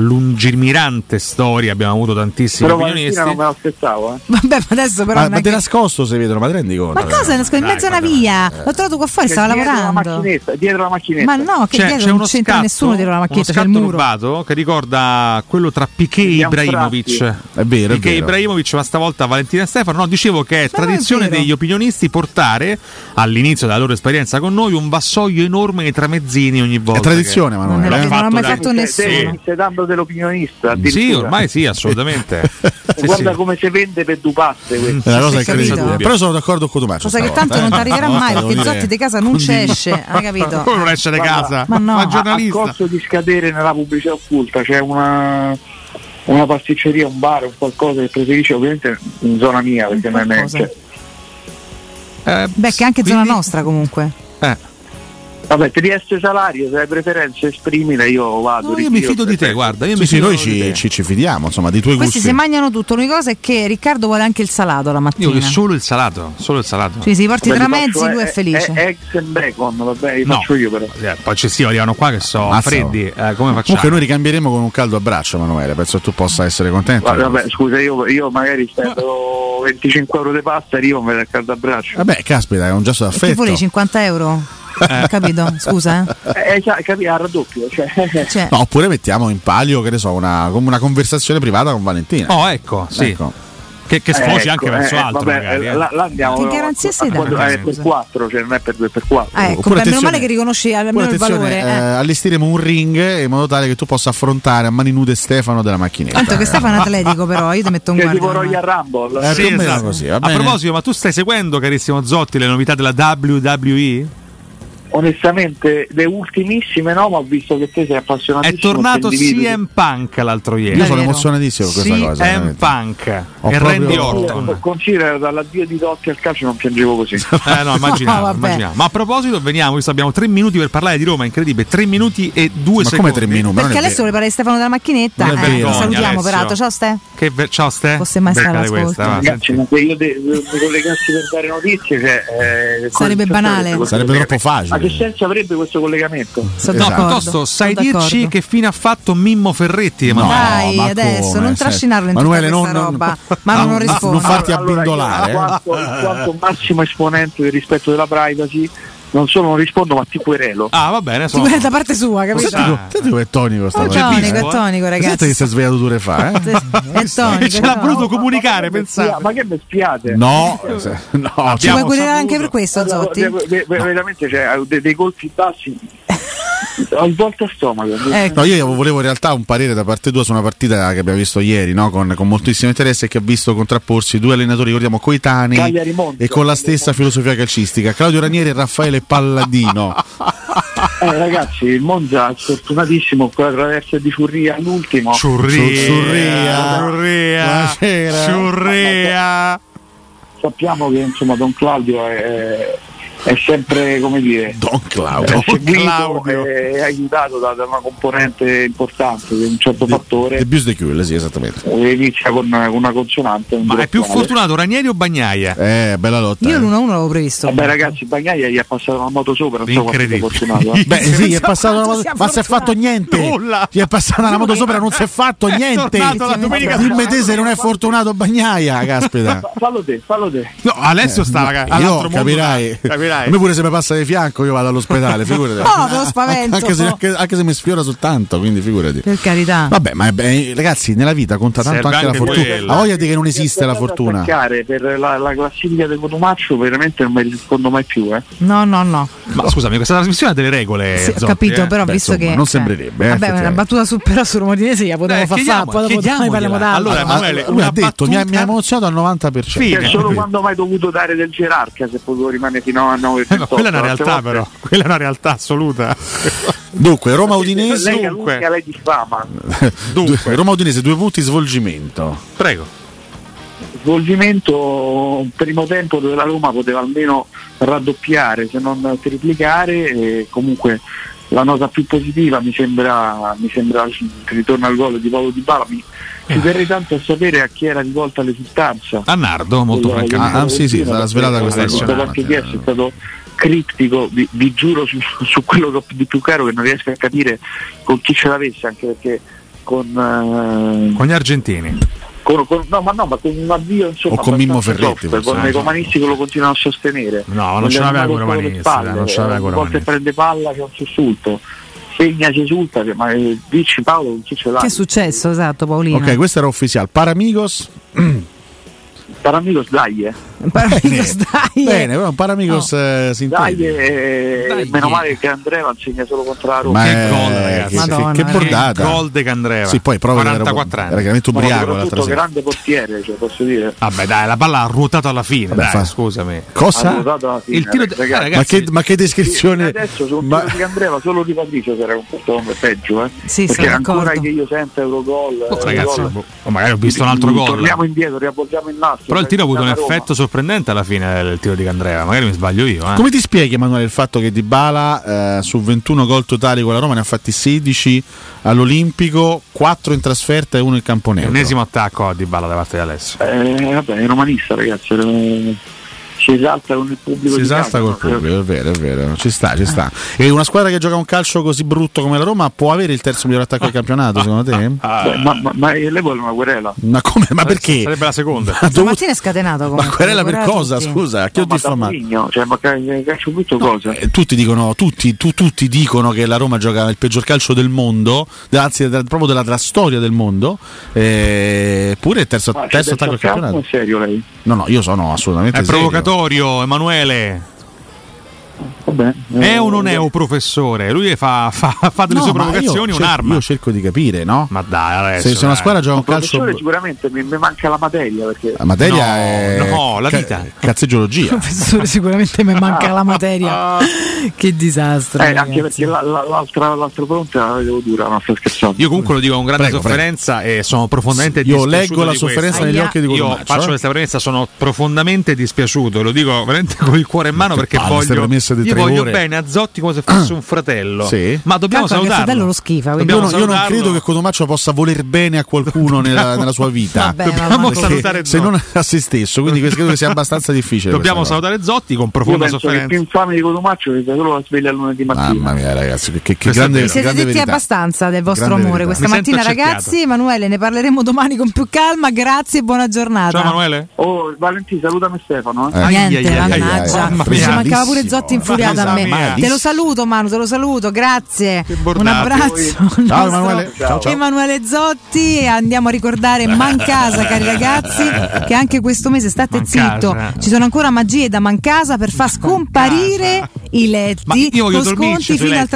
Speaker 12: lungimirante storia abbiamo avuto tantissimi
Speaker 29: Però
Speaker 12: opinionisti.
Speaker 29: Valentina non me l'aspettavo. Eh.
Speaker 11: Vabbè, ma adesso però.
Speaker 9: Ma,
Speaker 11: non
Speaker 9: ma
Speaker 11: è
Speaker 9: te
Speaker 11: che-
Speaker 9: nascosto se vedono, ma te rendi conto?
Speaker 11: Ma cosa? Nasco in mezzo a una via. L'ho trovato qua fuori,
Speaker 29: Che
Speaker 11: stava
Speaker 29: dietro la
Speaker 11: lavorando.
Speaker 29: macchinetta, dietro la macchinetta.
Speaker 11: Ma no,
Speaker 12: Cioè,
Speaker 11: che dietro non c'entra nessuno dietro la macchinetta,
Speaker 12: uno
Speaker 11: c'è il
Speaker 12: scatto
Speaker 11: muro.
Speaker 12: rubato che ricorda quello tra Piquet e Ibrahimovic.
Speaker 9: È vero, è
Speaker 12: Piqué e
Speaker 9: vero.
Speaker 12: Ibrahimovic, ma stavolta Valentina e Stefano. No, dicevo che è tradizione degli opinionisti portare all'inizio della loro esperienza con noi un vassoio enorme di tramezzini ogni volta.
Speaker 9: tradizione,
Speaker 12: che-
Speaker 9: Emanuele, Non
Speaker 12: l'ha
Speaker 9: eh?
Speaker 12: fatto
Speaker 9: non l'ha mai
Speaker 12: da-
Speaker 9: fatto
Speaker 12: Sì.
Speaker 29: Stai, stai dando dell'opinionista.
Speaker 12: Sì,
Speaker 29: addirittura.
Speaker 12: ormai sì, assolutamente. Sì,
Speaker 29: Guarda
Speaker 12: sì.
Speaker 29: come si vende per due paste questo.
Speaker 9: È una cosa incredibile. Però sono d'accordo con Tommaso.
Speaker 11: Cosa che
Speaker 9: stavolta,
Speaker 11: tanto non ti
Speaker 9: eh.
Speaker 11: arriverà
Speaker 9: Stavolta
Speaker 11: mai
Speaker 9: devo
Speaker 11: perché
Speaker 9: dire-
Speaker 11: Zotti di casa non ci
Speaker 9: Condivido.
Speaker 11: esce, hai capito?
Speaker 12: Come non esce da casa?
Speaker 11: Ma no.
Speaker 12: Fa
Speaker 29: a, a costo di scadere nella pubblicità occulta c'è una, una pasticceria, un bar, un qualcosa che preferisce ovviamente in zona mia perché non è cioè,
Speaker 11: Beh, che è anche zona nostra comunque.
Speaker 29: Vabbè, ti riesce salario, se hai preferenze esprimile, io vado.
Speaker 9: io mi fido
Speaker 12: di te, guarda.
Speaker 9: sì, sì, noi ci, ci, ci fidiamo, insomma, dei tuoi
Speaker 11: Questi
Speaker 9: gusti.
Speaker 11: si mangiano tutto. L'unica cosa è che Riccardo vuole anche il salato la mattina.
Speaker 12: Io che solo il salato, solo il salato.
Speaker 11: Cioè, se ti porti
Speaker 29: Vabbè,
Speaker 11: tra
Speaker 29: li
Speaker 11: mezzi,
Speaker 29: faccio,
Speaker 11: lui è
Speaker 29: eh,
Speaker 11: felice.
Speaker 29: eh, eggs and bacon, vabbè, li
Speaker 12: No.
Speaker 29: faccio io però.
Speaker 12: Eh, poi ci sì, arrivano qua che so
Speaker 9: Ammazza.
Speaker 12: freddi, eh, come facciamo?
Speaker 9: Comunque noi ricambieremo con un caldo abbraccio, Emanuele. Penso che tu possa essere contento.
Speaker 29: Vabbè, vabbè, scusa, io, io magari spendo 25 euro di pasta, arrivo me la caldo abbraccio.
Speaker 9: Vabbè, caspita, è un gesto
Speaker 11: Che
Speaker 9: d'affetto.
Speaker 11: vuole 50 euro? Ho capito, scusa. eh.
Speaker 29: Eh, sa- capi, a raddoppio, cioè.
Speaker 11: Cioè,
Speaker 9: No, oppure mettiamo in palio, che ne so, una, come una conversazione privata con Valentina.
Speaker 12: Oh, ecco, sì. Che, che sfoci
Speaker 29: Eh,
Speaker 12: anche
Speaker 29: ecco,
Speaker 12: verso
Speaker 29: eh,
Speaker 12: altro.
Speaker 29: vabbè,
Speaker 12: magari,
Speaker 29: eh,
Speaker 12: eh.
Speaker 29: la- là andiamo
Speaker 11: Che garanzie
Speaker 29: a-
Speaker 11: stai
Speaker 29: a-
Speaker 11: dando,
Speaker 29: quando- eh, per
Speaker 11: scusa?
Speaker 29: 4, cioè non è per 2 per 4.
Speaker 11: ah, ecco, beh, meno male che riconosci almeno
Speaker 9: Oppure
Speaker 11: il valore.
Speaker 9: attenzione, eh,
Speaker 11: eh.
Speaker 9: allestiremo un ring eh, in modo tale che tu possa affrontare a mani nude Stefano della macchinetta.
Speaker 11: Tanto che Stefano è un atletico, però io ti metto un
Speaker 29: Che tipo
Speaker 11: guardia.
Speaker 29: Royal Rumble.
Speaker 9: Eh,
Speaker 12: Sì,
Speaker 9: più o meno
Speaker 12: esatto.
Speaker 9: così, va
Speaker 12: a
Speaker 9: bene.
Speaker 12: proposito, ma tu stai seguendo, carissimo Zotti, le novità della WWE?
Speaker 29: Onestamente, le ultimissime no, ma ho visto che te sei appassionato.
Speaker 33: È tornato CM Punk l'altro ieri.
Speaker 9: Io sono emozionatissimo con questa cosa,
Speaker 33: CM
Speaker 9: veramente.
Speaker 33: Punk
Speaker 9: Ho
Speaker 33: e
Speaker 9: proprio-
Speaker 33: Randy Orton.
Speaker 29: Considera dall'addio di Totti al calcio non piangevo così.
Speaker 33: Eh no,
Speaker 29: No,
Speaker 33: immaginiamo,
Speaker 29: vabbè.
Speaker 33: immaginiamo. Ma a proposito, veniamo, visto abbiamo tre minuti per parlare di Roma, è incredibile, tre minuti e due
Speaker 9: Ma come
Speaker 33: secondi.
Speaker 9: tre minuti?
Speaker 11: Perché adesso vuole parlare di Stefano della macchinetta.
Speaker 33: Non è
Speaker 11: eh,
Speaker 33: vero.
Speaker 11: lo salutiamo
Speaker 33: Alessio.
Speaker 11: peraltro. Ciao Ste.
Speaker 33: Che ve- ciao Ste.
Speaker 11: Fosse
Speaker 29: Eh,
Speaker 11: mai stata
Speaker 33: Beccate
Speaker 11: l'ascolto.
Speaker 33: questa, va,
Speaker 29: Ragazzi, ma se io de- mi collegassi per dare notizie, cioè, eh,
Speaker 11: Sarebbe
Speaker 29: cosa-
Speaker 11: banale.
Speaker 29: questo
Speaker 9: Sarebbe
Speaker 29: collegamento?
Speaker 9: troppo facile.
Speaker 29: Ma che senso avrebbe questo collegamento?
Speaker 33: No,
Speaker 12: Esatto.
Speaker 33: piuttosto, sai dirci che fine ha fatto Mimmo Ferretti?
Speaker 11: No,
Speaker 33: Emanuele?
Speaker 11: Dai, ma adesso, come, non cioè, trascinarlo in tutta Emanuele, questa non- roba. Mauro non
Speaker 33: Ah,
Speaker 11: risponde. non farti abbindolare, eh.
Speaker 29: in quanto, in quanto massimo esponente del rispetto della privacy, non solo non rispondo, ma ti querelo.
Speaker 33: Ah, va bene.
Speaker 11: Tu guarda da parte sua, capito?
Speaker 9: Senti, co- senti come è tonico sta
Speaker 11: È
Speaker 9: cosa.
Speaker 11: Oh, tonico, è tonico, ragazzi.
Speaker 9: Senti che si è svegliato due ore fa, eh?
Speaker 11: È tonico.
Speaker 33: Ce l'ha
Speaker 11: no?
Speaker 33: voluto comunicare, pensate.
Speaker 29: Ma che mi spiate?
Speaker 9: No, se- no,
Speaker 11: Ci
Speaker 9: cioè-
Speaker 11: vuoi querelare anche per questo, Zotti?
Speaker 29: Ve- ve- ve- Veramente, cioè, dei, dei colpi bassi. Ho il volto a stomaco.
Speaker 11: Ecco.
Speaker 9: No, io volevo in realtà un parere da parte tua su una partita che abbiamo visto ieri no? con, con moltissimo interesse e che ha visto contrapporsi due allenatori, ricordiamo, coetanei
Speaker 29: Cagliari-Monza.
Speaker 9: e con la stessa filosofia calcistica, Claudio Ranieri e Raffaele Palladino.
Speaker 29: Eh, ragazzi, il Monza è sfortunatissimo con la traversa di Furria all'ultimo.
Speaker 9: Ciurria,
Speaker 33: Ciurria,
Speaker 29: Buonasera.
Speaker 33: Ciurria.
Speaker 29: Sappiamo che insomma Don Claudio è, è sempre come dire
Speaker 9: Don Claudio,
Speaker 29: è seguito e è aiutato da, da una componente importante di un certo fattore
Speaker 9: The Buse de Kiel, sì, esattamente.
Speaker 29: e inizia con con una consonante.
Speaker 33: Ma è più fortunato Ranieri o Bagnaia?
Speaker 9: Eh, bella lotta.
Speaker 11: Io l'1-1 l'avevo previsto.
Speaker 29: Vabbè ragazzi, Bagnaia gli ha passato una moto sopra, non so quanto sia fortunato. eh.
Speaker 9: Beh, sì, è passata una moto, ma si è fatto niente. Si è passata una moto sopra, non si è fatto
Speaker 29: È
Speaker 9: niente.
Speaker 29: tornato la domenica
Speaker 9: Dimmi te
Speaker 29: sera.
Speaker 9: se non è fortunato Bagnaia, caspita. Eh,
Speaker 29: Fa- Fallo te, fallo te.
Speaker 33: No, Alessio sta raga, all'altro
Speaker 9: Io
Speaker 33: mondo,
Speaker 9: capirai.
Speaker 33: dai, capirai.
Speaker 9: A me pure se mi passa di fianco io vado all'ospedale, figurati.
Speaker 11: No, te lo spavento.
Speaker 9: Anche se, anche- anche se mi sfiora soltanto, quindi figurati.
Speaker 11: Per carità.
Speaker 9: Vabbè, ma è be- eh, ragazzi, nella vita conta tanto
Speaker 33: Serve
Speaker 9: anche la
Speaker 33: anche
Speaker 9: fortuna.
Speaker 33: quella.
Speaker 9: Ha voglia di che non esiste la fortuna.
Speaker 29: Attaccare Per la, la classifica del Cotumaccio veramente non mi rispondo mai più. Eh.
Speaker 11: No, no, no.
Speaker 33: Ma scusami, questa trasmissione ha delle regole. eh?
Speaker 11: Sì, ho capito,
Speaker 9: eh,
Speaker 11: però visto che. cioè, Vabbè, una battuta sul però sull'Udinese gliela potevo
Speaker 33: Dai,
Speaker 11: far fare.
Speaker 33: chiediamo-
Speaker 11: Poi dopo domani parliamo
Speaker 33: chiediamogliela.
Speaker 11: d'altro.
Speaker 33: Allora, Emanuele,
Speaker 9: Ah, lui
Speaker 33: una
Speaker 9: ha detto, mi ha, mi ha emozionato al 90%.
Speaker 29: Cioè, solo quando mai dovuto dare del gerarca se potevo rimanere fino a 9
Speaker 33: Ma Eh, quella è una realtà, però. Quella è una realtà assoluta.
Speaker 9: Dunque, Roma Udinese.
Speaker 29: Lei è l'unica, lei diffama.
Speaker 9: Roma Udinese, due punti svolgimento.
Speaker 33: Prego.
Speaker 29: Svolgimento un primo tempo dove la Roma poteva almeno raddoppiare, se non triplicare, e comunque la nota più positiva mi sembra, mi sembra il ritorno al gol di Paolo Di Bala. Mi,
Speaker 33: Eh.
Speaker 29: ci terrei tanto a sapere a chi era rivolta l'esultanza.
Speaker 33: A Nardo, molto francamente.
Speaker 9: Ah, ah, sì, sì, sarà svelata questa
Speaker 29: cosa.
Speaker 9: cosa.
Speaker 29: Qualche DS è stato criptico, vi, vi giuro su, su quello che ho di più caro che non riesco a capire con chi ce l'avesse, anche perché con, eh,
Speaker 33: Con gli argentini.
Speaker 29: con- con- no, ma no, ma con un avvio insomma,
Speaker 33: O con Mimmo
Speaker 29: abbastanza
Speaker 33: Ferretti,
Speaker 29: soft,
Speaker 33: forse,
Speaker 29: con
Speaker 33: eh,
Speaker 16: sì.
Speaker 29: i romanisti che lo continuano a sostenere.
Speaker 33: No, non
Speaker 29: Con
Speaker 33: ce
Speaker 29: gli
Speaker 33: l'aveva
Speaker 29: animali
Speaker 33: con i
Speaker 29: solo le
Speaker 33: romanisti,
Speaker 29: spalle,
Speaker 33: dai, non ce l'aveva
Speaker 29: eh,
Speaker 33: con i
Speaker 29: ogni volta che prende palla c'è un sussulto, segna si esulta, che- ma eh, dici Paolo con chi ce l'ha?
Speaker 11: Che è successo, esatto, Paolino?
Speaker 9: Ok, questo era ufficiale. Paramigos.
Speaker 29: Paramigos dai, eh.
Speaker 11: Paramigos dai.
Speaker 9: Bene, però un Paramigos eh,
Speaker 29: Dai,
Speaker 9: sintetico.
Speaker 29: eh, meno male che Andrea segna solo contro la Roma.
Speaker 9: Ma è- che-
Speaker 11: eh.
Speaker 9: che, bordata.
Speaker 33: gol de Candreva.
Speaker 9: Sì, poi proprio
Speaker 33: 44
Speaker 9: era,
Speaker 33: anni.
Speaker 9: era chiaramente
Speaker 29: Ma
Speaker 9: ubriaco l'altra
Speaker 29: soprattutto
Speaker 9: sera.
Speaker 29: grande portiere, cioè, posso dire.
Speaker 33: Vabbè, dai, la palla ha ruotato alla fine.
Speaker 9: Vabbè,
Speaker 33: dai,
Speaker 9: fa-
Speaker 33: scusami.
Speaker 9: Cosa?
Speaker 29: Ha ruotato alla fine,
Speaker 33: Il tiro de-
Speaker 29: ragazzi.
Speaker 33: eh,
Speaker 9: ma,
Speaker 33: ragazzi,
Speaker 9: che, ma che descrizione.
Speaker 29: Adesso sono
Speaker 9: Ma-
Speaker 29: un tiro di Andrea, solo di Patricio sarà un po' peggio, eh.
Speaker 11: Sì,
Speaker 29: Perché
Speaker 11: sono
Speaker 29: ancora
Speaker 11: d'accordo.
Speaker 29: che io sento Eurogol. eh,
Speaker 33: oh,
Speaker 29: Eurogol.
Speaker 33: ragazzi, boh, oh, magari ho visto un altro
Speaker 29: Torniamo
Speaker 33: gol.
Speaker 29: indietro, riavvolgiamo il nastro.
Speaker 33: Però il tiro ha avuto un
Speaker 29: Roma.
Speaker 33: effetto sorprendente alla fine del tiro di Candreva. Magari mi sbaglio io. eh.
Speaker 9: Come ti spieghi, Emanuele, il fatto che Dybala eh, su 21 gol totali con la Roma ne ha fatti 16 all'Olimpico, 4 in trasferta e 1 in campo nero?
Speaker 33: Ennesimo attacco a Dybala da parte di Alessio.
Speaker 29: Eh, vabbè, è romanista, ragazzi. eh, Si esalta con il pubblico.
Speaker 9: Si
Speaker 29: di
Speaker 9: esasta
Speaker 29: casa,
Speaker 9: col pubblico, è vero, è vero, ci sta, ci sta. E una squadra che gioca un calcio così brutto come la Roma può avere il terzo miglior attacco del campionato, secondo te?
Speaker 33: Ah.
Speaker 29: Beh, ma, ma, ma lei vuole una querela?
Speaker 9: Ma come? Ma perché?
Speaker 33: Sarebbe la seconda.
Speaker 9: Ma dove-
Speaker 11: Stamattina è scatenato.
Speaker 9: Ma
Speaker 11: comunque,
Speaker 9: querela per
Speaker 11: guarda
Speaker 9: cosa?
Speaker 11: tutti.
Speaker 9: Scusa, a chi ho diffamato?
Speaker 29: Cioè, ma ca- calcio brutto cosa?
Speaker 9: Eh, Tutti dicono, tutti, tu- tutti dicono che la Roma gioca il peggior calcio del mondo, de- anzi de- proprio della, della storia del mondo, eh, pure il terzo,
Speaker 29: Ma c'è
Speaker 9: terzo
Speaker 29: del
Speaker 9: attacco del
Speaker 29: sarcasmo
Speaker 9: campionato.
Speaker 29: o è serio lei?
Speaker 9: No, no, io sono assolutamente
Speaker 33: È
Speaker 9: serio.
Speaker 33: provocatorio, Emanuele.
Speaker 29: va bene.
Speaker 9: Eh,
Speaker 12: È o non è un professore?
Speaker 29: eh.
Speaker 12: Lui fa, fa- fa delle
Speaker 9: No,
Speaker 12: sue
Speaker 9: ma io
Speaker 12: provocazioni
Speaker 9: cer-
Speaker 12: un'arma.
Speaker 9: Io cerco di capire, no?
Speaker 12: Ma dai, adesso,
Speaker 9: Se, se una
Speaker 12: dai.
Speaker 9: squadra gioca un calcio.
Speaker 29: Professore, sicuramente mi, mi manca la materia perché
Speaker 9: La materia è.
Speaker 12: no, la
Speaker 9: ca-
Speaker 12: vita.
Speaker 9: Cazzeggiologia.
Speaker 11: Professore, sicuramente mi manca la materia. che disastro.
Speaker 29: Eh, anche perché la- la- l'altra, l'altra fronte la vedevo dura, non sto scherzando.
Speaker 12: Io comunque lo dico con grande
Speaker 29: Prego,
Speaker 12: sofferenza e eh, sono profondamente
Speaker 29: Sì, io
Speaker 12: dispiaciuto.
Speaker 29: leggo la
Speaker 12: di questo.
Speaker 29: sofferenza negli
Speaker 12: Ahia.
Speaker 29: occhi di
Speaker 12: Io
Speaker 29: Cotumaccio,
Speaker 12: faccio
Speaker 9: cioè?
Speaker 29: eh.
Speaker 12: questa premessa, sono profondamente dispiaciuto, lo dico veramente con il cuore in mano perché
Speaker 9: palle, ste
Speaker 12: voglio,
Speaker 9: premesse di
Speaker 12: io
Speaker 9: tre
Speaker 12: voglio
Speaker 9: ore.
Speaker 12: bene a Zotti come se fosse un fratello.
Speaker 9: Sì.
Speaker 12: Ma
Speaker 11: Calcola
Speaker 12: dobbiamo
Speaker 11: che il
Speaker 12: salutarlo.
Speaker 11: fratello lo schifa. quindi-
Speaker 9: Io, non- io non credo che Cotomaccio possa voler bene a qualcuno nella, nella sua vita.
Speaker 12: Vabbè, Dobbiamo ma-
Speaker 9: Perché-
Speaker 12: salutare
Speaker 9: se non a se stesso, quindi questo credo che sia abbastanza difficile.
Speaker 12: Dobbiamo
Speaker 9: questa cosa.
Speaker 12: salutare Zotti con
Speaker 29: Io
Speaker 12: profonda
Speaker 29: penso che
Speaker 12: sofferenza.
Speaker 29: più infame di Cotumaccio sia solo la sveglia lunedì mattina.
Speaker 9: Mamma mia, ragazzi, che, che
Speaker 12: Questo è
Speaker 9: grande,
Speaker 11: Vi siete
Speaker 9: grande
Speaker 11: detti
Speaker 9: verità.
Speaker 11: abbastanza del vostro
Speaker 9: Grande
Speaker 11: amore
Speaker 9: verità.
Speaker 11: questa
Speaker 9: Mi sento
Speaker 11: mattina,
Speaker 9: accerchiato.
Speaker 11: ragazzi. Emanuele, ne parleremo domani con più calma. Grazie e buona giornata.
Speaker 29: Ciao, Oh, Valentino, salutami Stefano.
Speaker 11: Eh. Niente, mannaggia. Ci mancava pure Zotti infuriato a
Speaker 29: Mamma
Speaker 11: me.
Speaker 29: mia.
Speaker 11: Te lo saluto, Manu, te lo saluto. Grazie. Un
Speaker 29: bordato.
Speaker 11: abbraczo. al
Speaker 29: Ciao,
Speaker 11: nostro
Speaker 29: Emanuele. Ciao, ciao.
Speaker 11: Emanuele Zotti. E Andiamo a ricordare Mancasa, cari ragazzi, che anche questo mese state
Speaker 12: Mancasa.
Speaker 11: zitto. Ci sono ancora magie da Mancasa per far scomparire i letti
Speaker 12: io voglio
Speaker 11: con
Speaker 12: dormirci
Speaker 11: sconti
Speaker 12: sui
Speaker 11: fino al
Speaker 12: letti.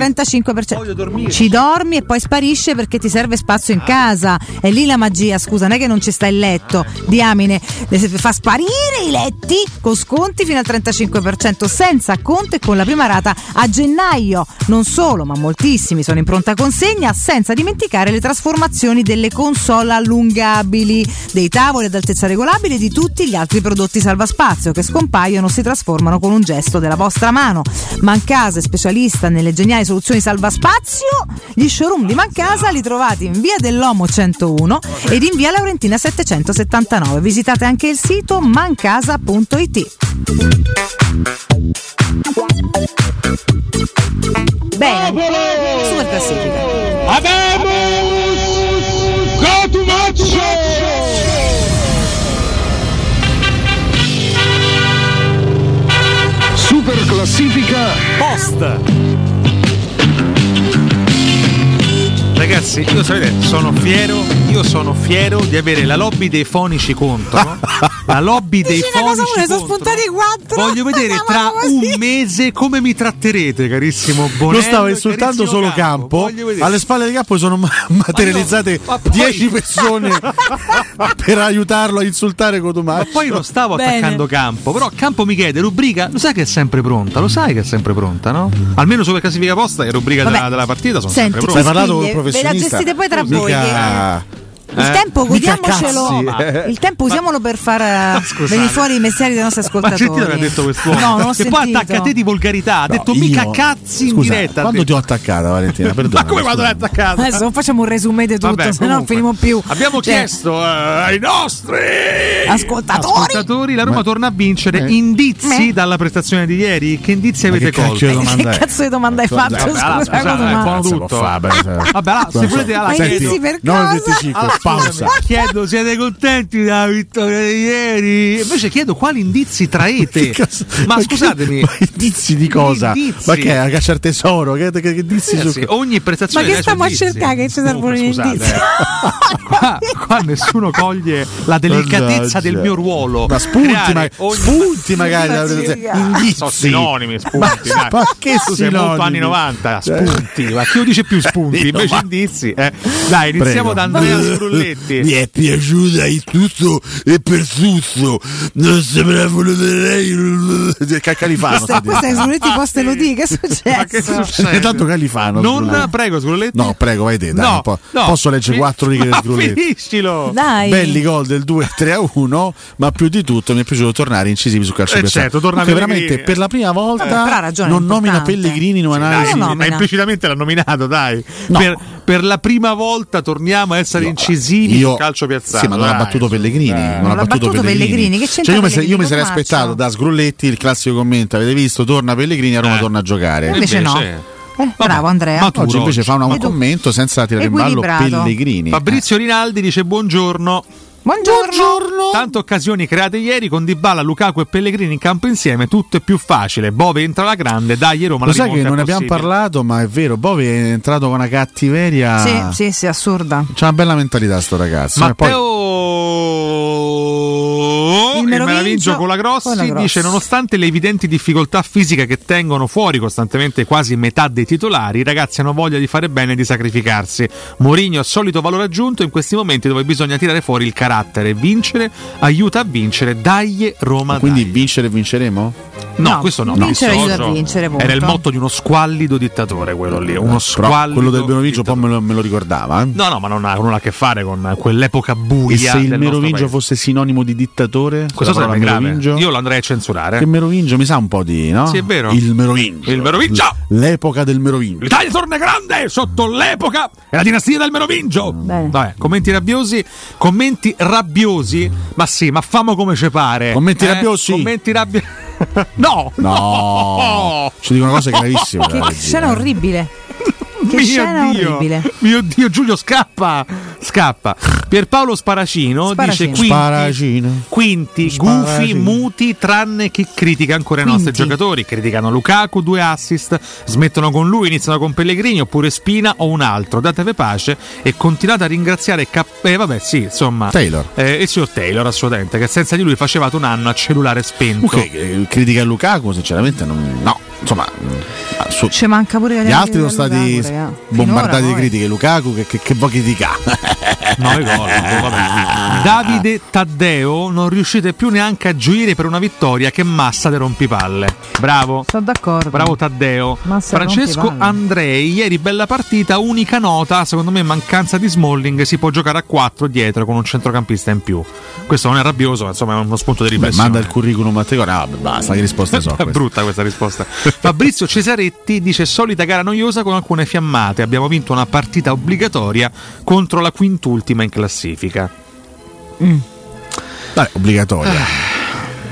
Speaker 11: 35%. Ci dormi e poi sparisce perché ti serve spazio in casa. È lì la magia, scusa, non è che non ci sta il letto. Diamine, le se- fa sparire i letti con sconti fino al 35% senza conto e con la prima rata a gennaio. Non solo, ma moltissimi sono in pronta consegna senza dimenticare le trasformazioni delle console allungabili, dei tavoli ad altezza regolabile e di tutti gli altri prodotti salvaspazio che scompaiono o si trasformano con un gesto della vostra mano. Mancasa è specialista nelle geniali soluzioni salvaspazio. Gli showroom di Mancasa li trovate in via dell'Omo 101 ed in via Laurentina 779. Visitate anche il sito mancasa.it. Bene, super classifica.
Speaker 3: Super classifica post.
Speaker 12: Ragazzi, io sapete, sono fiero, io sono fiero di avere la lobby dei fonici contro. la lobby dei
Speaker 11: Una cosa
Speaker 12: fonici
Speaker 11: uno, sono
Speaker 12: contro.
Speaker 11: spuntati quattro.
Speaker 12: Voglio vedere tra un mese come mi tratterete, carissimo Bonello.
Speaker 9: Non stavo
Speaker 12: e
Speaker 9: insultando
Speaker 12: carissimo
Speaker 9: solo
Speaker 12: Campo.
Speaker 9: campo,
Speaker 12: Voglio vedere.
Speaker 9: alle spalle di campo sono ma- materializzate 10 persone per aiutarlo a insultare Cotumaccio.
Speaker 12: Ma poi non stavo
Speaker 9: Bene.
Speaker 12: attaccando Campo, però Campo mi chiede rubrica, lo sai che è sempre pronta, lo sai che è sempre pronta, no? Almeno sulla classifica posta e rubrica
Speaker 11: Vabbè.
Speaker 12: della, della partita sono
Speaker 11: Senti,
Speaker 12: sempre pronte.
Speaker 11: Hai parlato con il quindi, ve la professionista? gestite poi tra voi, Mica-
Speaker 12: Eh?
Speaker 11: Il tempo godiamocelo, il tempo usiamolo per far eh,
Speaker 12: scusate.
Speaker 11: venire fuori i mestieri dei nostri
Speaker 12: Ma
Speaker 11: ascoltatori.
Speaker 12: sentite cosa ha detto quest'uomo?
Speaker 11: No, non ho
Speaker 12: che poi
Speaker 11: sentito.
Speaker 12: attacca te di volgarità, ha detto
Speaker 9: io-
Speaker 12: mica cazzi in
Speaker 9: Scusa,
Speaker 12: diretta. ha
Speaker 9: Quando ti
Speaker 12: detto.
Speaker 9: ho attaccata, Valentina? Eh, Perdona.
Speaker 12: Ma come quando l'hai attaccata?
Speaker 11: Adesso non facciamo un resume di tutto,
Speaker 12: Vabbè,
Speaker 11: se no non
Speaker 12: comunque.
Speaker 11: finiamo più.
Speaker 12: Abbiamo
Speaker 11: Cioè,
Speaker 12: chiesto eh, ai nostri
Speaker 11: ascoltatori.
Speaker 12: ascoltatori, la Roma torna a vincere.
Speaker 11: Eh.
Speaker 12: Indizi
Speaker 11: Eh.
Speaker 12: dalla prestazione di ieri? Che indizi avete
Speaker 9: che cacchio
Speaker 12: colto?
Speaker 9: di domanda
Speaker 11: Che cazzo di domanda hai
Speaker 9: Cioè,
Speaker 11: fatto?
Speaker 12: Vabbè,
Speaker 11: Scusa,
Speaker 12: allora,
Speaker 11: cosa
Speaker 12: scusate,
Speaker 11: domanda?
Speaker 12: buono tutto. Vabbè, allora, se volete alla
Speaker 11: Ma
Speaker 12: chiedo-
Speaker 11: indizi per cosa?
Speaker 9: 9.25, pausa.
Speaker 12: Chiedo, siete contenti della vittoria di ieri? Invece chiedo quali indizi traete. Ma scusatemi,
Speaker 9: Ma indizi di cosa?
Speaker 12: Indizi.
Speaker 9: Ma che è la caccia al tesoro? Che, che, che indizi
Speaker 12: Ragazzi,
Speaker 9: su
Speaker 12: Eh ogni
Speaker 11: Ma
Speaker 12: prestazione
Speaker 11: che
Speaker 12: dai suoi
Speaker 11: stiamo a
Speaker 12: indizi.
Speaker 11: cercare? Che ci servono gli
Speaker 12: Scusate,
Speaker 11: indizi?
Speaker 12: eh. qua, qua nessuno coglie la delicatezza
Speaker 9: Mannaggia.
Speaker 12: del mio ruolo.
Speaker 9: Ma spunti,
Speaker 12: Creare
Speaker 9: ma-
Speaker 12: ogni-
Speaker 9: spunti magari dalla prestazione. Indizi.
Speaker 12: Sono sinonimi,
Speaker 9: Ma-
Speaker 12: spunti. dai.
Speaker 9: ma che
Speaker 12: tu sei molto
Speaker 9: sinonimi? Cioè.
Speaker 12: anni 90, spunti. Ma chi lo dice più spunti? Invece indizi. eh. Dai,
Speaker 9: Prego.
Speaker 12: iniziamo da Andrea Sbrulletti.
Speaker 8: Mi è piaciuta il tutto e per tutto. Non sembrava uno dei
Speaker 9: Califano.
Speaker 11: Questa questa è Sbrunetti Poste lo dica, che è successo?
Speaker 9: E Eh, tanto Califano.
Speaker 12: Non-
Speaker 9: Sgrulletti.
Speaker 12: prego, Sgrulletti.
Speaker 9: No, prego, vai te. Dai,
Speaker 12: No,
Speaker 9: un po'.
Speaker 12: no.
Speaker 9: Posso leggere
Speaker 12: Fi-
Speaker 9: quattro righe di
Speaker 12: Ma
Speaker 9: Sgrulletti.
Speaker 12: Finiscilo.
Speaker 11: Dai.
Speaker 9: Belli gol del 2 3 a 1, ma più di tutto mi è piaciuto tornare incisivi sul calcio
Speaker 12: Eh,
Speaker 9: piazzato.
Speaker 12: certo, torna
Speaker 9: Perché
Speaker 12: Pellegrini.
Speaker 9: veramente per la prima volta
Speaker 12: Eh, però ha ragione,
Speaker 9: non
Speaker 12: è
Speaker 9: nomina
Speaker 12: importante.
Speaker 9: Pellegrini in
Speaker 12: Dai,
Speaker 9: un'analisi.
Speaker 12: ma implicitamente l'ha nominato, dai. Per, per la prima volta torniamo a essere incisivi
Speaker 9: io-
Speaker 12: sul calcio piazzato.
Speaker 9: Sì, ma non ha
Speaker 12: dai.
Speaker 9: battuto Pellegrini. Non,
Speaker 11: Eh, Non ha battuto Pellegrini, che c'entra
Speaker 9: Cioè, io mi, se-
Speaker 11: Pellegrini
Speaker 9: io mi
Speaker 11: con
Speaker 9: sarei
Speaker 11: Marcio?
Speaker 9: aspettato da Sgrulletti il classico commento: avete visto? Torna Pellegrini, a Roma
Speaker 12: Eh.
Speaker 9: torna a giocare.
Speaker 11: Invece no. Eh, bravo Andrea.
Speaker 9: Oggi invece fa un commento senza tirare in ballo
Speaker 11: Equilibrato.
Speaker 9: Pellegrini.
Speaker 12: Fabrizio Rinaldi dice buongiorno.
Speaker 11: Buongiorno.
Speaker 12: Tante occasioni create ieri con Dybala, Lukaku e Pellegrini in campo insieme, tutto è più facile. Bove entra la grande, dai Roma
Speaker 9: Lo
Speaker 12: la
Speaker 9: sai che
Speaker 12: rimonta
Speaker 9: non
Speaker 12: è
Speaker 9: ne abbiamo
Speaker 12: possibile.
Speaker 9: parlato, ma è vero, Bovi è entrato con una cattiveria.
Speaker 11: Sì, sì, sì, assurda.
Speaker 9: C'ha una bella mentalità sto ragazzo. eh, poi-
Speaker 12: Matteo meraviglio con la Grossi dice nonostante le evidenti difficoltà fisiche che tengono fuori costantemente quasi metà dei titolari i ragazzi hanno voglia di fare bene e di sacrificarsi Mourinho ha solito valore aggiunto in questi momenti dove bisogna tirare fuori il carattere vincere aiuta a vincere daglie Roma
Speaker 9: Quindi vincere vinceremo?
Speaker 12: No, questo no.
Speaker 11: vincere
Speaker 12: questo
Speaker 11: aiuta a
Speaker 12: no.
Speaker 11: vincere, punto.
Speaker 12: Era il motto di uno squallido dittatore, quello lì. Uno squallido.
Speaker 9: Quello del Merovingio poi me lo, me lo ricordava. eh.
Speaker 12: No, no, ma non ha, non ha a che fare con quell'epoca
Speaker 9: E
Speaker 12: buia.
Speaker 9: se il
Speaker 12: del
Speaker 9: Merovingio
Speaker 12: nostro
Speaker 9: fosse sinonimo di dittatore?
Speaker 12: paese. Questo
Speaker 9: La parola
Speaker 12: sarebbe grave.
Speaker 9: Merovingio?
Speaker 12: Io lo andrei a censurare.
Speaker 9: Che Merovingio mi sa un po' di, no?
Speaker 12: Sì, è vero.
Speaker 9: Il Merovingio.
Speaker 12: Il Merovingio!
Speaker 9: L'epoca del Merovingio.
Speaker 12: L'Italia torna grande sotto l'epoca e la dinastia del Merovingio. Vabbè, commenti rabbiosi, commenti rabbiosi, ma sì, ma famo come ci pare.
Speaker 9: Commenti
Speaker 12: Eh,
Speaker 9: rabbiosi.
Speaker 12: Commenti rabbiosi. no,
Speaker 9: No. Ci dicono cose gravissime.
Speaker 11: Che
Speaker 9: la regia.
Speaker 12: eh.
Speaker 11: scena orribile. Che
Speaker 12: Mio
Speaker 11: scena
Speaker 12: Dio.
Speaker 11: orribile.
Speaker 12: Mio Dio, Giulio scappa! Scappa. Pierpaolo Sparacino,
Speaker 9: Sparacino.
Speaker 12: dice quinti,
Speaker 9: Sparacino.
Speaker 12: quinti gufi,
Speaker 9: Sparacino.
Speaker 12: muti, tranne chi critica ancora i nostri giocatori. Criticano Lukaku, due assist, smettono con lui, iniziano con Pellegrini oppure Spina o un altro. Datevi pace e continuate a ringraziare Cap- eh, vabbè, sì, insomma.
Speaker 9: Taylor.
Speaker 12: Eh, il signor Taylor, assolutamente, che senza di lui facevate un anno a cellulare spento.
Speaker 9: Ok, eh, critica a Lukaku, sinceramente, non- no. Insomma, mm, su-
Speaker 11: Ci manca pure
Speaker 9: gli altri sono stati bombardati di
Speaker 11: critiche
Speaker 9: critiche. Lukaku, che, che, che vuoi criticare?
Speaker 12: No, i gol, vabbè. Davide Taddeo, non riuscite più neanche a gioire per una vittoria che massa de rompipalle. Bravo.
Speaker 11: Sono d'accordo.
Speaker 12: Bravo Taddeo.
Speaker 11: Massa dei
Speaker 12: Francesco
Speaker 11: rompipalle.
Speaker 12: Andrei, ieri bella partita, unica nota, secondo me mancanza di Smalling, si può giocare a 4 dietro con un centrocampista in più. Questo non è rabbioso, ma insomma è uno spunto di
Speaker 9: Beh,
Speaker 12: riflessione.
Speaker 9: manda il curriculum a te. guarda, ah, basta, che risposte so.
Speaker 12: È brutta questa risposta. Fabrizio Cesaretti dice solita gara noiosa con alcune fiammate. Abbiamo vinto una partita obbligatoria contro la quintultima in classifica.
Speaker 9: Dai, obbligatoria.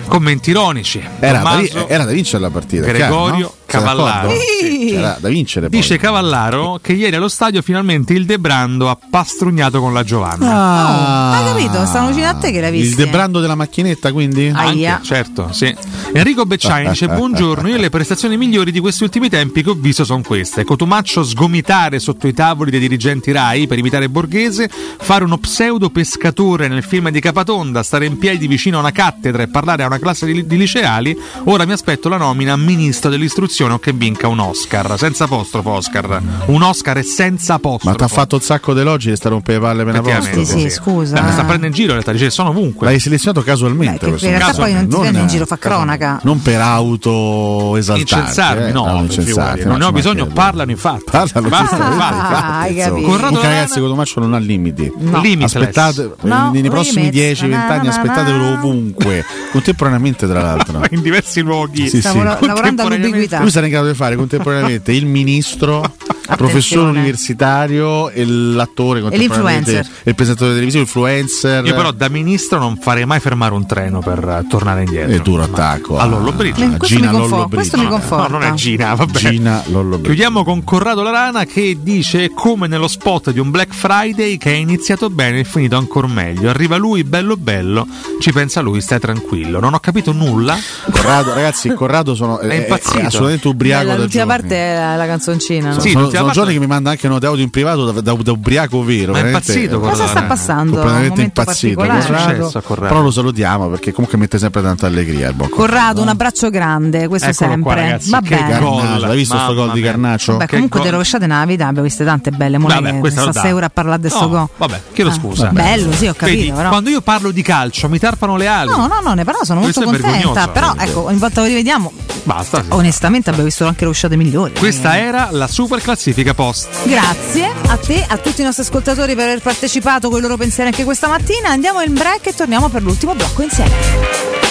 Speaker 12: Commenti ironici.
Speaker 9: Era, eh, da, vi-
Speaker 12: Ah, Tommaso
Speaker 9: era da vincere la partita. chiaro,
Speaker 12: Gregorio
Speaker 9: no? Sei d'accordo?
Speaker 12: Cavallaro.
Speaker 9: Sì, Era da vincere. Poi.
Speaker 12: dice Cavallaro che ieri allo stadio finalmente il De Brando ha pastrugnato con la Giovanna.
Speaker 11: Ah, hai capito? Stanno vicino a te che l'hai eh.
Speaker 9: il
Speaker 11: visto.
Speaker 9: debrando della macchinetta, quindi?
Speaker 11: Aia.
Speaker 12: Anche, certo, sì. Enrico Becciani dice: Buongiorno, io le prestazioni migliori di questi ultimi tempi che ho visto sono queste: Cotumaccio sgomitare sotto i tavoli dei dirigenti Rai per imitare Borghese, fare uno pseudo pescatore nel film di Capatonda, stare in piedi vicino a una cattedra e parlare a una classe di, di liceali. Ora mi aspetto la nomina a ministro dell'istruzione o che vinca un Oscar. Senza apostrofo, Oscar. Un Oscar e senza apostrofo.
Speaker 9: Ma ti ha fatto un sacco di elogi e sta rompendo le palle per una volta. Ah.
Speaker 12: Effettivamente, sì. Beh, ma sta prendendo in giro, in realtà, dice: Sono ovunque.
Speaker 9: L'hai selezionato casualmente.
Speaker 12: che
Speaker 9: questo
Speaker 12: in realtà
Speaker 9: caso.
Speaker 12: poi non
Speaker 11: ti prende in giro, fa cronaca.
Speaker 9: Non per auto esaltarti.
Speaker 12: Incensarmi,
Speaker 9: eh.
Speaker 12: no,
Speaker 9: non
Speaker 12: figurati,
Speaker 9: incensarti,
Speaker 12: non
Speaker 9: no,
Speaker 12: ne ho
Speaker 9: ci
Speaker 12: bisogno,
Speaker 9: mancherebbe.
Speaker 12: parlano infatti.
Speaker 9: Parlano,
Speaker 12: Basta,
Speaker 9: giusto,
Speaker 12: infatti,
Speaker 11: Ah, hai
Speaker 9: insomma.
Speaker 11: capito.
Speaker 9: Comunque, ragazzi, Cotomaccio non ha limiti.
Speaker 11: No. Limitless.
Speaker 9: Aspettate,
Speaker 11: No,
Speaker 9: nei- nei prossimi
Speaker 11: limits.
Speaker 9: 10-20 anni
Speaker 11: Na, na,
Speaker 9: aspettatelo ovunque, contemporaneamente tra l'altro.
Speaker 12: in diversi luoghi.
Speaker 9: Sì,
Speaker 11: Stavo
Speaker 9: sì.
Speaker 11: la- lavorando all'ubiquità.
Speaker 9: Lui sarà in grado di fare contemporaneamente il ministro, il professore universitario e l'attore contemporaneamente.
Speaker 12: l'influencer.
Speaker 9: E il presentatore televisivo, influencer.
Speaker 12: Io però da ministro non farei mai fermare un treno per eh, tornare indietro. È
Speaker 9: duro attacco.
Speaker 12: All'Ollo Brigio.
Speaker 11: Ma questo Gina mi confo- Lollobrigida. questo mi conforta.
Speaker 12: No, non è Gina, vabbè.
Speaker 9: Gina Lollobrigida.
Speaker 12: Chiudiamo con Corrado Larana che dice come nello spot di un Black Friday che è iniziato bene e finito ancora meglio. Arriva lui, bello bello, ci pensa lui, stai tranquillo. Non ho capito nulla.
Speaker 9: Corrado, ragazzi, Corrado sono,
Speaker 12: È
Speaker 9: è, è
Speaker 12: impazzito.
Speaker 9: assolutamente ubriaco
Speaker 11: Bella,
Speaker 9: da
Speaker 11: l'ultima
Speaker 9: giorni.
Speaker 11: parte è la, la canzoncina. no?
Speaker 9: Sono- sono, sono giorni che mi manda anche note audio in privato da, da- da ubriaco vero.
Speaker 11: Ma è
Speaker 9: veramente,
Speaker 11: impazzito,
Speaker 9: eh,
Speaker 11: Cosa sta passando? Un
Speaker 9: Completamente
Speaker 11: momento
Speaker 9: impazzito.
Speaker 11: particolare.
Speaker 9: Corrado,
Speaker 11: È successo a Corrado?
Speaker 9: però lo salutiamo perché comunque mette sempre tanta allegria il buon
Speaker 11: Corrado, un abbraccio grande, questo
Speaker 9: Eccolo qua,
Speaker 11: sempre.
Speaker 9: ragazzi,
Speaker 11: Va
Speaker 9: che
Speaker 11: bene.
Speaker 9: gol. Carnaccio, l'hai visto sto
Speaker 12: Mamma
Speaker 9: gol di
Speaker 12: mia.
Speaker 9: Carnaccio?
Speaker 11: Beh,
Speaker 12: Che
Speaker 11: comunque
Speaker 12: gol.
Speaker 11: te rovesciate nella vita, abbiamo viste tante belle. Mo
Speaker 12: Vabbè,
Speaker 11: lei
Speaker 12: questa
Speaker 11: sta
Speaker 12: lo dà.
Speaker 11: sei ore a parlare di sto
Speaker 12: No,
Speaker 11: gol.
Speaker 12: Vabbè, chiedo scusa.
Speaker 11: Ah, Bello, sì, ho capito,
Speaker 12: Vedi,
Speaker 11: però.
Speaker 12: Quando io parlo di calcio mi tarpano le ali.
Speaker 11: No, no, no, ne però sono
Speaker 12: Questo è
Speaker 11: molto contenta.
Speaker 12: vergognoso.
Speaker 11: Però ecco, ogni volta che rivediamo,
Speaker 12: Basta.
Speaker 11: onestamente abbiamo visto anche rovesciate migliori.
Speaker 12: Questa era la super classifica post.
Speaker 11: Grazie a te, a tutti i nostri ascoltatori per aver partecipato con i loro pensieri anche questa mattina. Andiamo in break e torniamo per l'ultimo blocco insieme.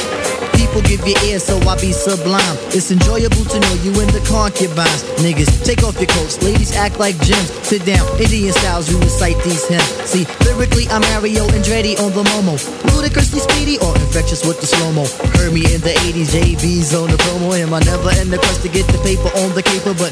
Speaker 56: People give you ears, so I be sublime. It's enjoyable to know you in the concubines. Niggas, take off your coats. Ladies, act like gems. Sit down, Indian styles, you recite these hymns. See, lyrically, I'm Mario Andretti on the Momo. Ludicrously speedy or infectious with the slow mo. Heard me in the 80s, JV's on the promo. Am I never in the quest to get the paper on the caper, but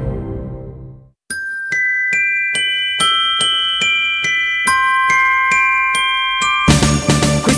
Speaker 13: Eh,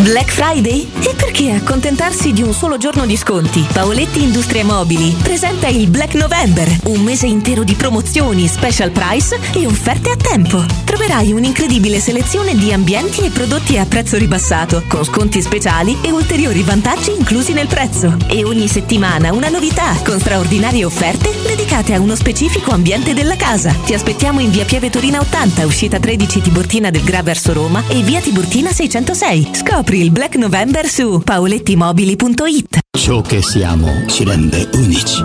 Speaker 57: Black Friday? E perché accontentarsi di un solo giorno di sconti? Paoletti Industrie Mobili presenta il Black November, un mese intero di promozioni, special price e offerte a tempo. Troverai un'incredibile selezione di ambienti e prodotti a prezzo ribassato, con sconti speciali e ulteriori vantaggi inclusi nel prezzo. E ogni settimana una novità, con straordinarie offerte dedicate a uno specifico ambiente della casa. Ti aspettiamo in via Pieve Torina 80, uscita 13 Tiburtina del Gra verso Roma e via Tiburtina 606. Scopri il Black November su paolettimobili.it.
Speaker 58: Ciò che siamo ci rende unici.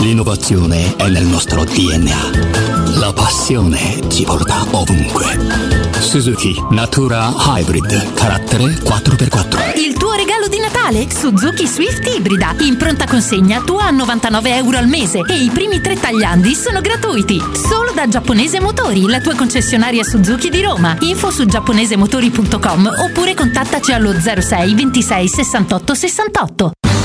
Speaker 58: L'innovazione è nel nostro DNA. La passione ci porta ovunque. Suzuki Natura Hybrid, carattere 4x4.
Speaker 47: Il tuo regalo di Natale? Suzuki Swift Ibrida. In pronta consegna tua a 99 euro al mese e i primi tre tagliandi sono gratuiti. Solo da Giapponese Motori, la tua concessionaria Suzuki di Roma. Info su giapponesemotori.com oppure contattaci allo 06 26 68 68.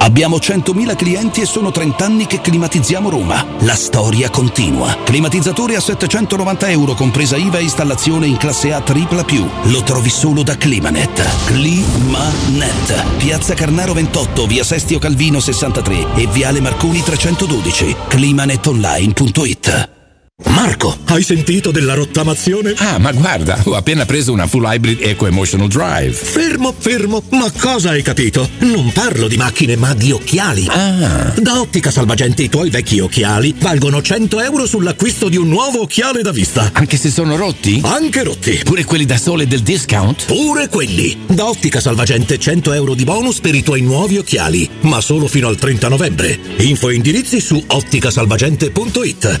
Speaker 59: Abbiamo 100.000 clienti e sono 30 anni che climatizziamo Roma. La storia continua. Climatizzatore a 790 euro, compresa IVA e installazione in classe A tripla più. Lo trovi solo da Climanet. Climanet. Piazza Carnaro 28, via Sestio Calvino 63 e viale Marconi 312. Climanetonline.it.
Speaker 25: Marco, hai sentito della rottamazione?
Speaker 60: Ah, ma guarda, ho appena preso una full hybrid Eco Emotional Drive.
Speaker 25: Fermo, fermo, ma cosa hai capito? Non parlo di macchine, ma di occhiali.
Speaker 60: Ah.
Speaker 25: Da Ottica Salvagente i tuoi vecchi occhiali valgono 100 euro sull'acquisto di un nuovo occhiale da vista.
Speaker 60: Anche se sono rotti?
Speaker 25: Anche rotti.
Speaker 60: Pure quelli da sole del discount?
Speaker 25: Pure quelli. Da Ottica Salvagente 100 euro di bonus per i tuoi nuovi occhiali, ma solo fino al 30 novembre. Info e indirizzi su otticasalvagente.it.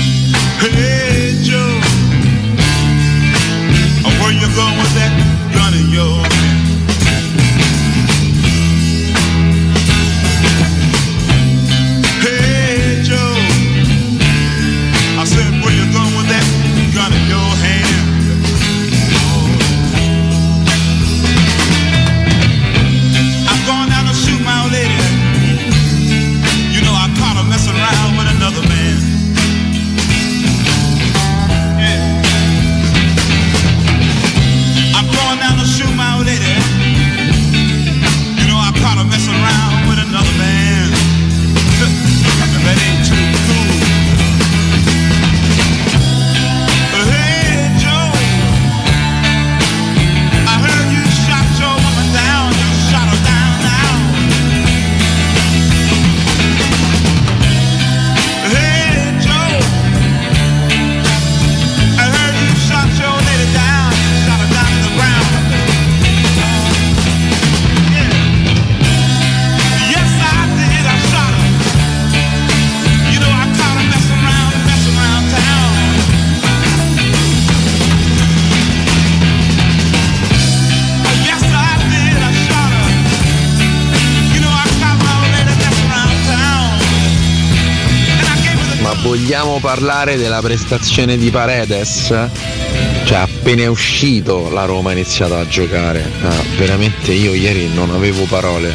Speaker 28: Hey Joe, oh, where you going with that gun of yours? Hey Joe, I said where you going with that gun in your hand? I'm going out to shoot my old lady. You know I caught her messing around with another man. I'm going down to shoot my old lady. You know I caught her messing around with another man. And that ain't too cool. But hey, Joe, I heard you shot your woman down. You shot her down now. Hey, Joe, I heard you shot your lady down. You shot her down to the ground. Yeah. Yes, I did. I shot her. You know I caught her messing around, messing around town. Yes, I did. I shot her. You know I caught my old lady messing around town.
Speaker 61: Ma vogliamo parlare della prestazione di Paredes? Cioè, appena è uscito la Roma ha iniziato a giocare. Ah, veramente io ieri non avevo parole.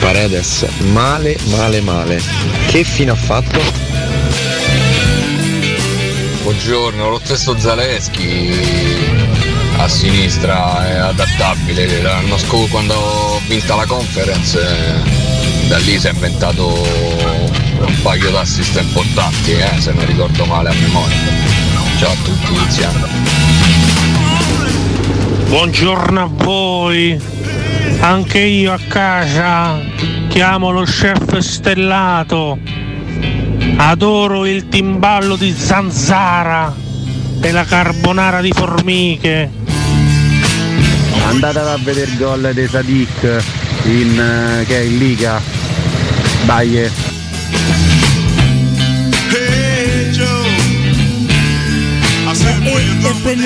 Speaker 61: Paredes male, male, male. Che fine ha fatto?
Speaker 8: Buongiorno, lo stesso Zaleschi a sinistra è adattabile. L'anno scorso quando ho vinto la conference eh, da lì si è inventato un paio d'assist importanti, eh, se non ricordo male a memoria. Ciao a tutti, Tiziano.
Speaker 1: Buongiorno a voi, anche io a casa chiamo lo chef stellato, adoro il timballo di zanzara e la carbonara di formiche.
Speaker 62: Andate a vedere il gol di Sadik in, eh, che è in Liga. Dai.
Speaker 28: Hey, Joe, I said where you going with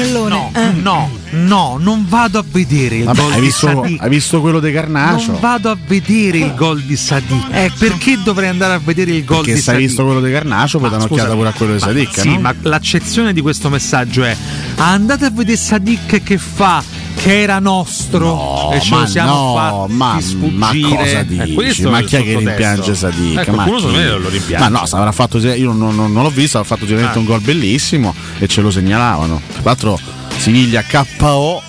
Speaker 28: that?
Speaker 12: No, no, no, non vado a vedere il
Speaker 9: Vabbè,
Speaker 12: gol
Speaker 9: hai,
Speaker 12: di
Speaker 9: visto,
Speaker 12: Sadik.
Speaker 9: hai visto quello di Carnaccio?
Speaker 12: Non vado a vedere il gol di Sadik. perché dovrei andare a vedere il gol
Speaker 9: Perché
Speaker 12: di
Speaker 9: se hai
Speaker 12: Sadik?
Speaker 9: visto quello di Carnaccio, poi dare un'occhiata
Speaker 12: scusami,
Speaker 9: pure a quello di
Speaker 12: ma-
Speaker 9: Sadik.
Speaker 12: Sì,
Speaker 9: no?
Speaker 12: ma l'accezione di questo messaggio è andate a vedere Sadik che fa che era nostro e ce
Speaker 9: ma
Speaker 12: lo siamo
Speaker 9: no,
Speaker 12: fatti
Speaker 9: ma- ma
Speaker 12: sfuggire.
Speaker 9: cosa
Speaker 12: Eh,
Speaker 9: dici?
Speaker 12: questo
Speaker 9: ma
Speaker 12: è il
Speaker 9: chi è che
Speaker 12: sottotesto.
Speaker 9: rimpiange Sadik?
Speaker 12: Eh,
Speaker 9: ma
Speaker 12: qualcuno secondo
Speaker 9: chi?
Speaker 12: me lo rimpiange.
Speaker 9: Ma no, sa- avrà fatto, io non, non- non l'ho visto, ha fatto sicuramente
Speaker 12: Ah.
Speaker 9: un gol bellissimo e ce lo segnalavano. Tra l'altro Siviglia KO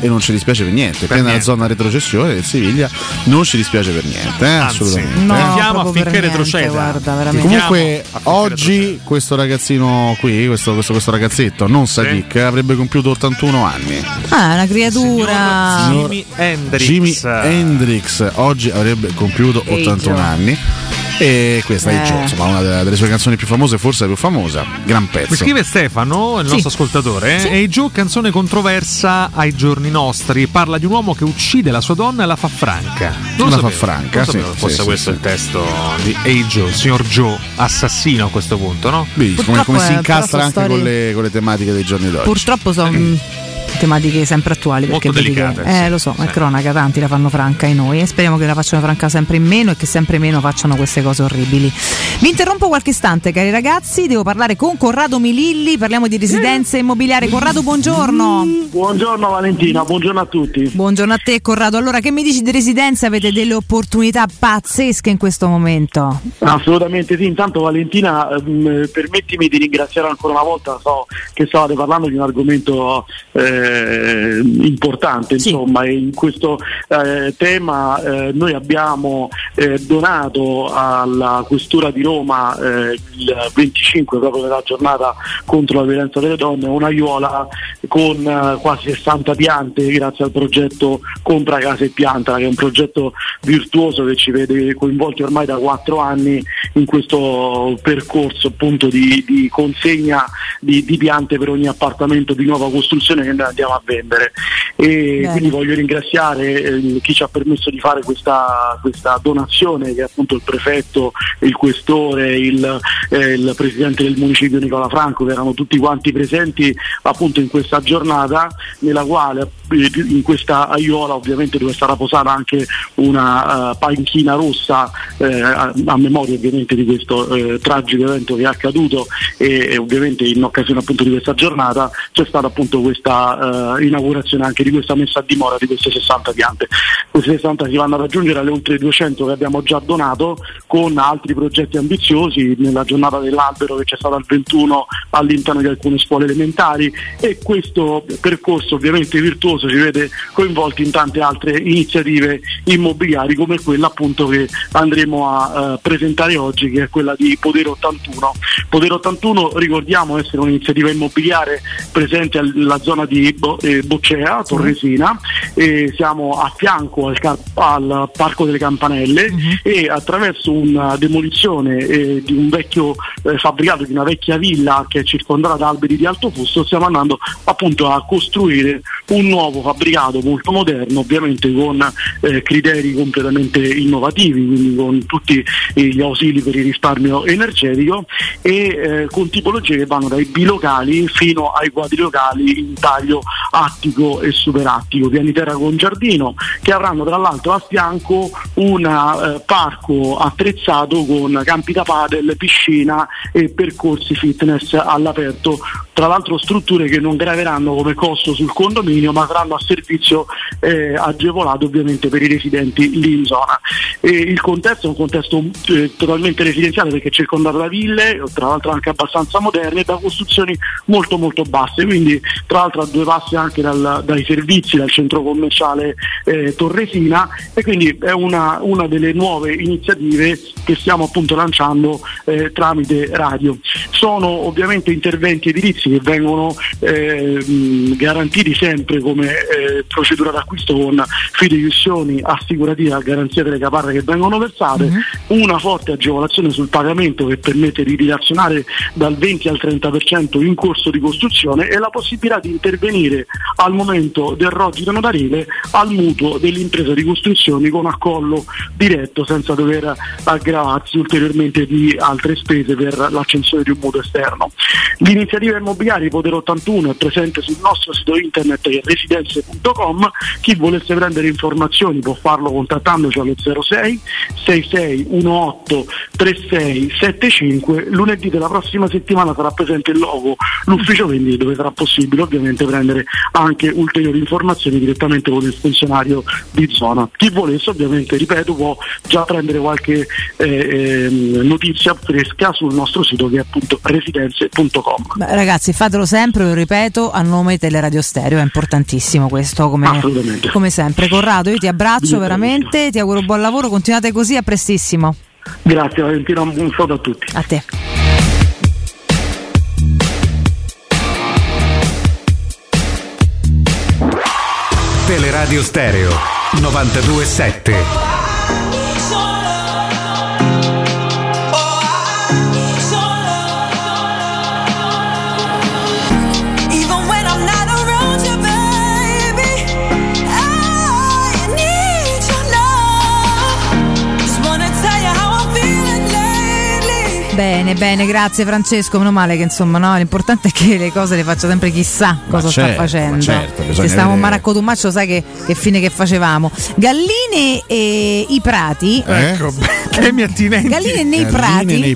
Speaker 9: e non ci dispiace per niente. Prende la
Speaker 12: niente.
Speaker 9: zona retrocessione del Siviglia, non ci dispiace per niente, eh, assolutamente.
Speaker 12: no,
Speaker 9: Eh.
Speaker 12: Tiamo
Speaker 11: proprio per
Speaker 12: affinché
Speaker 11: niente,
Speaker 12: retroceda.
Speaker 11: guarda,
Speaker 9: Sì,
Speaker 11: veramente.
Speaker 9: Comunque oggi questo ragazzino qui, questo, questo- questo ragazzetto, non Sadik, avrebbe compiuto 81 anni.
Speaker 11: Ah, è una creatura.
Speaker 12: Jimi
Speaker 33: eh,
Speaker 12: Hendrix.
Speaker 9: Jimi Hendrix oggi avrebbe compiuto
Speaker 11: Ehi,
Speaker 9: 81
Speaker 11: Gio.
Speaker 9: anni. E questa è
Speaker 12: Eh.
Speaker 9: Joe, insomma, una delle, delle sue canzoni più famose, forse la più famosa. Gran
Speaker 12: Mi
Speaker 9: pezzo.
Speaker 12: scrive Stefano, il
Speaker 9: Sì.
Speaker 12: nostro ascoltatore, e i Joe canzone controversa ai giorni nostri, parla di un uomo che uccide la sua donna e la fa franca. Non
Speaker 9: La fa
Speaker 12: lo sapevo,
Speaker 9: franca,
Speaker 12: non
Speaker 9: sì,
Speaker 12: sapevo
Speaker 9: sì,
Speaker 12: fosse
Speaker 9: sì,
Speaker 12: questo
Speaker 9: sì.
Speaker 12: il testo di Hey Joe, signor Joe, assassino a questo punto, no?
Speaker 9: Vedi, come, come si incastra anche con
Speaker 12: le
Speaker 9: le, con le tematiche dei giorni d'oggi.
Speaker 11: Purtroppo sono tematiche sempre attuali.
Speaker 33: eh, Molto
Speaker 11: Perché vedi che-
Speaker 33: delicate, sì.
Speaker 11: eh, lo so, è
Speaker 33: Sì.
Speaker 11: cronaca, tanti la fanno franca e noi e speriamo che la facciano franca sempre in meno e che sempre meno facciano queste cose orribili. Vi interrompo qualche istante, cari ragazzi, devo parlare con Corrado Mililli, parliamo di residenze immobiliari. Corrado, buongiorno.
Speaker 45: Buongiorno Valentina, buongiorno a tutti.
Speaker 11: Buongiorno a te Corrado, allora che mi dici di residenze? Avete delle opportunità pazzesche in questo momento?
Speaker 45: Assolutamente sì, intanto Valentina ehm, permettimi di ringraziare ancora una volta, so che stavate parlando di un argomento eh, importante, insomma, e in questo eh, tema eh, noi abbiamo eh, donato alla Questura di Roma eh, il 25, proprio nella giornata contro la violenza delle donne, un'aiuola con eh, quasi 60 piante grazie al progetto Compra Casa e Pianta, che è un progetto virtuoso che ci vede coinvolti ormai da quattro anni in questo percorso appunto di, di consegna di, di piante per ogni appartamento di nuova costruzione che noi andiamo a vendere. E
Speaker 15: Bene.
Speaker 45: quindi voglio ringraziare eh, chi ci ha permesso di fare questa, questa donazione, che è appunto il prefetto, il questore, il, eh, il presidente del municipio Nicola Franco, che erano tutti quanti presenti appunto in questa giornata, nella quale eh, in questa aiola ovviamente dove è stata posata anche una eh, panchina rossa eh, a, a memoria ovviamente di questo eh, tragico evento che è accaduto e, e ovviamente in occasione appunto di questa giornata c'è stata appunto questa eh, inaugurazione anche di questa messa a dimora di queste 60 piante. Queste 60 si vanno ad aggiungere alle oltre 200 che abbiamo già donato con altri progetti ambiziosi nella giornata dell'albero che c'è stata il 21 all'interno di alcune scuole elementari e questo percorso ovviamente virtuoso ci vede coinvolti in tante altre iniziative immobiliari come quella appunto che andremo a eh, presentare oggi che è quella di Potere 81. Potere 81 ricordiamo essere un'iniziativa immobiliare presente nella zona di Bo- eh, Boccea, Torresina e siamo a fianco al, car- al Parco delle Campanelle e attraverso una demolizione eh, di un vecchio eh, fabbricato, di una vecchia villa che è circondata da alberi di alto fusto, stiamo andando appunto a costruire un nuovo fabbricato molto moderno, ovviamente con eh, criteri completamente innovativi, quindi con tutti gli ausili per il risparmio energetico e eh, con tipologie che vanno dai bilocali fino ai quadrilocali in taglio attico e superattico, piani terra con giardino, che avranno tra l'altro a fianco un eh, parco attrezzato con campi da padel, piscina e percorsi fitness all'aperto, tra l'altro strutture che non graveranno come costo sul condominio ma saranno a servizio eh, agevolato ovviamente per i residenti lì in zona. E il contesto è un contesto eh, totalmente residenziale perché è circondato da ville, tra l'altro anche abbastanza moderne, e da costruzioni molto molto basse, quindi tra l'altro a due passi anche dal- dai servizi, dal centro commerciale eh, Torresina e quindi è una, una delle nuove iniziative che stiamo appunto lanciando eh, tramite radio. Sono ovviamente interventi edilizi che vengono eh, mh, garantiti sempre come eh, procedura d'acquisto con fideiussioni assicurative a garanzia delle caparre che vengono versate, una forte agevolazione sul pagamento che permette di dilazionare dal 20 al 30% in corso di costruzione e la possibilità di intervenire al momento del rogito notarile al mutuo dell'impresa di costruzioni con accollo diretto senza dover aggravarsi ulteriormente di altre spese per l'accensione di un mutuo esterno. L'iniziativa immobiliare Potere 81 è presente sul nostro sito internet che è residenze.com, chi volesse prendere informazioni può farlo contattandoci allo 06 6618 3675, lunedì della prossima settimana sarà presente il logo, l'ufficio vendite dove sarà possibile ovviamente prendere anche ulteriori informazioni direttamente con il funzionario di zona. Chi volesse ovviamente, ripeto, può già prendere qualche eh, ehm, notizia fresca sul nostro sito che è appunto residenze.com.
Speaker 11: Beh, ragazzi, fatelo sempre, lo ripeto, a nome Teleradio Stereo, è importantissimo questo come,
Speaker 45: Assolutamente.
Speaker 11: come sempre. Corrado, io ti abbraccio
Speaker 45: Grazie.
Speaker 11: veramente, ti auguro buon lavoro, continuate così, a prestissimo.
Speaker 45: Grazie Valentina, un saluto a tutti.
Speaker 11: A te.
Speaker 12: Teleradio Stereo 927.
Speaker 55: Even when I'm not around you, baby, I need your love. Just wanna tell you how I'm feeling lately.
Speaker 11: Beh, Bene, bene, grazie Francesco. Meno male che insomma, no, l'importante è che le cose le faccia sempre chissà cosa sta
Speaker 9: certo,
Speaker 11: facendo.
Speaker 9: ma certo, bisogna
Speaker 11: Se stavamo a
Speaker 9: vedere.
Speaker 11: Maraccotumaccio, sai che, che fine che facevamo. Galline e i prati.
Speaker 9: Eh?
Speaker 33: Ecco, temi attinenti.
Speaker 11: Galline nei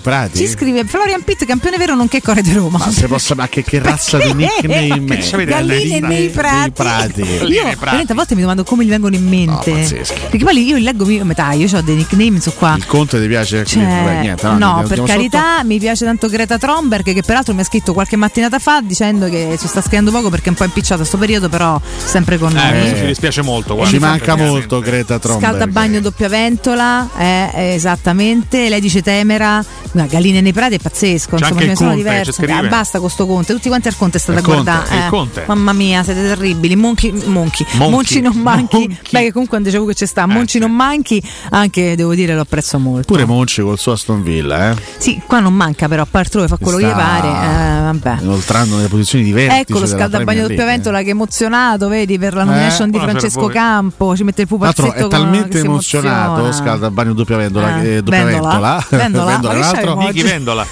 Speaker 11: prati. Ci scrive Florian Pitt, campione vero nonché core di Roma.
Speaker 9: Ma se posso, ma che, che razza di nickname
Speaker 11: Perché?
Speaker 9: è?
Speaker 11: Galline nei prati. Io
Speaker 9: Galline nei prati.
Speaker 11: veramente a volte mi domando come gli vengono in mente.
Speaker 9: pazzeschi.
Speaker 11: Perché poi li- io li leggo mi- a metà, io ho dei nickname su qua.
Speaker 9: Il conte ti piace?
Speaker 11: Cioè,
Speaker 9: Quindi, vabbè, niente, no,
Speaker 11: no,
Speaker 9: andiamo
Speaker 11: per
Speaker 9: sotto.
Speaker 11: carità, mi piace tanto Greta Thunberg che peraltro mi ha scritto qualche mattinata fa dicendo che ci sta scrivendo poco perché è un po' impicciata sto periodo, però sempre con
Speaker 33: Eh,
Speaker 11: noi.
Speaker 33: questo ci dispiace molto. guarda.
Speaker 9: Ci manca molto Greta Tromberg.
Speaker 11: Scaldabagno doppia ventola, eh, eh, esattamente. Lei dice Temera, una gallina nei prati è pazzesco.
Speaker 9: C'è
Speaker 11: insomma,
Speaker 9: anche
Speaker 11: ce ne
Speaker 9: il
Speaker 11: sono
Speaker 9: Conte,
Speaker 11: diverse.
Speaker 9: ci scrive.
Speaker 11: Ah, basta con sto Conte, tutti quanti al Conte state
Speaker 9: Il
Speaker 11: a guardare.
Speaker 9: Conte, il
Speaker 11: eh.
Speaker 9: Conte.
Speaker 11: Mamma mia, siete terribili. Monchi, monchi,
Speaker 9: Monchi. Eh,
Speaker 11: Monci non manchi. Beh, che comunque quando dicevo che ci sta, Monci non manchi, anche devo dire lo apprezzo molto.
Speaker 9: Pure Monci col suo Aston Villa, eh.
Speaker 11: Sì, qua non manca però, Partrove fa quello che gli
Speaker 9: Sta-
Speaker 11: pare. eh, vabbè.
Speaker 9: Inoltrando nelle posizioni diverse.
Speaker 11: Ecco lo scaldabagno doppia
Speaker 9: eh.
Speaker 11: ventola che è emozionato, vedi, per la nomination di
Speaker 9: buona per
Speaker 11: Francesco
Speaker 9: voi.
Speaker 11: Campo, ci mette il
Speaker 9: Tra l'altro
Speaker 11: pupazzetto
Speaker 9: Eh. è
Speaker 11: con- che
Speaker 9: talmente
Speaker 11: si
Speaker 9: emozionato
Speaker 11: emoziona.
Speaker 9: Scaldabagno doppia vendola,
Speaker 11: Eh,
Speaker 9: eh, doppia
Speaker 11: vendola?
Speaker 9: ventola,
Speaker 11: Vendola? Ah, Ma che
Speaker 9: tra l'altro,
Speaker 11: c'hai oggi? Niki
Speaker 33: vendola.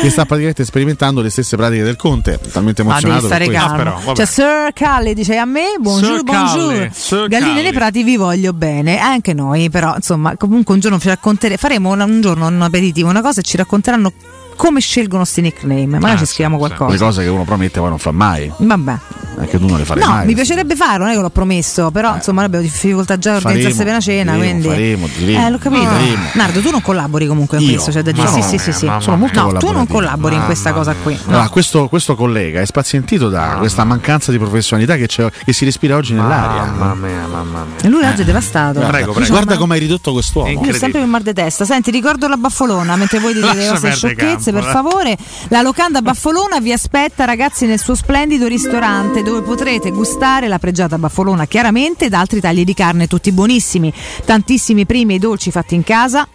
Speaker 9: che sta praticamente sperimentando le stesse pratiche del Conte. È Talmente
Speaker 11: Ma Ah, devi
Speaker 9: emozionato. per
Speaker 11: stare
Speaker 9: questo.
Speaker 11: calmo. cioè, Sir Calle dice a me: Buongiorno,
Speaker 9: Sir Calle,
Speaker 11: buongiorno.
Speaker 9: Sir
Speaker 11: Galline nei
Speaker 9: Calle.
Speaker 11: prati, vi voglio bene. Anche noi, però, insomma, comunque un giorno ci racconteremo. Faremo un, un giorno un aperitivo, una cosa e ci racconteranno come scelgono sti nickname. Magari
Speaker 9: Ah,
Speaker 11: ci scriviamo
Speaker 9: Le
Speaker 11: qualcosa.
Speaker 9: cose che uno promette poi non fa mai.
Speaker 11: Vabbè.
Speaker 9: Anche tu non le farai
Speaker 11: No,
Speaker 9: mai. Eh.
Speaker 11: mi piacerebbe farlo, non è che l'ho promesso, però insomma noi abbiamo difficoltà già a organizzarsi per
Speaker 9: Faremo,
Speaker 11: una cena,
Speaker 9: diremo,
Speaker 11: quindi
Speaker 9: faremo, diremo,
Speaker 11: Eh, l'ho capito.
Speaker 9: diremo.
Speaker 11: Nardo, tu non collabori comunque in
Speaker 9: Io?
Speaker 11: questo, cioè da dire.
Speaker 9: Ma
Speaker 11: sì,
Speaker 9: no, eh,
Speaker 11: sì, sì, sì.
Speaker 9: mamma Sono molto
Speaker 11: No, tu non
Speaker 9: collaborativo.
Speaker 11: collabori in questa cosa qui. no.
Speaker 9: Allora, questo, questo collega è spazientito da questa mancanza di professionalità che, c'è- che si respira oggi nell'aria. Mamma
Speaker 33: mia, mamma mia.
Speaker 11: E lui
Speaker 9: Eh.
Speaker 11: oggi è devastato.
Speaker 9: Guarda,
Speaker 11: Prego, prego.
Speaker 9: guarda come hai ridotto quest'uomo.
Speaker 11: Io sempre mi mal di testa. Senti, ricordo la Baffolona mentre voi dite le
Speaker 9: Lascia
Speaker 11: vostre
Speaker 9: perdere
Speaker 11: sciocchezze,
Speaker 9: campo,
Speaker 11: per
Speaker 9: eh.
Speaker 11: favore. La locanda Baffolona vi aspetta, ragazzi, nel suo splendido ristorante dove potrete gustare la pregiata Baffolona chiaramente ed altri tagli di carne tutti buonissimi. Tantissimi primi e dolci fatti in casa.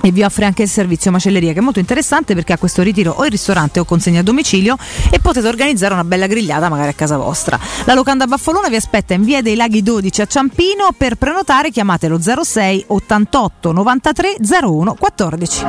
Speaker 11: E vi offre anche il servizio macelleria che è molto interessante perché a questo ritiro o il ristorante o consegna a domicilio e potete organizzare una bella grigliata magari a casa vostra. La locanda Baffolona vi aspetta in via dei Laghi 12 a Ciampino. Per prenotare chiamate lo 06 88 93 01 14.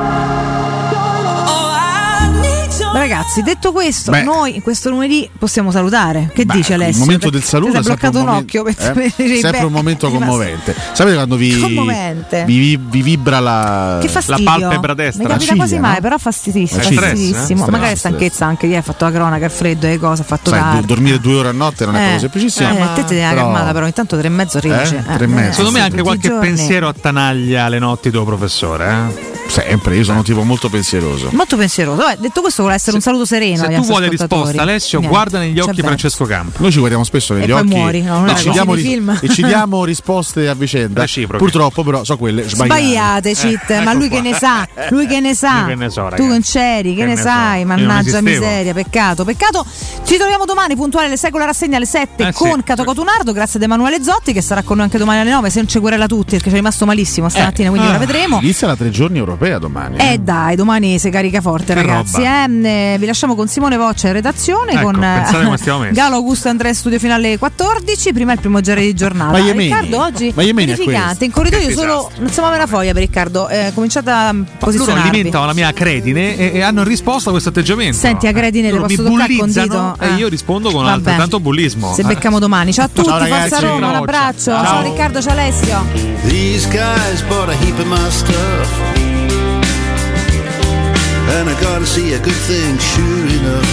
Speaker 11: Ragazzi, detto questo,
Speaker 9: Beh.
Speaker 11: noi in questo lunedì possiamo salutare. Che
Speaker 9: Beh,
Speaker 11: dice Alessio?
Speaker 9: Il momento del saluto
Speaker 11: Ti
Speaker 9: è
Speaker 11: sei
Speaker 9: sempre
Speaker 11: bloccato
Speaker 9: un,
Speaker 11: un,
Speaker 9: momen-
Speaker 11: occhio.
Speaker 9: eh,
Speaker 11: per- per-
Speaker 9: sempre un
Speaker 11: beh,
Speaker 9: momento
Speaker 11: è rimasto-
Speaker 9: commovente. Sapete quando vi,
Speaker 11: Commovente.
Speaker 9: vi, vi vibra la,
Speaker 11: Che fastidio. Mi capita
Speaker 9: La
Speaker 11: quasi
Speaker 9: ciglia,
Speaker 11: mai,
Speaker 9: no?
Speaker 11: però fastidissimo.
Speaker 9: La ciglia.
Speaker 11: fastidissimo.
Speaker 9: Stress, eh?
Speaker 11: Magari
Speaker 9: Stress,
Speaker 11: stanchezza anche lì, hai fatto la cronaca, il freddo e cose, ha fatto
Speaker 9: Sai,
Speaker 11: tardi.
Speaker 9: du- dormire due ore a notte non è proprio semplicissimo.
Speaker 11: Eh, te ti devi una
Speaker 9: però-
Speaker 11: calmata, però intanto tre e mezzo riesce.
Speaker 9: Eh? Tre e mezzo.
Speaker 33: Secondo me anche
Speaker 11: Tutti i
Speaker 33: qualche
Speaker 11: giorni.
Speaker 33: pensiero attanaglia le notti tuo professore.
Speaker 12: eh?
Speaker 9: Sempre, io sono un tipo molto pensieroso.
Speaker 11: Molto pensieroso. Vabbè, detto questo, vuole essere un saluto sereno.
Speaker 33: Se
Speaker 11: agli
Speaker 33: tu vuoi
Speaker 11: ascoltatori.
Speaker 33: risposta, Alessio,
Speaker 11: Niente,
Speaker 33: guarda negli
Speaker 11: c'è
Speaker 33: occhi
Speaker 11: bene.
Speaker 33: Francesco Campo.
Speaker 9: Noi ci guardiamo spesso negli
Speaker 11: E poi
Speaker 9: occhi
Speaker 11: muori, no, non
Speaker 9: e
Speaker 11: è
Speaker 9: ci
Speaker 11: una
Speaker 9: diamo,
Speaker 11: cosa di film.
Speaker 9: e ci diamo risposte a vicenda. Purtroppo, però, so quelle sbagliate.
Speaker 11: Sbagliate,
Speaker 9: Eh,
Speaker 11: cheat,
Speaker 33: Eh, ecco
Speaker 11: ma lui che ne sa, lui che ne sa,
Speaker 9: Io che ne so, ragazzi.
Speaker 11: tu non c'eri, che,
Speaker 9: Che
Speaker 11: ne,
Speaker 9: ne
Speaker 11: sai,
Speaker 9: so. Io
Speaker 11: mannaggia
Speaker 9: non esistevo.
Speaker 11: miseria, peccato, peccato. Ci troviamo domani puntuale alle 6 con la rassegna alle 7
Speaker 9: Eh,
Speaker 11: con
Speaker 9: sì.
Speaker 11: Cato Cotunardo, grazie ad Emanuele Zotti che sarà con noi anche domani alle 9, se non ci querela tutti perché ci è rimasto malissimo stamattina, quindi
Speaker 9: Ah.
Speaker 11: ora vedremo.
Speaker 9: Eh. Inizia la tre giorni europea domani.
Speaker 11: Eh dai, domani si carica forte,
Speaker 9: Che
Speaker 11: ragazzi.
Speaker 9: roba.
Speaker 11: eh. Eh, vi lasciamo con Simone Voccia in redazione,
Speaker 9: Ecco,
Speaker 11: con eh,
Speaker 9: pensate come stiamo messi.
Speaker 11: Galo Augusto e Andrea in studio fino alle 14. Prima il primo genere di giornata.
Speaker 9: Ma Iemeni?
Speaker 11: Riccardo oggi
Speaker 9: Ma Iemeni è
Speaker 11: verificante.
Speaker 9: questo?
Speaker 11: In corridoio
Speaker 33: Che
Speaker 11: solo.
Speaker 33: disastro.
Speaker 11: Non siamo una foglia per Riccardo. Eh, cominciate a mm,
Speaker 33: Loro
Speaker 11: posizionarvi.
Speaker 33: alimentano la mia credine e, e hanno risposto a questo atteggiamento.
Speaker 11: Senti, a Gredine le
Speaker 33: Loro mi
Speaker 11: posso toccare il
Speaker 33: Cioè, bullizzano
Speaker 11: condito.
Speaker 33: e io rispondo con
Speaker 11: Eh, Vabbè.
Speaker 33: altrettanto bullismo.
Speaker 11: Se
Speaker 33: Eh.
Speaker 11: becchiamo domani. Ciao a tutti,
Speaker 33: ragazzi.
Speaker 11: Forza Roma, un
Speaker 33: Ciao.
Speaker 11: abbraccio.
Speaker 33: Ciao.
Speaker 11: Ciao Riccardo, ciao Alessio.
Speaker 15: These guys bought a heap of my stuff. And I gotta see a good thing, sure enough.